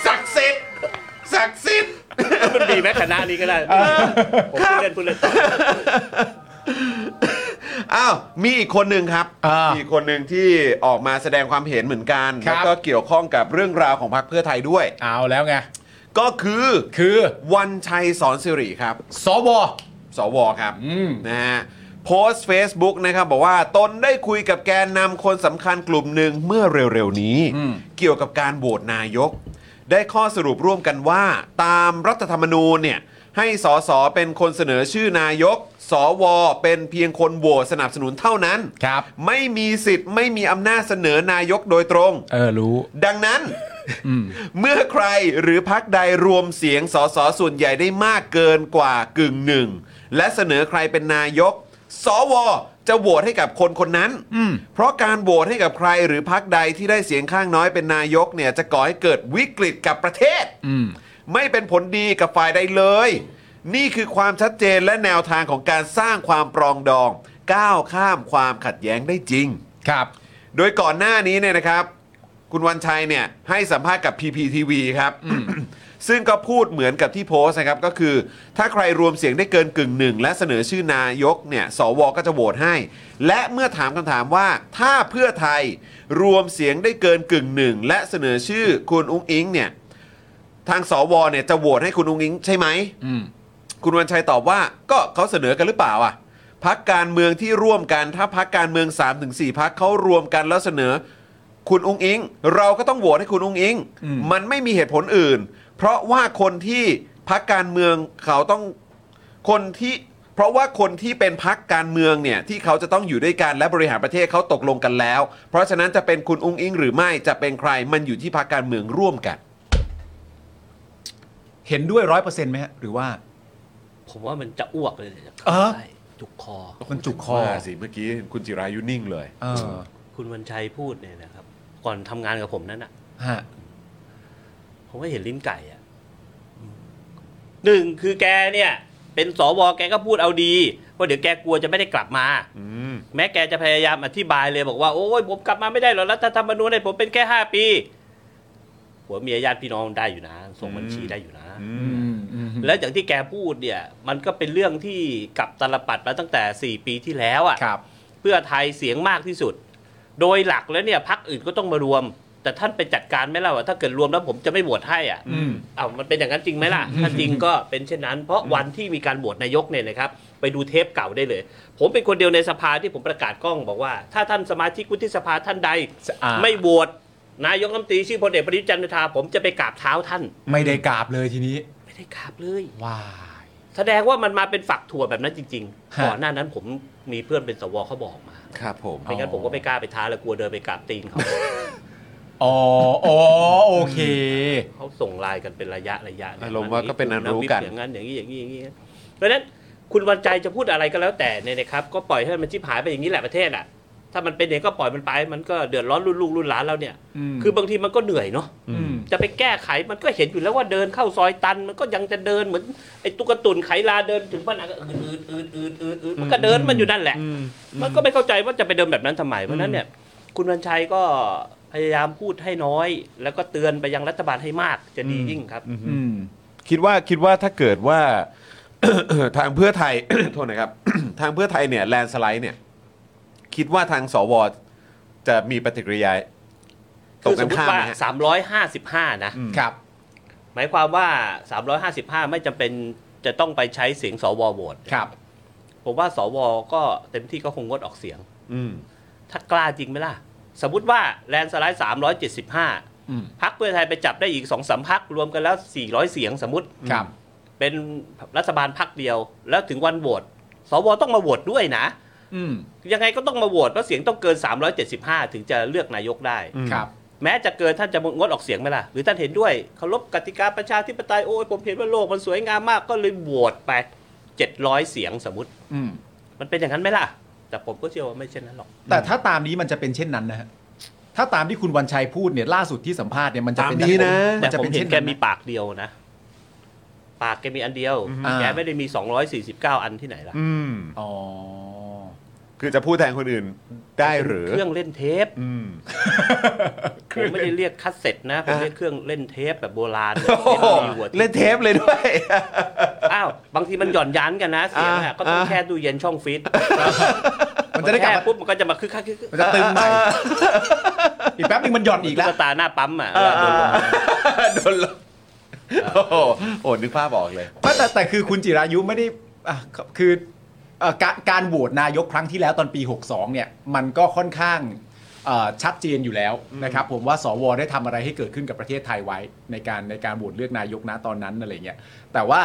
S1: ศักดิ์สิทธิ์ศักดิ์สิทธิ์
S3: มันดีไหมคณะนี้ก็ได้ผมพูดเล่นพูดเล่นต่อ
S1: อ้าวมีอีกคนหนึ่งครับ
S2: อ่ามี
S1: อีกคนหนึ่งที่ออกมาแสดงความเห็นเหมือนกัน
S2: ครั
S1: แล้ว
S2: บ
S1: ก็เกี่ยวข้องกับเรื่องราวของพรรคเพื่อไทยด้วย
S2: เอาแล้วไง
S1: ก็คือ
S2: คือ
S1: วันชัยสอนสิริครับ
S2: สว
S1: สวครับ
S2: อืม
S1: นะฮะโพสต์ Facebook นะครับ บอกว่าตนได้คุยกับแกนนำคนสำคัญกลุ่มหนึ่งเมื่อเร็วๆนี้ เกี่ยวกับการโหวตนายก ได้ข้อสรุปร่วมกันว่า ตามรัฐธรรมนูญเนี่ย ให้สสเป็นคนเสนอชื่อนายก สว เป็นเพียงคนโหวตสนับสนุนเท่านั้น
S2: ครับ
S1: ไม่มีสิทธิ์ไม่มีอำนาจเสนอนายกโดยตรง
S2: เออ รู้
S1: ดังนั้น เมื่อใครหรือพักใดรวมเสียงสสส่วนใหญ่ได้มากเกินกว่ากึ่งหนึ่ง และเสนอใครเป็นนายก สว จะโหวตให้กับคนคนนั้น เพราะการโหวตให้กับใครหรือพักใดที่ได้เสียงข้างน้อยเป็นนายกเนี่ยจะก่อให้เกิดวิกฤตกับประเทศ ไม่เป็นผลดีกับฝ่ายใดเลย นี่คือความชัดเจนและแนวทางของการสร้างความปรองดอง ก้าวข้ามความขัดแย้งได้จริง
S2: ครับ
S1: โดยก่อนหน้านี้เนี่ยนะครับ คุณวันชัยเนี่ยให้สัมภาษณ์กับ PPTV ครับ ซึ่งก็พูดเหมือนกับที่โพสต์นะครับ ก็คือ ถ้าใครรวมเสียงได้เกินกึ่งหนึ่ง และเสนอชื่อนายกเนี่ยสวก็จะโหวตให้ และเมื่อถามคำถามว่าถ้าเพื่อไทยรวมเสียงได้เกินกึ่งหนึ่ง และเสนอชื่อคุณอุ้งอิงเนี่ยทางสวเนี่ยจะโหวตให้คุณอุ้งอิงใช่ไหม คุณวันชัยตอบว่าก็เขาเสนอกันหรือเปล่าอ่ะพักการเมืองที่ร่วมกันถ้าพักการเมือง 3-4พักเขารวมกันแล้วเสนอ คุณอุ้งอิง เราก็ต้องโหวตให้คุณอุ้งอิง มันไม่มีเหตุผลอื่น เพราะว่าคนที่พักการเมืองเขาต้องคนที่ เพราะว่าคนที่เป็นพักการเมืองเนี่ยที่เขาจะต้องอยู่ด้วยกันและบริหารประเทศเขาตกลงกันแล้ว เพราะฉะนั้นจะเป็นคุณอุ้งอิง หรือไม่จะเป็นใครมันอยู่ที่พักการเมืองร่วมกัน
S2: เห็นด้วยร้อยเปอร์เซ็นต์ไหมฮะหรือว่า
S3: ผมว่ามันจะอ้วกเลยเนี่ย
S2: เออ
S3: ใช่จุกคอ
S2: มันจุกคอ
S1: ว่าสิเมื่อกี้คุณจิรายุนิ่งเลย
S2: เออ
S3: คุณวันชัยพูดเนี่ยนะครับ ก่อนทำงานกับผมนั้นอ่ะ
S2: ฮะ
S3: ผมก็เห็นลิ้นไก่อะหนึ่งคือแกเนี่ย เป็นสวแกก็พูดเอาดีว่าเดี๋ยวแกกลัวจะไม่ได้กลับมา
S1: อืม
S3: แม้แกจะพยายามอธิบายเลยบอกว่า โอ้ยผมกลับมาไม่ได้หรอกรัฐธรรมนูญเนี่ยผมเป็นแค่ห้าปีหัวเมียญาติพี่น้องได้อยู่นะ ส่งบัญชีได้อยู่นะ
S1: อื
S2: อื
S1: ม
S2: มอืม
S3: แล้วอย่างที่แกพูดเนี่ย มันก็เป็นเรื่องที่กลับตลปัดมาตั้งแต่ 4 ปีที่แล้วอ่ะ
S2: ครับ
S3: เพื่อไทยเสียงมากที่สุด โดยหลักแล้วเนี่ยพักอื่นก็ต้องมารวม แต่ท่านไปจัดการไหมล่ะว่าถ้าเกิดรวมแล้วผมจะไม่โหวตให้อ่ะ
S2: อืม
S3: เอามันเป็นอย่างนั้นจริงไหมล่ะ ถ้าจริงก็เป็นเช่นนั้น เพราะวันที่มีการโหวตนายกเนี่ยนะครับ ไปดูเทปเก่าได้เลย ผมเป็นคนเดียวในสภาที่ผมประกาศกล้องบอกว่า ถ้าท่านสมาชิกวุฒิสภาท่านใด
S2: อ่า
S3: ไม่โหวตนายกรัฐมนตรีชื่อพลเอกประยุทธ์จันทร์โอชาผมจะไปกราบเท้าท่าน
S2: ไม่ได้กราบเลยทีนี้
S3: ไม่ได้กราบเลย
S2: ว้าย
S3: แสดงว่ามันมาเป็นฝักถั่วแบบนั้นจริง
S2: ฮะ
S3: ๆ ก่อนหน้านั้นผมมีเพื่อนเป็นสวเขาบอกมา
S1: ครับผม
S3: ไม่งั้นผมก็ไม่กล้าไปท้าแล้วกลัวเดินไปกราบตีนเขา
S2: อ๋ออ๋อโอเค
S3: เขาส่งไลน์กันเป็นระยะระยะ
S1: อารมณ์ว่าก็เป็นอันรู้กัน
S3: อย่างนั้นอย่างนี้อย่างนี้อย่างนี้เพราะฉะนั้นคุณวันใจจะพูดอะไรก็แล้วแต่เนี่ยนะครับ ก็ปล่อยให้มันชิบหายไปอย่างนี้แหละประเทศอ่ะ ถ้ามันเป็นอย่างนี้ก็ปล่อยมันไป มันก็เดือดร้อนรุ่นลูกรุ่นหลานเราเนี่ย
S2: อืม
S3: คือบางทีมันก็เหนื่อยเนาะ
S2: อืม
S3: จะไปแก้ไขมันก็เห็นอยู่แล้วว่าเดินเข้าซอยตัน มันก็ยังจะเดินเหมือนไอ้ตุ๊กตุนไขลาเดินถึงบ้านอ่ะก็อืดอืดอืดอืดอืดมันก็เดินมันอยู่นั่นแหละ มันก็ไม่เข้าใจว่าจะไปเดินแบบนั้นทำไมเพราะฉะนั้นเนี่ย คุณวันชัยก็พยายามพูดให้น้อย แล้วก็เตือนไปยังรัฐบาลให้มากจะดียิ่งครับ
S2: อืม
S1: คิดว่าคิดว่าถ้าเกิดว่า ทางเพื่อไทย โทษนะครับ ทางเพื่อไทยเนี่ยแลนสไลด์เนี่ย คิดว่าทางสวจะมีปฏิกิริยาต
S3: คื
S1: ก
S3: อส
S1: กั
S3: ม
S1: น
S3: มติ
S1: ข้าม
S3: ว่า
S1: ไหมฮะ
S3: 355 นะ
S2: ครับ
S3: หมายความว่า 355 ไม่จำเป็นจะต้องไปใช้เสียงสวโหวต
S2: ครับ
S3: ผมว่าสวก็เต็มที่ก็คงงดออกเสียง
S1: อืม
S3: ถ้ากล้าจริงไหมล่ะ สมมติว่าแลนด์สไลด์
S2: อืม
S3: 375 พักเพื่อไทยไปจับได้อีก2อสามพักรวมกันแล้ว 400 เสียงสมมติ
S2: ครับ
S3: เป็นรัฐบาลพักเดียว แล้วถึงวันโหวตสวต้องมาโหวตด้วยนะ
S2: อืม
S3: ยังไงก็ต้องมาโหวตเพราะเสียงต้องเกิน 375 ถึงจะเลือกนายกได้
S2: ครับ
S3: แม้จะเกินท่านจะงดออกเสียงไหมล่ะ หรือท่านเห็นด้วยเคารพกติกาประชาธิปไตยโอ้ยผมเห็นว่าโลกมันสวยงามมากก็เลยโหวตไป 700 เสียงสมมติ
S2: อืม
S3: มันเป็นอย่างนั้นไหมล่ะ แต่ผมก็เชื่อว่าไม่เช่นนั้นหรอก
S2: แต่ถ้าตามนี้มันจะเป็นเช่นนั้นนะฮะ ถ้าตามที่คุณวันชัยพูดเนี่ยล่าสุดที่สัมภาษณ์เนี่ยมันจะเป็น
S1: ตามนี้นะ
S2: มั
S3: แต่
S2: นจะ
S3: ผม
S2: เป็น
S3: เห็
S2: เช่
S3: น
S2: น
S3: แก
S2: นั้น
S3: มี
S2: นะ
S3: ปากเดียวนะ ปากแกมีอันเดียว
S2: อ่า
S3: แกไม่ได้มี 249 อันที่ไหนล่ะ
S1: อืม
S2: อ๋อ
S1: คือจะพูดแทนคนอื่นได้หรือ
S3: เครื่องเล่นเทป
S1: อืม
S3: ผมไม่ได้เรียกคัสเซ็ตนะ ผม
S1: อ่ะ
S3: เรียกเครื่องเล่นเทปแบบโบราณ
S1: โอ้โห
S3: มีหัวทิ่ม
S1: เล่นเทปเลย ด้วย
S3: อ้าว บางทีมันหย่อนยันกันนะ เสียง
S1: อ่ะ
S3: อะก็ต้อง
S1: อ่ะ
S3: แช่ตู้เย็นช่องฟิต
S2: มันจะได้กลับ
S3: แช่
S2: มา
S3: ปุ๊บมันก็จะมาคึกคักคึกคัก
S2: มันจะตึงใหม่ อีกแป๊บนึงมันหย่อนอีก
S3: ตุ๊
S2: แล้ว
S3: กตาหน้าปั๊มอ่ะ
S1: เอ
S3: เว
S1: อ
S3: ลา
S1: เอ
S3: โดน
S1: อง โดนล
S3: ล
S1: บโอ้โหโอ้นึกภาพออกเลย
S2: ไม่แต่แต่คือคุณจิรายุไม่ได้อ่ะคือเอ่อการการโหวตนายกครั้งที่แล้วตอนปี 62 เนี่ย มันก็ค่อนข้างเอ่อชัดเจนอยู่แล้วนะครับผมว่าสวได้ทำอะไรให้เกิดขึ้นกับประเทศไทยไว้ ในการในการโหวตเลือกนายกนะตอนนั้นอะไรเงี้ยแต่ว่า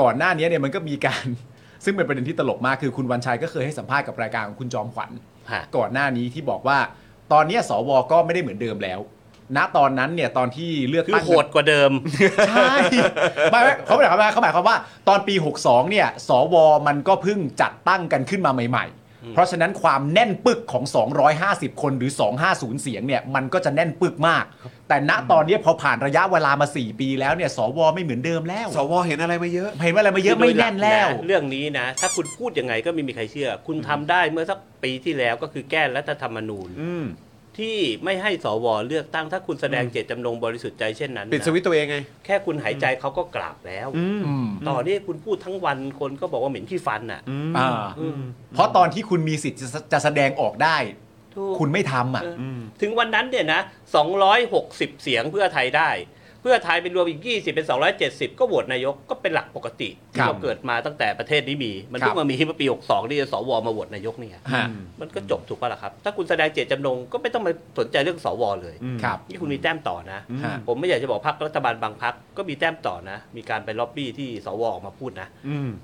S2: ก่อนหน้านี้เนี่ยมันก็มีการ ซึ่งเป็นประเด็นที่ตลกมากคือคุณวันชัยก็เคยให้สัมภาษณ์กับรายการของคุณจอมขวัญ
S3: ฮะ
S2: ก่อนหน้านี้ที่บอกว่าตอนเนี้ยสวก็ไม่ได้เหมือนเดิมแล้ว ณตอนนั้นเนี่ยตอนที่เลือก
S3: คือ
S2: ตั้ง
S3: โหดกว่าเดิม
S2: ใช่ไม่ไม่เขาหมายความว่าเขาหมายความว่าตอนปี 62 เนี่ย สวมันก็เพิ่งจัดตั้งกันขึ้นมาใหม่ ๆ เพราะฉะนั้นความแน่นปึกของ 250 คนหรือ 250 เสียงเนี่ย มันก็จะแน่นปึกมาก แต่ณตอนเนี้ยพอผ่านระยะเวลามา 4 ปีแล้วเนี่ย สวไม่เหมือนเดิมแล้ว
S1: สวเห็นอะไรมาเยอะ
S2: เห็นว่าอะไรมาเยอะไม่แน่นแล้ว
S3: คือโดยหกะเรื่องนี้นะ ถ้าคุณพูดยังไงก็ไม่มีใครเชื่อ คุณทำได้เมื่อสักปีที่แล้วก็คือแก้รัฐธรรมนูญ
S1: อืม
S3: ที่ไม่ให้สวเลือกตั้งถ้าคุณแสดงเจตจำนงบริสุทธิ์ใจเช่นนั้น
S1: ปิด
S3: นะ
S1: สวิตช์ตัวเองไง
S3: แค่คุณหายใจเขาก็กราบแล้ว
S2: อืม
S3: ต่อนี่คุณพูดทั้งวันคนก็บอกว่าเหม็นขี้ฟันอ่ะ
S2: อ่าเพราะตอนที่คุณมีสิทธิ์จะจะแสดงออกได้
S3: ถูก
S2: คุณไม่ทำอ่ะ
S3: เอออถึงวันนั้นเนี่ยนะ 260 เสียงเพื่อไทยได้ เพื่อไทยเป็นรวมอีก 20 เป็น 270 ก็โหวตนายกก็เป็นหลักปกติ
S2: ครั
S3: ที่
S2: บ
S3: เราเกิดมาตั้งแต่ประเทศนี้มี มัน
S2: ครับ
S3: เพิ่งมามีเมื่อปี 62 ที่สวมาโหวตนายกเนี่ย
S2: ฮะ
S3: มันก็จบถูกปะล่ะครับ ถ้าคุณแสดงเจตจำนงก็ไม่ต้องมาสนใจเรื่องสวเลย
S2: ครับ
S3: นี่คุณมีแต้มต่อนะ
S2: ฮะ
S3: ผมไม่อยากจะบอกพรรครัฐบาลบางพรรคก็มีแต้มต่อนะ มีการไปล็อบบี้ที่สวออกมาพูดนะ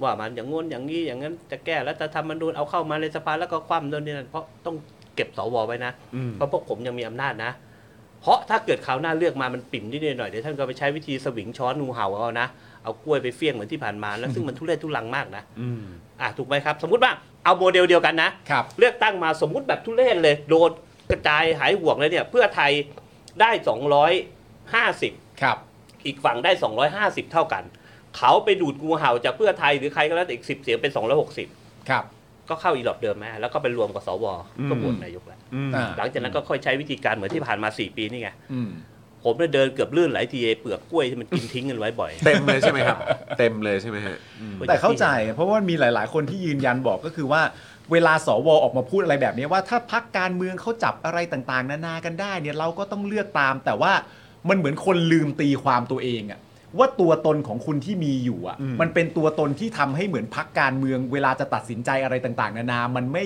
S3: ว่ามันอย่างง้นอย่างนี้อย่างนั้นจะแก้รัฐธรรมนูญเอาเข้ามาในสภาแล้วก็คว่ำโน่นนี่นั่นเพราะต้องเก็บสวไว้นะ เพราะพวกผมยังมีอำนาจนะ เพราะถ้าเกิดคราวหน้าเลือกมามันปิ่มนิดหน่อยเดี๋ยวท่านก็ไปใช้วิธีสวิงช้อนงูเห่าเอานะ เอากล้วยไปเฟี้ยงเหมือนที่ผ่านมาแล้วซึ่งมันทุเรศทุลังมากนะอ่ะถูกไหมครับ สมมติว่าเอาโมเดลเดียวกันนะ
S2: ครับ
S3: เลือกตั้งมาสมมุติแบบทุเรศเลยโดนกระจายหายห่วงเลยเนี่ย เพื่อไทยได้ 250
S2: ครับ
S3: อีกฝั่งได้ 250 เท่ากัน เขาไปดูดงูเห่าจากเพื่อไทยหรือใครก็แล้วแต่อีก 10 เสียงเป็น 260
S2: ครับ
S3: ก็เข้าอีหลอดเดิมไหมแล้วก็ไปรวมกับสวก็โหวตนายกแล้ว
S2: อ่า
S3: หลังจากนั้นก็ค่อยใช้วิธีการเหมือนที่ผ่านมา 4 ปีนี่ไง
S2: อืม
S3: ผมเนี่ยเดินเกือบลื่นหลายทีไอ้เปลือกกล้วยที่มันกินทิ้งกันไว้บ่อย
S1: เต็มเลยใช่ไหมครับ เต็มเลยใช่ไหมฮะ
S2: แต่เข้าใจเพราะว่ามีหลาย ๆ คนที่ยืนยันบอกก็คือว่า เวลาสวออกมาพูดอะไรแบบนี้ว่าถ้าพักการเมืองเขาจับอะไรต่างๆ นานากันได้เนี่ยเราก็ต้องเลือกตาม แต่ว่ามันเหมือนคนลืมตีความตัวเองอะว่าตัวตนของคุณที่มีอยู่อะมันเป็นตัวตนที่ทำให้เหมือนพักการเมือง เวลาจะตัดสินใจอะไรต่างๆ นานา มันไม่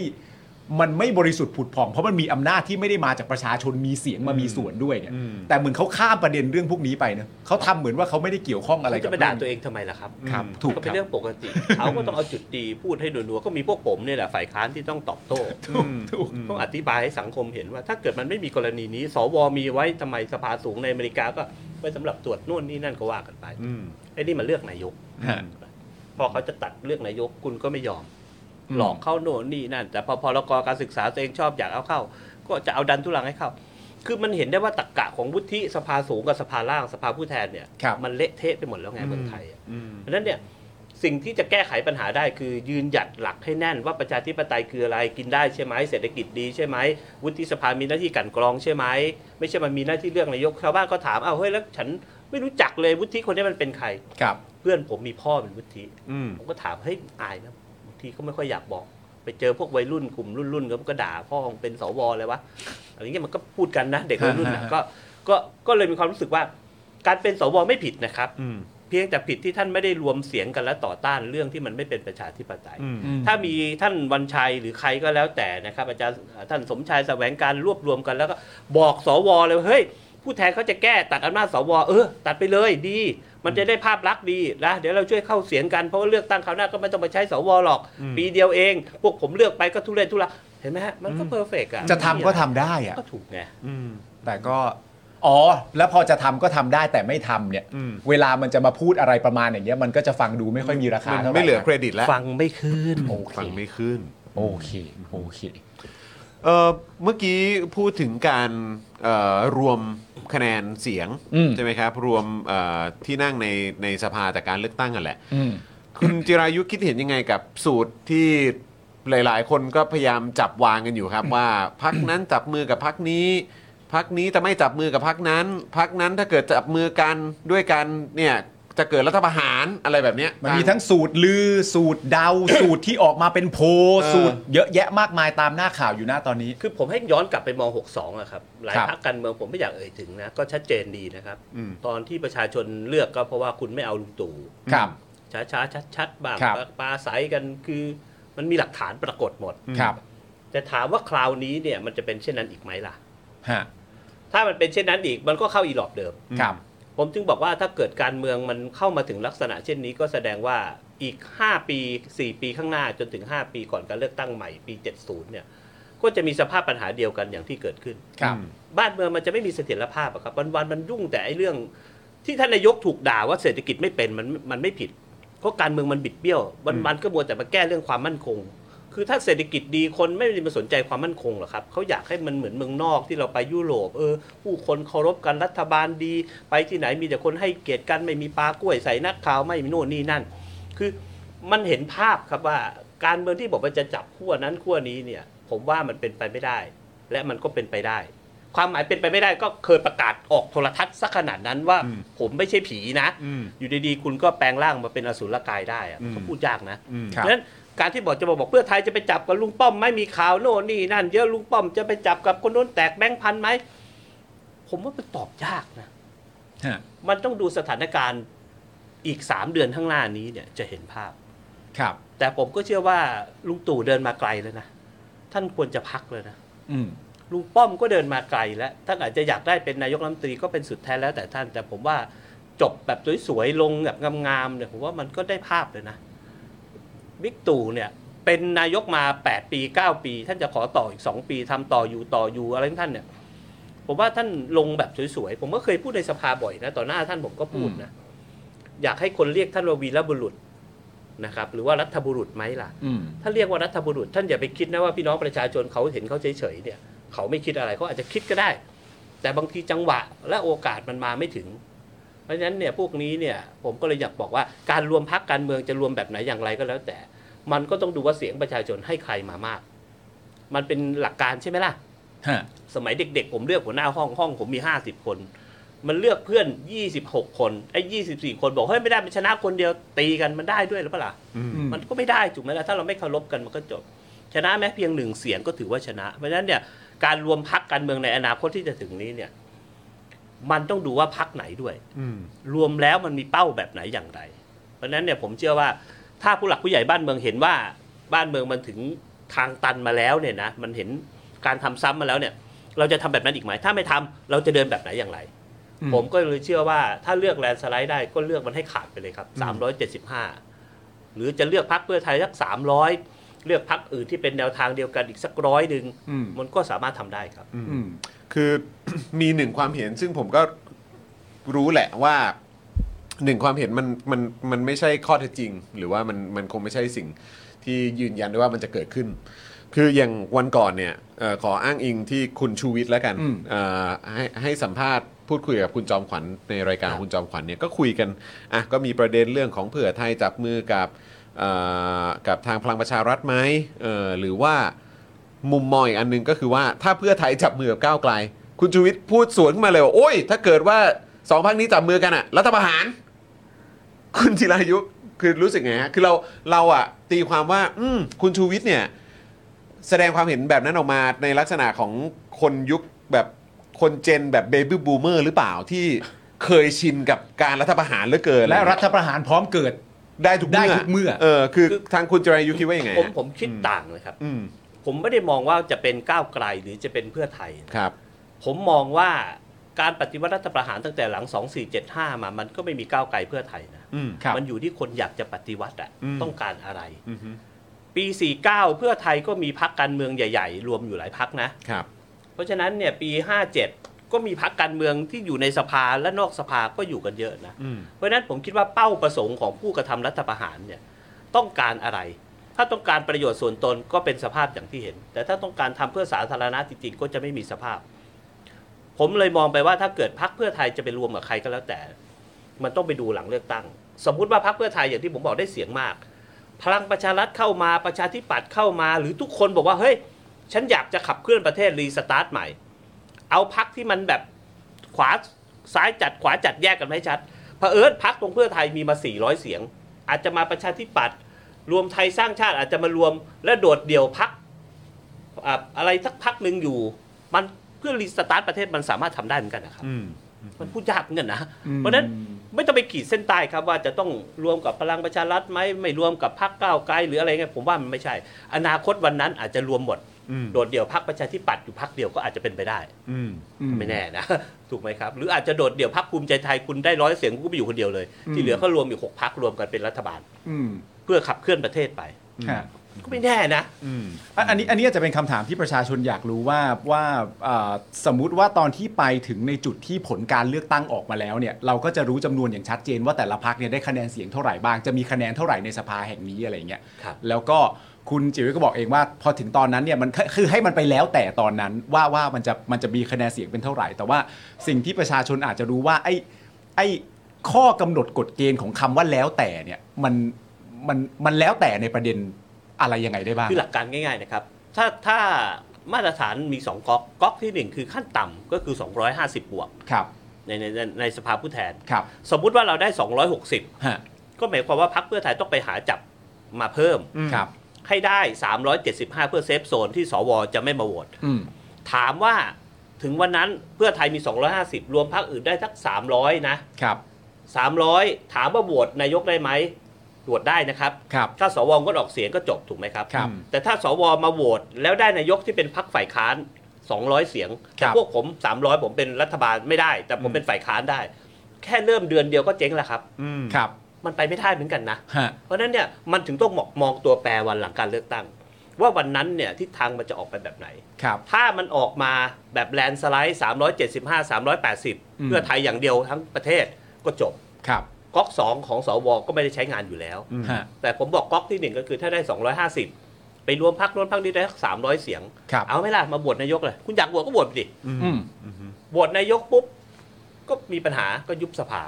S2: มันไม่บริสุทธิ์ผุดผ่องเพราะมันมีอำนาจที่ไม่ได้มาจากประชาชนมีเสียงมามีส่วนด้วยเนี่ยแต่เหมือนเขาข้ามประเด็นเรื่องพวกนี้ไปเนะเขาทำเหมือนว่าเขาไม่ได้เกี่ยวข้องอะไร
S3: เขา
S2: กับ
S3: จะไปด่าตัวเองทำไมล่ะครับ
S2: ครับ ถูก
S3: ก็
S2: ค
S3: เป็น
S2: รับ
S3: เรื่องปกติ เขาก็ต้องเอาจุดดีพูดให้นัวๆก็มีพวกผมเนี่ยแหละฝ่ายค้านที่ต้องตอบโต้
S2: ถูก
S3: ต้องอธิบายให้สังคมเห็นว่า ถ้าเกิดมันไม่มีกรณีนี้ สวมีไว้ทำไมสภาสูงในอเมริกาก็ไว้สำหรับตรวจนู่นนี่นั่นก็ว่ากันไปไอ้นี่มันเลือกนายก
S2: ฮะ
S3: พอเขาจะตัดเลือกนายกคุณก็ไม่ยอม หลอกเข้าโน่นนี่นั่น แต่พอพรกการศึกษาตัวเองชอบอยากเอาเข้า ก็จะเอาดันทุลังให้เข้า คือมันเห็นได้ว่าตรกกะของวุฒิสภาสูงกับสภาล่างสภาผู้แทนเนี่ย
S2: ครับ
S3: มันเละเทะไปหมดแล้วไงเมืองไทยอะเพราะฉะนั้นเนี่ยสิ่งที่จะแก้ไขปัญหาได้คือยืนหยัดหลักให้แน่นว่าประชาธิปไตยคืออะไรกินได้ใช่ไหมเศรษฐกิจดีใช่ไหมวุฒิสภามีหน้าที่กลันกรองใช่ไหมไม่ใช่มันมีหน้าที่เลือกนายกชาวบ้านก็ถามเอาวเฮ้ยแล้วฉันไม่รู้จักเลยวุฒิคนนี้มันเป็นใคร
S2: ครับ
S3: เพื่อนผมมีพ่อเป็นวุฒิผมก็ถามเฮ้ยอายนะบางทีเขาไม่ค่อยอยากบอก ไปเจอพวกวัยรุ่นกลุ่มรุ่นรุ่นๆก็ด่าพ่อมึงเป็นสวเลยวะอะไรเงี้ยมันก็พูดกันนะ เด็กวัยรุ่นนะ
S2: ฮะ
S3: ก็ก็ก็เลยมีความรู้สึกว่า การเป็นสวไม่ผิดนะครับ เพียงแต่ผิดที่ท่านไม่ได้รวมเสียงกันและต่อต้านเรื่องที่มันไม่เป็นประชาธิปไตย ถ้ามีท่านวันชัยหรือใครก็แล้วแต่นะครับ อาจารย์ท่านสมชายแสวงการรวบรวมกันแล้วก็บอกสวเลยว่าเฮ้ย ผู้แทนเขาจะแก้ตัดอำนาจสวเออ ตัดไปเลยดี มันจะได้ภาพลักษณ์ดีนะเดี๋ยวเราช่วยเข้าเสียงกันเพราะว่าเลือกตั้งคราวหน้าก็ไม่ต้องไปใช้สวหรอก ปีเดียวเอง พวกผมเลือกไปก็ทุเรศทุลังเห็นไหมฮะมันก็เพอร์เฟกอะ
S2: จะทำก็ทำได้อะ
S3: ก็ถูกไง
S2: แต่ก็ อ๋อ แล้วพอจะทำก็ทำได้แต่ไม่ทำเนี่ย เวลามันจะมาพูดอะไรประมาณอย่างเงี้ยมันก็จะฟังดูไม่ค่อยมีราคา
S1: มัน
S2: เท่าไหร่
S1: ไม่เหลือเครดิตแล้ว
S3: ฟังไม่ขึ้น
S2: โอเค
S1: ฟังไม่ขึ้น
S2: โอเคโอเค
S1: เอ่อเมื่อกี้พูดถึงการเอ่อรวมคะแนนเสียง
S2: อืม
S1: ใช่ไหมครับ รวมเอ่อที่นั่งในในสภาจากการเลือกตั้งกันแหละ
S2: อืม
S1: คุณจิรายุคิดเห็นยังไงกับสูตรที่หลายๆ คนก็พยายามจับวางกันอยู่ครับ ว่าพักนั้นจับมือกับพักนี้พักนี้จะไม่จับมือกับพักนั้นพักนั้นถ้าเกิดจับมือกันด้วยกันเนี่ยจะเกิดรัฐประหารอะไรแบบเนี้ย
S2: มันมีทั้งสูตรลือสูตรเดา สูตรที่ออกมาเป็นโพล
S1: เออ
S2: สูตรเยอะแยะมากมายตามหน้าข่าวอยู่หน้าตอนนี้
S3: คือผมให้ย้อนกลับไปมอง62อะครับ หลาย
S2: ครับ
S3: พรรคการเมืองผมไม่อยากเอ่ยถึงนะ ก็ชัดเจนดีนะครับ ตอนที่ประชาชนเลือกก็เพราะว่าคุณไม่เอาลุงตู่
S2: ครับ
S3: ช้าช้าชัดชัดๆบ้าง
S2: ครับ
S3: ปาใสกันคือมันมีหลักฐานปรากฏหมด
S2: ครับ
S3: แต่ถามว่าคราวนี้เนี่ยมันจะเป็นเช่นนั้นอีกไหมล่ะ
S2: ฮะ
S3: ถ้ามันเป็นเช่นนั้นอีกมันก็เข้าอีหลอบเดิม
S2: ครับ
S3: ผมจึงบอกว่าถ้าเกิดการเมืองมันเข้ามาถึงลักษณะเช่นนี้ก็แสดงว่าอีก 5 ปี 4 ปีข้างหน้าจนถึง 5 ปีก่อนการเลือกตั้งใหม่ปี 70 เนี่ยก็จะมีสภาพปัญหาเดียวกันอย่างที่เกิดขึ้น
S2: ครับ
S3: บ้านเมืองมันจะไม่มีเสถียรภาพอะครับวันๆมันยุ่งแต่ไอ้เรื่อง ที่ท่านนายกถูกด่าว่าเศรษฐกิจไม่เป็นมันมันไม่ผิดเพราะการเมืองมันบิดเบี้ยววันๆก็มัวแต่มาแก้เรื่องความมั่นคง คือถ้าเศรษฐกิจดีคนไม่ได้มาสนใจความมั่นคงหรอกครับเขาอยากให้มันเหมือนเมืองนอกที่เราไปยุโรปเออผู้คนเคารพกันรัฐบาลดี ไปที่ไหนมีแต่คนให้เกียรติกันไม่มีปลากล้วยใส่นักข่าวไม่มีโน่นนี่นั่น คือมันเห็นภาพครับว่าการเมืองที่บอกว่าจะจับขั้วนั้นขั้วนี้เนี่ย ผมว่ามันเป็นไปไม่ได้ และมันก็เป็นไปได้ ความหมายเป็นไปไม่ได้ก็เคยประกาศออกโทรทัศน์สักขนาดนั้นว่า ผมไม่ใช่ผีนะ อยู่ดีๆ คุณก็แปลงร่างมาเป็นอสุรกายได้อะก็พูดยากนะ
S2: ครับ
S3: เพราะฉะนั้นการที่บอกจะบอกบอกเพื่อไทยจะไปจับกับลุงป้อมไหม่มีข่าวโน่นนี่นั่น เยอะลุงป้อมจะไปจับกับคนโน้นแตกแบงค์พันไหมผมว่ามันตอบยากนะ
S2: ฮะ
S3: มันต้องดูสถานการณ์อีกสามเดือนข้างหน้านี้เนี่ยจะเห็นภาพ
S2: ครับ
S3: แต่ผมก็เชื่อว่าลุงตู่เดินมาไกลแล้วนะ ท่านควรจะพักเลยนะ
S2: อืม
S3: ลุงป้อมก็เดินมาไกลแล้วท่านอาจจะอยากได้เป็นนายกรัฐมนตรีก็เป็นสุดแท้แล้วแต่ท่าน แต่ผมว่าจบแบบสวยๆ ลงแบบงามๆเนี่ยผมว่ามันก็ได้ภาพเลยนะ บิ๊กตู่เนี่ยเป็นนายกมา 8 ปี 9 ปี ท่านจะขอต่ออีก 2 ปีทำต่ออยู่ต่ออยู่อะไรของท่านเนี่ย ผมว่าท่านลงแบบสวยๆ ผมก็เคยพูดในสภาบ่อยนะต่อหน้าท่านผมก็พูดนะ อยากให้คนเรียกท่านว่าวีรบุรุษนะครับ หรือว่ารัฐบุรุษไหมล่ะ
S2: อืม
S3: ถ้าเรียกว่ารัฐบุรุษ ท่านอย่าไปคิดนะว่าพี่น้องประชาชนเขาเห็นเขาเฉยๆเนี่ยเขาไม่คิดอะไรเขาอาจจะคิดก็ได้ แต่บางทีจังหวะและโอกาสมันมาไม่ถึง เพราะฉะนั้นเนี่ยพวกนี้เนี่ยผมก็เลยอยากบอกว่าการรวมพักการเมืองจะรวมแบบไหนอย่างไรก็แล้ว แต่ มันก็ต้องดูว่าเสียงประชาชนให้ใครมามาก มันเป็นหลักการใช่ไหมล่ะ
S2: ฮะ
S3: สมัยเด็กๆ ผมเลือกหัวหน้าห้องห้องผมมี 50 คน มันเลือกเพื่อน 26 คนไอ้24 คนบอกเฮ้ยไม่ได้มันชนะคนเดียวตีกันมันได้ด้วยหรือเปล่าล่ะ มันก็ไม่ได้ถูกไหมล่ะถ้าเราไม่เคารพกันมันก็จบ ชนะแม้เพียงหนึ่งเสียงก็ถือว่าชนะ เพราะฉะนั้นเนี่ยการรวมพักการเมืองในอนาคตที่จะถึงนี้เนี่ย มันต้องดูว่าพักไหนด้วยรวมแล้วมันมีเป้าแบบไหนอย่างไร เพราะฉะนั้นเนี่ยผมเชื่อว่าถ้าผู้หลักผู้ใหญ่บ้านเมืองเห็นว่าบ้านเมืองมันถึงทางตันมาแล้วเนี่ยนะมันเห็นการทำซ้ำมาแล้วเนี่ย เราจะทำแบบนั้นอีกไหมถ้าไม่ทำเราจะเดินแบบไหนอย่างไร ผมก็เลยเชื่อว่าถ้าเลือกแลนด์สไลด์ได้ก็เลือกมันให้ขาดไปเลยครับ 375 หรือจะเลือกพักเพื่อไทยสักสามร้อยเลือกพักอื่นที่เป็นแนวทางเดียวกันอีกสักร้อยหนึ่ง
S2: อืม
S3: มันก็สามารถทำได้ครับ
S2: อืม
S1: คือ มีหนึ่งความเห็นซึ่งผมก็รู้แหละว่าหนึ่งความเห็นมันมันมันไม่ใช่ข้อเท็จจริง หรือว่ามันมันคงไม่ใช่สิ่งที่ยืนยันได้ว่ามันจะเกิดขึ้น คืออย่างวันก่อนเนี่ยเออขออ้างอิงที่คุณชูวิทย์แล้วกัน
S2: อืม
S1: เอ่อให้ให้สัมภาษณ์พูดคุยกับคุณจอมขวัญในรายการของคุณจอมขวัญเนี่ยก็คุยกันอ่ะก็มีประเด็นเรื่องของเผื่อไทยจับมือกับเอ่อกับทางพลังประชารัฐไหมเอ่อหรือว่า มุมมองอีกอันหนึงก็คือว่าถ้าเพื่อไทยจับมือกับก้าวไกล คุณชูวิทย์พูดสวนขึ้นมาเลยว่าโอ้ย ถ้าเกิดว่าสองพักนี้จับมือกันอะรัฐประห าร คุณจิรายุคือรู้สึกไงฮะคือเราเราอะตีความว่า อืมคุณชูวิทย์เนี่ย แสดงความเห็นแบบนั้นออกมาในลักษณะของคนยุคแบบคนเจนแบบเบบี้บูมเมอร์หรือเปล่าที่เคยชินกับการรัฐประหารเหลือเกิน
S2: และรัฐประหารพร้อมเกิด
S1: ได้ทุก
S2: ได้
S1: เมื่อ
S2: ทุกเมื่อ
S1: เออคือทางคุณจิรายุคิดว่ายังไง
S3: ผม
S1: ฮะ
S3: ผมคิดต่างเลยครับ
S1: อืม
S3: ผมไม่ได้มองว่าจะเป็นก้าวไกลหรือจะเป็นเพื่อไทย
S1: ครับ
S3: ผมมองว่าการปฏิวัติรัฐประหารตั้งแต่หลัง 2475 มามันก็ไม่มีก้าวไกลเพื่อไทยนะ
S1: อืม
S2: ครับ
S3: มันอยู่ที่คนอยากจะปฏิวัติอะ
S1: อืม
S3: ต้องการอะไร
S1: อือฮึ
S3: ปี 49 เพื่อไทยก็มีพักการเมืองใหญ่ ๆ รวมอยู่หลายพักนะ
S1: ครับ
S3: เพราะฉะนั้นเนี่ยปี 57 ก็มีพักการเมืองที่อยู่ในสภาและนอกสภาก็อยู่กันเยอะนะ
S1: อืม
S3: เพราะฉะนั้นผมคิดว่าเป้าประสงค์ของผู้กระทำรัฐประหารเนี่ยต้องการอะไร ถ้าต้องการประโยชน์ส่วนตนก็เป็นสภาพอย่างที่เห็น แต่ถ้าต้องการทำเพื่อสาธารณะจริงๆก็จะไม่มีสภาพ ผมเลยมองไปว่าถ้าเกิดพักเพื่อไทยจะไปรวมกับใครก็แล้วแต่ มันต้องไปดูหลังเลือกตั้ง สมมุติว่าพักเพื่อไทยอย่างที่ผมบอกได้เสียงมาก พลังประชารัฐเข้ามาประชาธิปัตย์เข้ามา หรือทุกคนบอกว่าเฮ้ย ฉันอยากจะขับเคลื่อนประเทศรีสตาร์ทใหม่ เอาพักที่มันแบบขวาซ้ายจัดขวาจัดแยกกันไม่ชัดเผอิญพักตรงเพื่อไทยมีมา 400 เสียง อาจจะมาประชาธิปัตย์รวมไทยสร้างชาติอาจจะมารวมและโดดเดี่ยวพักอะไรสักพักหนึ่งอยู่ มันเพื่อรีสตาร์ทประเทศมันสามารถทำได้เหมือนกันนะครับ
S1: อืม
S3: มันพูดยากเหมือนกันนะ
S2: อืม
S3: เพราะฉะนั้นไม่ต้องไปขีดเส้นใต้ครับว่าจะต้องรวมกับพลังประชารัฐไหมไม่รวมกับพรรคก้าวไกลหรืออะไรเงี้ยผมว่ามันไม่ใช่ อนาคตวันนั้นอาจจะรวมหมด
S1: อืม
S3: โดดเดี่ยวพรรคประชาธิปัตย์อยู่พรรคเดียวก็อาจจะเป็นไปได้
S1: อืม
S2: อืม
S3: ไม่แน่นะ ถูกไหมครับ หรืออาจจะโดดเดี่ยวพรรคภูมิใจไทยคุณได้ร้อยเสียงคุณก็ไปอยู่คนเดียวเลย ที่เหลือก็รวมอยู่หกพรรครวมกันเป็นรัฐบาล
S2: อืม
S3: เพื่อขับเคลื่อนประเทศไป
S2: ฮะ
S3: ก็ไม่แน่นะ
S1: อืม
S2: อ่ะอันนี้อันนี้อาจจะเป็นคำถามที่ประชาชนอยากรู้ว่าว่าอ่าสมมุติว่าตอนที่ไปถึงในจุดที่ผลการเลือกตั้งออกมาแล้วเนี่ยเราก็จะรู้จำนวนอย่างชัดเจนว่าแต่ละพักเนี่ยได้คะแนนเสียงเท่าไหร่บ้างจะมีคะแนนเท่าไหร่ในสภาแห่งนี้อะไรเงี้ย
S3: ครับ
S2: แล้วก็คุณจิวิก็บอกเองว่า พอถึงตอนนั้นเนี่ยมันคือให้มันไปแล้วแต่ตอนนั้นว่าว่ามันจะมันจะมีคะแนนเสียงเป็นเท่าไหร่ แต่ว่าสิ่งที่ประชาชนอาจจะรู้ว่าไอ้ไอ้ข้อกำหนดกฎเกณฑ์ของคำว่าแล้วแต่เนี่ยมันมันมันแล้วแต่ในประเด็นอะไรยังไงได้บ้าง
S3: คือหลักการง่ายๆนะครับ ถ้าถ้า มาตรฐานมีสองก๊อกก๊อกที่หนึ่งคือขั้นต่ำก็คือ 250 บวก
S2: ครับ
S3: ในในในในสภาผู้แทน
S2: ครับ
S3: สมมุติว่าเราได้ 260
S2: ฮะ
S3: ก็หมายความว่าพักเพื่อไทยต้องไปหาจับมาเพิ่ม
S2: ครับ
S3: ให้ได้ 375 เพื่อเซฟโซนที่สวจะไม่มาโหวต
S2: อืม
S3: ถามว่าถึงวันนั้นเพื่อไทยมี 250 รวมพรรคอื่นได้สัก 300 นะ
S2: ครับ
S3: 300 ถามว่าโหวตนายกได้ไหมโหวตได้นะครับ
S2: ครับ
S3: ถ้าสวงดออกเสียงก็จบถูกไหมครับ
S2: ครับ
S3: แต่ถ้าสวมาโหวตแล้วได้นายกที่เป็นพรรคฝ่ายค้าน 200 เสียง
S2: ครั
S3: แต่
S2: บ
S3: พวกผม 300 ผมเป็นรัฐบาลไม่ได้ แต่ผมเป็นฝ่ายค้านได้ แค่เริ่มเดือนเดียวก็เจ๊งแล้วครับ
S2: ครับ
S3: มันไปไม่ได้เหมือนกันนะ
S2: ฮะ
S3: เพราะฉะนั้นเนี่ยมันถึงต้องมองมองตัวแปรวันหลังการเลือกตั้ง ว่าวันนั้นเนี่ยทิศทางมันจะออกไปแบบไหน
S2: ครับ
S3: ถ้ามันออกมาแบบแลนสไลด์ 375 380
S2: อืม
S3: เพื่อไทยอย่างเดียวทั้งประเทศก็จบ
S2: ครับ
S3: ก๊อก2ของสวก็ไม่ได้ใช้งานอยู่แล้ว
S2: ฮะ
S3: แต่ผมบอกก๊อกทีหนึ่1 ก็คือถ้าได้ 250 ไปรวมพักน้นพักนี้ได้สัก300 เสียง
S2: ครับ
S3: เอาไหมล่ะ มาบวชนายกเลย คุณอยากบวชก็บวชไปดิ
S2: อืม
S3: บวชนายกปุ๊บ ก็มีปัญหาก็ยุบสภา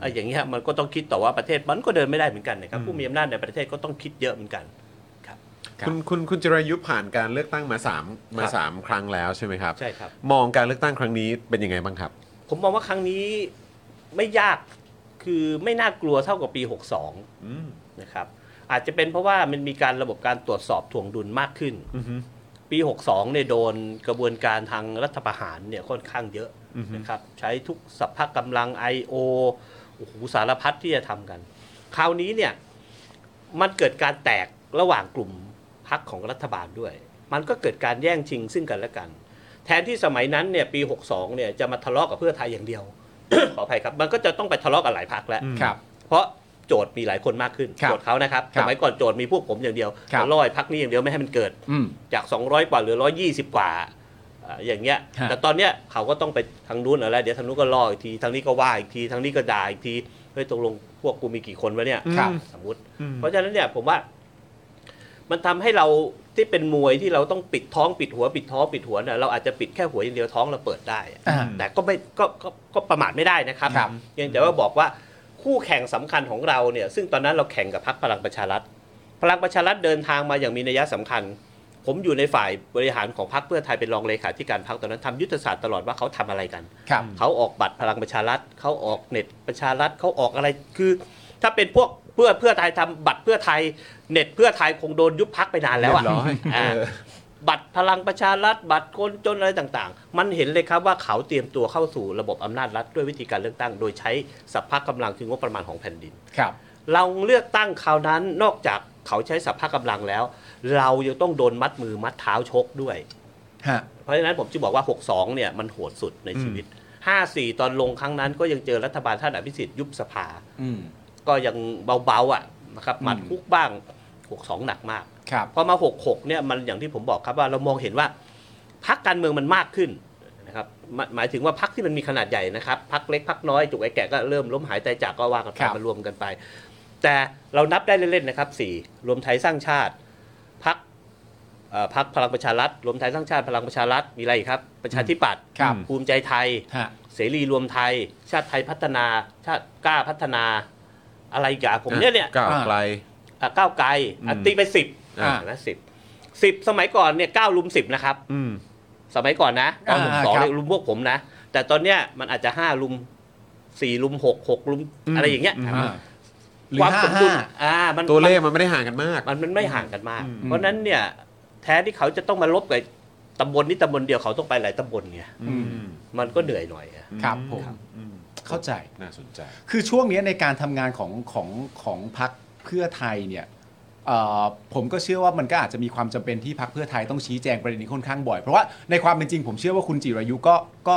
S3: ไอ้อย่างเงี้ยมันก็ต้องคิดต่อว่าประเทศมันก็เดินไม่ได้เหมือนกันนะครับผู้มีอำนาจในประเทศก็ต้องคิดเยอะเหมือนกัน
S1: คุณคุณคุณจิรายุผ่านการเลือกตั้งมาสามมา
S3: ครับ
S1: สามครั้งแล้วใช่ไหมครับ
S3: ใช่ครับ
S1: มองการเลือกตั้งครั้งนี้เป็นยังไงบ้างครับ
S3: ผมมองว่าครั้งนี้ไม่ยากคือไม่น่ากลัวเท่ากับปี
S1: อืม
S3: 62 นะครับ อาจจะเป็นเพราะว่ามันมีการระบบการตรวจสอบทวงดุลมากขึ้น ปี 62เนี่ยโดนกระบวนการทางรัฐประหารเนี่ยค่อนข้างเยอะนะครับ ใช้ทุกสัพพะกำลัง I.O. โอ้โหสารพัดที่จะทำกัน คราวนี้เนี่ยมันเกิดการแตกระหว่างกลุ่มพักของรัฐบาลด้วย มันก็เกิดการแย่งชิงซึ่งกันและกัน แทนที่สมัยนั้นเนี่ยปี 62เนี่ยจะมาทะเลาะกับเพื่อไทยอย่างเดียว ขออภัยครับ มันก็จะต้องไปทะเลาะกับหลายพักแล้ว
S2: ครับ
S3: เพราะโจทย์มีหลายคนมากขึ้น
S2: ครับ
S3: โจทย์เขานะครับ
S2: ครับ
S3: สมัยก่อนโจทย์มีพวกผมอย่างเดียว
S2: ครับ
S3: จะล่อยพักนี้อย่างเดียวไม่ให้มันเกิด
S2: อืม
S3: จาก 200 กว่าเหลือ 120 กว่าอ่าอย่างเงี้ย
S2: ฮะ
S3: แต่ตอนเนี้ยเขาก็ต้องไปทางนู้นเอาแล้วเดี๋ยวทางนู้นก็ล่ออีกที ทางนี้ก็ว่าอีกที ทางนี้ก็ด่าอีกที เฮ้ยตกลงพวกกูมีกี่คนวะเนี่ย
S2: ครับ
S3: สมมติ เพราะฉะนั้นเนี่ยผมว่า มันทำให้เราที่เป็นมวยที่เราต้องปิดท้องปิดหัวปิดท้องปิดหัวเนี่ยเราอาจจะปิดแค่หัวอย่างเดียวท้องเราเปิดได้อะ
S2: อ่า
S3: แต่ก็ไม่ก็ก็ก็ประมาทไม่ได้นะครับ
S2: ครับ
S3: เพียงแต่ว่าบอกว่าคู่แข่งสำคัญของเราเนี่ย ซึ่งตอนนั้นเราแข่งกับพรรคพลังประชารัฐ พลังประชารัฐเดินทางมาอย่างมีนัยสำคัญ ผมอยู่ในฝ่ายบริหารของพรรคเพื่อไทยเป็นรองเลขาธิการพรรคตอนนั้นทำยุทธศาสตร์ตลอดว่าเขาทำอะไรกัน
S2: ครับ
S3: เขาออกบัตรพลังประชารัฐเขาออกเน็ตประชารัฐเขาออกอะไรคือ ถ้าเป็นพวกเพื่อเพื่อไทยทำบัตรเพื่อไทย เน็ตเพื่อไทยคงโดนยุบพักไปนานแล้วอ่ะ
S1: เรียบร้อย
S3: อ่า
S1: เออ
S3: บัตรพลังประชารัฐ บัตรคนจนอะไรต่างๆ มันเห็นเลยครับว่าเขาเตรียมตัวเข้าสู่ระบบอำนาจรัฐด้วยวิธีการเลือกตั้ง โดยใช้สัพพะกำลังคืองบประมาณของแผ่นดิน
S2: ครับ
S3: เราเลือกตั้งคราวนั้นนอกจากเขาใช้สัพพะกำลังแล้ว เรายังต้องโดนมัดมือมัดเท้าชกด้วย
S2: ฮะ
S3: เพราะฉะนั้นผมจะบอกว่า 62 เนี่ยมันโหดสุดในชีวิต 54 ตอนลงครั้งนั้นก็ยังเจอรัฐบาลท่านอภิสิทธิ์ยุบสภา
S2: อืม
S3: ก็ยังเบาๆอ่ะนะครับ
S2: อืม
S3: หมัดคุกบ้าง 62 หนักมาก
S2: ครับ
S3: พอมา 66 เนี่ยมันอย่างที่ผมบอกครับว่าเรามองเห็นว่าพักการเมืองมันมากขึ้นนะครับหมายหมายถึงว่าพักที่มันมีขนาดใหญ่นะครับพักเล็กพักน้อยจุกไอ้แก่ก็เริ่มล้มหายใจจากก็ว่ากันไป
S2: ครับ
S3: มารวมกันไป แต่เรานับได้เล่นๆนะครับสี่รวมไทยสร้างชาติพักพักพลังประชารัฐ รวมไทยสร้างชาติพลังประชารัฐมีอะไรอีกครับ ประชาธิปัตย์
S2: ครับ
S3: ภูมิใจไทย
S2: ฮะ
S3: เสรีรวมไทย ชาติไทยพัฒนา ชาติกล้าพัฒนาอะไรอีกับผมเนี่ยเนี่ย
S1: ก้าวไกล
S3: อ่ะก้าวไกลอ่ะ
S1: อืม
S3: ตีไปสิบ
S1: อ่ะ
S3: นะสิบสิบสมัยก่อนเนี่ยเก้าลุมสิบนะครับ
S1: อืม
S3: สมัยก่อนนะตอนผม
S2: อ่า
S3: สอง
S2: ครับ
S3: เนี่ยลุมพวกผมนะ แต่ตอนเนี้ยมันอาจจะห้าลุมสี่ลุมหกหกลุมอะไรอย่างเงี้ย
S2: อ่าหรือ
S3: ความ
S2: ห้า
S3: สมดุล
S2: ห้า
S3: อ่ามัน
S1: ตัวเลขมันไม่ได้ห่างกันมาก
S3: มันมันไม่ห่างกันมาก
S1: อืม
S3: เพราะฉะนั้นเนี่ยแทนที่เขาจะต้องมาลบกับตำบลนี้ตำบลเดียวเขาต้องไปหลายตำบลไง
S2: อืม
S1: อืม
S3: มันก็เหนื่อยหน่อยอะ
S2: ครับผม
S1: อืม
S2: เข้าใจ
S1: น่าสนใจ
S2: คือช่วงเนี้ยในการทำงานของของของพักเพื่อไทยเนี่ยเอ่อผมก็เชื่อว่ามันก็อาจจะมีความจำเป็นที่พักเพื่อไทยต้องชี้แจงประเด็นนี้ค่อนข้างบ่อย เพราะว่าในความเป็นจริงผมเชื่อว่าคุณจิรายุก็ก็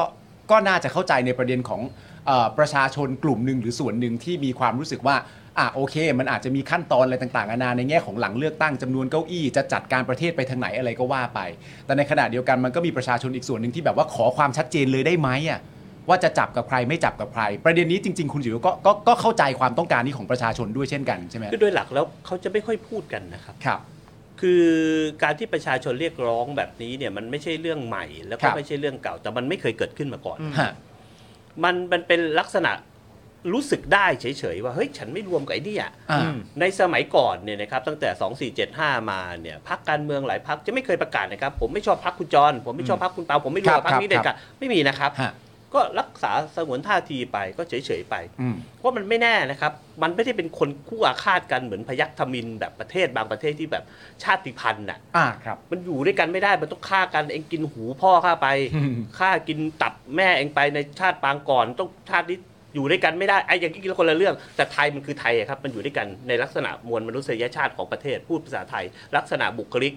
S2: ก็น่าจะเข้าใจในประเด็นของเออประชาชนกลุ่มหนึ่งหรือส่วนหนึ่งที่มีความรู้สึกว่าอ่ะโอเค มันอาจจะมีขั้นตอนอะไรต่างๆนานาในแง่ของหลังเลือกตั้งจำนวนเก้าอี้จะจัดการประเทศไปทางไหนอะไรก็ว่าไป แต่ในขณะเดียวกันมันก็มีประชาชนอีกส่วนหนึ่งที่แบบว่าขอความชัดเจนเลยได้ไหมอ่ะ ว่าจะจับกับใครไม่จับกับใคร ประเด็นนี้จริง ๆ คุณจิ๋วก็ก็ก็เข้าใจความต้องการนี้ของประชาชนด้วยเช่นกันใช่ไหม
S3: คือโดยหลักแล้วเขาจะไม่ค่อยพูดกันนะครับ
S2: ครับ
S3: คือการที่ประชาชนเรียกร้องแบบนี้เนี่ยมันไม่ใช่เรื่องใหม่ แล้ว
S2: ค
S3: ก็
S2: รับ
S3: ไม่ใช่เรื่องเก่า แต่มันไม่เคยเกิดขึ้นมาก่อน
S2: ฮะ
S3: มันมันเป็นลักษณะ รู้สึกได้เฉยๆว่าเฮ้ยฉันไม่รวมกับไอ้เนี่ย
S2: อ่า
S3: ในสมัยก่อนเนี่ยนะครับตั้งแต่ 2475 มาเนี่ยพักการเมืองหลายพักจะไม่เคยประกาศนะครับ ผมไม่ชอบพักคุณจร ผมไม่ชอบพักคุณเปาผมไม่รวมกับ
S2: ครับ
S3: พักนี้
S2: ค
S3: เด็
S2: รั
S3: ด
S2: บ
S3: ขาดไม่มีนะครับ
S2: ฮะ
S3: ก็รักษาสงวนท่าทีไปก็เฉยๆไป
S2: อืม
S3: เพราะมันไม่แน่นะครับ มันไม่ได้เป็นคนคู่อาฆาตกันเหมือนพยัคฆ์ธมินแบบประเทศบางประเทศที่แบบชาติพันธุ์น่ะ
S2: อ่าครับ
S3: มันอยู่ด้วยกันไม่ได้ มันต้องฆ่ากันเองกินหูพ่อข้าไป
S2: อืม
S3: ฆ่ากินตับแม่เองไปในชาติปางก่อน ต้องชาตินี้อยู่ด้วยกันไม่ได้ไอ้อย่างที่กินคนละเรื่อง แต่ไทยมันคือไทยอะครับ มันอยู่ด้วยกันในลักษณะมวลมนุษยชาติของประเทศ พูดภาษาไทย ลักษณะบุคลิก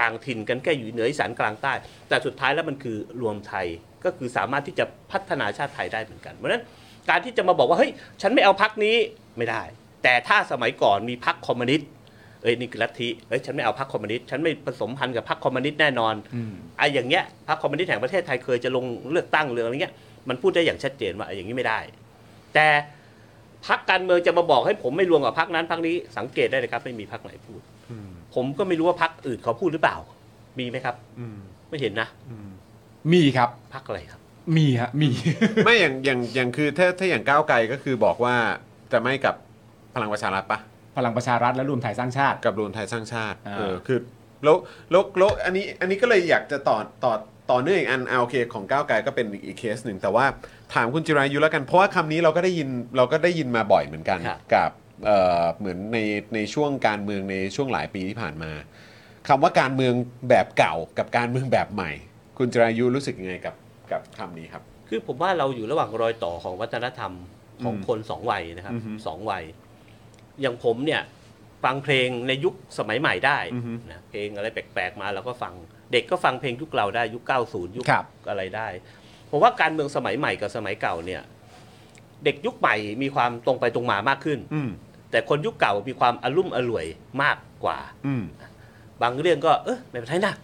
S3: ต่างถิ่นกันแค่อยู่เหนืออีสานกลางใต้ แต่สุดท้ายแล้วมันคือรวมไทยก็คือสามารถที่จะพัฒนาชาติไทยได้เหมือนกัน เพราะฉะนั้นการที่จะมาบอกว่าเฮ้ยฉันไม่เอาพักนี้ไม่ได้ แต่ถ้าสมัยก่อนมีพักคอมมิวนิสต์ เอ้ยนี่คือลัทธิเอ้ยฉันไม่เอาพรรคคอมมิวนิสต์ฉันไม่ผสมพันธ์กับพรรคคอมมิวนิสต์แน่นอนไอ้อย่างเงี้ยพรรคคอมมิวนิสต์แห่งประเทศไทยเคยจะลงเลือกตั้งเรื่องอะไรเงี้ยมันพูดได้อย่างชัดเจนว่าไอ้อย่างนี้ไม่ได้ แต่พรรคการเมืองจะมาบอกให้ผมไม่รวมกับพรรคนั้นพรรคนี้สังเกตได้เลยครับ ไม่มีพรรคไหนพูด ผมก็ไม่รู้ว่าพรรคอื่นเขาพูดหรือเปล่า มีไหมครับไม่เห็นนะ
S2: มีครับ
S3: พรรคอะไรครับ
S2: มีฮะ มี
S1: ไม่อย่างอย่างอย่างคือถ้าถ้าอย่างก้าวไกลก็คือบอกว่าจะไม่กับพลังประชารัฐปะ
S2: พลังประชารัฐและรวมไทยสร้างชาติ
S1: กับรวมไทยสร้างชาติ
S2: อ่า
S1: เออคือแล้วแล้วแล้วอันนี้อันนี้ก็เลยอยากจะต่อต่อต่อเนื่องอีกอันเอาโอเคของก้าวไกลก็เป็นอีกอีกเคสหนึ่ง แต่ว่าถามคุณจิรายุแล้วกันเพราะว่าคำนี้เราก็ได้ยินเราก็ได้ยินมาบ่อยเหมือนกัน
S3: ครับ
S1: กับเอ่อเหมือนในในช่วงการเมืองในช่วงหลายปีที่ผ่านมาคำว่าการเมืองแบบเก่ากับการเมืองแบบใหม่ คุณจิรายุรู้สึกยังไงกับกับคำนี้ครับ
S3: คือผมว่าเราอยู่ระหว่างรอยต่อของวัฒนธรรมของคนสองวัยนะครับ
S1: อือฮึ
S3: สองวัย อย่างผมเนี่ยฟังเพลงในยุคสมัยใหม่ได้
S1: อือฮึ
S3: นะเพลงอะไรแปลกๆมาเราก็ฟังเด็กก็ฟังเพลงยุคเราได้ยุค 90 ยุค
S2: ครับ
S3: อะไรได้ผมว่าการเมืองสมัยใหม่กับสมัยเก่าเนี่ย เด็กยุคใหม่มีความตรงไปตรงมามากขึ้น
S1: อืม
S3: แต่คนยุคเก่ามีความอลุ่มอร่วยมากกว่า
S1: อืม
S3: บางเรื่องก็เออไม่เป็นไรนะ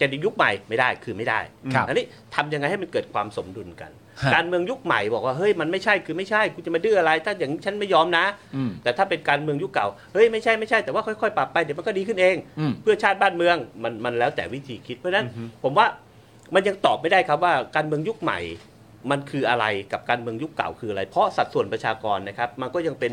S3: จะในยุคใหม่ไม่ได้คือไม่ได้
S2: ครับ
S3: อันนี้ทำยังไงให้มันเกิดความสมดุลกัน
S2: ฮะ
S3: การเมืองยุคใหม่บอกว่าเฮ้ยมันไม่ใช่คือไม่ใช่กูจะมาดื้ออะไร ถ้าอย่างนี้ฉันไม่ยอมนะ
S2: อืม
S3: แต่ถ้าเป็นการเมืองยุคเก่าเฮ้ยไม่ใช่ไม่ใช่แต่ว่าค่อยๆปรับไปเดี๋ยวมันก็ดีขึ้นเอง
S2: อืม
S3: เพื่อชาติบ้านเมืองมันมันแล้วแต่วิธีคิดเพราะฉะนั้นผมว่ามันยังตอบไม่ได้ครับว่าการเมืองยุคใหม่ มันคืออะไรกับการเมืองยุคเก่าคืออะไร เพราะสัดส่วนประชากรนะครับ มันก็ยังเป็น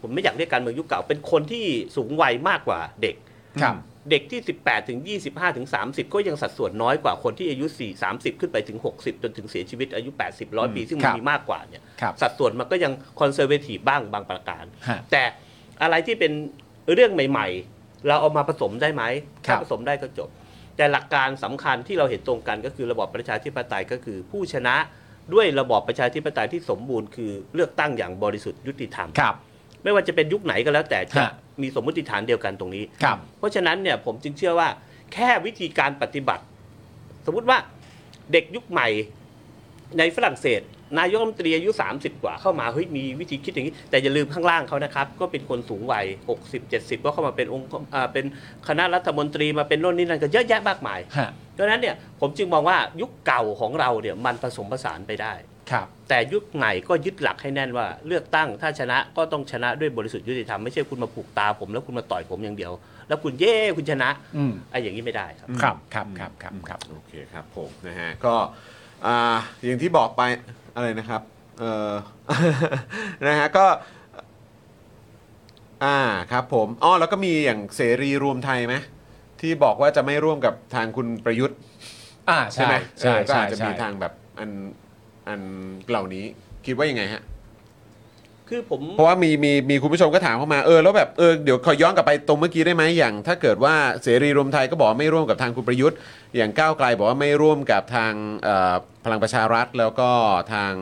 S3: ผมไม่อยากเรียกการเมืองยุคเก่า เป็นคนที่สูงวัยมากกว่าเด็ก
S2: ครับ
S3: เด็กที่ 18 ถึง 25 ถึง 30 ก็ยังสัดส่วนน้อยกว่าคนที่อายุ 4 30 ขึ้นไปถึง 60 จนถึงเสียชีวิตอายุ 80 ร้อยปี ซึ่งมั
S2: คน รับ
S3: มีมากกว่าเนี่ย
S2: ครับ
S3: สัดส่วนมันก็ยังคอนเซอร์เวทีฟบ้างบางประการ
S2: ฮะ
S3: แต่อะไรที่เป็นเรื่องใหม่ ๆ เราเอามาผสมได้ไหม
S2: ครั
S3: ถ้า
S2: บ
S3: ผสมได้ก็จบ แต่หลักการสำคัญที่เราเห็นตรงกันก็คือระบอบประชาธิปไตยก็คือผู้ชนะด้วยระบอบประชาธิปไตยที่สมบูรณ์คือเลือกตั้งอย่างบริสุทธิ์ยุติธรรม
S2: ครับ
S3: ไม่ว่าจะเป็นยุคไหนก็แล้วแต่จะ
S2: ฮะ
S3: มีสมมติฐานเดียวกันตรงนี้
S2: ครับ
S3: เพราะฉะนั้นเนี่ยผมจึงเชื่อว่าแค่วิธีการปฏิบัติ สมมติว่าเด็กยุคใหม่ในฝรั่งเศส นายกรัฐมนตรีอายุ 30 กว่าเข้ามาเฮ้ยมีวิธีคิดอย่างนี้ แต่อย่าลืมข้างล่างเขานะครับ ก็เป็นคนสูงวัย 60 70 ก็เข้ามาเป็นองค์อ่าเป็นคณะรัฐมนตรีมาเป็นโน่นนี่นั่นก็เยอะแยะมากมาย
S2: ฮะ
S3: ดังนั้นเนี่ยผมจึงมองว่ายุคเก่าของเราเนี่ยมันผสมผสานไปได้
S2: ครับ
S3: แต่ยุคใหม่ก็ยึดหลักให้แน่นว่าเลือกตั้งถ้าชนะก็ต้องชนะด้วยบริสุทธิ์ยุติธรรมไม่ใช่คุณมาผูกตาผมแล้วคุณมาต่อยผมอย่างเดียว แล้วคุณเย่คุณชนะ
S2: อืม
S3: ไอ้อย่างนี้ไม่ได้ครับ
S2: ครับ ครับ ครับ ครับ ครับ
S1: โอเคครับผมนะฮะก็อ่าอย่างที่บอกไปอะไรนะครับเอ อ นะฮะก็อ่าครับผมอ๋อแล้วก็มีอย่างเสรีรวมไทยไหมที่บอกว่าจะไม่ร่วมกับทางคุณประยุทธ์
S2: อ่า
S1: ใช่
S2: ใช่
S1: ไหม
S2: ใช่
S1: เออก็
S2: ใช่
S1: อาจจะ
S2: ใช่
S1: มีทางแบบอันอันเหล่านี้คิดว่ายังไงฮะ
S3: คือผม
S1: เพราะว่ามีมีมีคุณผู้ชมก็ถามเข้ามาเออแล้วแบบเออเดี๋ยวขอย้อนกลับไปตรงเมื่อกี้ได้ไหมอย่าง ถ้าเกิดว่าเสรีรวมไทยก็บอกว่าไม่ร่วมกับทางคุณประยุทธ์ อย่างก้าวไกลบอกว่าไม่ร่วมกับทางเอ่อพลังประชารัฐ แล้วก็ทาง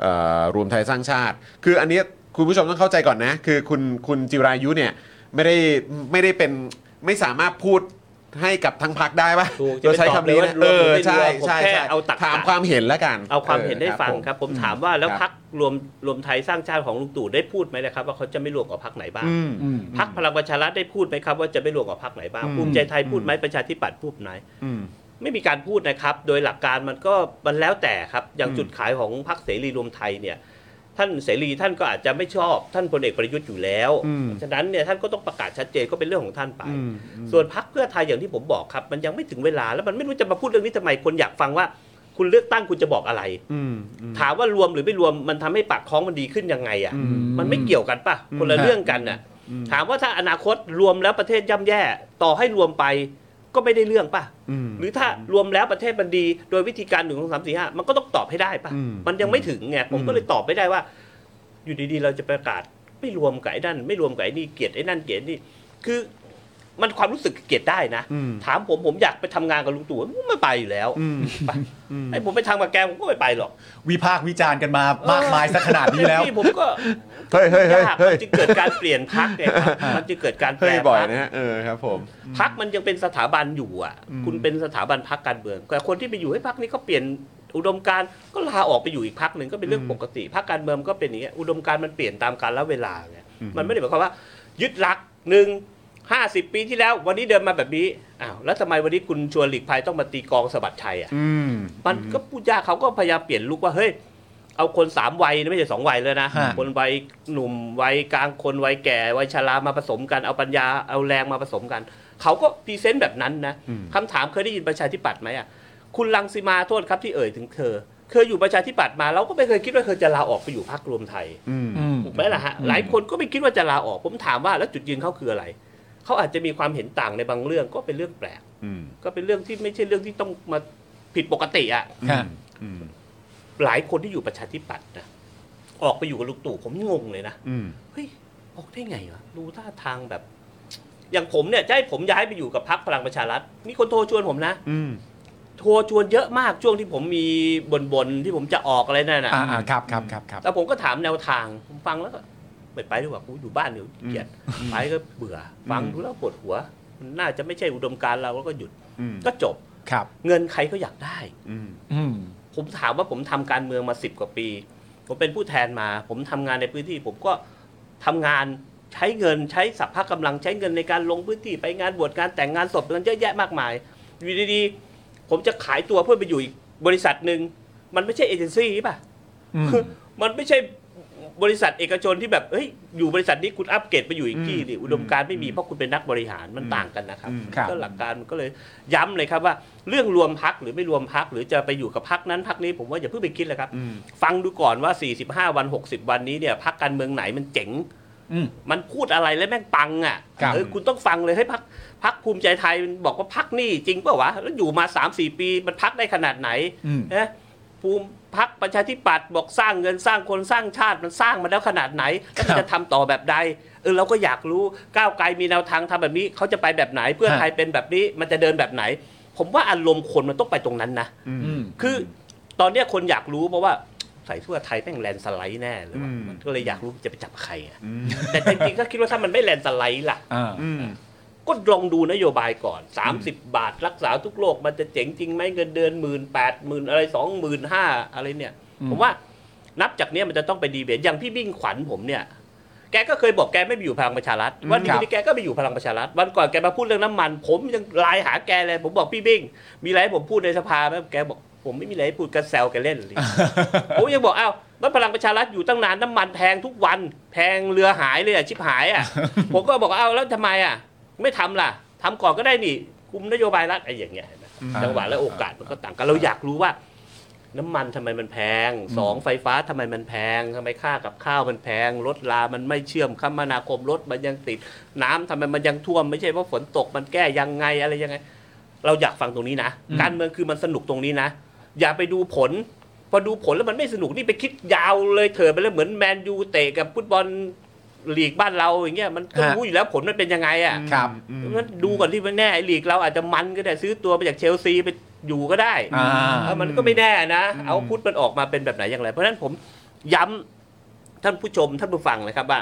S1: เอ่อรวมไทยสร้างชาติ คืออันเนี้ยคุณผู้ชมต้องเข้าใจก่อนนะ คือคุณคุณจิรายุเนี่ยไม่ได้ไม่ได้เป็นไม่สามารถพูดให้กับทั้งพักได้ปะ
S3: ถูกจะ
S1: เรา
S3: ไป
S1: ใช้
S3: ตอบ
S1: คำ
S3: เลย
S1: นี้
S3: ว่า
S1: นะ
S3: ร
S1: เอ
S3: วม
S1: อ
S3: ไม่ร
S1: ใช่
S3: วมผม
S1: ใช่
S3: แค่
S1: ใช่
S3: เอาตัก
S1: ถามความเห็นแล้วกัน
S3: เอาความเห็นได้ฟัง
S1: ออ
S3: ครับ ผมถามว่าแล้ว
S1: ครับ
S3: พักรวมรวมไทยสร้างชาติของลุงตู่ได้พูดไหมนะครับ ว่าเขาจะไม่รวมกับพักไหนบ้าง
S1: อืม
S2: อืม
S3: พักพลังประชารัฐได้พูดไหมครับว่าจะไม่รวมกับพักไหนบ้าง
S1: อืม
S3: ภูมิใจไทยพูดไหมประชาธิปัตย์พูดไหม
S1: อืม
S3: ไม่มีการพูดนะครับ โดยหลักการมันก็มันแล้วแต่ครับ อย่าง
S1: อืม
S3: จุดขายของพรรคเสรีรวมไทยเนี่ย ท่านเสรีท่านก็อาจจะไม่ชอบท่านพลเอกประยุทธ์อยู่แล้ว
S1: อืม
S3: ฉะนั้นเนี่ยท่านก็ต้องประกาศชัดเจนก็เป็นเรื่องของท่านไป
S1: อืม
S3: ส่วนพรรคเพื่อไทยอย่างที่ผมบอกครับ มันยังไม่ถึงเวลาแล้วมันไม่รู้จะมาพูดเรื่องนี้ทำไมคนอยากฟังว่า คุณเลือกตั้งคุณจะบอกอะไร
S1: อืมอืม
S3: ถามว่ารวมหรือไม่รวมมันทำให้ปากท้องมันดีขึ้นยังไงอ่ะ
S1: อืม
S3: มันไม่เกี่ยวกันปะคนละเรื่องกันน่ะ ถามว่าถ้าอนาคตรวมแล้วประเทศย่ำแย่ ต่อให้รวมไปก็ไม่ได้เรื่องปะ
S1: อืม
S3: หรือถ้ารวมแล้วประเทศมันดีโดยวิธีการหนึ่งสองสามสี่ห้ามันก็ต้องตอบให้ได้ปะ
S1: อืม
S3: มันยังไม่ถึงไงผมก็เลยตอบไม่ได้ว่า อยู่ดีๆ เราจะประกาศไม่รวมกับไอ้นั่น ไม่รวมกับไอ้นี่เกลียดไอ้นั่นเกลียดไอ้นี่คือมันความรู้สึกเกลียดได้นะ
S1: อืม
S3: ถามผมผมอยากไปทำงานกับลุงตู่ผมไม่ไปอยู่แล้ว
S1: อืม
S3: ไปไอ้ผมไปทำกับแกผมก็ไม่ไปหรอก
S2: วิพากษ์วิจารณ์กันมามากมายสักขนาดนี้แล้ว
S3: นี่ผมก็
S1: เฮ้ยเฮ้ยเฮ้ย
S3: าก
S1: เฮ้ย
S3: มันจึงเกิดการเปลี่ยนพักเนี่ยครับมันจึงเกิดการแป
S1: เฮ้
S3: ล
S1: ยบ่อย
S3: พัก
S1: นะฮะเออครับผม
S3: พักมันยังเป็นสถาบันอยู่อ่ะ คุณเป็นสถาบันพักการเมืองแต่คนที่ไปอยู่ให้พักนี้ก็เปลี่ยนอุดมการณ์ก็ลาออกไปอยู่อีกพักหนึ่งก็เป็นเรื่องปกติพักการเมืองก็เป็นอย่างเงี้ยอุดมการณ์มันเปลี่ยนตามกาลเวลาไงมันไม่ได้หมายความว่า ยึดหลักหนึ่งห้าสิบปีที่แล้ว วันนี้เดินมาแบบนี้อ้าวแล้วทำไมวันนี้คุณชวนหลีกภัยต้องมาตีกลองสะบัดชัยอ่ะ
S2: อืม
S3: มันก็พูดยากเขาก็พยายามเปลี่ยนลุกว่าเฮ้ยเอาคนสามวัยนะไม่ใช่สองวัยเลยนะ
S2: ฮะ
S3: คนวัยหนุ่มวัยกลางคนวัยแก่วัยชรามาผสมกันเอาปัญญาเอาแรงมาผสมกัน เขาก็พรีเซนต์แบบนั้นนะคำถามเคยได้ยินประชาธิปัตย์ไหมอ่ะคุณลังสิมาโทษครับที่เอ่ยถึงเธอ เคยอยู่ประชาธิปัตย์มาเราก็ไม่เคยคิดว่าเธอจะลาออกไปอยู่พรรครวมไทย
S2: อืม
S3: ถูกไหมล่ะฮะหลายคนก็ไม่คิดว่าจะลาออก ผมถามว่าแล้วจุดยืนเขาคืออะไร เขาอาจจะมีความเห็นต่างในบางเรื่องก็เป็นเรื่องแปลก
S1: อืม
S3: ก็เป็นเรื่องที่ไม่ใช่เรื่องที่ต้องมาผิดปกติอ่ะ
S2: ฮะ
S1: อืม
S3: หลายคนที่อยู่ประชาธิปัตย์นะออกไปอยู่กับลุงตู่ผมงงเลยนะ
S1: อืม
S3: เฮ้ยออกได้ไงวะดูท่าทางแบบ อย่างผมเนี่ยจะให้ผมย้ายไปอยู่กับพรรคพลังประชารัฐมีคนโทรชวนผมนะ
S1: อืม
S3: โทรชวนเยอะมากช่วงที่ผมมีบนบนๆที่ผมจะออกอะไรนั่นน่ะ
S2: อ่าอ่าครับครับครับครับ
S3: แต่ผมก็ถามแนวทาง ผมฟังแล้วก็ไม่ไปดีกว่ากูอยู่บ้านเดี๋ยวเกลียดไปก็เบื่อ ฟังดูแล้วปวดหัว มันน่าจะไม่ใช่อุดมการณ์เราแล้วก็หยุด
S1: อืม
S3: ก็จบ
S2: ครับ
S3: เงินใครก็อยากได้
S1: อืม
S2: อืม
S3: ผมถามว่าผมทำการเมืองมาสิบกว่าปี ผมเป็นผู้แทนมา ผมทำงานในพื้นที่ ผมก็ทำงานใช้เงินใช้สัพพะกำลังใช้เงินในการลงพื้นที่ไปงานบวชงานแต่งงานศพกันเยอะแยะมากมายอยู่ดีๆผมจะขายตัวเพื่อไปอยู่อีกบริษัทหนึ่งมันไม่ใช่เอเจนซี่ป่ะ
S2: อืม
S3: มันไม่ใช่บริษัทเอกชนที่แบบเฮ้ยอยู่บริษัทนี้คุณอัปเกรดไปอยู่อีกที่ดิอุดมการณ์ไม่มีเพราะคุณเป็นนักบริหารมันต่างกันนะครับ
S1: อืม
S2: ครับ
S3: ก็หลักการมันก็เลยย้ำเลยครับว่า เรื่องรวมพักหรือไม่รวมพักหรือจะไปอยู่กับพักนั้นพักนี้ผมว่าอย่าเพิ่งไปคิดเลยครับ
S1: อืม
S3: ฟังดูก่อนว่า 45 วัน 60 วันนี้เนี่ยพักการเมืองไหนมันเจ๋ง
S2: อืม
S3: มันพูดอะไรแล้วแม่งปังอ่ะ
S2: ครับ
S3: เออคุณต้องฟังเลยให้พักพักภูมิใจไทยมันบอกว่าพักนี่จริงเปล่าวะแล้วอยู่มา 3-4 ปีมันพักได้ขนาดไหน
S2: อืม
S3: นะภูมิพักประชาธิปัตย์บอกสร้างเงินสร้างคนสร้างชาติมันสร้างมาแล้วขนาดไหนแล้วมัน
S2: ครับ
S3: จะทำต่อแบบใดเออเราก็อยากรู้ก้าวไกลมีแนวทางทำแบบนี้เขาจะไปแบบไหน เพื่อ
S2: ฮะ
S3: ไทยเป็นแบบนี้มันจะเดินแบบไหน ผมว่าอารมณ์คนมันต้องไปตรงนั้นนะ
S2: อืม
S3: คือตอนเนี้ยคนอยากรู้เพราะว่าใส่เสื้อไทยแม่งแลนด์สไลด์แน่เลยว่ะ
S1: อืม
S3: มันก็เลยอยากรู้จะไปจับใครอะแต่จริงๆก็คิดว่าถ้ามันไม่แลนด์สไลด์ล่ะ
S2: อ่า
S1: อืม
S3: ก็ลองดูนโยบายก่อน 30 บาทรักษาทุกโรคมันจะเจ๋งจริงไหมเงินเดือนหมื่นแปดหมื่นอะไรสองหมื่นห้าอะไรเนี่ย
S2: อืม
S3: ผมว่านับจากเนี้ยมันจะต้องไปดีเบตอย่างพี่บิ่งขวัญผมเนี่ย แกก็เคยบอกแกไม่ไปอยู่พลังประชารัฐวันนี้แกก็ไปอยู่พลังประชารัฐวันก่อนแกมาพูดเรื่องน้ำมัน ผมยังไลน์หาแกเลย ผมบอกพี่บิ่งมีอะไรให้ผมพูดในสภาไหมแกบอกผมไม่มีอะไรให้พูดแกแซวแกเล่นเลย ผมยังบอกอ้าวแล้วพลังประชารัฐอยู่ตั้งนานน้ำมันแพงทุกวัน แพงเรือหายเลยอ่ะชิบหายอ่ ะ ผมก็บอกเอาแล้วทำไมอ่ะ ไม่ทำล่ะทำก่อนก็ได้นี่คุมนโยบายรัฐไอ้อย่างเงี้ยเห็นไหมจังหวะและโอกาสมันก็ต่างกันเราอยากรู้ว่า น้ำมันทำไมมันแพงสองไฟฟ้าทำไมมันแพงทำไมค่ากับข้าวมันแพงรถรามันไม่เชื่อมคมนาคมรถมันยังติด น้ำทำไมมันยังท่วมไม่ใช่ว่าฝนตกมันแก้ยังไงอะไรยังไง เราอยากฟังตรงนี้นะ การเมืองคือมันสนุกตรงนี้นะ อย่าไปดูผล พอดูผลแล้วมันไม่สนุกนี่ไปคิดยาวเลยเถิดไปแล้วเหมือนแมนยูเตะกับฟุตบอลลีกบ้านเราอย่างเงี้ยมันก็
S2: ฮะ
S3: รู้อยู่แล้วผลมันเป็นยังไงอ่ะ
S2: ครับ
S3: งั้นดูก่อนที่มันแน่ไอ้ลีกเราอาจจะมันก็ได้ซื้อตัวไปจากเชลซีไปอยู่ก็ได้
S2: อ่า
S3: เออมันก็ไม่แน่นะ เอาพุทธมันออกมาเป็นแบบไหนอย่างไร เพราะฉะนั้นผมย้ำท่านผู้ชมท่านผู้ฟังนะครับว่า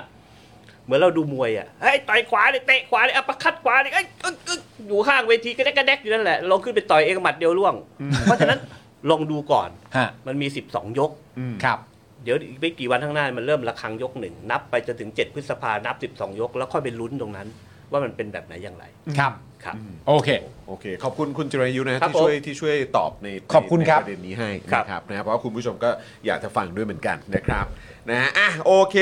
S3: เหมือนเราดูมวยอ่ะเฮ้ยต่อยขวาเลยเตะขวาเลยอัปเปอร์คัดขวาเลยเอ้ยอึ๊กอึ๊กอยู่ข้างเวทีก็ได้กระแดกอยู่นั่นแหละลองขึ้นไปต่อยเองหมัดเดียวร่วง เพราะฉะนั้นลองดูก่อน
S2: ฮะ
S3: มันมี 12 ยก
S2: ครับ
S3: เดี๋ยวอีกไม่กี่วันข้างหน้ามันเริ่มระครังยกหนึ่งนับไปจนถึง 7 พฤษภานับ 12 ยก แล้วค่อยไปลุ้นตรงนั้น ว่ามันเป็นแบบไหนอย่างไร
S2: ครับ
S3: ครับ
S2: โอเค
S1: โอเค ขอบคุณคุณจิรายุนะฮะ
S3: ครับ
S1: ที่ช่วย
S3: ผม
S1: ที่ช่วยตอบใน
S2: ขอบคุณ
S1: ใน
S2: ครับ
S1: ประเด็นนี้ให้
S3: ครับ
S1: นะครับนะเพราะว่าคุณผู้ชมก็อยากจะฟังด้วยเหมือนกันนะครับนะฮะอ่ะโอเค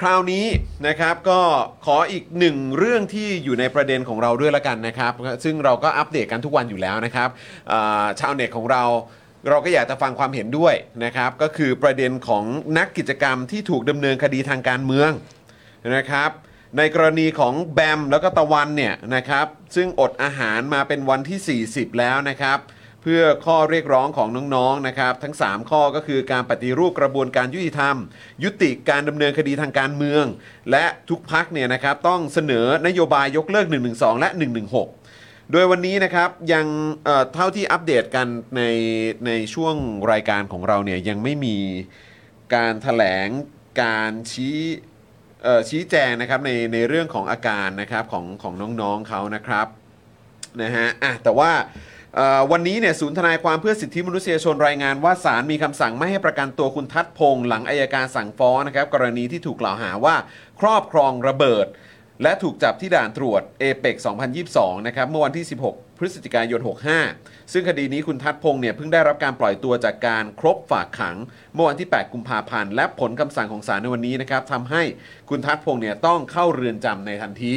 S1: คราวนี้นะครับก็ขออีกหนึ่งเรื่องที่อยู่ในประเด็นของเราด้วยละกันนะครับ ซึ่งเราก็อัปเดตกันทุกวันอยู่แล้วนะครับอ่าชาวเน็ตของเรา เราก็อยากจะฟังความเห็นด้วยนะครับ ก็คือประเด็นของนักกิจกรรมที่ถูกดำเนินคดีทางการเมืองนะครับ ในกรณีของแบมแล้วก็ตะวันเนี่ยนะครับ ซึ่งอดอาหารมาเป็นวันที่ 40 แล้วนะครับ เพื่อข้อเรียกร้องของน้องๆนะครับ ทั้ง 3 ข้อก็คือการปฏิรูปกระบวนการยุติธรรม ยุติการดำเนินคดีทางการเมือง และทุกพักเนี่ยนะครับต้องเสนอนโยบายยกเลิก 112 และ 116 โดยวันนี้นะครับยังเอ่อเท่าที่อัปเดตกันในในช่วงรายการของเราเนี่ยยังไม่มีการแถลงการชี้เอ่อชี้แจงนะครับในในเรื่องของอาการนะครับของของน้องๆเขานะครับนะฮะอ่ะแต่ว่าเอ่อวันนี้เนี่ยศูนย์ทนายความเพื่อสิทธิมนุษยชนรายงานว่าศาลมีคำสั่งไม่ให้ประกันตัวคุณทัศพงษ์หลังอายการสั่งฟ้องนะครับกรณีที่ถูกกล่าวหาว่าครอบครองระเบิด และถูกจับที่ด่านตรวจเอเปก2022 นะครับ เมื่อวันที่ 16 พฤศจิกายน 65 ซึ่งคดีนี้คุณทัศพงษ์เนี่ยเพิ่งได้รับการปล่อยตัวจากการครบฝากขัง เมื่อวันที่ 8 กุมภาพันธ์ และผลคำสั่งของศาลในวันนี้นะครับทำให้คุณทัศพงษ์เนี่ยต้องเข้าเรือนจำในทันที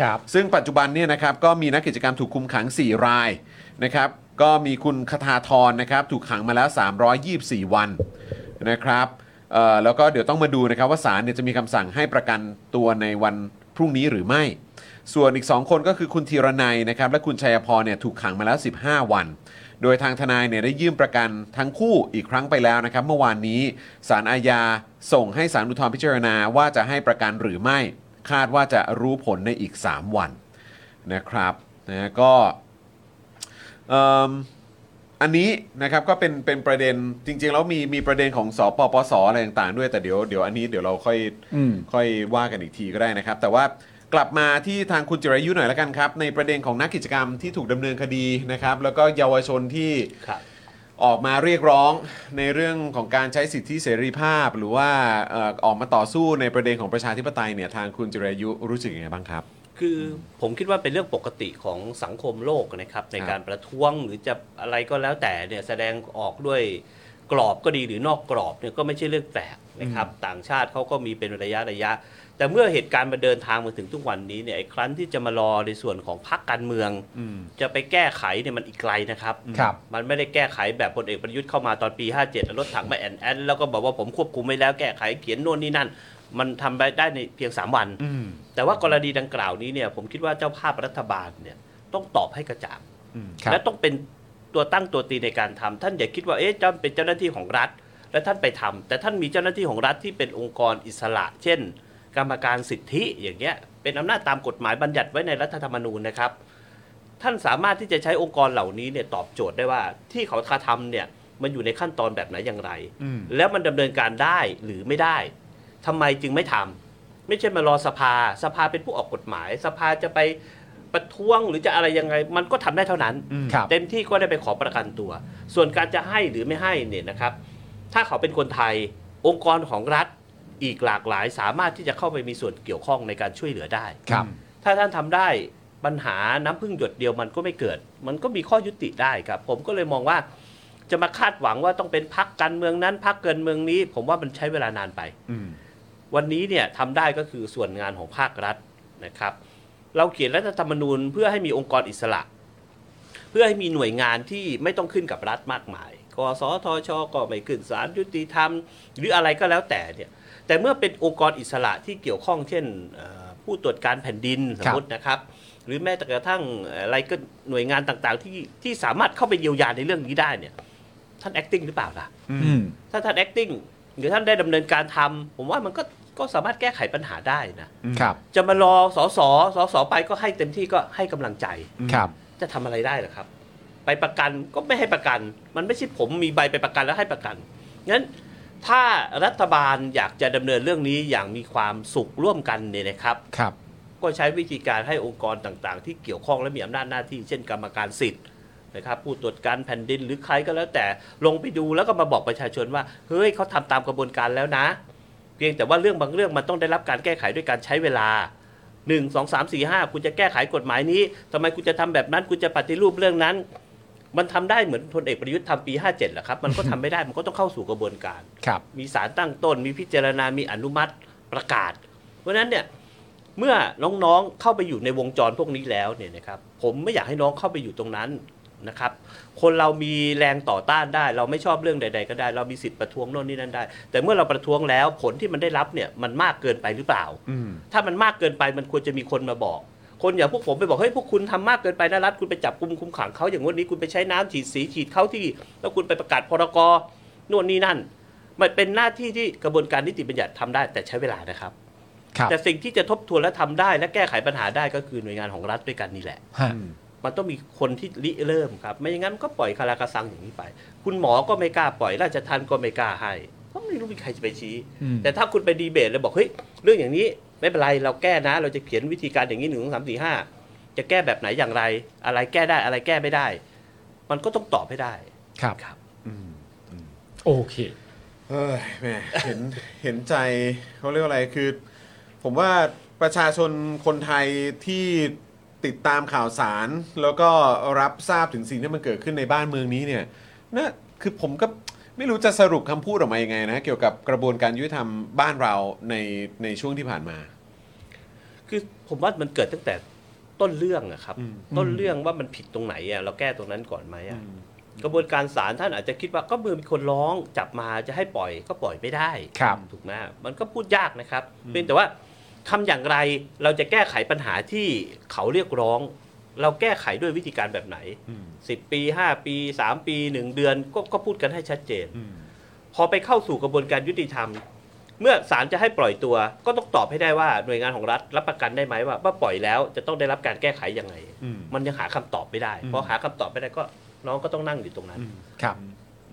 S2: ครับ
S1: ซึ่งปัจจุบันเนี่ยนะครับก็มีนักกิจกรรมถูกคุมขัง 4 รายนะครับก็มีคุณคทาธรนะครับถูกขังมาแล้ว 324 วันนะครับเอ่อแล้วก็เดี๋ยวต้องมาดูนะครับว่าศาลเนี่ยจะมีคำสั่งให้ประกันตัวในวันพรุ่งนี้หรือไม่ ส่วนอีก 2 คนก็คือคุณธีรนัยนะครับและคุณชัยพรเนี่ยถูกขังมาแล้ว 15 วัน โดยทางทนายเนี่ยได้ยื่นประกันทั้งคู่อีกครั้งไปแล้วนะครับ เมื่อวานนี้ศาลอาญาส่งให้ศาลอุทธรณ์พิจารณาว่าจะให้ประกันหรือไม่ คาดว่าจะรู้ผลในอีก 3 วันนะครับนะก็เอิ่มอันนี้นะครับก็เป็นเป็นประเด็นจริง ๆ แล้วมีมีประเด็นของสปปสอะไรต่างๆ ด้วยแต่เดี๋ยวเดี๋ยวอันนี้เดี๋ยวเราค่อย
S2: อืม
S1: ค่อยว่ากันอีกทีก็ได้นะครับ แต่ว่ากลับมาที่ทางคุณจิรายุหน่อยละกันครับ ในประเด็นของนักกิจกรรมที่ถูกดำเนินคดีนะครับ แล้วก็เยาวชนที่
S3: ครับ
S1: ออกมาเรียกร้องในเรื่องของการใช้สิทธิเสรีภาพ หรือว่าเอ่อออกมาต่อสู้ในประเด็นของประชาธิปไตยเนี่ยทางคุณจิรายุรู้สึกยังไงบ้างครับ
S3: คือผมคิดว่าเป็นเรื่องปกติของสังคมโลกนะครับ ในการประท้วงหรือจะอะไรก็แล้วแต่เนี่ยแสดงออกด้วยกรอบก็ดีหรือนอกกรอบเนี่ยก็ไม่ใช่เรื่องแปลกนะครับต่างชาติเขาก็มีเป็นระยะระยะ แต่เมื่อเหตุการณ์มันเดินทางมาถึงทุกวันนี้เนี่ยไอ้ครั้นที่จะมารอในส่วนของพรรคการเมือง จะไปแก้ไขเนี่ยมันอีกไกลนะครับ
S2: ครับ
S3: มันไม่ได้แก้ไขแบบพลเอกประยุทธ์เข้ามาตอนปี 57แล้วรถถังมาแอนแอนแล้วก็บอกว่าผมควบคุมไม่แล้วแก้ไขเขียนโน่นนี่นั่น มันทำไปได้ในเพียง 3 วัน แต่ว่ากรณีดังกล่าวนี้เนี่ยผมคิดว่าเจ้าภาพรัฐบาลเนี่ยต้องตอบให้กระจ่าง
S2: ครับ
S3: และต้องเป็นตัวตั้งตัวตีในการทำท่านอย่าคิดว่าเอ๊ะจ้าเป็นเจ้าหน้าที่ของรัฐ และท่านไปทำแต่ท่านมีเจ้าหน้าที่ของรัฐที่เป็นองค์กรอิสระ เช่น กรรมการสิทธิอย่างเงี้ยเป็นอำนาจตามกฎหมายบัญญัติไว้ในรัฐธรรมนูญนะครับ ท่านสามารถที่จะใช้องค์กรเหล่านี้เนี่ยตอบโจทย์ได้ว่าที่เขากระทำเนี่ยมันอยู่ในขั้นตอนแบบไหนอย่างไร แล้วมันดำเนินการได้หรือไม่ได้ทำไมจึงไม่ทำไม่ใช่มารอสภา สภาเป็นผู้ออกกฎหมาย สภาจะไปประท้วงหรือจะอะไรยังไง มันก็ทำได้เท่านั้น
S2: ครับ
S3: เต็มที่ก็ได้ไปขอประกันตัว ส่วนการจะให้หรือไม่ให้เนี่ยนะครับ ถ้าเขาเป็นคนไทยองค์กรของรัฐอีกหลากหลาย สามารถที่จะเข้าไปมีส่วนเกี่ยวข้องในการช่วยเหลือได้
S2: ครับ
S3: ถ้าท่านทำได้ปัญหาน้ำพึ่งหยดเดียวมันก็ไม่เกิด มันก็มีข้อยุติได้ครับ ผมก็เลยมองว่าจะมาคาดหวังว่าต้องเป็นพักการเมืองนั้นพักเกินเมืองนี้ ผมว่ามันใช้เวลานานไป วันนี้เนี่ยทำได้ก็คือส่วนงานของภาครัฐนะครับ เราเขียนรัฐธรรมนูญเพื่อให้มีองค์กรอิสระ เพื่อให้มีหน่วยงานที่ไม่ต้องขึ้นกับรัฐมากมายกสทชก็ไม่ขึ้นศาลยุติธรรม หรืออะไรก็แล้วแต่เนี่ย แต่เมื่อเป็นองค์กรอิสระที่เกี่ยวข้องเช่นเอ่อผู้ตรวจการแผ่นดินสมมตินะครับ หรือแม้แต่กระทั่งเอ่ออะไรก็หน่วยงานต่างๆ ที่ที่สามารถเข้าไปเยียวยาในเรื่องนี้ได้เนี่ยท่าน acting หรือเปล่าล่ะ
S2: อืม
S3: ถ้าท่าน acting หรือท่านได้ดำเนินการทำผมว่ามันก็ก็สามารถแก้ไขปัญหาได้นะ
S2: ครับ
S3: จะมารอสอสอสอสอไปก็ให้เต็มที่ก็ให้กำลังใจ
S2: ครับ
S3: จะทำอะไรได้เหรอครับ ไปประกันก็ไม่ให้ประกัน มันไม่ใช่ผมมีใบไปประกันแล้วให้ประกันงั้นถ้ารัฐบาลอยากจะดำเนินเรื่องนี้อย่างมีความสุขร่วมกันเนี่ยนะครับ
S2: ครับ
S3: ก็ใช้วิธีการให้องค์กรต่างๆ ที่เกี่ยวข้องและมีอำนาจหน้าที่ เช่นกรรมการสิทธิ์นะครับผู้ตรวจการแผ่นดินหรือใครก็แล้วแต่ลงไปดูแล้วก็มาบอกประชาชนว่า เฮ้ยเขาทำตามกระบวนการแล้วนะ เพียงแต่ว่าเรื่องบางเรื่องมันต้องได้รับการแก้ไขด้วยการใช้เวลา 1 2 3 4 5 คุณจะแก้ไขกฎหมายนี้ทำไมคุณจะทำแบบนั้นคุณจะปฏิรูปเรื่องนั้น มันทำได้เหมือนพลเอกประยุทธ์ทำปี 57เหรอครับมันก็ทำไม่ได้มันก็ต้องเข้าสู่กระบวนการ
S2: ครับ
S3: มีสารตั้งต้น มีพิจารณา มีอนุมัติประกาศ เพราะฉะนั้นเนี่ยเมื่อน้องๆเข้าไปอยู่ในวงจรพวกนี้แล้วเนี่ยนะครับผมไม่อยากให้น้องเข้าไปอยู่ตรงนั้น นะครับ คนเรามีแรงต่อต้านได้ เราไม่ชอบเรื่องใด ๆ ก็ได้ เรามีสิทธิ์ประท้วงโน่นนี่นั่นได้ แต่เมื่อเราประท้วงแล้วผลที่มันได้รับเนี่ยมันมากเกินไปหรือเปล่า ถ้ามันมากเกินไปมันควรจะมีคนมาบอก คนอย่างพวกผมไปบอกเฮ้ยพวกคุณทำมากเกินไปนะรัฐคุณไปจับกุมคุมขังเขาอย่างงวดนี้คุณไปใช้น้ำฉีดสีฉีดเขาที่แล้วคุณไปประกาศพรกนู่นนี่นั่น มันเป็นหน้าที่ที่กระบวนการนิติบัญญัติทำได้แต่ใช้เวลานะครับ
S2: ครับ
S3: แต่สิ่งที่จะทบทวนและทำได้และแก้ไขปัญหาได้ก็คือหน่วยงานของรัฐด้วยกันนี่แหละ
S2: ฮะ
S3: มันต้องมีคนที่ริเริ่มครับ ไม่อย่างนั้นมันก็ปล่อยคารากระซังอย่างนี้ไป คุณหมอก็ไม่กล้าปล่อยราชทันก็ไม่กล้าให้ก็ไม่รู้มีใครจะไปชี้
S2: อืม
S3: แต่ถ้าคุณไปดีเบตแล้วบอกเฮ้ยเรื่องอย่างนี้ไม่เป็นไรเราแก้นะ เราจะเขียนวิธีการอย่างนี้หนึ่งสองสามสี่ห้าจะแก้แบบไหนอย่างไร อะไรแก้ได้อะไรแก้ไม่ได้ มันก็ต้องตอบให้ได้
S2: ครับ
S3: ครับ
S2: โอเค
S1: เฮ้ยแหม่เห็นเห็นใจเขาเรียกว่าอะไรคือ ผมว่าประชาชนคนไทยที่ติดตามข่าวสาร แล้วก็รับทราบถึงสิ่งที่มันเกิดขึ้นในบ้านเมืองนี้เนี่ยนะคือผมก็ไม่รู้จะสรุปคำพูดออกมายังไงนะเกี่ยวกับกระบวนการยุติธรรมบ้านเราในในช่วงที่ผ่านมา
S3: คือผมว่ามันเกิดตั้งแต่ต้นเรื่องอะครับ
S1: อืม
S3: ต้นเรื่องว่ามันผิดตรงไหนอะเราแก้ตรงนั้นก่อนไหมอะกระบวนการศาลท่านอาจจะคิดว่าก็เมื่อมีคนร้องจับมาจะให้ปล่อยก็ปล่อยไม่ได้
S2: ครับ
S3: ถูกไหมมันก็พูดยากนะครับเป็นแต่ว่าทำอย่างไรเราจะแก้ไขปัญหาที่เขาเรียกร้อง เราแก้ไขด้วยวิธีการแบบไหน 10 ปี 5 ปี 3 ปี 1 เดือนก็ก็พูดกันให้ชัดเจน พอไปเข้าสู่กระบวนการยุติธรรม เมื่อศาลจะให้ปล่อยตัวก็ต้องตอบให้ได้ว่าหน่วยงานของรัฐรับประกันได้ไหมว่าว่าปล่อยแล้วจะต้องได้รับการแก้ไขยังไง มันยังหาคำตอบไม่ได้พอหาคำตอบไม่ได้ก็น้องก็ต้องนั่งอยู่ตรงนั้น
S2: ครับ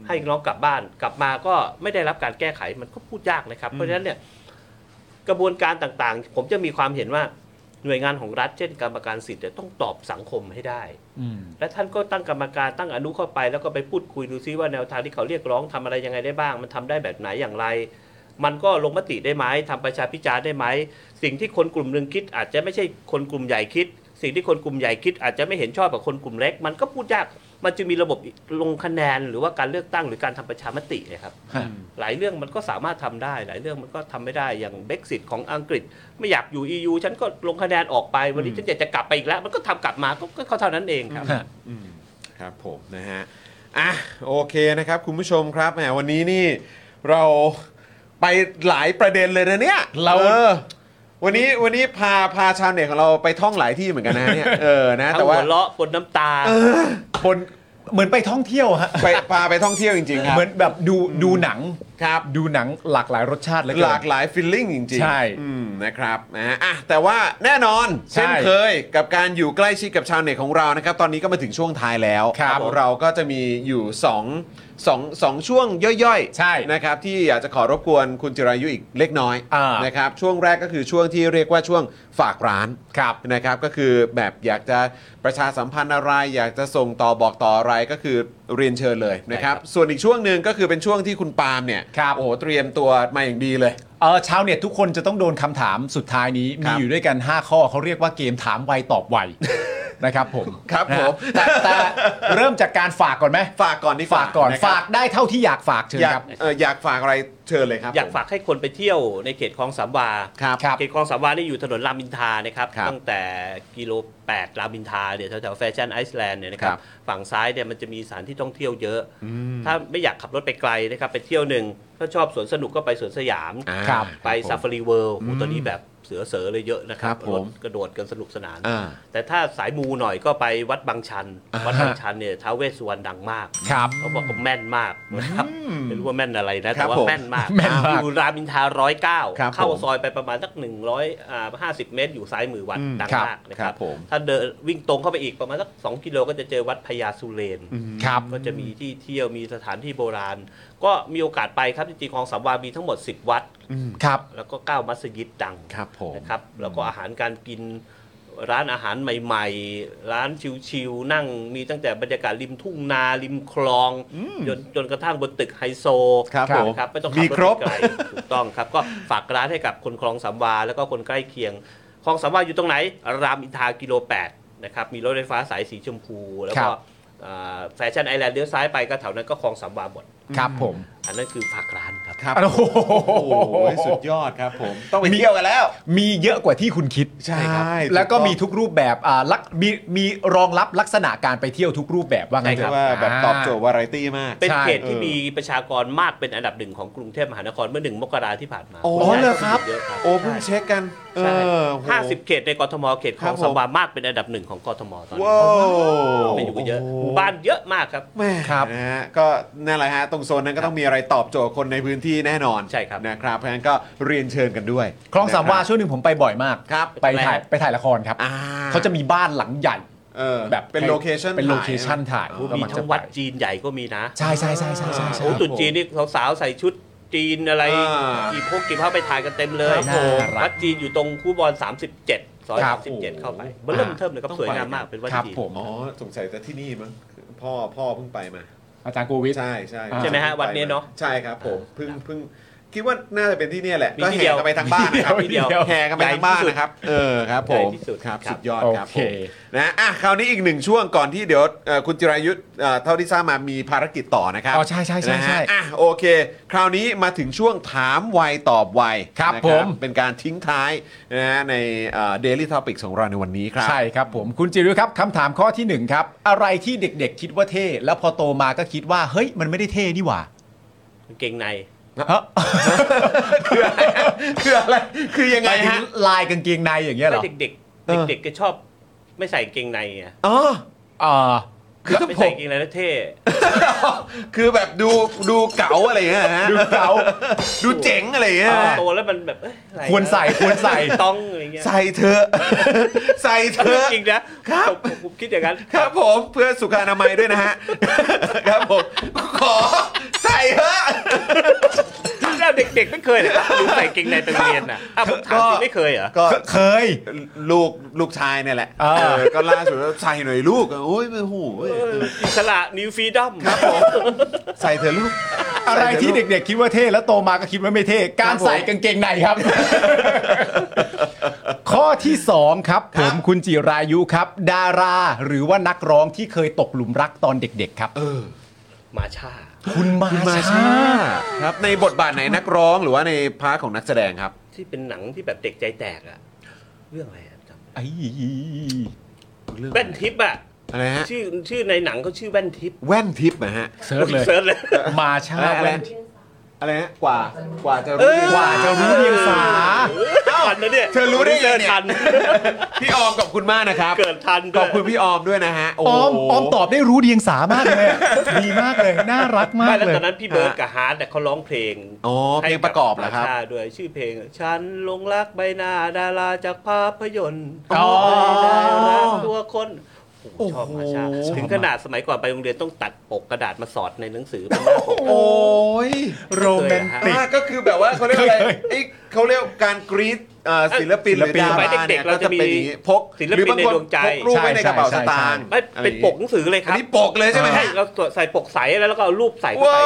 S3: ให้น้องกลับบ้านกลับมาก็ไม่ได้รับการแก้ไขมันก็พูดยากนะครับ เพราะฉะนั้นเนี่ยกระบวนการต่างๆ ผมจะมีความเห็นว่าหน่วยงานของรัฐเช่นกรรมการสิทธิ์เนี่ยต้องตอบสังคมให้ได้
S2: อืม
S3: และท่านก็ตั้งกรรมการตั้งอนุเข้าไป แล้วก็ไปพูดคุยดูซิว่าแนวทางที่เขาเรียกร้องทำอะไรยังไงได้บ้าง มันทำได้แบบไหนอย่างไร มันก็ลงมติได้ไหมทำประชาพิจารณ์ได้ไหมสิ่งที่คนกลุ่มหนึ่งคิด อาจจะไม่ใช่คนกลุ่มใหญ่คิด สิ่งที่คนกลุ่มใหญ่คิด อาจจะไม่เห็นชอบกับคนกลุ่มเล็ก มันก็พูดยากมันจึงมีระบบลงคะแนนหรือว่าการเลือกตั้งหรือการทำประชามติเลยครับ
S2: ฮะ
S3: หลายเรื่องมันก็สามารถทำได้ หลายเรื่องมันก็ทำไม่ได้อย่างเบ x ซิตของอังกฤษ ไม่อยากอยู่ EU ฉันก็ลงคะแนนออกไปวันนี้ฉันอยากจะกลับไปอีกแล้ว มันก็ทำกลับมาก็ก็ก็เท่านั้นเองครับ
S2: ฮะ
S1: ครับผมนะฮะ อ่ะ โอเคนะครับ คุณผู้ชมครับแหมวันนี้นี่เราไปหลายประเด็นเลยนะเนี่ย
S2: เรา
S1: ออวันนี้วันนี้พาพาชาวเน็ตของเราไปท่องหลายที่เหมือนกันนะเนี่ย เออนะ
S3: ทั้
S1: แต่
S3: ง
S1: ว่า
S3: หัวเราะปนน้ำตา
S2: คนเหมือนไปท่องเที่ยวฮะ
S1: ไปพาไปท่องเที่ยวจริงๆครับ
S2: เหมือนแบบดูดูหนัง
S1: ครับ
S2: ดูหนังหลากหลายรสชาติเหลย
S1: หลากหลายฟิลลิ่งจริงๆ
S2: ใช่
S1: อืมนะครับนะฮะอ่ะแต่ว่าแน่นอน
S2: ใช่
S1: เช่นเคยกับการอยู่ใกล้ชิดกับชาวเน็ตของเรานะครับ ตอนนี้ก็มาถึงช่วงท้ายแล้ว
S2: ครับผม
S1: เราก็จะมีอยู่2องสองสองช่วงย่อย
S2: ใช่
S1: นะครับที่อยากจะขอรบกวนคุณจิรายุอีกเล็กน้อย
S2: อ่าน
S1: นะครับช่วงแรกก็คือช่วงที่เรียกว่าช่วงฝากร้าน
S2: ครับ
S1: นะครับก็คือแบบอยากจะประชาสัมพันธ์อะไร อยากจะส่งต่อบอกต่ออะไรก็คือเรียนเชิญเลยนะครับ ส่วนอีกช่วงหนึ่งก็คือเป็นช่วงที่คุณปาล์มเนี่ย
S2: ครับ
S1: โอ้โหเตรียมตัวมาอย่างดีเลย
S2: เออชาวเน็ตทุกคนจะต้องโดนคำถามสุดท้ายนี้
S1: ครั
S2: มี
S1: บ
S2: อยู่ด้วยกัน 5 ข้อเขาเรียกว่าเกมถามไวตอบไว นะครับผม
S1: ครับ
S2: นะ
S1: ผ
S2: ฮะ
S1: ม
S2: แต่แต่เริ่มจากการฝากก่อนไหม
S1: ฝากก่อนดี
S2: ฝากก่อน
S1: นะครับ
S2: ฝากได้เท่าที่อยากฝากเชิญ
S1: อยา
S2: ค
S1: ก
S2: รับ
S1: เอ่ออยากฝากอะไรเชิญเลยครับ
S3: อยาก
S1: ผม
S3: ฝากให้คนไปเที่ยวในเขตคลองสามวา
S1: ครับ
S2: ครับ
S3: เขตคลองสามวานี่อยู่ถนนรามอินทรานะครับ
S1: ครับ
S3: ตั้งแต่กิโล 8 รามอินทราเนี่ยแถวๆแฟชั่นไอซ์แลนด์เนี่ยนะค
S1: ค
S3: รั
S1: รับ บ
S3: ฝั่งซ้ายเนี่ยมันจะมีสถานที่ท่องเที่ยวเยอะ ถ้าไม่อยากขับรถไปไกลนะครับ ไปเที่ยวหนึ่งถ้าชอบสวนสนุกก็ไปสวนสยาม
S1: อ่า
S2: ครับ
S3: ไป
S1: ผม
S3: ซาฟารีเวิลด์ตอนนี้แบบเสือเสือเลยเยอะนะค
S1: ค
S3: รั
S1: รับ บผม
S3: รถกระโดดกันสนุกสนาน
S1: อ่า
S3: แต่ถ้าสายมูหน่อยก็ไปวัดบางชัน วัดบางชันเนี่ยท้าวเวสสุวรรณดังมาก
S2: ครับ
S3: เขาบอกว่าแม่นมากนะครับไม่รู้ว่าแม่นอะไรนะ
S1: ครั
S3: แต่
S1: บ
S3: ว่า
S1: ผม
S3: แม่นมาก
S2: แม่นมาก
S3: อยู่รามอินทราร้อยเก้า
S1: ครับ
S3: เข้า
S1: ผม
S3: ซอยไปประมาณสักหนึ่งร้อยห้าสิบเมตรอยู่ซ้ายมือวัดดังมากนะค
S1: ครั
S3: รับบ
S1: ผม
S3: ถ้าเดินวิ่งตรงเข้าไปอีกประมาณสักสองกิโลก็จะเจอวัดพญาสุเรน
S2: ครับ
S3: ก็จะมีที่เที่ยวมีสถานที่โบราณ ก็มีโอกาสไปครับจริงๆของสามวามีทั้งหมด 10 วัด
S2: ครับ
S3: แล้วก็ 9 มัสยิดดัง
S1: ครับผม
S3: นะครับ แล้วก็อาหารการกินร้านอาหารใหม่ๆ ร้านชิวๆนั่งมีตั้งแต่บรรยากาศริมทุ่งนาริมคลองจนจนกระทั่งบนตึกไฮโซ
S1: ครับผม
S3: นะครับไม่ต้อง
S1: มี
S3: ขับ
S1: คร
S3: ร
S1: บ
S3: ถไปไกลถูกต้องครับ ก็ฝากร้านให้กับคนคลองสามวา แล้วก็คนใกล้เคียงคลองสามวาอยู่ตรงไหน รามอินทรากิโล8นะครับมีรถไฟฟ้าสายสีชมพูแล้ว
S2: ครั
S3: ก็
S2: บ
S3: อ่าแฟชั่นไอแลนด์เลี้ยวซ้ายไปก็แถวนั้นก็คลองสามวาหมด
S2: ครับผม
S3: อันนั้นคือฝากร้านครับ
S1: ครับ
S2: โอ้โห
S1: โอ้โหสุดยอดครับผม ต้องไปเที่ยวกันแล้ว
S2: มีเยอะกว่าที่คุณคิด
S1: ใช่
S2: ครับ
S1: ถูกต้อง
S2: แล้วก็มีทุกรูปแบบอ่าลักมีมีรองรับลักษณะการไปเที่ยวทุกรูปแบบว่าไง
S1: เรีย
S2: ครับ
S1: กว่าแบบตอบโจทย์วาไรตี้มาก
S3: เป็น
S2: ใช่
S3: เขตที่
S1: เออ
S3: มีประชากรมากเป็นอันดับหนึ่งของกรุงเทพมหานครเมื่อหนึ่งมกราที่ผ่านมา
S1: โอ้
S3: ผู้ใช้
S1: เหรอครับ
S3: ก็มีเยอะครับ
S1: โอ้เพิ่งเช็คกัน เอ
S3: ใช่
S1: อโอ้โ
S3: ห้าสิบเขตในกทมเขตคลองสามวามากเป็นอันดับหนึ่งของกทมตอนนี้
S1: ว้าว
S3: ไม่อยู่เยอะ
S1: โ
S3: หมู่บ้านเยอะมากครับ
S1: แม่
S2: ครับ
S1: นะฮะก็นั่นแหละฮะ ตรงโซนนั้นก็ต้องมีอะไรตอบโจทย์คนในพื้นที่แน่นอน
S3: ใช่ครับ
S1: นะครับ เพราะฉะนั้นก็เรียนเชิญกันด้วย
S2: คลองสามวา
S1: ะรับ
S2: ช่วงหนึ่งผมไปบ่อยมาก
S1: ครับ
S2: ไป
S3: ไป
S2: ถ่าย
S3: ไหน
S2: ไปถ่ายละครครับ
S1: อ่า
S2: เขาจะมีบ้านหลังใหญ่
S1: เออ
S2: แบบ
S1: เป็นโลเคชั่น
S2: เป็นโลเคชั่นถ่าย
S3: โอ้มีทั้งวัดจีนใหญ่ก็มีนะ
S2: ใช่ใช่ใช่ใช่ใช่ใช่
S3: โอ้ตรุ๊จีนนี่สาวๆใส่ชุดจีนอะไร
S1: อ่า
S3: กี่พวกกี่ผ้าไปถ่ายกันเต็มเลย
S2: ครับผม
S3: วัดจีนอยู่ตรงคู่บอล37ซอย
S2: ครับ
S3: 37 เข้าไปมันเริ่มเทิมเลยครับสวยงามมากเป็นวัด
S2: ครับ
S3: จีน
S2: ผม
S1: อ๋อสงสัยจะที่นี่มั้งพ่อพ่อเพิ่งไปมา
S2: อาจารย์โกวิท
S1: ใช่ใช่
S3: ใช่ไหมฮะวันนี้เนาะ
S1: ใช่ครับผมเพิ่งเพิ่งคิดว่าน่าจะเป็นที่เนี่ยแหละ
S3: มี
S1: ก็
S3: ที่
S1: แห่
S3: เดียว
S1: กันไปทางบ้านนะครับ
S3: มีที่เดียว
S1: แห่กันไปทางบ้านนะครับ เออครับผม
S3: ใหญ่ที่สุด
S1: ครับ
S3: ครับ
S1: สุดยอดครับ
S2: โอ
S1: ผ
S2: เค
S1: มนะอ่ะคราวนี้อีกหนึ่งช่วงก่อนที่เดี๋ยวเอ่อคุณจิรายุทธ์เอ่อเท่าที่ทราบมามีภารกิจต่อนะครับ
S2: อ๋อใช่ใช่ใช่
S1: นะฮะ
S2: ใช่
S1: อ่ะโอเค คราวนี้มาถึงช่วงถามวัยตอบวัย
S2: ครับ
S1: นะ
S2: ผม
S1: เป็นการทิ้งท้ายนะฮะในเดลิทอพิกของเราในวันนี้ครับ
S2: ใช่ครับผม คุณจิรุครับคำถามข้อทีหนึ่งครับ อะไรที่เด็กๆคิดว่าเท่ แล้วพอโตมาก็คิดว่าเฮ้ยมันไม่ได้เท่นี่หว่าก
S3: างเกงใน
S2: ฮะ
S1: คืออะไรคืออะไรคือยัง
S2: ห
S1: ไง
S2: มายถึง
S1: ฮะ
S2: ลายกางเกงในอย่างเงี้ยเหรอ
S3: ไม่เด็กๆ เด็กๆ ก็ชอบไม่ใส่กางเกงในไง
S1: อ๋อ
S2: อ่า
S3: ไม่ใส่กางเกงในแล้วเท่
S1: คือแบบดูดูเก๋าอะไรอย่างเงี้ยนะฮะ
S2: ดูเก๋า
S1: ดูเจ๋งอะไรอย่างเงี้ย
S2: อ่า
S3: โตแล้วมันแบบเอ้ยอะไรนะ
S2: ควรใส่ควรใส่
S3: ต้องอะไรเงี้ย
S1: ใส่เธอะ ใส่เธอะ
S3: จริงๆนะครับ ผมผมคิดอย่างนั้น
S1: ครับผมเพื่อสุขอนามัยด้วยนะฮะ ครับผม ขอใส่เถอะ
S3: แล้วเด็กๆ ไม่เคยเหรอครับดูใส่กางเกงในไปโรงเรียนน่ะอ่ะผมถามจริงไม่เคยเหรอ
S1: ก็
S2: เคย
S1: ลูกลูกชายเนี่ยแหละ
S2: อ่า
S1: เออก็ล่าสุดแล้วใส่หน่อยลูกโอ้ยโอ้โห
S3: เอออิสระนิวฟรีดอม
S1: ครับผมใส่เถอะลูก
S2: อะไรที่เด็กๆ คิดว่าเท่แล้วโตมาก็คิดว่าไม่เท่ การใส่กางเกงในครับ ข้อที่ 2 ครับ ผมคุณจิรายุครับ ดาราหรือว่านักร้องที่เคยตกหลุมรักตอนเด็กๆครับ
S3: มาช่า
S2: คุณมา
S1: คุณมา
S2: ช้า
S1: ชาครับในบทบาทไหนนักร้องหรือว่าในพาร์ทของนักแสดงครับ
S3: ที่เป็นหนังที่แบบเด็กใจแตกอะเรื่องอะไรอะจำไม่ได้
S2: ไอ้
S1: เรื่อง
S3: แว่นทิปอะ
S1: อะไรฮะ
S3: ชื่อชื่อในหนังเขาชื่อแว่นทิป
S1: แว่นทิพย์นะฮะ
S2: เซิร์ชเลย
S3: เซิร์ชเลย
S2: มาช้า
S1: อะไรอะไร
S2: แว่น
S1: อะไรฮะกว่ากว่าจะรู้เรื่อง
S2: กว่าจะรู้เดียงสา
S3: ทันนะเนี่ย
S1: เธอรู้ได้ไงเนี่ย
S3: ทัน
S1: พี่ออมขอบคุณมากนะครับ
S3: เกิดทัน
S1: ข
S3: ด้
S1: อ
S3: วย
S1: บคุณพี่ออมด้วยนะฮะ
S2: ออมออมตอบได้รู้เดียงสามากเลยอะดีมากเลย น่ารักมา
S3: ไม่
S2: ก
S3: แล้ว
S2: เลย
S3: ตอนนั้นพี่เบิร์ดกับฮาร์ดเนี่ยเขาร้องเพลง
S1: อ๋อเพลงประกอบเหรอครับ
S3: ใช่ด้วยชื่อเพลง ฉันหลงรักใบหน้าดาราจากภาพยนตร์
S2: อ๋อ
S3: ไม่ได้รักตัวคนโอ้โหชอบมาชา
S1: โอ้โห
S3: ถึงขนาดสมัยก่อนไปโรงเรียนต้องตัดปกกระดาษมาสอดในหนังสือเป็นหน้าปก
S1: โอ้ย
S2: โรแมนติก
S1: อ่าก็คือแบบว่าเขาเรียกว่าอะไรไอ้เขาเรียกการกรีดเอ่อศิลปินห
S2: ศิล
S1: รือ
S2: ปิน
S1: ดา
S3: สมั
S1: ราย
S3: เด็
S1: เนี่
S3: ก
S1: ย
S3: ๆเรา
S1: ก็จะ
S3: จะมี
S1: เป็นอย่างงี้พก
S3: ศิลปิน
S1: หรือบางค
S3: ในดวงใจ
S1: พกรูปไว้ในกระเป๋าส
S2: ใช่ใช่
S1: ตางค์
S3: ไม่
S1: อะไร
S3: เป็นปกหนังสือเลยค
S1: อัน
S3: รับ
S1: นี้ปกเลยใช่ไหมฮะ
S3: ใช่เราใส่ปกใสแล้วแล้วก็เอารูปใส่เข้า
S1: ว้า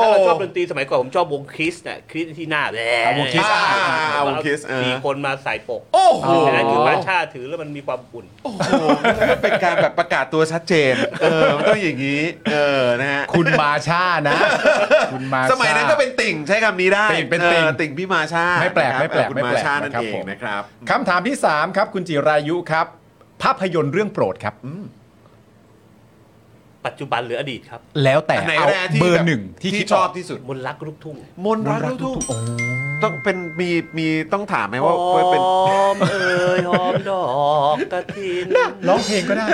S3: ไปเนี่ยว ถ้าเราชอบดนตรีสมัยก่อนผมชอบวงคริสเนี่ยคริสที่หน้าแห
S2: เอาวง Kiss
S1: อ่าอ่าอ่าวง Kiss อ่ามี
S3: มีคนมาใส่ปก
S1: โอ้โห
S2: อ๋อ
S3: อันนั้นคือมาชาถือแล้วมันมีความอุ่น
S1: โอ้โหมันเป็นการแบบประกาศตัวชัดเจน เออ มันต้องอย่างนี้ เออ นะฮะ
S2: คุณมาช้านะ คุณมาช้า
S1: สมัยนั้นก็เป็นติ่งใช้คำนี้ได้
S2: ติ่งเป็นติ่ง
S1: ออติ่งพี่มาชา
S2: ไม่แปลก
S1: นะครับ
S2: ไม่แปลก
S1: เออคุณ
S2: ไม่
S1: มา
S2: แปลก
S1: ชานั่น
S2: นะครับ
S1: เอง
S2: ผม
S1: นะครับ
S2: คำถามที่ 3 ครับ คุณจิรายุครับ ภาพยนตร์เรื่องโปรดครับ
S3: ปัจจุบันหรืออดีตครับ
S2: แล้วแต่
S1: อันไหน
S2: เอา
S1: แรกที่
S2: เบอ
S1: แ
S2: ร์หนึ่งที่
S1: ที่
S2: คิด
S1: ช
S2: อ
S1: อ
S2: อบ ก
S1: ที่สุด
S3: มนต์รักลูกทุ่ง
S1: มนต์รักลูกทุ่งต้องเป็นมีมีต้องถามไหม
S3: ห
S1: ว่า
S3: อ
S1: ว่าเป็น
S3: มเอ่ยหอมดอกกระถิน
S2: ร้องเพลงก็ได้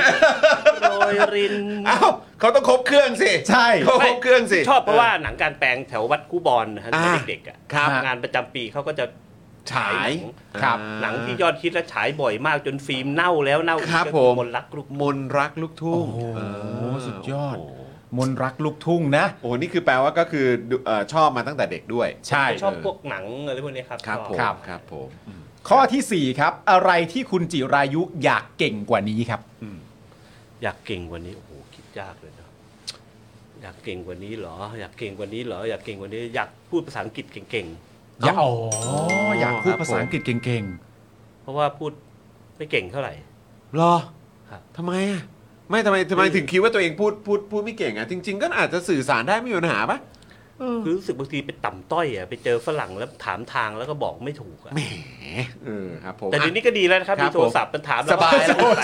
S3: โรยริน
S1: อ้าวเขาต้องครบเครื่องสิ
S2: ใช่
S1: เขาครบเครื่องสิ
S3: ชอบเพราะว่าหนังกลารแปลงแถววัดคูบอลนะฮะ
S1: อ่า
S3: เด็กๆอ่ะ
S2: ครับ
S3: งานประจำปีเขาก็จะ
S1: ฉาย
S2: ครับ
S1: อ่า
S3: หนังที่ยอดฮิตและฉายบ่อยมากจนฟิล์มเน่าแล้วเน่าอีก
S1: ครับ
S3: ก็
S1: ผ
S3: คือ
S1: ม
S3: มนต์รักลูก
S1: มนต์รักลูกทุ่ง
S2: โอ้โห
S1: เออ
S2: สุดยอด มนต์รักลูกทุ่งนะ
S1: โอ้โหนี่คือแปลว่าก็คือดูเอ่อชอบมาตั้งแต่เด็กด้วย
S2: ใช่
S3: ชอบพวกหนังอะไรพวกนี้ครับ
S1: ครับผม
S2: ค
S3: ช
S2: รั
S3: อบ
S1: ครับผม
S2: ข้อทีสี่4 ครับ อะไรที่คุณจิรายุอยากเก่งกว่านี้ครับ
S3: อยากเก่งกว่านี้โอ้โหคิดยากเลยนะอยากเก่งกว่านี้เหรอ อยากเก่งกว่านี้เหรออยากเก่งกว่านี้อยากพูดภาษาอังกฤษเก่ง
S2: อยากอ๋ออยากพู
S1: ค
S2: ด
S1: รับ
S2: ภาษาอังกฤษเก่ง
S3: ๆ เพราะว่าพูดไม่เก่งเท่าไหร่
S1: หรอ
S3: ครับ
S1: ทำไมอ่ะ ไม่ทำไมทำไม
S3: ไม่
S1: ถึงคิดว่าตัวเองพูดพูดพูดไม่เก่งอ่ะ จริง ๆ ก็อาจจะสื่อสารได้ไม่มีปัญหาปะ
S3: คือรู้สึกบางทีไปต่ำต้อยอ่ะไปเจอฝรั่งแล้วถามทางแล้วก็บอกไม่ถูกอ่ะ
S1: เออครับผม
S3: แต่เดี๋ยวนี้ก็ดีแล้วนะครับ
S1: ครั
S3: มี
S1: บ
S3: โทรศัพท์มันถาม
S1: สบาย
S3: แล้วก็ไป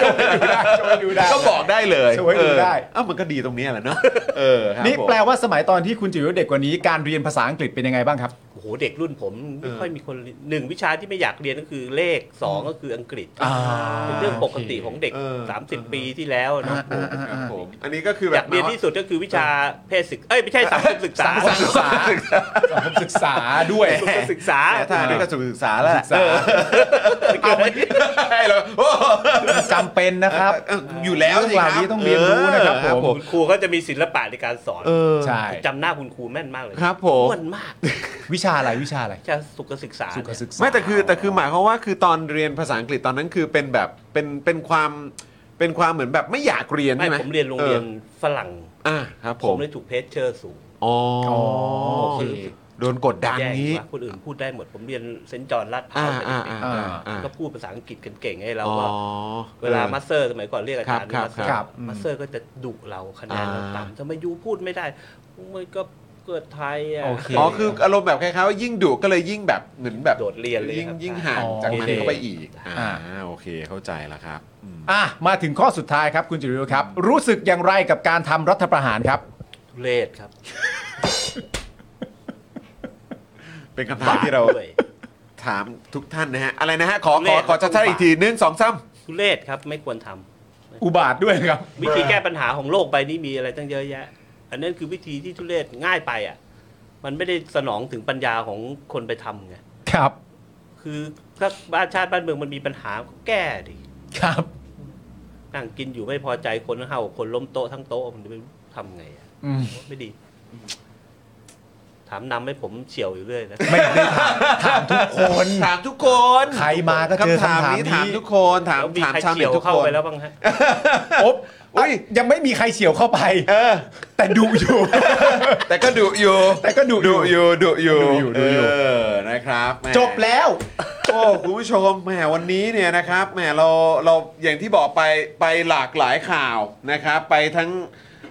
S2: ช่วยดูได้
S1: ก็บอกได้เลย
S2: ช่วยดูได้
S1: เออเอ้ามันก็ดีตรงเนี้ยแหละเนาะเออครับ
S2: นี่
S1: ผม
S2: แปลว่าสมัยตอนที่คุณจิ๋วเด็กกว่านี้การเรียนภาษาอังกฤษเป็นยังไงบ้างครับ
S3: โอ้โหเด็กรุ่นผมไม่ค่อยมีคนเรียนหนึ่งวิชาที่ไม่อยากเรียนก็คือเลขสองก็คืออังกฤษ
S2: อ่า
S3: เป็นเรื่องปกติของเด็ก
S1: เออ
S3: 30 ปีที่แล้วนะ
S1: ครับผมอันนี้ก็คือแบ
S3: อบ ยากเรียนที่สุดก็คือวิชาเพศศึกเอ้ยไม่ใช่สังคมศึกษา
S2: สังคมศึกษาสังคมศึกษาด้วย
S3: สังคมศึกษา
S1: แหมถ้าอันนี้ก็สุขศึกษาแล้วแหละ
S2: ศึกษา
S1: เออ
S3: เอาไว้
S1: ใช่เราโอ้โห
S2: จำเป็นนะครับ
S1: เอออยู่แล้วสิค
S2: เรื่องเหล่า
S1: รับ
S2: นี้ต้องเรียนรู้นะครับ
S1: เออ
S2: ผม
S3: คุณครูเขาจะมีศิลปะในการสอน
S1: เออ
S2: ใช่
S3: จำหน้าคุณครูแม่นมากเลย
S1: ครับผม
S3: ม่วนมาก
S2: วิชาอะไรวิชาอะไร
S3: จะสุขศึกษา
S2: สุขศึกษา
S1: ไม่แต่คือแต่คือหมายความว่าคือตอนเรียนภาษาอังกฤษตอนนั้นคือเป็นแบบเป็นเป็นความเป็นความเหมือนแบบไม่อยากเรียน
S3: ไม่
S1: ใช่ไหม
S3: ผมเรียนโรงเรียน
S1: ออ
S3: ฝรั่ง
S1: อ่าครับผ
S3: ผม
S1: ม
S3: เลยถูกเพชเชอร์สูง
S1: อ๋อ
S3: โอเค
S1: โดนกดดัน
S3: แย่
S1: นี้
S3: กว่าคนอื่นพูดได้หมดผมเรียนเซนต์จอห์นลาดพร้า
S1: อ่าว
S3: ตอน
S1: อ่าอ่า
S3: เด็กๆ
S1: อ่าอ่า
S3: ก็พูดภาษาอังกฤษกันเก่งให้เรา
S1: อ๋อ
S3: ก็เวลามาสเตอร์สมัยก่อนเรียกอาจารย์
S1: ครับ
S3: มาสเตอ
S1: ครับ
S3: ร์มาสเตอร์ก็จะดุเราคะแนนเรา
S1: อ่า
S3: ต่ำทำไมยูพูดไม่ได้มันก็เกิดไทยอ่ะ
S2: โอเค
S1: อ๋อคืออารมณ์แบบคล้ายๆว่ายิ่งดุก็เลยยิ่งแบบเหมือนแบบ
S3: โดดเรียนเลย
S1: ง
S3: ครับ
S1: ยิ่งห่างจากมัน
S2: โอเค
S1: เข้าไปอีกอ่า
S2: อ่า
S1: โอเคเข้าใจแล้วครับอืม
S2: อ่ะมาถึงข้อสุดท้ายครับคุณจิริวครับ รู้สึกอย่างไรกับการทำรัฐประหารครับ
S3: ทุเลศครับ
S1: เป็นคำถามที่เรา
S3: ด้วย
S1: ถามทุกท่านนะฮะ อะไรนะฮะ ขอข
S3: เล
S1: อ
S3: ข
S1: ขอ
S3: ครับ
S1: ชัดๆอีกทีหนึ่งสองสาม
S3: ทุเลศครับไม่ควรทำ
S2: อุบาทด้วยครับ
S3: วิธีแก้ปัญหาของโลกใบนี้มีอะไรตั้งเยอะแยะ อันนั้นคือวิธีที่ทุเลศง่ายไปอ่ะ มันไม่ได้สนองถึงปัญญาของคนไปทำไง
S2: ครับ
S3: คือถ้าบ้านชาติบ้านเมืองมันมีปัญหาก็แก้ดิ
S2: ครับ
S3: นั่งกินอยู่ไม่พอใจคนเห่าคนล้มโต๊ะทั้งโต๊ะมันจะไปทำไงอะ
S2: อืม
S3: ไม่ดี ถามนำให้ผมเฉียวอยู่เรื่อยนะ
S2: ไม่ได้ถามถามทุกคน
S1: ถามทุกคน
S2: ใครมาก็เจอคำถามนี้
S1: ถามทุกคนถาม
S3: แล้วมี
S1: ถาม
S3: ใคร
S1: ชาว
S3: เฉี
S1: เน็ต
S3: ยว
S1: ทุก
S3: เข้า
S1: คน
S3: ไปแล้วบ้างฮะ
S2: อบอุ้ยยังไม่มีใครเฉียวเข้าไป
S1: เออ
S2: แต่ดูอยู่
S1: แต่ก็ดุอยู่
S2: แต่ก็ดุอยู่
S1: ดุอยู่ดุอยู่
S2: ดุอยู่ดุอยู่
S1: เออนะครับแหม่
S2: จบแล้ว
S1: โอ้คุณผู้ชมแหมวันนี้เนี่ยนะครับแหมเราเราอย่างที่บอกไปไปหลากหลายข่าวนะครับ ไปทั้ง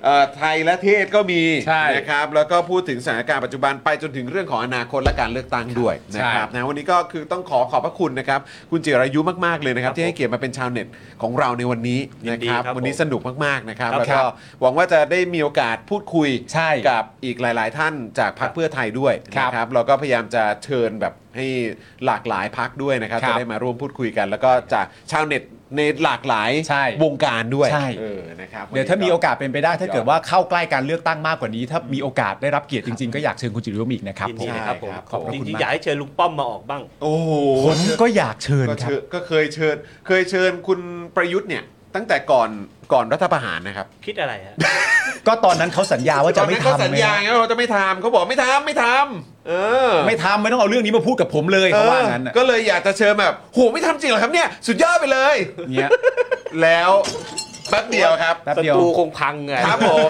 S1: เอ่อไทยและเทศก็มี
S2: ใช่
S1: นะครับ แล้วก็พูดถึงสถานการณ์ปัจจุบันไปจนถึงเรื่องของอนาคตและการเลือกตั้งด้วยนะครับ
S2: ใช่
S1: นะวันนี้ก็คือต้องขอขอบพระคุณนะครับ คุณจิรายุมาก ๆ เลยนะครับ ที่ให้เกียรติมาเป็นชาวเน็ตของเราในวันนี้นะครั
S3: ยินดี
S1: บ
S3: ครับผม
S1: วันนี้สนุกมาก ๆ นะครับ
S3: ครับ
S1: แล้วก็หวังว่าจะได้มีโอกาสพูดคุย
S2: ใช่
S1: กับอีกหลาย ๆ ท่านจากพรรคเพื่อไทยด้วย
S2: ครับ
S1: นะครับเราก็พยายามจะเชิญแบบให้หลากหลายพักด้วยนะครับ
S2: ครับ
S1: จะได้มาร่วมพูดคุยกัน แล้วก็จากชาวเน็ตในหลากหลาย
S2: ใช่
S1: วงการด้วย
S2: ใช่
S1: เออนะครับน
S2: เดี๋ยว
S1: นี้
S2: ถ้ามีโอกาสเป็นไปได้ถ้าเกิดว่าเข้าใกล้การเลือกตั้งมากกว่านี้ ถ้ามีโอกาสได้รับเกียรติจริงๆ ก็อยากเชิญคุณจิริวมอีกนะครับ
S3: ยิน
S2: ผ
S3: ดี
S2: ม
S3: เลย
S1: ครับผม
S2: ขอบพระ
S3: จ
S2: คุณ
S3: ริง
S2: มา
S3: ๆ
S2: ก
S3: อยากให้เชิญลุงป้อมมาออกบ้าง
S1: โอ้โห
S2: ผมก็อยากเชิญ
S1: ก็
S2: ครับ
S1: เชิญก็เคยเชิญเคยเชิญคุณประยุทธ์เนี่ยตั้งแต่ก่อนก่อนรัฐประหารนะครับ
S3: คิดอะไรฮะ
S2: ก็ตอนนั้นเขาสัญญาว่า
S1: ต
S2: จะ
S1: อน
S2: ไม่
S1: นั้นเขา
S2: ทำ
S1: สัญญาไงว่าจะไม่ทำเขาบอกไม่ทำไม่ทำเออ
S2: ไม่ทำไม่ต้องเอาเรื่องนี้มาพูดกับผมเลย
S1: เอ
S2: เขาว่า
S1: อ
S2: งั้นน่ะ
S1: ก็เลยอยากจะเชิญแบบโหไม่ทำจริงเหรอครับเนี่ย สุดยอดไปเลย
S2: เนี้ย
S1: แล้วแป๊บเดียวครับ
S2: แป๊บ
S3: ศั
S2: เดียว
S3: ตรูคงพังไง
S1: ครับผม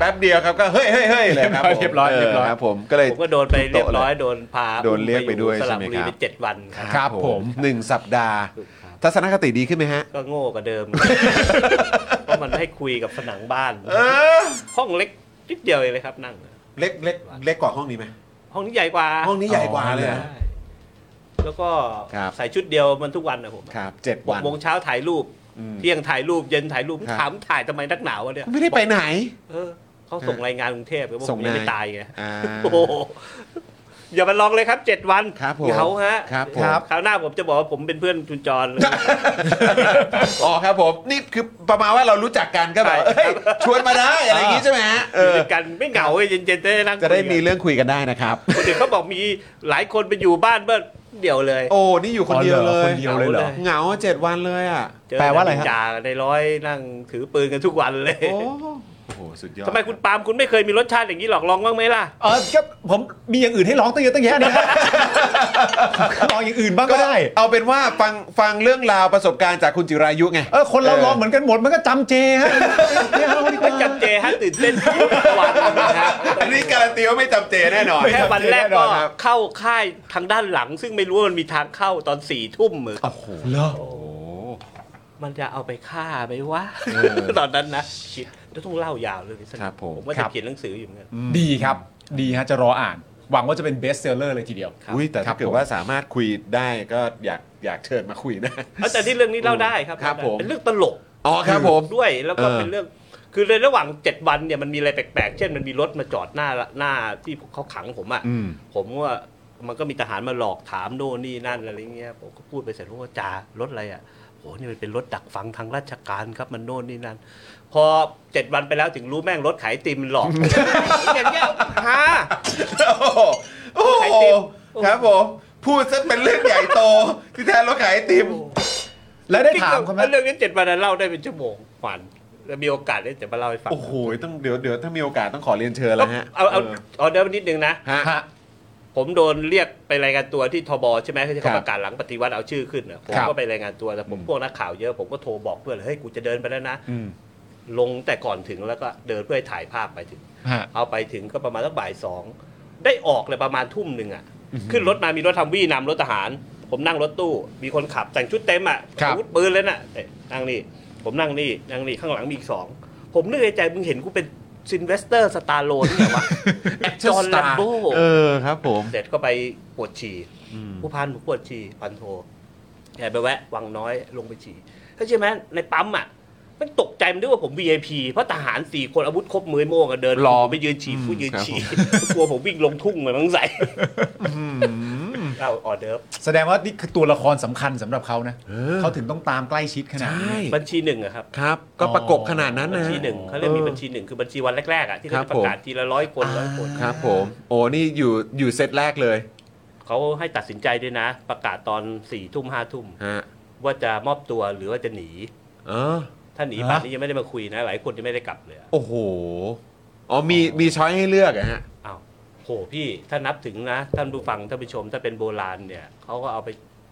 S1: แป๊บเดียวครับก็เฮ้ยเฮ้ยเฮ้ยเลยครับผม
S2: เรียบร้อยเรียบร้อย
S1: ครับผมก็เลย
S3: ผมก็โดนไปเรียบร้อยโดนพา
S1: โดนเรียกไปด้วย
S3: ส
S1: ใช่
S3: ระ
S1: ไหม
S3: บุ
S1: ค
S3: รี
S1: รับ
S3: ไปเจ็ดวันค
S2: ครั
S3: รับ
S2: บผม
S1: หนึ่งสัปดาห์
S3: ครับ
S1: ทัศนคติดีขึ้นไหมฮะ
S3: ก็โง่กว่าเดิ ม เพราะมันให้คุยกับผนังบ้าน
S1: อ
S3: ห้องเล็กนิดเดียวเองเลยครับนั่ง
S1: เล็กเล็กเล็กกว่าห้องนี้ไหม
S3: ห้องนี้ใหญ่กว่า
S1: ห้องนี้ใหญ่กว่าเลยเหรอ
S3: ใช่แล้วก็
S1: ครับ
S3: ใส่ชุดเดียวมันทุกวันนะผม
S1: ครับเจ็ด
S3: หก
S1: วัน
S3: โมงเช้าถ่ายรูป
S1: อืม
S3: เที่ยงถ่ายรูปเย็นถ่ายรูป
S1: ครับ
S3: ถามถ่ายทำไมนักหนาวะเนี่ย
S1: ไม่ได้ไปไหน
S3: เออเขาส่งรายงานกรุงเทพแล้วพว
S1: ส่ง
S3: กนี้ไม่
S1: นาย
S3: ตายไง
S1: อ่า
S3: โอ้โหอย่ามาลองเลยครับเจ็ดวัน
S1: ครับผม
S3: เหงาฮะ
S1: ครับผม
S2: ครับ
S3: คราวหน้าผมจะบอกว่าผมเป็นเพื่อนคุณจร
S1: อ๋อครับผมนี่คือประมาณว่าเรารู้จักกันก็แบบ
S3: ใช่
S1: เฮ้ยชวนมาได้อะไรอย่างงี้ใช่ไหมฮะเอ
S3: อ
S1: อ
S3: ยู่ด้วยกันไม่เหงาเว้ยเย็นๆจะได้นั่ง
S1: จะได้
S3: คุยกัน
S1: มีเรื่องคุยกันได้นะครับ
S3: คนอื่นเขาบอกมีหลายคนไปอยู่บ้านเบิ้ลเดี่ยวเลย
S1: โอ้นี่อยู่คนเดียวเลย
S2: คนเดียวเลยเหรอ
S1: เหงาเจ็ดวันเลยอ่ะ
S3: เจอ
S2: แปลว่าอะไรฮะ
S3: จ่าในร้อยนั่งถือปืนกันทุกวันเลย
S1: โอ้โหสุดยอด
S3: ทำไมคุณปาล์มคุณไม่เคยมีรสชาติอย่างนี้หรอกลองบ้างไหมล่ะ
S2: เออก็ผมมีอย่างอื่นให้ร้องตั้งเยอะตั้งแยะ นะลองอย่างอื่นบ้าง
S1: ก็
S2: ก็ได้
S1: เอาเป็นว่าฟังฟังเรื่องราวประสบการณ์จากคุณจิรายุไง
S2: เออคนเราลองเหมือนกันหมดมันก็จำเจฮะ ไม่เอาดีก
S3: ก็
S2: ว่า
S3: จำเจฮะตื่นเต้นทุกวันนะฮะ
S1: อันนี้การันตีว่าไม่จำเจแน่นอน
S3: แค่วันแรกก็
S1: แน่นอนครับ
S3: เข้าค่ายทางด้านหลัง ซึ่งไม่รู้ว่ามันมีทางเข้าตอนสี่ทุ่มเหมือน
S1: โอ้โห
S2: เหรอ
S1: โอ้โห
S3: มันจะเอาไปฆ่าไหมวะ
S1: เออ
S3: ตอนนั้นนะคิดแล้วต้องเล่ายาวเลยสัก
S1: ครับผม
S3: ว่าจะเขียนหนังสืออยู่เหมือนกัน
S2: ดีครับ ดีฮะจะรออ่าน หวังว่าจะเป็นเบสเซลเลอร์เลยทีเดียว
S1: อุ้ยแต่
S2: ครั
S1: ถ้า
S2: บ
S1: เกิด
S2: ผม
S1: ว่าสามารถคุยได้ก็อยากอยากเชิญมาคุยนะ
S3: เอาแต่ที่เรื่องนี้เล่าได้ครับ
S1: ครับผม
S3: เป็นเรื่องตลก
S1: อ๋อครับผม
S3: ด้วยแล้วก็
S1: เออ
S3: เป็นเรื่องคือในระหว่าง 7 วันเนี่ยมันมีอะไรแปลกๆ เช่นมันมีรถมาจอดหน้าหน้าที่เขาขังผมอะ่ะ
S1: อืม
S3: ผมว่ามันก็มีทหารมาหลอกถามโน่นนี่นั่นอะไรเงี้ยผมก็พูดไปเสร็จรู้ว่าจ่ารถอะไรอะ่ะโหนี่มันเป็นรถดักฟังทางราชการครับมันโน่นนี่นั่นพอเจ็ดวันไปแล้วถึงรู้แม่งรถขายไอติมมัน หลอก อย่างเงี้ยฮะ
S1: โอ้โหโอ้โห
S3: ขายไอติม
S1: ครับผม พูดซะเป็นเรื่องใหญ่โต ที่แทนรถขายไอติม
S2: แล้วได้ถามเขาไหม
S3: เรื่องนี้เจ็ดวันนั้นเล่าได้เป็นชั่วโมงฝันแล้วมีโอกาสได้จะมาเล่าให้ฟัง
S1: โอ้โหต้องเดี๋ยวเดี๋ยวถ้ามีโอกาสต้องขอเรียนเชิญแล้วฮะ
S3: เอาเอาเอาเดี๋ยวนิดนึงนะ
S1: ฮะ
S2: ฮะ
S3: ผมโดนเรียกไปรายงานตัวที่ทบใช่ไหมที่
S1: ครั
S3: เขา
S1: บ
S3: ประกาศหลังปฏิวัติเอาชื่อขึ้นน่ะผม
S2: ครับ
S3: ก็ไปรายงานตัวแต่ผมพวกนักข่าวเยอะ ผมก็โทรบอกเพื่อนเลยเฮ้ยกูจะเดินไปแล้วนะ
S1: อืม
S3: ลงแต่ก่อนถึงแล้วก็เดินเพื่อให้ถ่ายภาพไปถึง
S2: ฮะ
S3: เอาไปถึงก็ประมาณสักบ่ายสองได้ออกเลยประมาณทุ่มหนึ่งอ่ะขึ้นรถมามีรถทำวี่นำรถทหาร ผมนั่งรถตู้ มีคนขับแต่งชุดเต็มอ่ะ
S2: ครับ
S3: อาวุธปืนเลยน่ะแต่นั่งนี่ผมนั่งนี่นั่งนี่ข้างหลังมีอีกสองผมนึกในใจมึงเห็นกูเป็นซินเวสเตอร์สตาร์โลนเนี่ยวะ จอห์นลัมโบ
S1: เออครับผม
S3: เสร็จก็ไปปวดฉี่ผู้พันผมปวดฉี่พันโทแกไปแวะ วังน้อยลงไปฉี่ก็ใช่อไหมในปั๊มอ่ะมันตกใจมันด้วยว่าผม VIP เพราะทหารสี่คนอาวุธครบมือโม่งอะเดิน
S1: รอ
S3: ไปยืนฉี่ผู้ยืน
S1: ครับ
S3: ฉี่ กลัวผมวิ่งลงทุ่งเหมือนต้องใส่เอาออเดิร์ฟ
S2: แสดงว่านี่คือตัวละครสำคัญสำหรับเขานะเขาถึงต้องตามใกล้ชิดขนาดนี้
S3: บัญชีหนึ่งอะครับ
S1: ครับ ก็ประกบขนาดนั้น
S3: บัญ
S1: นะ
S3: ชีหนึ่งเขาเรียกมีบัญชีหนึ่งคือบัญชีวันแรกๆอะที่
S1: ค
S3: เขา
S1: รับ
S3: จะประกาศทีละร้อยคนร้อยคน
S1: ครับผมโอ้นี่อยู่อยู่เซตแรกเลย
S3: เขาให้ตัดสินใจด้วยนะ ประกาศตอนสี่ทุ่มห้าทุ่ม
S1: ฮะ
S3: ว่าจะมอบตัวหรือว่าจะหนี
S1: เออ
S3: ถ้าหนีป่านนี้ยังไม่ได้มาคุยนะ หลายคนยังไม่ได้กลับเลยอะ
S1: โอ้โหอ๋อมีมีช้อยให้เลือกอะฮะ
S3: อ้าวโหพี่ถ้านับถึงนะ ท่านผู้ฟังท่านผู้ชมถ้าเป็นโบราณเนี่ยเขาก็เอาไป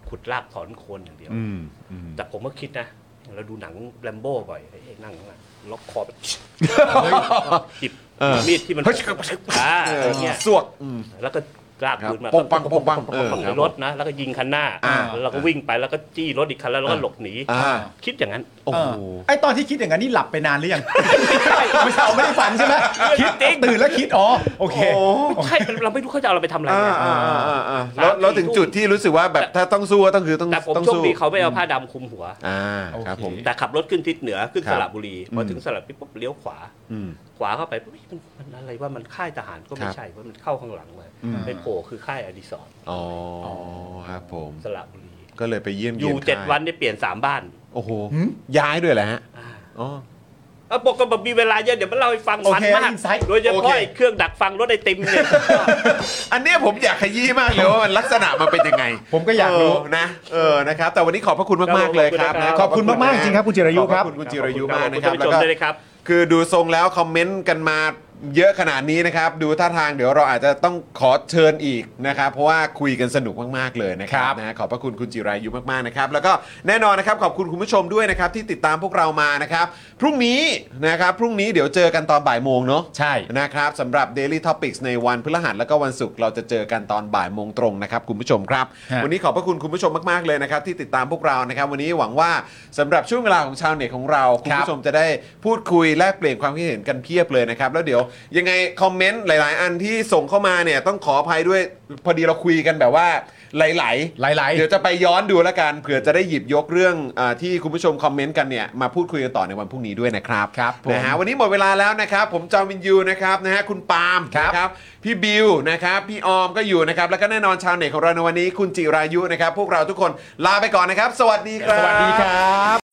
S3: ขุดรากถอนโคนอย่างเดียว
S1: อืมอืม
S3: แต่ผมก็คิดนะเราดูหนังแรมโบ้บ่อยไอ้ไอ้นั่งข้างหลังล็อกคอแบบจิบมีดที่มันอ่าอย่างเนี่ย
S1: สวกอืม
S3: แล้วก็ลากปืนมา
S1: ครับปกปังปกปังเออ
S3: ปักในรถนะ แล้วก็ยิงคันหน้า
S2: อ่า
S3: แล้วเราก็วิ่งไปแล้วก็จี้รถอีกคันแล้วเราก็หลบหนี
S1: อ่า
S3: คิดอย่างนั้น
S1: โอ้
S2: เอ
S1: โห
S2: อไอตอนที่คิดอย่างนั้นนี่หลับไปนานหรือยัง ไม่ใช่ไม่ได้ฝันใช่ไหม
S3: คิ
S2: คิด
S3: ดจริง
S2: ตื่นแล้วคิด อ๋อ โอเค
S1: โอ้
S3: ไม่ใช่เราไม่รู้เขาจะเอาเราไปทำอะไร
S1: อ่า
S3: ไง
S1: อ่าอ่าอ่าแล้วแล้วถึงจุดที่รู้สึกว่าแบบถ้าต้องสู้ก็ต้องคือต้อง
S3: แต่ผม
S1: ต้อง
S3: โชค
S1: สู้
S3: ดีเขาไม่เอาผ้าดำคลุมหัว
S1: อ่า
S2: โอเค
S1: ครับผม
S3: แต่ขับรถขึ้นทิศเหนือขึ้น
S1: ครั
S3: ส
S1: บ
S3: ระบุรีพอถึง
S1: อืม
S3: สระบุรีปุ๊บเลี้ยวขวา
S1: อืม
S3: ขวาเข้าไปปุ๊บเฮ้ยมันมันอะไรว่ามันค่ายทหารก็
S1: ค
S3: ไม่
S1: รับ
S3: ใช่ว่ามันเข้าข้างหลังเลยไปโผล่คือค่ายอดิศรณ์
S1: อ๋อครับผม
S3: สระบุรี
S1: ก็เลยไปเยี่ยม
S3: อ
S1: เยีน
S3: ยู่เจ็ด
S1: ค่า
S3: วันได้เปลี่ยนสามบ้าน
S1: โอ้โหย้ายด้วยแหละฮะอ๋อ
S3: เอ้าปกติมีเวลาเยอะเดี๋ยวมาเล่าให้ฟัง
S2: โอ
S3: มัน
S2: เค
S3: มาก
S2: insight
S3: โดยเฉ
S1: โอเค
S3: พาะไอ้เครื่องดักฟังรถไอติมเนี่ย
S1: อันเนี้ยผมอยากขยี้มากเลยว่ามันลักษณะมันเป็นยังไง
S2: ผมก็อยากรู้
S1: เนะ เออนะครับ แต่วันนี้ขอบพระคุณมากๆเลยครับนะ
S2: ขอบคุณมาก ๆ จริงครับ คุณจิรายุครับ
S1: ขอบคุณคุณจิรายุมากนะครับ
S3: ข
S1: แล้ว
S3: อบคุณท่านผู้ชม
S1: ก็
S3: ด้วยนะครับ
S1: คือดูทรงแล้วคอมเมนต์กันมาเยอะขนาดนี้นะครับ ดูท่าทางเดี๋ยวเราอาจจะต้องขอเชิญอีกนะครับ เพราะว่าคุยกันสนุกมากๆเลยนะครั
S2: ครับ บ
S1: นะขอบพระคุณคุณจิรายุมากๆนะครับ แล้วก็แน่นอนนะครับขอบคุณคุณผู้ชมด้วยนะครับที่ติดตามพวกเรามานะครับพรุ่งนี้นะครับพรุ่งนี้เดี๋ยวเจอกันตอนบ่ายโมงเนาะ
S2: ใช่
S1: นะครับสำหรับ Daily Topics ในวันพฤหัสและก็วันศุกร์เราจะเจอกันตอนบ่ายโมงตรงนะครับ คุณผู้ชมครับ
S2: ฮะ
S1: วันนี้ขอบพระคุณคุณผู้ชมมาก ๆ เลยนะครับ ที่ติดตามพวกเรานะครับ วันนี้หวังว่าสำหรับช่วงเวลาของชาวเน็ตของเรา คุณผู้ชมจะได้พูดคุยแลกเปลี่ยนความคิดเห็นกันเพียบเลยนะครับ แล้วเดี๋ยวยังไงคอมเมนต์หลาย ๆ อันที่ส่งเข้ามาเนี่ยต้องขออภัยด้วยพอดีเราคุยกันแบบว่าหลาย ๆ
S2: หลาย
S1: เดี๋ยวจะไปย้อนดูแล้วกันเผื่อจะได้หยิบยกเรื่องอาที่คุณผู้ชมคอมเมนต์กันเนี่ยมาพูดคุยกันต่อในวันพรุ่งนี้ด้วยนะครับ
S2: ครับผม
S1: นะฮะวันนี้หมดเวลาแล้วนะครับ ผมจอมวินยูนะครับนะฮะคุณปาล์ม
S2: ครับ
S1: นะพี่บิวนะครับพี่ออมก็อยู่นะครับแล้วก็แน่นอนชาวเน็ตของเราในวันนี้คุณจิรายุนะครับ พวกเราทุกคนลาไปก่อนนะครับ สวัสดีครับ
S2: สวัสดีครับ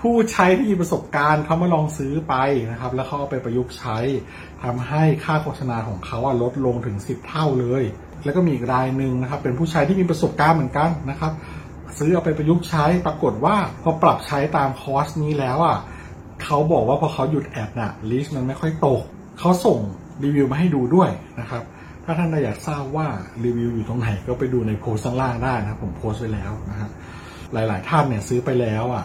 S4: ผู้ใช้ที่มีประสบการณ์เขามาลองซื้อไปนะครับ แล้วเขาเอาไปประยุกต์ใช้ทำให้ค่าโฆษณาของเขาอะลดลงถึง 10 เท่าเลย แล้วก็มีอีกรายหนึ่งนะครับ เป็นผู้ใช้ที่มีประสบการณ์เหมือนกันนะครับ ซื้อเอาไปประยุกต์ใช้ปรากฏว่าพอปรับใช้ตามคอร์สนี้แล้วอ่ะเขาบอกว่าพอเขาหยุดแอดน่ะลิสต์มันไม่ค่อยตกเขาส่งรีวิวมาให้ดูด้วยนะครับ ถ้าท่านอยากทราบว่ารีวิวอยู่ตรงไหนก็ไปดูในโพสต์ข้างล่างได้นะครับ ผมโพสต์ไว้แล้วนะฮะหลาย ๆ ท่านเนี่ยซื้อไปแล้วอ่ะ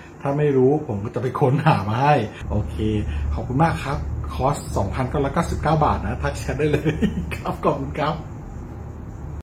S4: ถ้าไม่รู้ผมก็จะไปค้นหามาให้ โอเค ขอบคุณมากครับ คอร์ส 2,999 บาทนะ ทักแชทได้เลย ครับขอบคุณครับ